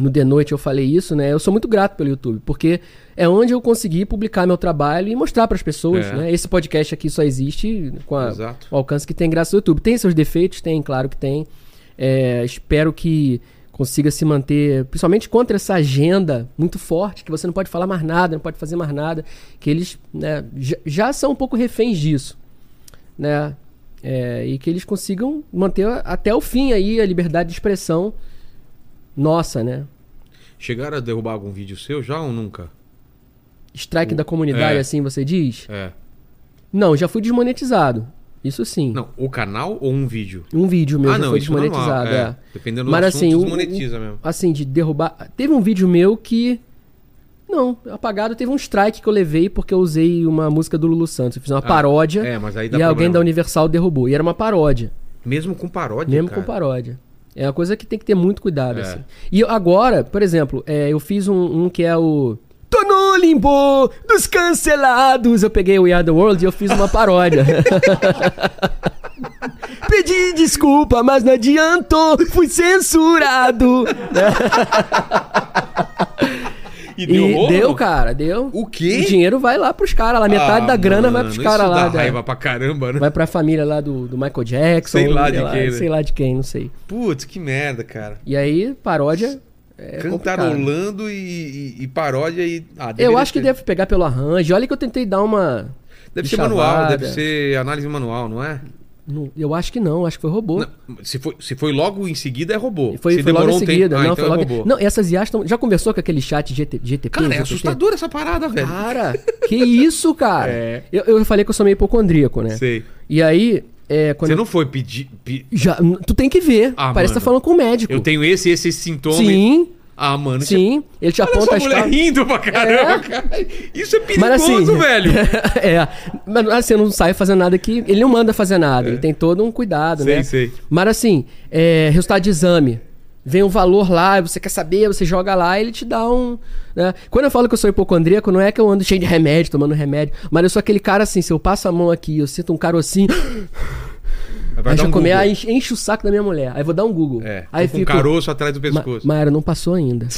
Speaker 3: no The Noite eu falei isso, né? Eu sou muito grato pelo YouTube, porque é onde eu consegui publicar meu trabalho e mostrar para as pessoas,
Speaker 1: É.
Speaker 3: né? Esse podcast aqui só existe com a-
Speaker 1: Exato.
Speaker 3: Ah, o alcance que tem graças ao YouTube. Tem seus defeitos? Tem, claro que tem. É, espero que consiga se manter, principalmente contra essa agenda muito forte, que você não pode falar mais nada, não pode fazer mais nada, que eles né, já, já são um pouco reféns disso, né? É, e que eles consigam manter a- até o fim aí a liberdade de expressão nossa, né?
Speaker 1: Chegaram a derrubar algum vídeo seu já ou nunca?
Speaker 3: Strike da comunidade,
Speaker 1: é.
Speaker 3: assim você diz?
Speaker 1: É.
Speaker 3: Não, já fui desmonetizado. Isso sim.
Speaker 1: Não, o canal ou um vídeo?
Speaker 3: Um vídeo meu já foi
Speaker 1: isso é normal,
Speaker 3: desmonetizado. é.
Speaker 1: Dependendo do
Speaker 3: Mas,
Speaker 1: assunto,
Speaker 3: assim, o-
Speaker 1: desmonetiza mesmo.
Speaker 3: assim, de derrubar. Teve um vídeo meu que. Não, apagado. Teve um strike que eu levei porque eu usei uma música do Lulu Santos. Eu fiz uma paródia
Speaker 1: é, mas aí
Speaker 3: e
Speaker 1: dá
Speaker 3: alguém
Speaker 1: problema.
Speaker 3: da Universal derrubou. E era uma paródia.
Speaker 1: Mesmo com paródia,
Speaker 3: Mesmo
Speaker 1: cara.
Speaker 3: com paródia. É uma coisa que tem que ter muito cuidado,
Speaker 1: É.
Speaker 3: assim. E eu- agora, por exemplo, é, eu fiz um, um que é o. Tô no limbo dos cancelados. Eu peguei o We Are the World e eu fiz uma paródia. Pedi desculpa, mas não adiantou. Fui censurado.
Speaker 1: E
Speaker 3: E
Speaker 1: rolo?
Speaker 3: deu, cara, deu.
Speaker 1: O quê?
Speaker 3: O dinheiro vai lá pros caras lá. Metade
Speaker 1: Ah,
Speaker 3: da grana vai
Speaker 1: mano,
Speaker 3: pros caras
Speaker 1: isso
Speaker 3: lá.
Speaker 1: Dá
Speaker 3: cara.
Speaker 1: raiva pra caramba, né?
Speaker 3: Vai pra família lá do, do Michael Jackson.
Speaker 1: Sei lá de quem, né?
Speaker 3: Sei lá de quem, não sei.
Speaker 1: Putz, que merda, cara.
Speaker 3: E aí, paródia. É
Speaker 1: um
Speaker 3: complicado.
Speaker 1: Cantarolando e, e- e paródia e. Ah,
Speaker 3: Eu
Speaker 1: deveria
Speaker 3: acho que
Speaker 1: ter.
Speaker 3: deve pegar pelo arranjo. Olha que eu tentei dar uma.
Speaker 1: Deve ser manual,
Speaker 3: chavada.
Speaker 1: deve ser análise manual, não é?
Speaker 3: Não, Eu acho que não, acho que foi robô.
Speaker 1: Não, se, foi, se foi logo em seguida, é robô.
Speaker 3: Foi,
Speaker 1: se
Speaker 3: foi logo em
Speaker 1: um tempo-
Speaker 3: seguida.
Speaker 1: Ah,
Speaker 3: não,
Speaker 1: então
Speaker 3: foi logo...
Speaker 1: é robô.
Speaker 3: não, essas IAs estão. Já conversou com aquele chat GT, GTP?
Speaker 1: Cara, é
Speaker 3: GTT?
Speaker 1: assustador essa parada, velho.
Speaker 3: Cara, que isso, cara?
Speaker 1: É.
Speaker 3: Eu, eu falei que eu sou meio hipocondríaco, né?
Speaker 1: Sei.
Speaker 3: E aí, é, quando
Speaker 1: Você
Speaker 3: eu-
Speaker 1: não foi pedir. pe-
Speaker 3: já, tu tem que ver.
Speaker 1: Ah,
Speaker 3: Parece
Speaker 1: mano.
Speaker 3: que tá falando com o médico.
Speaker 1: Eu tenho esse, esse sintoma. e-
Speaker 3: Sim,
Speaker 1: Ah, mano. isso é-
Speaker 3: sim. Ele te
Speaker 1: Olha
Speaker 3: aponta
Speaker 1: essa
Speaker 3: as
Speaker 1: mulher
Speaker 3: cal-
Speaker 1: rindo pra caramba, cara. Isso é perigoso, velho.
Speaker 3: assim, é. Mas assim, não sai fazendo nada que. Ele não manda fazer nada. Ele tem todo um cuidado,
Speaker 1: É. Sei,
Speaker 3: né?
Speaker 1: sei.
Speaker 3: Mas assim, é, resultado de exame. Vem um valor lá, você quer saber, você joga lá ele te dá um. né? Quando eu falo que eu sou hipocondríaco, não é que eu ando cheio de remédio, tomando remédio. Mas eu sou aquele cara assim, se eu passo a mão aqui, eu sinto um carocinho.
Speaker 1: Vai
Speaker 3: aí
Speaker 1: dar
Speaker 3: já
Speaker 1: um
Speaker 3: comer,
Speaker 1: Google.
Speaker 3: aí enche, enche o saco da minha mulher. Aí vou dar um Google.
Speaker 1: É, tô
Speaker 3: aí
Speaker 1: com um caroço atrás do pescoço.
Speaker 3: Ma Mayara não passou ainda.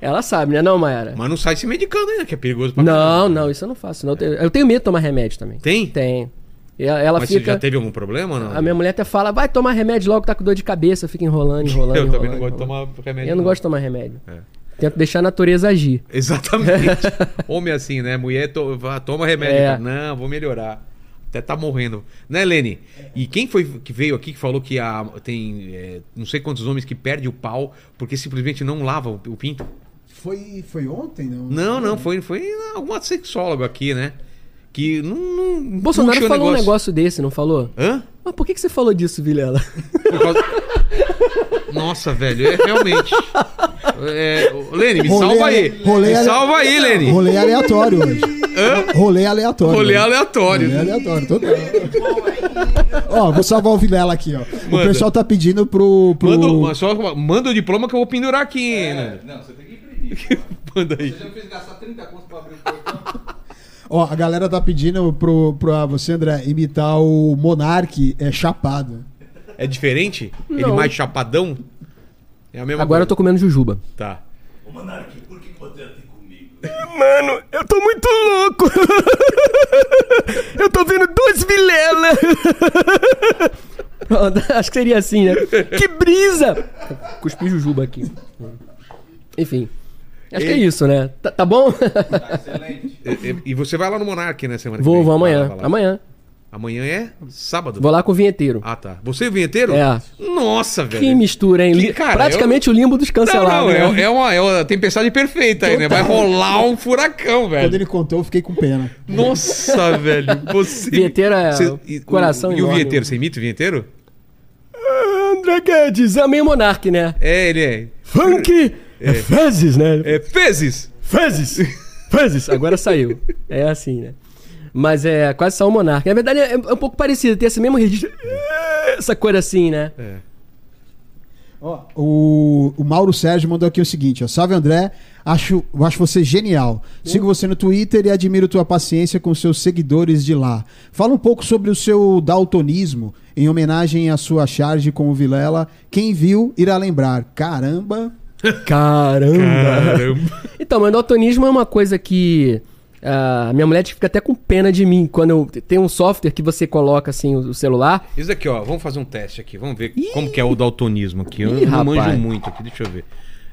Speaker 3: Ela sabe, né, não, Mayara?
Speaker 1: Mas não sai se medicando ainda, que é perigoso pra caramba.
Speaker 3: Não, não, isso eu não faço. Não. Eu tenho- Eu tenho medo de tomar remédio também.
Speaker 1: Tem?
Speaker 3: Tem. E Ela, ela
Speaker 1: Mas você
Speaker 3: fica.
Speaker 1: já teve algum problema ou não?
Speaker 3: A minha mulher até fala, vai tomar remédio logo, tá com dor de cabeça, fica enrolando, enrolando.
Speaker 1: Eu também
Speaker 3: enrolando,
Speaker 1: não É. gosto de
Speaker 3: enrolando.
Speaker 1: tomar remédio.
Speaker 3: Eu não gosto de tomar remédio. Tento deixar a natureza agir.
Speaker 1: Exatamente. Homem assim, né? Mulher to- vá, toma remédio.
Speaker 3: É.
Speaker 1: cara. Não, vou melhorar. Até tá morrendo. Né, Lene? E quem foi que veio aqui que falou que a, tem é, não sei quantos homens que perdem o pau porque simplesmente não lava o, o pinto?
Speaker 2: Foi, foi ontem, não?
Speaker 1: Não, não, foi, foi alguma sexóloga aqui, né? Que não. não
Speaker 3: Bolsonaro
Speaker 1: puxa o É.
Speaker 3: falou um negócio desse, não falou?
Speaker 1: Hã?
Speaker 3: Mas por que, que você falou disso, Vilela?
Speaker 1: Por causa- Nossa, velho, é realmente. É, ô, Lene, me
Speaker 2: Rolê
Speaker 1: salva
Speaker 2: ale-
Speaker 1: aí.
Speaker 2: rolê
Speaker 1: me
Speaker 2: ale-
Speaker 1: salva aí, Lene. Rolê,
Speaker 2: Rolê aleatório hoje. Rolê aleatório. hoje.
Speaker 1: aleatório.
Speaker 2: Rolê aleatório, total. ó, vou salvar o Vilela aqui, ó. O
Speaker 1: Manda.
Speaker 2: pessoal tá pedindo pro. pro...
Speaker 1: Manda, um o- só, manda o diploma que eu vou pendurar aqui, hein, Lene.
Speaker 4: Não, você tem que imprimir.
Speaker 1: Manda aí.
Speaker 4: Você já fez gastar 30 contos pra abrir
Speaker 11: um
Speaker 4: o portão.
Speaker 2: Ó, a galera tá pedindo pro, pra você, André, imitar o Monark é, chapado.
Speaker 1: É diferente? Ele mais chapadão? É a mesma
Speaker 3: Agora
Speaker 1: coisa.
Speaker 3: eu tô comendo jujuba.
Speaker 1: Tá.
Speaker 3: Mano, eu tô muito louco! eu tô vendo dois Vilela! Acho que seria assim, né? Que brisa! Cuspi jujuba aqui. Enfim. Acho que é isso, né? Tá, tá bom?
Speaker 1: E, e- e você vai lá no Monark, né, semana que
Speaker 3: vou,
Speaker 1: vem?
Speaker 3: vou amanhã.
Speaker 1: Vai lá, vai lá.
Speaker 3: Amanhã.
Speaker 1: Amanhã é sábado.
Speaker 3: Vou lá com o vinheteiro.
Speaker 1: Ah, tá. Você é o vinheteiro?
Speaker 3: É.
Speaker 1: Nossa, velho.
Speaker 3: Que mistura, hein?
Speaker 1: Que,
Speaker 3: Li-
Speaker 1: cara,
Speaker 3: Praticamente o limbo dos
Speaker 1: Não, não,
Speaker 3: cancelados.
Speaker 1: é,
Speaker 3: né?
Speaker 1: é uma, é uma tempestade perfeita aí, né? Vai rolar um furacão,
Speaker 2: Quando
Speaker 1: velho.
Speaker 2: ele contou, eu fiquei com pena.
Speaker 1: Nossa, velho. Você.
Speaker 3: Vinheteiro é
Speaker 1: e-
Speaker 3: coração
Speaker 1: E o
Speaker 3: enorme.
Speaker 1: vinheteiro? Você imita o vinheteiro?
Speaker 3: André Guedes, é meio monarque, né?
Speaker 1: É, ele é.
Speaker 3: Funk é, fezes, né?
Speaker 1: É fezes.
Speaker 3: Fezes! Fezes! Agora saiu. É assim, né? Mas é quase só o Monarca. Na verdade, é é um pouco parecido, tem esse mesmo registro. Essa coisa assim, né?
Speaker 2: Ó, o, o Mauro Sérgio mandou aqui o seguinte, ó. Salve André, acho, eu acho você genial. Sigo você no Twitter e admiro tua paciência com seus seguidores de lá. Fala um pouco sobre o seu daltonismo, em homenagem à sua charge com o Vilela. Quem viu irá lembrar. Caramba!
Speaker 3: Caramba!
Speaker 1: Caramba.
Speaker 3: Então, mas daltonismo é uma coisa que. ah, minha mulher fica até com pena de mim quando eu. Tem um software que você coloca assim o, o celular.
Speaker 1: Isso aqui, ó. Vamos fazer um teste aqui. Vamos ver como que é o daltonismo aqui. Eu
Speaker 3: Ih,
Speaker 1: não manjo
Speaker 3: rapaz.
Speaker 1: muito aqui. Deixa eu ver.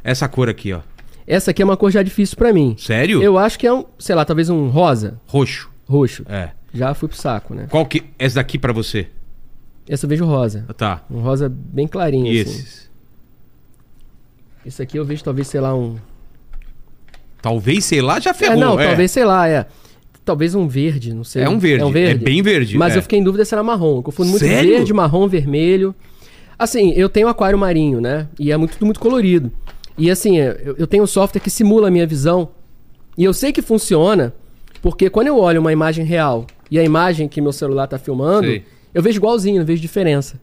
Speaker 1: Essa cor aqui, ó.
Speaker 3: Essa aqui é uma cor já difícil pra mim.
Speaker 1: Sério?
Speaker 3: Eu acho que é um, sei lá, talvez um rosa,
Speaker 1: Roxo.
Speaker 3: roxo.
Speaker 1: É.
Speaker 3: Já fui pro saco, né?
Speaker 1: Qual que... é Essa daqui pra você?
Speaker 3: Essa eu vejo rosa.
Speaker 1: Ah, Tá.
Speaker 3: Um rosa bem clarinho,
Speaker 1: E
Speaker 3: assim.
Speaker 1: esses?
Speaker 3: Isso aqui eu vejo talvez, sei lá, um.
Speaker 1: Talvez, sei lá, já ferrou.
Speaker 3: é, não, talvez, sei lá, é. Talvez um verde, não sei.
Speaker 1: É um verde, é bem verde,
Speaker 3: Mas
Speaker 1: é.
Speaker 3: eu fiquei em dúvida se era marrom. Eu confundo muito
Speaker 1: Sério?
Speaker 3: verde, marrom, vermelho. Assim, eu tenho aquário marinho, né? E é muito, tudo muito colorido. E assim, é, eu, eu tenho um software que simula a minha visão. E eu sei que funciona, porque quando eu olho uma imagem real e a imagem que meu celular tá filmando,
Speaker 1: Sei.
Speaker 3: eu vejo igualzinho, não vejo diferença.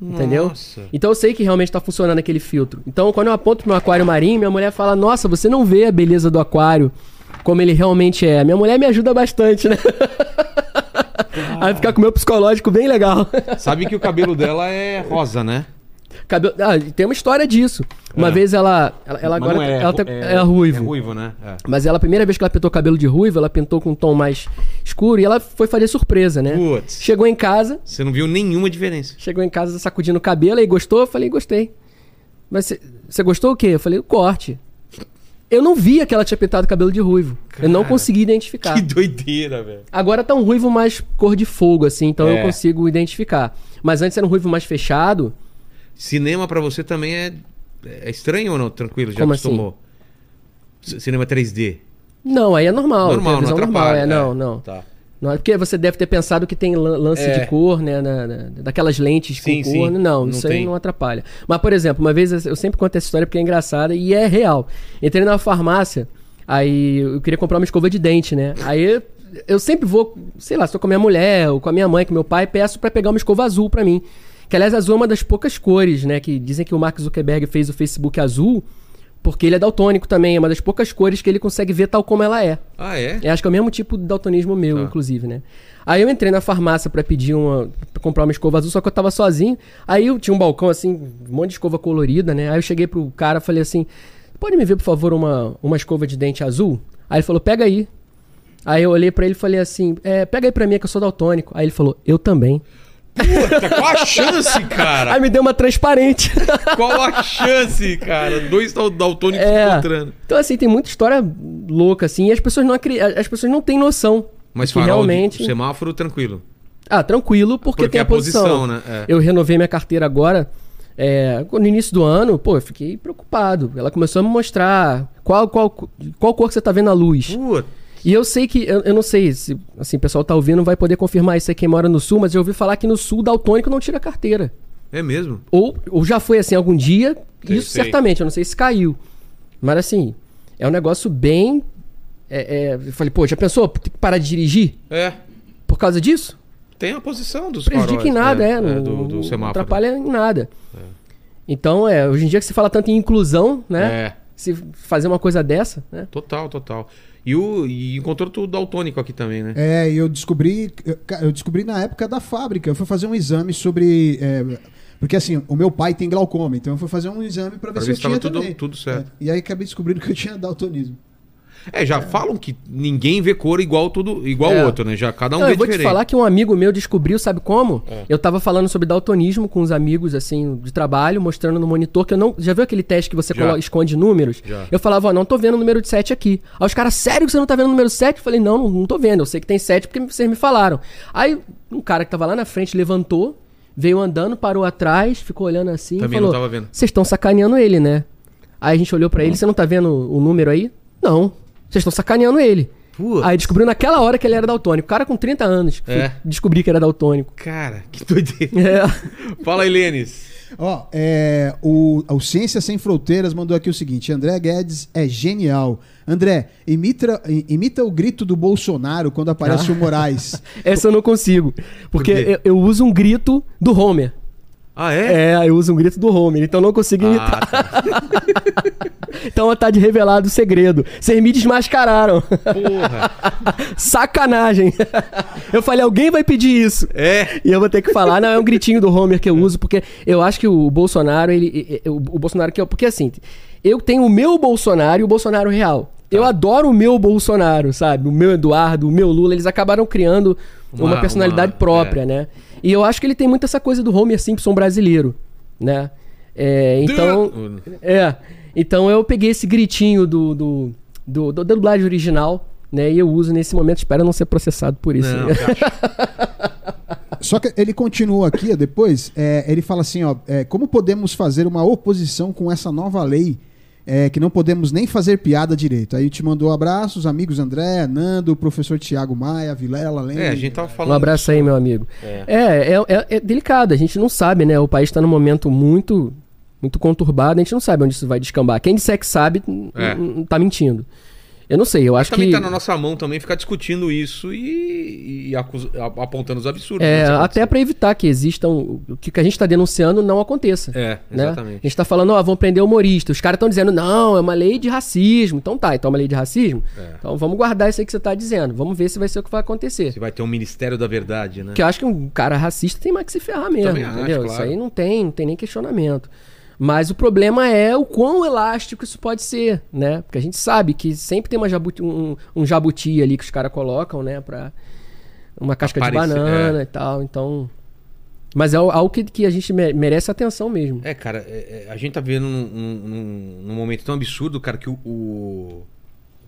Speaker 3: Entendeu?
Speaker 1: Nossa.
Speaker 3: Então eu sei que realmente tá funcionando aquele filtro. Então quando eu aponto pro meu aquário marinho, minha mulher fala: Nossa, você não vê a beleza do aquário como ele realmente é. Minha mulher me ajuda bastante, né? Aí ficar com o meu psicológico bem legal.
Speaker 1: Sabe que o cabelo dela é rosa, né?
Speaker 3: Cabelo... Ah, tem uma história disso. Uma vez ela. Ela, ela
Speaker 1: É. Mas
Speaker 3: agora.
Speaker 1: não
Speaker 3: ela tá- é,
Speaker 1: É
Speaker 3: ruivo.
Speaker 1: ruivo, né? É.
Speaker 3: Mas ela, a primeira vez que ela pintou cabelo de ruivo, ela pintou com um tom mais escuro e ela foi fazer surpresa, né?
Speaker 1: Putz.
Speaker 3: Chegou em casa,
Speaker 1: Você não viu nenhuma diferença.
Speaker 3: chegou em casa sacudindo o cabelo aí gostou? Eu falei, gostei. Mas você- você gostou o quê? Eu falei, o corte. Eu não via que ela tinha pintado cabelo de ruivo. eu não consegui identificar.
Speaker 1: Que doideira, velho.
Speaker 3: Agora tá um ruivo mais cor de fogo, assim, então
Speaker 1: É.
Speaker 3: eu consigo identificar. Mas antes era um ruivo mais fechado.
Speaker 1: Cinema pra você também é, é estranho ou não? Tranquilo, já
Speaker 3: Como assim?
Speaker 1: acostumou. C- Cinema 3D.
Speaker 3: Não, aí é normal.
Speaker 1: normal, não
Speaker 3: televisão
Speaker 1: atrapalha.
Speaker 3: normal, é, não,
Speaker 1: é.
Speaker 3: não.
Speaker 1: Tá.
Speaker 3: Não é porque você deve ter pensado que tem lan- lance
Speaker 1: É.
Speaker 3: de cor, né? na- na- daquelas lentes
Speaker 1: Sim,
Speaker 3: com
Speaker 1: sim.
Speaker 3: cor. Não,
Speaker 1: Não
Speaker 3: isso
Speaker 1: tem.
Speaker 3: aí não atrapalha. Mas, por exemplo, uma vez eu sempre conto essa história porque é engraçada e é real. Entrei numa farmácia, aí eu queria comprar uma escova de dente, né? Aí eu- eu sempre vou, sei lá, se tô com a minha mulher ou com a minha mãe, com meu pai, peço pra pegar uma escova azul pra mim. Que, aliás, azul é uma das poucas cores, né? Que dizem que o Mark Zuckerberg fez o Facebook azul porque ele é daltônico também. É uma das poucas cores que ele consegue ver tal como ela é.
Speaker 1: Ah, é?
Speaker 3: É, acho que é o mesmo tipo de daltonismo meu,
Speaker 1: Tá.
Speaker 3: inclusive, né? Aí eu entrei na farmácia pra pedir uma. pra comprar uma escova azul, só que eu tava sozinho. Aí eu tinha um balcão, assim, um monte de escova colorida, né? Aí eu cheguei pro cara falei assim: pode me ver, por favor, uma, uma escova de dente azul? Aí ele falou: pega aí. Aí eu olhei pra ele e falei assim: é, pega aí pra mim, que eu sou daltônico. Aí ele falou: eu também.
Speaker 1: Puta, qual a chance, cara?
Speaker 3: Aí me deu uma transparente.
Speaker 1: Qual a chance, cara? Dois dal- daltônicos se
Speaker 3: É.
Speaker 1: encontrando.
Speaker 3: Então, assim, tem muita história louca, assim, e as pessoas não, acri- as pessoas não têm noção.
Speaker 1: Mas
Speaker 3: de que
Speaker 1: farol,
Speaker 3: realmente.
Speaker 1: de- semáforo, tranquilo.
Speaker 3: Ah, tranquilo, porque,
Speaker 1: Porque
Speaker 3: tem a,
Speaker 1: a posição,
Speaker 3: posição.
Speaker 1: né? É.
Speaker 3: Eu renovei minha carteira agora. é, no início do ano, pô, eu fiquei preocupado. Ela começou a me mostrar qual, qual, qual cor que você tá vendo na luz.
Speaker 1: Puta.
Speaker 3: E eu sei que, eu, eu não sei se assim, o pessoal tá ouvindo, vai poder confirmar isso aí quem mora no sul, mas eu ouvi falar que no sul daltônico não tira carteira.
Speaker 1: É mesmo?
Speaker 3: Ou, ou já foi assim algum dia,
Speaker 1: Sei,
Speaker 3: isso
Speaker 1: sei.
Speaker 3: certamente, eu não sei se caiu. Mas assim, é um negócio bem. é, é, eu falei, pô, já pensou? Tem que parar de dirigir
Speaker 1: É.
Speaker 3: por causa disso?
Speaker 1: Tem a posição dos
Speaker 3: prejudica
Speaker 1: faróis,
Speaker 3: em nada,
Speaker 1: né?
Speaker 3: é. não,
Speaker 1: do, do
Speaker 3: não
Speaker 1: semáforo. né? É.
Speaker 3: atrapalha em nada. Então, é, hoje em dia que se fala tanto em inclusão, né?
Speaker 1: É.
Speaker 3: Se fazer uma coisa dessa, né?
Speaker 1: Total, total. E, o, e encontrou tudo daltônico aqui também, né?
Speaker 2: É, e eu descobri, eu- ca- eu descobri na época da fábrica. Eu fui fazer um exame sobre. é, porque assim, o meu pai tem glaucoma, então eu fui fazer um exame pra ver
Speaker 1: Pra
Speaker 2: se
Speaker 1: ver
Speaker 2: eu
Speaker 1: se
Speaker 2: tinha
Speaker 1: tava tudo-
Speaker 2: também.
Speaker 1: tudo certo.
Speaker 2: É, e aí acabei descobrindo que eu tinha daltonismo.
Speaker 1: É, já falam que ninguém vê cor igual tudo, igual
Speaker 3: É.
Speaker 1: o outro, né? Já cada um
Speaker 3: Não,
Speaker 1: vê
Speaker 3: eu vou
Speaker 1: diferente. É.
Speaker 3: te falar que um amigo meu descobriu, sabe como? Eu tava falando sobre daltonismo com uns amigos, assim, de trabalho, mostrando no monitor que eu não. Já viu aquele teste que você
Speaker 1: Já.
Speaker 3: coloca- esconde números?
Speaker 1: Já.
Speaker 3: Eu falava, ó, não tô vendo o número de 7 aqui. Aí os caras, sério que você não tá vendo o número 7? Eu falei, não, não, não tô vendo, eu sei que tem 7 porque vocês me falaram. Aí um cara que tava lá na frente levantou, veio andando, parou atrás, ficou olhando assim. e
Speaker 1: Também não
Speaker 3: falou,
Speaker 1: tava vendo.
Speaker 3: Vocês estão sacaneando ele, né? Aí a gente olhou pra ele, você não tá vendo o número aí? Não. Vocês estão sacaneando ele.
Speaker 1: Putz.
Speaker 3: Aí descobriu naquela hora que ele era daltônico. O cara com 30 anos que
Speaker 1: É.
Speaker 3: descobri que era daltônico.
Speaker 1: Cara, que doideira.
Speaker 3: É.
Speaker 1: Fala aí, Lênis.
Speaker 2: Ó, é, o, o Ciência Sem Fronteiras mandou aqui o seguinte: André Guedes é genial. André, imita, i- imita o grito do Bolsonaro quando aparece
Speaker 1: Ah.
Speaker 2: o Moraes.
Speaker 3: Essa eu não consigo. Porque
Speaker 1: Por quê?
Speaker 3: eu, eu uso um grito do Homer.
Speaker 1: Ah, é?
Speaker 3: É, eu uso um grito do Homer, então eu não consigo imitar.
Speaker 1: Ah, tá.
Speaker 3: Então tá de revelado o segredo. Vocês me desmascararam.
Speaker 1: porra.
Speaker 3: Sacanagem. Eu falei, alguém vai pedir isso.
Speaker 1: É.
Speaker 3: E eu vou ter que falar, não, é um gritinho do Homer que eu uso, porque eu acho que o Bolsonaro, ele. e- e- O o Bolsonaro que é. Porque assim, eu tenho o meu Bolsonaro e o Bolsonaro real.
Speaker 1: Tá.
Speaker 3: Eu adoro o meu Bolsonaro, sabe? O meu Eduardo, o meu Lula, eles acabaram criando uma,
Speaker 1: Uma-
Speaker 3: personalidade
Speaker 1: uma-
Speaker 3: própria,
Speaker 1: é.
Speaker 3: né? E eu acho que ele tem muito essa coisa do Homer Simpson brasileiro, né? É, então. É. Então eu peguei esse gritinho do, do, do, do- da dublagem original, né? E eu uso nesse momento, espero não ser processado por isso.
Speaker 1: Não,
Speaker 3: né?
Speaker 1: cara.
Speaker 2: Só que ele continua aqui ó, depois, é, ele fala assim: ó, é, como podemos fazer uma oposição com essa nova lei? é, que não podemos nem fazer piada direito. Aí te mandou abraços, amigos André, Nando, professor Tiago Maia, Vilela, Lenda.
Speaker 1: É, a gente tava falando.
Speaker 3: Um abraço aí, meu amigo. É, é, é- é delicado, a gente não sabe, né? O país está num momento muito muito conturbado, a gente não sabe onde isso vai descambar. Quem disser que sabe, n-
Speaker 1: É.
Speaker 3: n- tá mentindo. Eu não sei, eu acho
Speaker 1: também
Speaker 3: que.
Speaker 1: tá na nossa mão também ficar discutindo isso e, e acus- a- apontando os absurdos.
Speaker 3: É,
Speaker 1: né, que
Speaker 3: até para evitar que existam. o que que a gente está denunciando não aconteça.
Speaker 1: É,
Speaker 3: né?
Speaker 1: exatamente.
Speaker 3: A gente está falando, ó, vão prender humorista. Os caras estão dizendo, não, é uma lei de racismo. Então tá, então é uma lei de racismo. Então vamos guardar isso aí que você tá dizendo. Vamos ver se vai ser o que vai acontecer.
Speaker 1: Se vai ter um Ministério da Verdade, né?
Speaker 3: Porque eu acho que um cara racista tem mais que se ferrar mesmo,
Speaker 1: Também acho,
Speaker 3: entendeu?
Speaker 1: claro.
Speaker 3: Isso aí não tem, não tem nem questionamento. Mas o problema é o quão elástico isso pode ser, né? Porque a gente sabe que sempre tem uma jabuti, um, um jabuti ali que os caras colocam, né? Pra uma casca
Speaker 1: Aparecer,
Speaker 3: de banana e tal, então... Mas é al- algo que, que a gente me- merece atenção mesmo.
Speaker 1: É, cara, é- é, a gente tá vendo num, num- num- num momento tão absurdo, cara, que o, o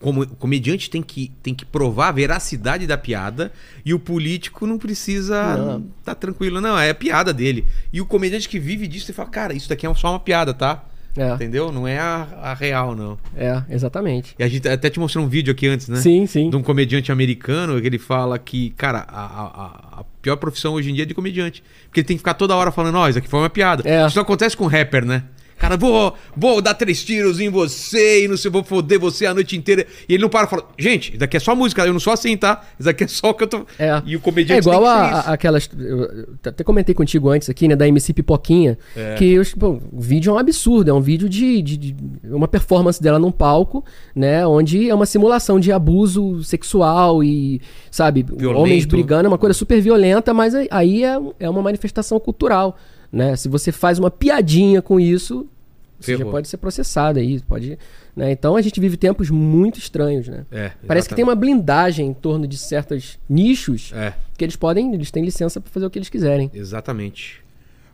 Speaker 1: como- o comediante tem que, tem que provar a veracidade da piada e o político não precisa tá tranquilo, não, é a piada dele. E o comediante que vive disso, você fala, cara, isso daqui é só uma piada, tá?
Speaker 3: É,
Speaker 1: Entendeu? Não é a, a real, não.
Speaker 3: é exatamente.
Speaker 1: E a gente até te mostrou um vídeo aqui antes, né?
Speaker 3: Sim, sim.
Speaker 1: de um comediante americano que ele fala que, cara, a, a- a- a pior profissão hoje em dia é de comediante. Porque ele tem que ficar toda hora falando, ó, isso aqui foi uma piada.
Speaker 3: É.
Speaker 1: Isso não acontece com rapper, né? Cara, vou, vou dar três tiros em você e não sei, vou foder você a noite inteira. E ele não para e fala, gente, isso daqui é só música, eu não sou assim, tá? Isso daqui é só o que eu tô.
Speaker 3: É.
Speaker 1: E o comediante
Speaker 3: É igual
Speaker 1: tem que
Speaker 3: a,
Speaker 1: ser isso.
Speaker 3: a- aquelas. eu- eu até comentei contigo antes aqui, né? Da MC Pipoquinha.
Speaker 1: É.
Speaker 3: Que os- pô, o vídeo é um absurdo. É um vídeo de, de- de- Uma performance dela num palco, né? Onde é uma simulação de abuso sexual e, sabe,
Speaker 1: Violento.
Speaker 3: homens brigando, é uma coisa super violenta, mas aí- aí é, é uma manifestação cultural. Né? Se você faz uma piadinha com isso, você já
Speaker 1: Ferrou.
Speaker 3: pode ser processado aí. Pode, né? Então a gente vive tempos muito estranhos, né?
Speaker 1: É,
Speaker 3: Parece que tem uma blindagem em torno de certos nichos
Speaker 1: É,
Speaker 3: que eles podem, eles têm licença pra fazer o que eles quiserem.
Speaker 1: exatamente.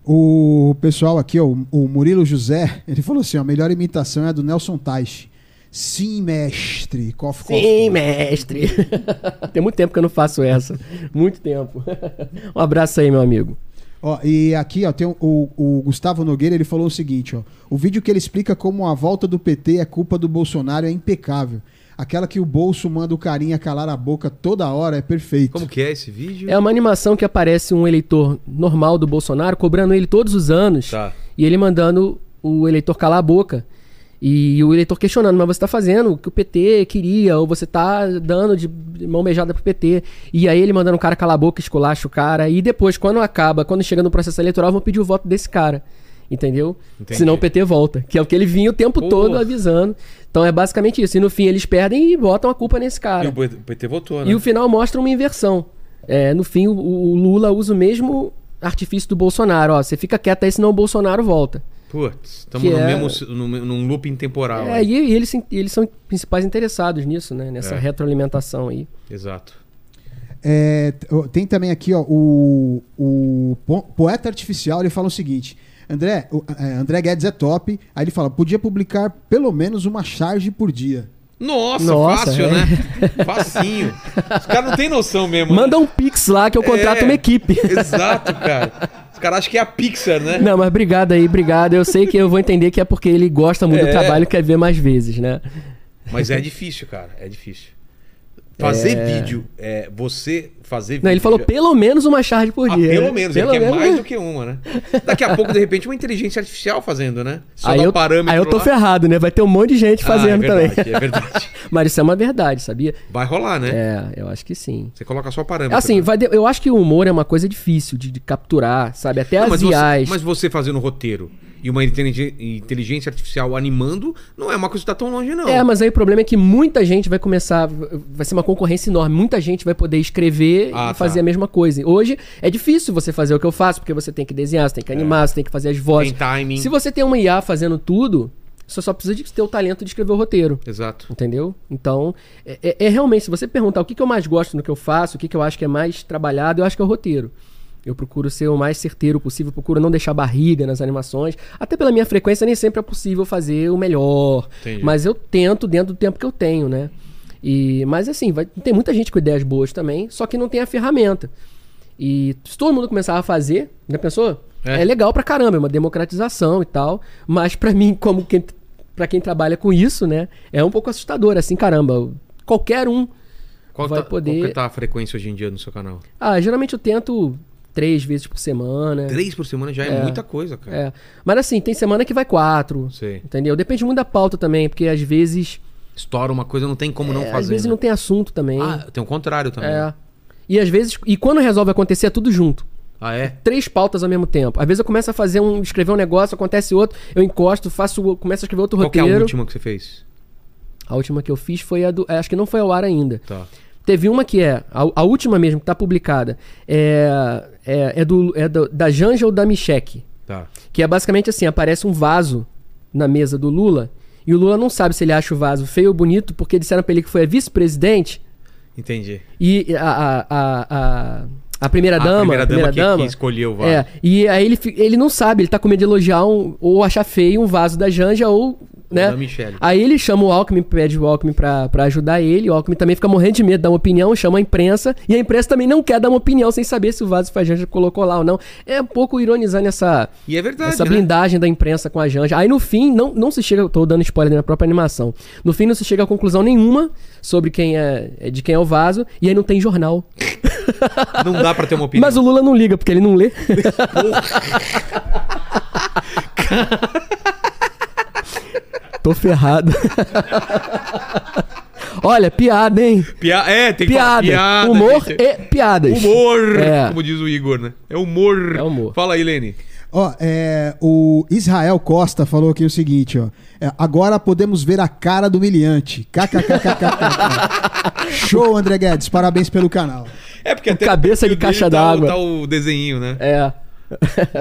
Speaker 2: O pessoal aqui, ó, o- o Murilo José, ele falou assim: ó, a melhor imitação é a do Nelson Tais. Sim, mestre. Cof, cof.
Speaker 3: Sim, mestre! Tem muito tempo que eu não faço essa. Muito tempo. um abraço aí, meu amigo.
Speaker 2: Ó, e aqui, ó, tem o, o- o Gustavo Nogueira, ele falou o seguinte, ó. O vídeo que ele explica como a volta do PT é culpa do Bolsonaro é impecável. Aquela que o bolso manda o carinha calar a boca toda hora é perfeito.
Speaker 1: Como que é esse vídeo?
Speaker 3: É uma animação que aparece um eleitor normal do Bolsonaro cobrando ele todos os anos
Speaker 1: Tá.
Speaker 3: e ele mandando o eleitor calar a boca. E o eleitor questionando, mas você tá fazendo o que o PT queria, ou você tá dando de de mão beijada pro PT. E aí ele mandando o cara calar a boca, esculacha o cara. E depois, quando acaba, quando chega no processo eleitoral, vão pedir o voto desse cara. Entendeu?
Speaker 1: Entendi.
Speaker 3: Senão o PT volta. Que é o que ele vinha o tempo
Speaker 1: Porra.
Speaker 3: todo avisando. Então é basicamente isso. E no fim eles perdem e botam a culpa nesse cara.
Speaker 1: E o PT votou, né?
Speaker 3: E o final mostra uma inversão. É, no fim, o, o Lula usa o mesmo artifício do Bolsonaro. Ó, você fica quieto aí, senão o Bolsonaro volta.
Speaker 1: Putz, estamos
Speaker 3: Que
Speaker 1: no
Speaker 3: é-
Speaker 1: mesmo, no, num looping temporal.
Speaker 3: É,
Speaker 1: né?
Speaker 3: e, e eles, se- e eles são principais interessados nisso, né? Nessa
Speaker 1: É.
Speaker 3: retroalimentação aí.
Speaker 1: Exato.
Speaker 2: É, t- ó, tem também aqui, ó, o, o po- Poeta Artificial, ele fala o seguinte. André, o- é, André Guedes é top. Aí ele fala, podia publicar pelo menos uma charge por dia.
Speaker 1: Nossa,
Speaker 3: Nossa,
Speaker 1: fácil,
Speaker 3: é.
Speaker 1: né? Facinho. Os caras não têm noção mesmo. né?
Speaker 3: Manda um pix lá que eu contrato
Speaker 1: É.
Speaker 3: uma equipe.
Speaker 1: Exato, cara. Os caras acham que é a Pixar, né?
Speaker 3: Não, mas obrigado aí, obrigado. Eu sei que eu vou entender que é porque ele gosta muito do trabalho e quer ver mais vezes, né?
Speaker 1: Mas é difícil, cara. É difícil. Fazer vídeo, é, você fazer vídeo.
Speaker 3: Não, ele falou
Speaker 1: já-
Speaker 3: pelo menos uma charge por
Speaker 1: É. Ah,
Speaker 3: dia. né?
Speaker 1: pelo menos,
Speaker 3: pelo
Speaker 1: ele quer
Speaker 3: menos,
Speaker 1: mais
Speaker 3: né?
Speaker 1: do que uma, né? Daqui a pouco, de repente, uma inteligência artificial fazendo, né? Só
Speaker 3: Aí
Speaker 1: dá um
Speaker 3: eu,
Speaker 1: parâmetro.
Speaker 3: aí eu tô
Speaker 1: lá.
Speaker 3: ferrado, né? Vai ter um monte de gente
Speaker 1: Ah,
Speaker 3: fazendo
Speaker 1: é verdade,
Speaker 3: também.
Speaker 1: É verdade.
Speaker 3: Mas isso é uma verdade, sabia?
Speaker 1: Vai rolar, né?
Speaker 3: É, eu acho que sim.
Speaker 1: Você coloca só o parâmetro.
Speaker 3: Assim,
Speaker 1: né?
Speaker 3: vai de- eu acho que o humor é uma coisa difícil de, de capturar, sabe? Até
Speaker 1: Não,
Speaker 3: as
Speaker 1: mas, você,
Speaker 3: viagens.
Speaker 1: mas você fazendo roteiro e uma inteligen- inteligência artificial animando, não é uma coisa que tá tão longe, não.
Speaker 3: É, mas aí o problema é que muita gente vai começar. Vai ser uma concorrência enorme. Muita gente vai poder escrever
Speaker 1: Ah,
Speaker 3: e fazer
Speaker 1: tá.
Speaker 3: a mesma coisa. Hoje é difícil você fazer o que eu faço, porque você tem que desenhar, você tem que animar, você tem que fazer as vozes.
Speaker 1: É. Tem timing.
Speaker 3: Se você tem uma IA fazendo tudo, você só precisa de ter o talento de escrever o roteiro.
Speaker 1: Exato.
Speaker 3: Entendeu? Então, é, é- é realmente, se você perguntar o que, que eu mais gosto no que eu faço, o que, que eu acho que é mais trabalhado, eu acho que é o roteiro. Eu procuro ser o mais certeiro possível, procuro não deixar barriga nas animações. Até pela minha frequência, nem sempre é possível fazer o melhor.
Speaker 1: Entendi.
Speaker 3: Mas eu tento dentro do tempo que eu tenho, né? E, mas assim, vai- tem muita gente com ideias boas também, só que não tem a ferramenta. E se todo mundo começar a fazer, já pensou?
Speaker 1: É.
Speaker 3: É, legal pra caramba, é uma democratização e tal. Mas pra mim, como quem, pra quem trabalha com isso, né? É um pouco assustador, assim, caramba. Qualquer um.
Speaker 1: Qual,
Speaker 3: vai
Speaker 1: tá,
Speaker 3: poder-
Speaker 1: qual que tá a frequência hoje em dia no seu canal?
Speaker 3: Ah, geralmente eu tento três vezes por semana.
Speaker 1: Três por semana já é,
Speaker 3: É.
Speaker 1: muita coisa, cara.
Speaker 3: É. Mas assim, tem semana que vai quatro.
Speaker 1: Sei.
Speaker 3: Entendeu? Depende muito da pauta também, porque às vezes.
Speaker 1: estoura uma coisa, não tem como não
Speaker 3: É,
Speaker 1: fazer.
Speaker 3: às vezes
Speaker 1: né?
Speaker 3: não tem assunto também.
Speaker 1: Ah, tem o contrário também.
Speaker 3: é. E às vezes. E quando resolve acontecer, é tudo junto.
Speaker 1: Ah, é?
Speaker 3: Três pautas ao mesmo tempo. Às vezes eu começo a fazer um. escrever um negócio, acontece outro, eu encosto, faço. começo a escrever outro
Speaker 1: Qual que é
Speaker 3: roteiro.
Speaker 1: a última que você fez?
Speaker 3: A última que eu fiz foi a do. é, Acho que não foi ao ar ainda.
Speaker 1: Tá.
Speaker 3: Teve uma que é. A, a última mesmo, que tá publicada. É. É, é do, é do- da Janja ou da Michek.
Speaker 1: Tá.
Speaker 3: Que é basicamente assim: aparece um vaso na mesa do Lula. E o Lula não sabe se ele acha o vaso feio ou bonito, porque disseram pra ele que foi a vice-presidente.
Speaker 1: Entendi.
Speaker 3: E a, a, a, a, a primeira
Speaker 1: A
Speaker 3: dama.
Speaker 1: primeira dama que- que escolheu o vaso.
Speaker 3: É, e aí ele, fi- ele não sabe, ele tá com medo de elogiar um, ou achar feio um vaso da Janja ou. Né?
Speaker 1: da Michelle.
Speaker 3: Aí ele chama o Alckmin, pede o Alckmin pra, pra ajudar ele. O Alckmin também fica morrendo de medo, dá uma opinião, chama a imprensa. E a imprensa também não quer dar uma opinião sem saber se o vaso foi a Janja que colocou lá ou não. É um pouco ironizando essa,
Speaker 1: E é verdade,
Speaker 3: essa
Speaker 1: né?
Speaker 3: blindagem da imprensa com a Janja. Aí no fim, não, não se chega. eu Tô dando spoiler na própria animação. No fim, não se chega a conclusão nenhuma sobre quem é é de quem é o vaso. E aí não tem jornal.
Speaker 1: Não dá pra ter uma opinião.
Speaker 3: Mas o Lula não liga, porque ele não lê. Tô ferrado. Olha, piada, hein?
Speaker 1: Pia- É, tem que falar
Speaker 3: Piada. humor
Speaker 1: gente.
Speaker 3: e piadas.
Speaker 1: Humor,
Speaker 3: É.
Speaker 1: como diz o Igor, né? É humor.
Speaker 3: É humor.
Speaker 1: Fala aí, Lene.
Speaker 2: Ó, é, o Israel Costa falou aqui o seguinte, ó. É, agora podemos ver a cara do miliante. KKKKKK. Show, André Guedes. Parabéns pelo canal.
Speaker 1: É porque até
Speaker 3: cabeça
Speaker 1: no
Speaker 3: de
Speaker 1: perfil
Speaker 3: caixa
Speaker 1: dele tá o-
Speaker 3: d'água.
Speaker 1: Tá o desenho, né?
Speaker 3: É.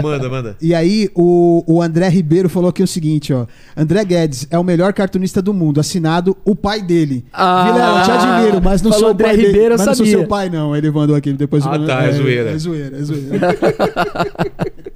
Speaker 1: Manda, manda.
Speaker 2: E aí, o, o André Ribeiro falou aqui o seguinte, ó. André Guedes é o melhor cartunista do mundo, assinado o pai dele.
Speaker 3: Ah,
Speaker 2: Vilela, te admiro, mas não
Speaker 3: falou
Speaker 2: sou o
Speaker 3: André
Speaker 2: pai dele.
Speaker 3: Ribeiro, eu
Speaker 2: mas não sou
Speaker 3: sabia.
Speaker 2: seu pai, não. Ele mandou aqui depois.
Speaker 1: Ah,
Speaker 2: eu-
Speaker 1: tá, é zoeira.
Speaker 2: É zoeira, é zoeira.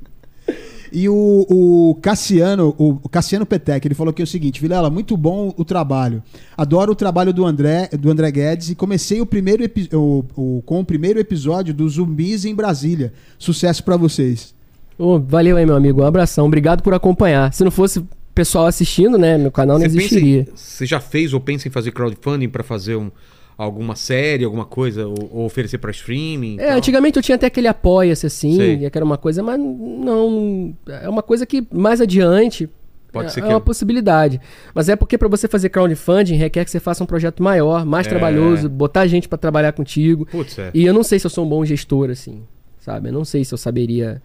Speaker 2: E o, o Cassiano, o o Cassiano Petec, ele falou aqui o seguinte: Vilela, muito bom o trabalho. Adoro o trabalho do André, do André Guedes e comecei o primeiro epi- o- o- com o primeiro episódio do Zumbis em Brasília. Sucesso pra vocês.
Speaker 3: Ô, valeu aí, meu amigo. Um abração. Obrigado por acompanhar. Se não fosse o pessoal assistindo, né? Meu canal não
Speaker 1: Você pensa em- Tá.
Speaker 3: existiria.
Speaker 1: Você já fez ou pensa em fazer crowdfunding pra fazer um, alguma série, alguma coisa, ou, ou oferecer pra streaming? e
Speaker 3: É,
Speaker 1: tal?
Speaker 3: antigamente eu tinha até aquele apoia-se assim,
Speaker 1: Sei.
Speaker 3: e que era uma coisa, mas não. É uma coisa que mais adiante.
Speaker 1: Pode
Speaker 3: é,
Speaker 1: ser
Speaker 3: é
Speaker 1: que
Speaker 3: uma
Speaker 1: eu-
Speaker 3: possibilidade. Mas é porque pra você fazer crowdfunding requer que você faça um projeto maior, mais trabalhoso, botar gente pra trabalhar contigo.
Speaker 1: É. Putz, é.
Speaker 3: E eu não sei se eu sou um bom gestor, assim, sabe? Eu não sei se eu saberia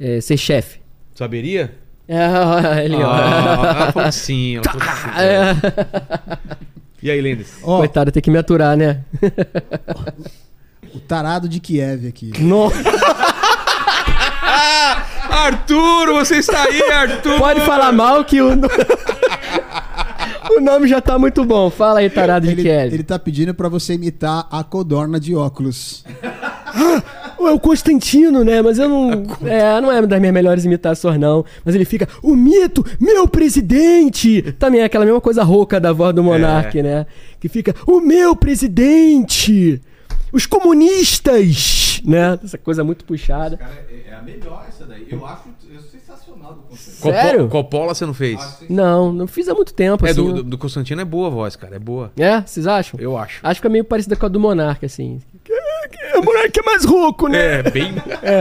Speaker 3: é, ser chefe.
Speaker 1: Saberia?
Speaker 3: É, ele, ó. Tá.
Speaker 1: Ah, ela falou que sim, ela falou que sim. E aí, Lene?
Speaker 2: Ó,
Speaker 3: Coitado, tem que me aturar, né?
Speaker 2: o tarado de Kiev aqui.
Speaker 3: Nossa.
Speaker 1: Arthur, você está aí, Arthur!
Speaker 3: Pode falar mal que o. o nome já tá muito bom. Fala aí, tarado de
Speaker 2: Ele,
Speaker 3: Kevin.
Speaker 2: ele tá pedindo pra você imitar a codorna de óculos.
Speaker 3: Ou é o Constantino, né? Mas eu não. É, não é uma das minhas melhores imitações, não. Mas ele fica, o mito, meu presidente! Também é aquela mesma coisa rouca da voz do Monark,
Speaker 1: É.
Speaker 3: né? Que fica, o meu presidente! Os comunistas! Né? Essa coisa muito puxada.
Speaker 11: Cara, é, é a melhor essa daí. Eu acho é sensacional do conceito.
Speaker 1: Copo-
Speaker 3: Sério?
Speaker 1: Coppola você não fez?
Speaker 3: Não, não fiz há muito tempo,
Speaker 1: é,
Speaker 3: assim.
Speaker 1: do, do- do Constantino é boa a voz, cara, é boa.
Speaker 3: É? Vocês acham?
Speaker 1: Eu acho.
Speaker 3: Acho que é meio parecida com a do Monark, assim. O Monark é mais rouco, né?
Speaker 1: É, bem.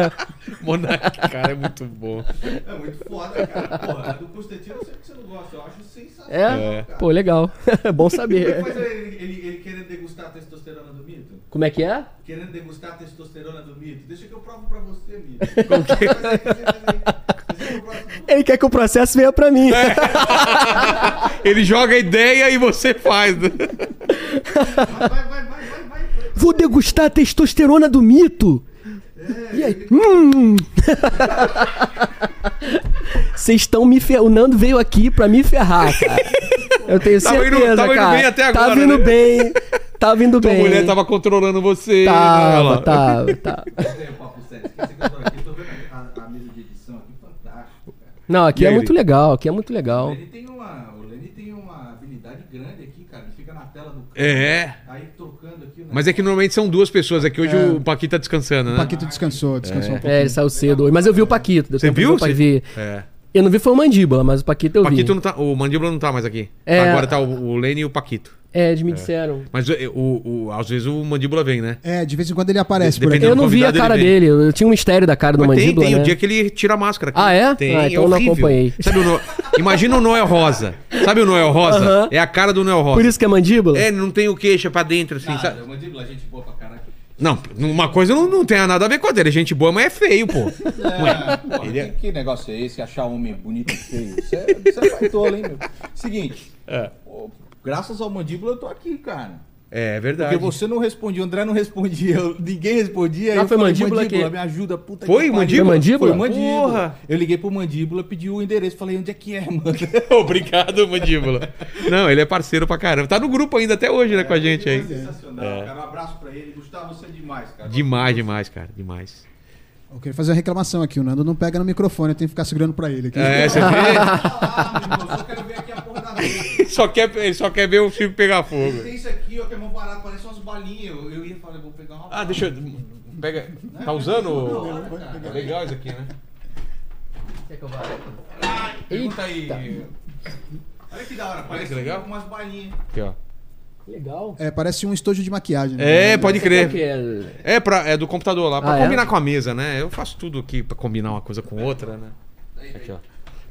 Speaker 1: Monark, cara, é muito bom.
Speaker 11: É muito foda, cara. Porra, a do Constantino eu sei que você não gosta. Eu acho sensacional.
Speaker 3: É? Pô, legal. É bom saber.
Speaker 11: Mas ele, ele, ele querendo degustar a testosterona do mito?
Speaker 3: Como é que é?
Speaker 11: Querendo degustar a testosterona do mito? Deixa que eu provo pra você, mito. Como que...
Speaker 3: Ele quer que o processo venha pra mim.
Speaker 1: É. Ele joga a ideia e você faz. né?
Speaker 11: Vai, vai, vai, vai, vai. vai.
Speaker 3: Vou degustar a testosterona do mito. E aí? Hum. Vocês estão me ferrando. O Nando veio aqui pra me ferrar, cara. Eu tenho
Speaker 1: Tava indo-
Speaker 3: certeza,
Speaker 1: tava indo
Speaker 3: cara.
Speaker 1: bem até
Speaker 3: Tá
Speaker 1: agora,
Speaker 3: vindo
Speaker 1: né?
Speaker 3: bem. Tá vindo
Speaker 1: Tua
Speaker 3: bem.
Speaker 1: mulher tava controlando você. né? Olha
Speaker 3: Tava,
Speaker 1: lá.
Speaker 3: tava, tava.
Speaker 11: Cadê o papo sério? Esqueci que eu tô aqui. Tô vendo a, a mesa de edição aqui. Fantástico, cara.
Speaker 3: Não, aqui
Speaker 1: E
Speaker 3: é
Speaker 1: aí?
Speaker 3: muito legal, aqui é muito
Speaker 11: O
Speaker 3: legal.
Speaker 11: Lenny tem uma, o Lenny tem uma habilidade grande aqui, cara. Ele fica na tela do cara.
Speaker 1: É.
Speaker 11: Aí trocando aqui, né?
Speaker 1: Mas é que normalmente são duas pessoas. É que hoje o Paquito tá descansando, né?
Speaker 2: Paquito descansou, descansou um pouco.
Speaker 3: É, ele saiu cedo hoje. Mas eu vi o Paquito. deu
Speaker 1: Você
Speaker 3: tempo de
Speaker 1: viu?
Speaker 3: ver o
Speaker 1: Você-
Speaker 3: Paquito.
Speaker 1: É.
Speaker 3: Eu não vi foi o Mandíbula, mas o Paquito eu vi.
Speaker 1: Paquito não tá. O Mandíbula não tá mais aqui.
Speaker 3: É.
Speaker 1: Agora tá o, o Lene e o Paquito.
Speaker 3: É, eles me disseram.
Speaker 1: Mas o, o- o- às vezes o Mandíbula vem, né?
Speaker 2: É, de vez em quando ele aparece por
Speaker 1: Depende-
Speaker 2: aqui.
Speaker 3: Eu não vi a
Speaker 1: convidado,
Speaker 3: cara
Speaker 1: ele vem.
Speaker 3: dele. Eu eu tinha um mistério da cara do
Speaker 1: Mas tem,
Speaker 3: Mandíbula,
Speaker 1: tem
Speaker 3: né?
Speaker 1: o dia que ele tira a máscara.
Speaker 3: Ah, é?
Speaker 1: Tem,
Speaker 3: Ah, então eu não
Speaker 1: horrível.
Speaker 3: acompanhei.
Speaker 1: Sabe, eu, não- Imagina o Noel Rosa. Sabe o Noel Rosa?
Speaker 3: Aham.
Speaker 1: É a cara do Noel Rosa.
Speaker 3: Por isso que é mandíbula?
Speaker 1: É, não tem o queixa pra dentro, assim, sabe?
Speaker 11: Cara, mandíbula, gente boa pra caralho.
Speaker 1: Não, uma coisa não, não tem nada a ver com a dele. É gente boa, mas é feio, pô.
Speaker 4: É, porra,
Speaker 1: ele é-
Speaker 4: que, que negócio é esse? Achar homem bonito e feio? Isso é, isso é baitola, hein, meu? Seguinte, pô, graças ao mandíbula eu tô aqui, cara.
Speaker 1: É
Speaker 4: Porque
Speaker 1: verdade.
Speaker 4: você não respondia, o André não respondia, eu- ninguém respondia. aí
Speaker 3: Ah,
Speaker 4: eu
Speaker 3: foi
Speaker 4: falei,
Speaker 3: Mandíbula que-
Speaker 4: me ajuda, puta
Speaker 1: Foi
Speaker 4: que pariu.
Speaker 1: Mandíbula?
Speaker 3: Foi Mandíbula?
Speaker 4: Foi mandíbula.
Speaker 1: Porra.
Speaker 4: Eu liguei pro mandíbula, pedi o endereço, falei, onde é que é, mano?
Speaker 1: Obrigado, Mandíbula. Não, ele é parceiro pra caramba. Tá no grupo ainda até hoje, né, com a gente aí.
Speaker 11: É
Speaker 4: é.
Speaker 11: Sensacional, cara. Um abraço pra ele. Gustavo, você é demais, cara.
Speaker 1: Demais, demais, cara. Demais.
Speaker 2: Eu queria fazer uma reclamação aqui. O Nando não pega no microfone, eu tenho que ficar segurando pra ele aqui.
Speaker 1: É, você
Speaker 11: Ah, lá, meu irmão, só quero ver aqui a porra da mesa.
Speaker 1: vê? só quer, ele só quer ver o filme pegar fogo.
Speaker 11: Tem isso aqui, ó, que é mão parada, parece umas balinhas. Eu, eu ia falar, eu vou pegar uma.
Speaker 1: Ah, deixa eu. Pega. Tá usando? o- Legal isso aqui, né?
Speaker 11: Pergunta aí. Olha que da hora, parece
Speaker 1: legal.
Speaker 11: umas balinhas.
Speaker 1: Aqui, ó.
Speaker 3: Legal.
Speaker 2: É, parece um estojo de maquiagem. né?
Speaker 1: É, pode
Speaker 3: Qual que
Speaker 1: crer.
Speaker 3: é?
Speaker 1: É, pra, é do computador lá, pra
Speaker 3: Ah, é?
Speaker 1: combinar com a mesa, né? Eu faço tudo aqui pra combinar uma coisa com outra, né? Aqui, ó.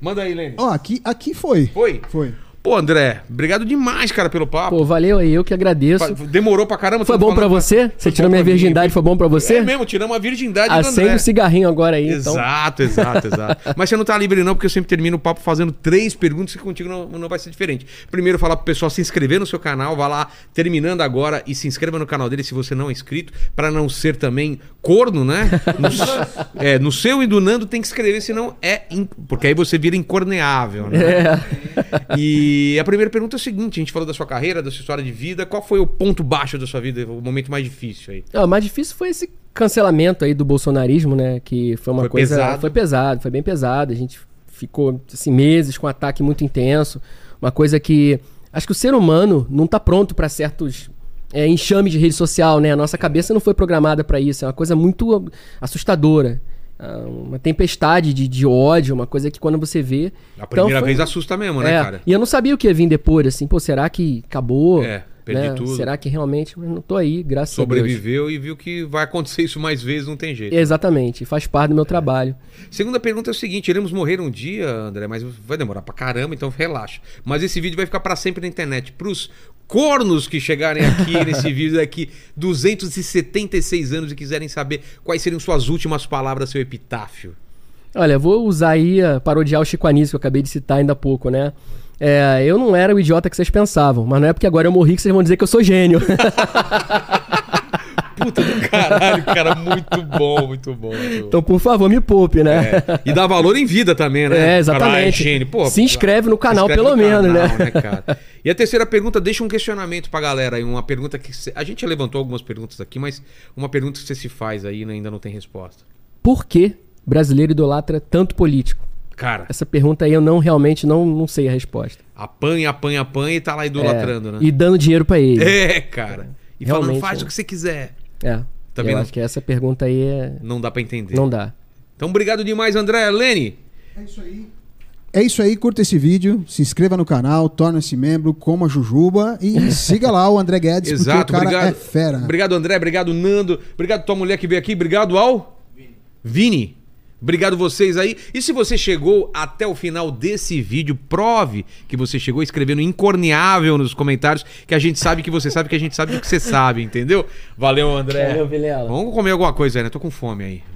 Speaker 1: Manda aí, Lene.
Speaker 2: Ó, aqui, aqui foi.
Speaker 1: Foi?
Speaker 2: Foi.
Speaker 1: Pô, André, obrigado demais, cara, pelo papo.
Speaker 3: Pô, valeu aí, eu que agradeço.
Speaker 1: Pa- Demorou pra caramba.
Speaker 3: Foi
Speaker 1: tamo
Speaker 3: bom pra
Speaker 1: falando-
Speaker 3: você?
Speaker 1: Foi
Speaker 3: Você
Speaker 1: bom
Speaker 3: tirou minha
Speaker 1: pra mim.
Speaker 3: virgindade, foi bom pra você?
Speaker 1: É mesmo, tiramos a virgindade do
Speaker 3: Acende
Speaker 1: André.
Speaker 3: o cigarrinho agora aí, então.
Speaker 1: Exato, exato, exato. Mas você não tá livre não, porque eu sempre termino o papo fazendo três perguntas que contigo não, não vai ser diferente. Primeiro, falar pro pessoal se inscrever no seu canal, vá lá terminando agora e se inscreva no canal dele se você não é inscrito, pra não ser também corno, né? No, é, no seu e do Nando tem que escrever, senão é... in- porque aí você vira incorneável, né?
Speaker 3: É.
Speaker 1: E a primeira pergunta é a seguinte, a gente falou da sua carreira, da sua história de vida, qual foi o ponto baixo da sua vida, o momento mais difícil aí?
Speaker 3: Ah, o mais difícil foi esse cancelamento aí do bolsonarismo, né? Que foi uma
Speaker 1: Foi
Speaker 3: coisa.
Speaker 1: pesado.
Speaker 3: Foi pesado, foi bem pesado. A gente ficou assim, meses com um ataque muito intenso. Uma coisa que. Acho que o ser humano não tá pronto para certos é, enxames de rede social, né? A nossa cabeça não foi programada para isso. É uma coisa muito assustadora. Ah, Uma tempestade de, de ódio, uma coisa que quando você vê.
Speaker 1: A primeira
Speaker 3: Então foi-
Speaker 1: vez assusta mesmo, né,
Speaker 3: é,
Speaker 1: cara?
Speaker 3: E eu não sabia o que ia vir depois, assim, pô, será que acabou? Né?
Speaker 1: É, perdi tudo.
Speaker 3: Será que realmente. Mas não tô aí, graças a Deus.
Speaker 1: sobreviveu e viu que vai acontecer isso mais vezes, não tem
Speaker 3: É.
Speaker 1: jeito.
Speaker 3: Exatamente, faz parte
Speaker 1: É.
Speaker 3: do meu trabalho.
Speaker 1: Segunda pergunta é o seguinte: iremos morrer um dia, André, mas vai demorar pra caramba, então relaxa. Mas esse vídeo vai ficar pra sempre na internet. Pros cornos que chegarem aqui nesse vídeo daqui 276 anos e quiserem saber quais seriam suas últimas palavras, seu epitáfio.
Speaker 3: Olha, vou usar aí, a parodiar o Chico Anísio que eu acabei de citar ainda há pouco, né? É, eu não era o idiota que vocês pensavam, mas não é porque agora eu morri que vocês vão dizer que eu sou gênio.
Speaker 1: Puta do caralho, cara, muito bom, muito bom. muito bom.
Speaker 3: então, por favor, me poupe, né?
Speaker 1: E dá valor em vida também, né?
Speaker 3: É, exatamente.
Speaker 1: Falar, "Ah, é gênio." Pô,
Speaker 3: Se inscreve no canal,
Speaker 1: inscreve
Speaker 3: pelo
Speaker 1: no
Speaker 3: menos, né?
Speaker 1: cara? E a terceira pergunta, deixa um questionamento pra galera aí. Uma pergunta que. cê- A gente levantou algumas perguntas aqui, mas uma pergunta que você se faz aí né, ainda não tem resposta.
Speaker 3: Por que brasileiro idolatra tanto político?
Speaker 1: Cara,
Speaker 3: Essa pergunta aí eu não realmente não, não sei a resposta. É,
Speaker 1: apanha, apanha, apanha e tá lá idolatrando, né?
Speaker 3: E dando dinheiro pra ele.
Speaker 1: É, cara. E falando,
Speaker 3: Realmente,
Speaker 1: faz
Speaker 3: né?
Speaker 1: o que você quiser.
Speaker 3: É.
Speaker 1: Também
Speaker 3: eu
Speaker 1: não-
Speaker 3: acho que essa pergunta aí é-
Speaker 1: Não dá pra entender.
Speaker 3: não dá.
Speaker 1: Então, obrigado demais, André. Lene.
Speaker 2: É isso aí, curta esse vídeo, se inscreva no canal, torna-se membro, coma jujuba e siga lá o André Guedes,
Speaker 1: Exato,
Speaker 2: porque o cara
Speaker 1: obrigado.
Speaker 2: é fera.
Speaker 1: Obrigado, André. Obrigado, Nando. Obrigado, tua mulher que veio aqui. Obrigado ao Vini. Obrigado vocês aí. E se você chegou até o final desse vídeo, prove que você chegou escrevendo incorneável nos comentários, que a gente sabe que você sabe que a gente sabe do que você sabe, entendeu? Valeu, André.
Speaker 3: Valeu, Vilela.
Speaker 1: Vamos comer alguma coisa aí, né? Tô com fome aí.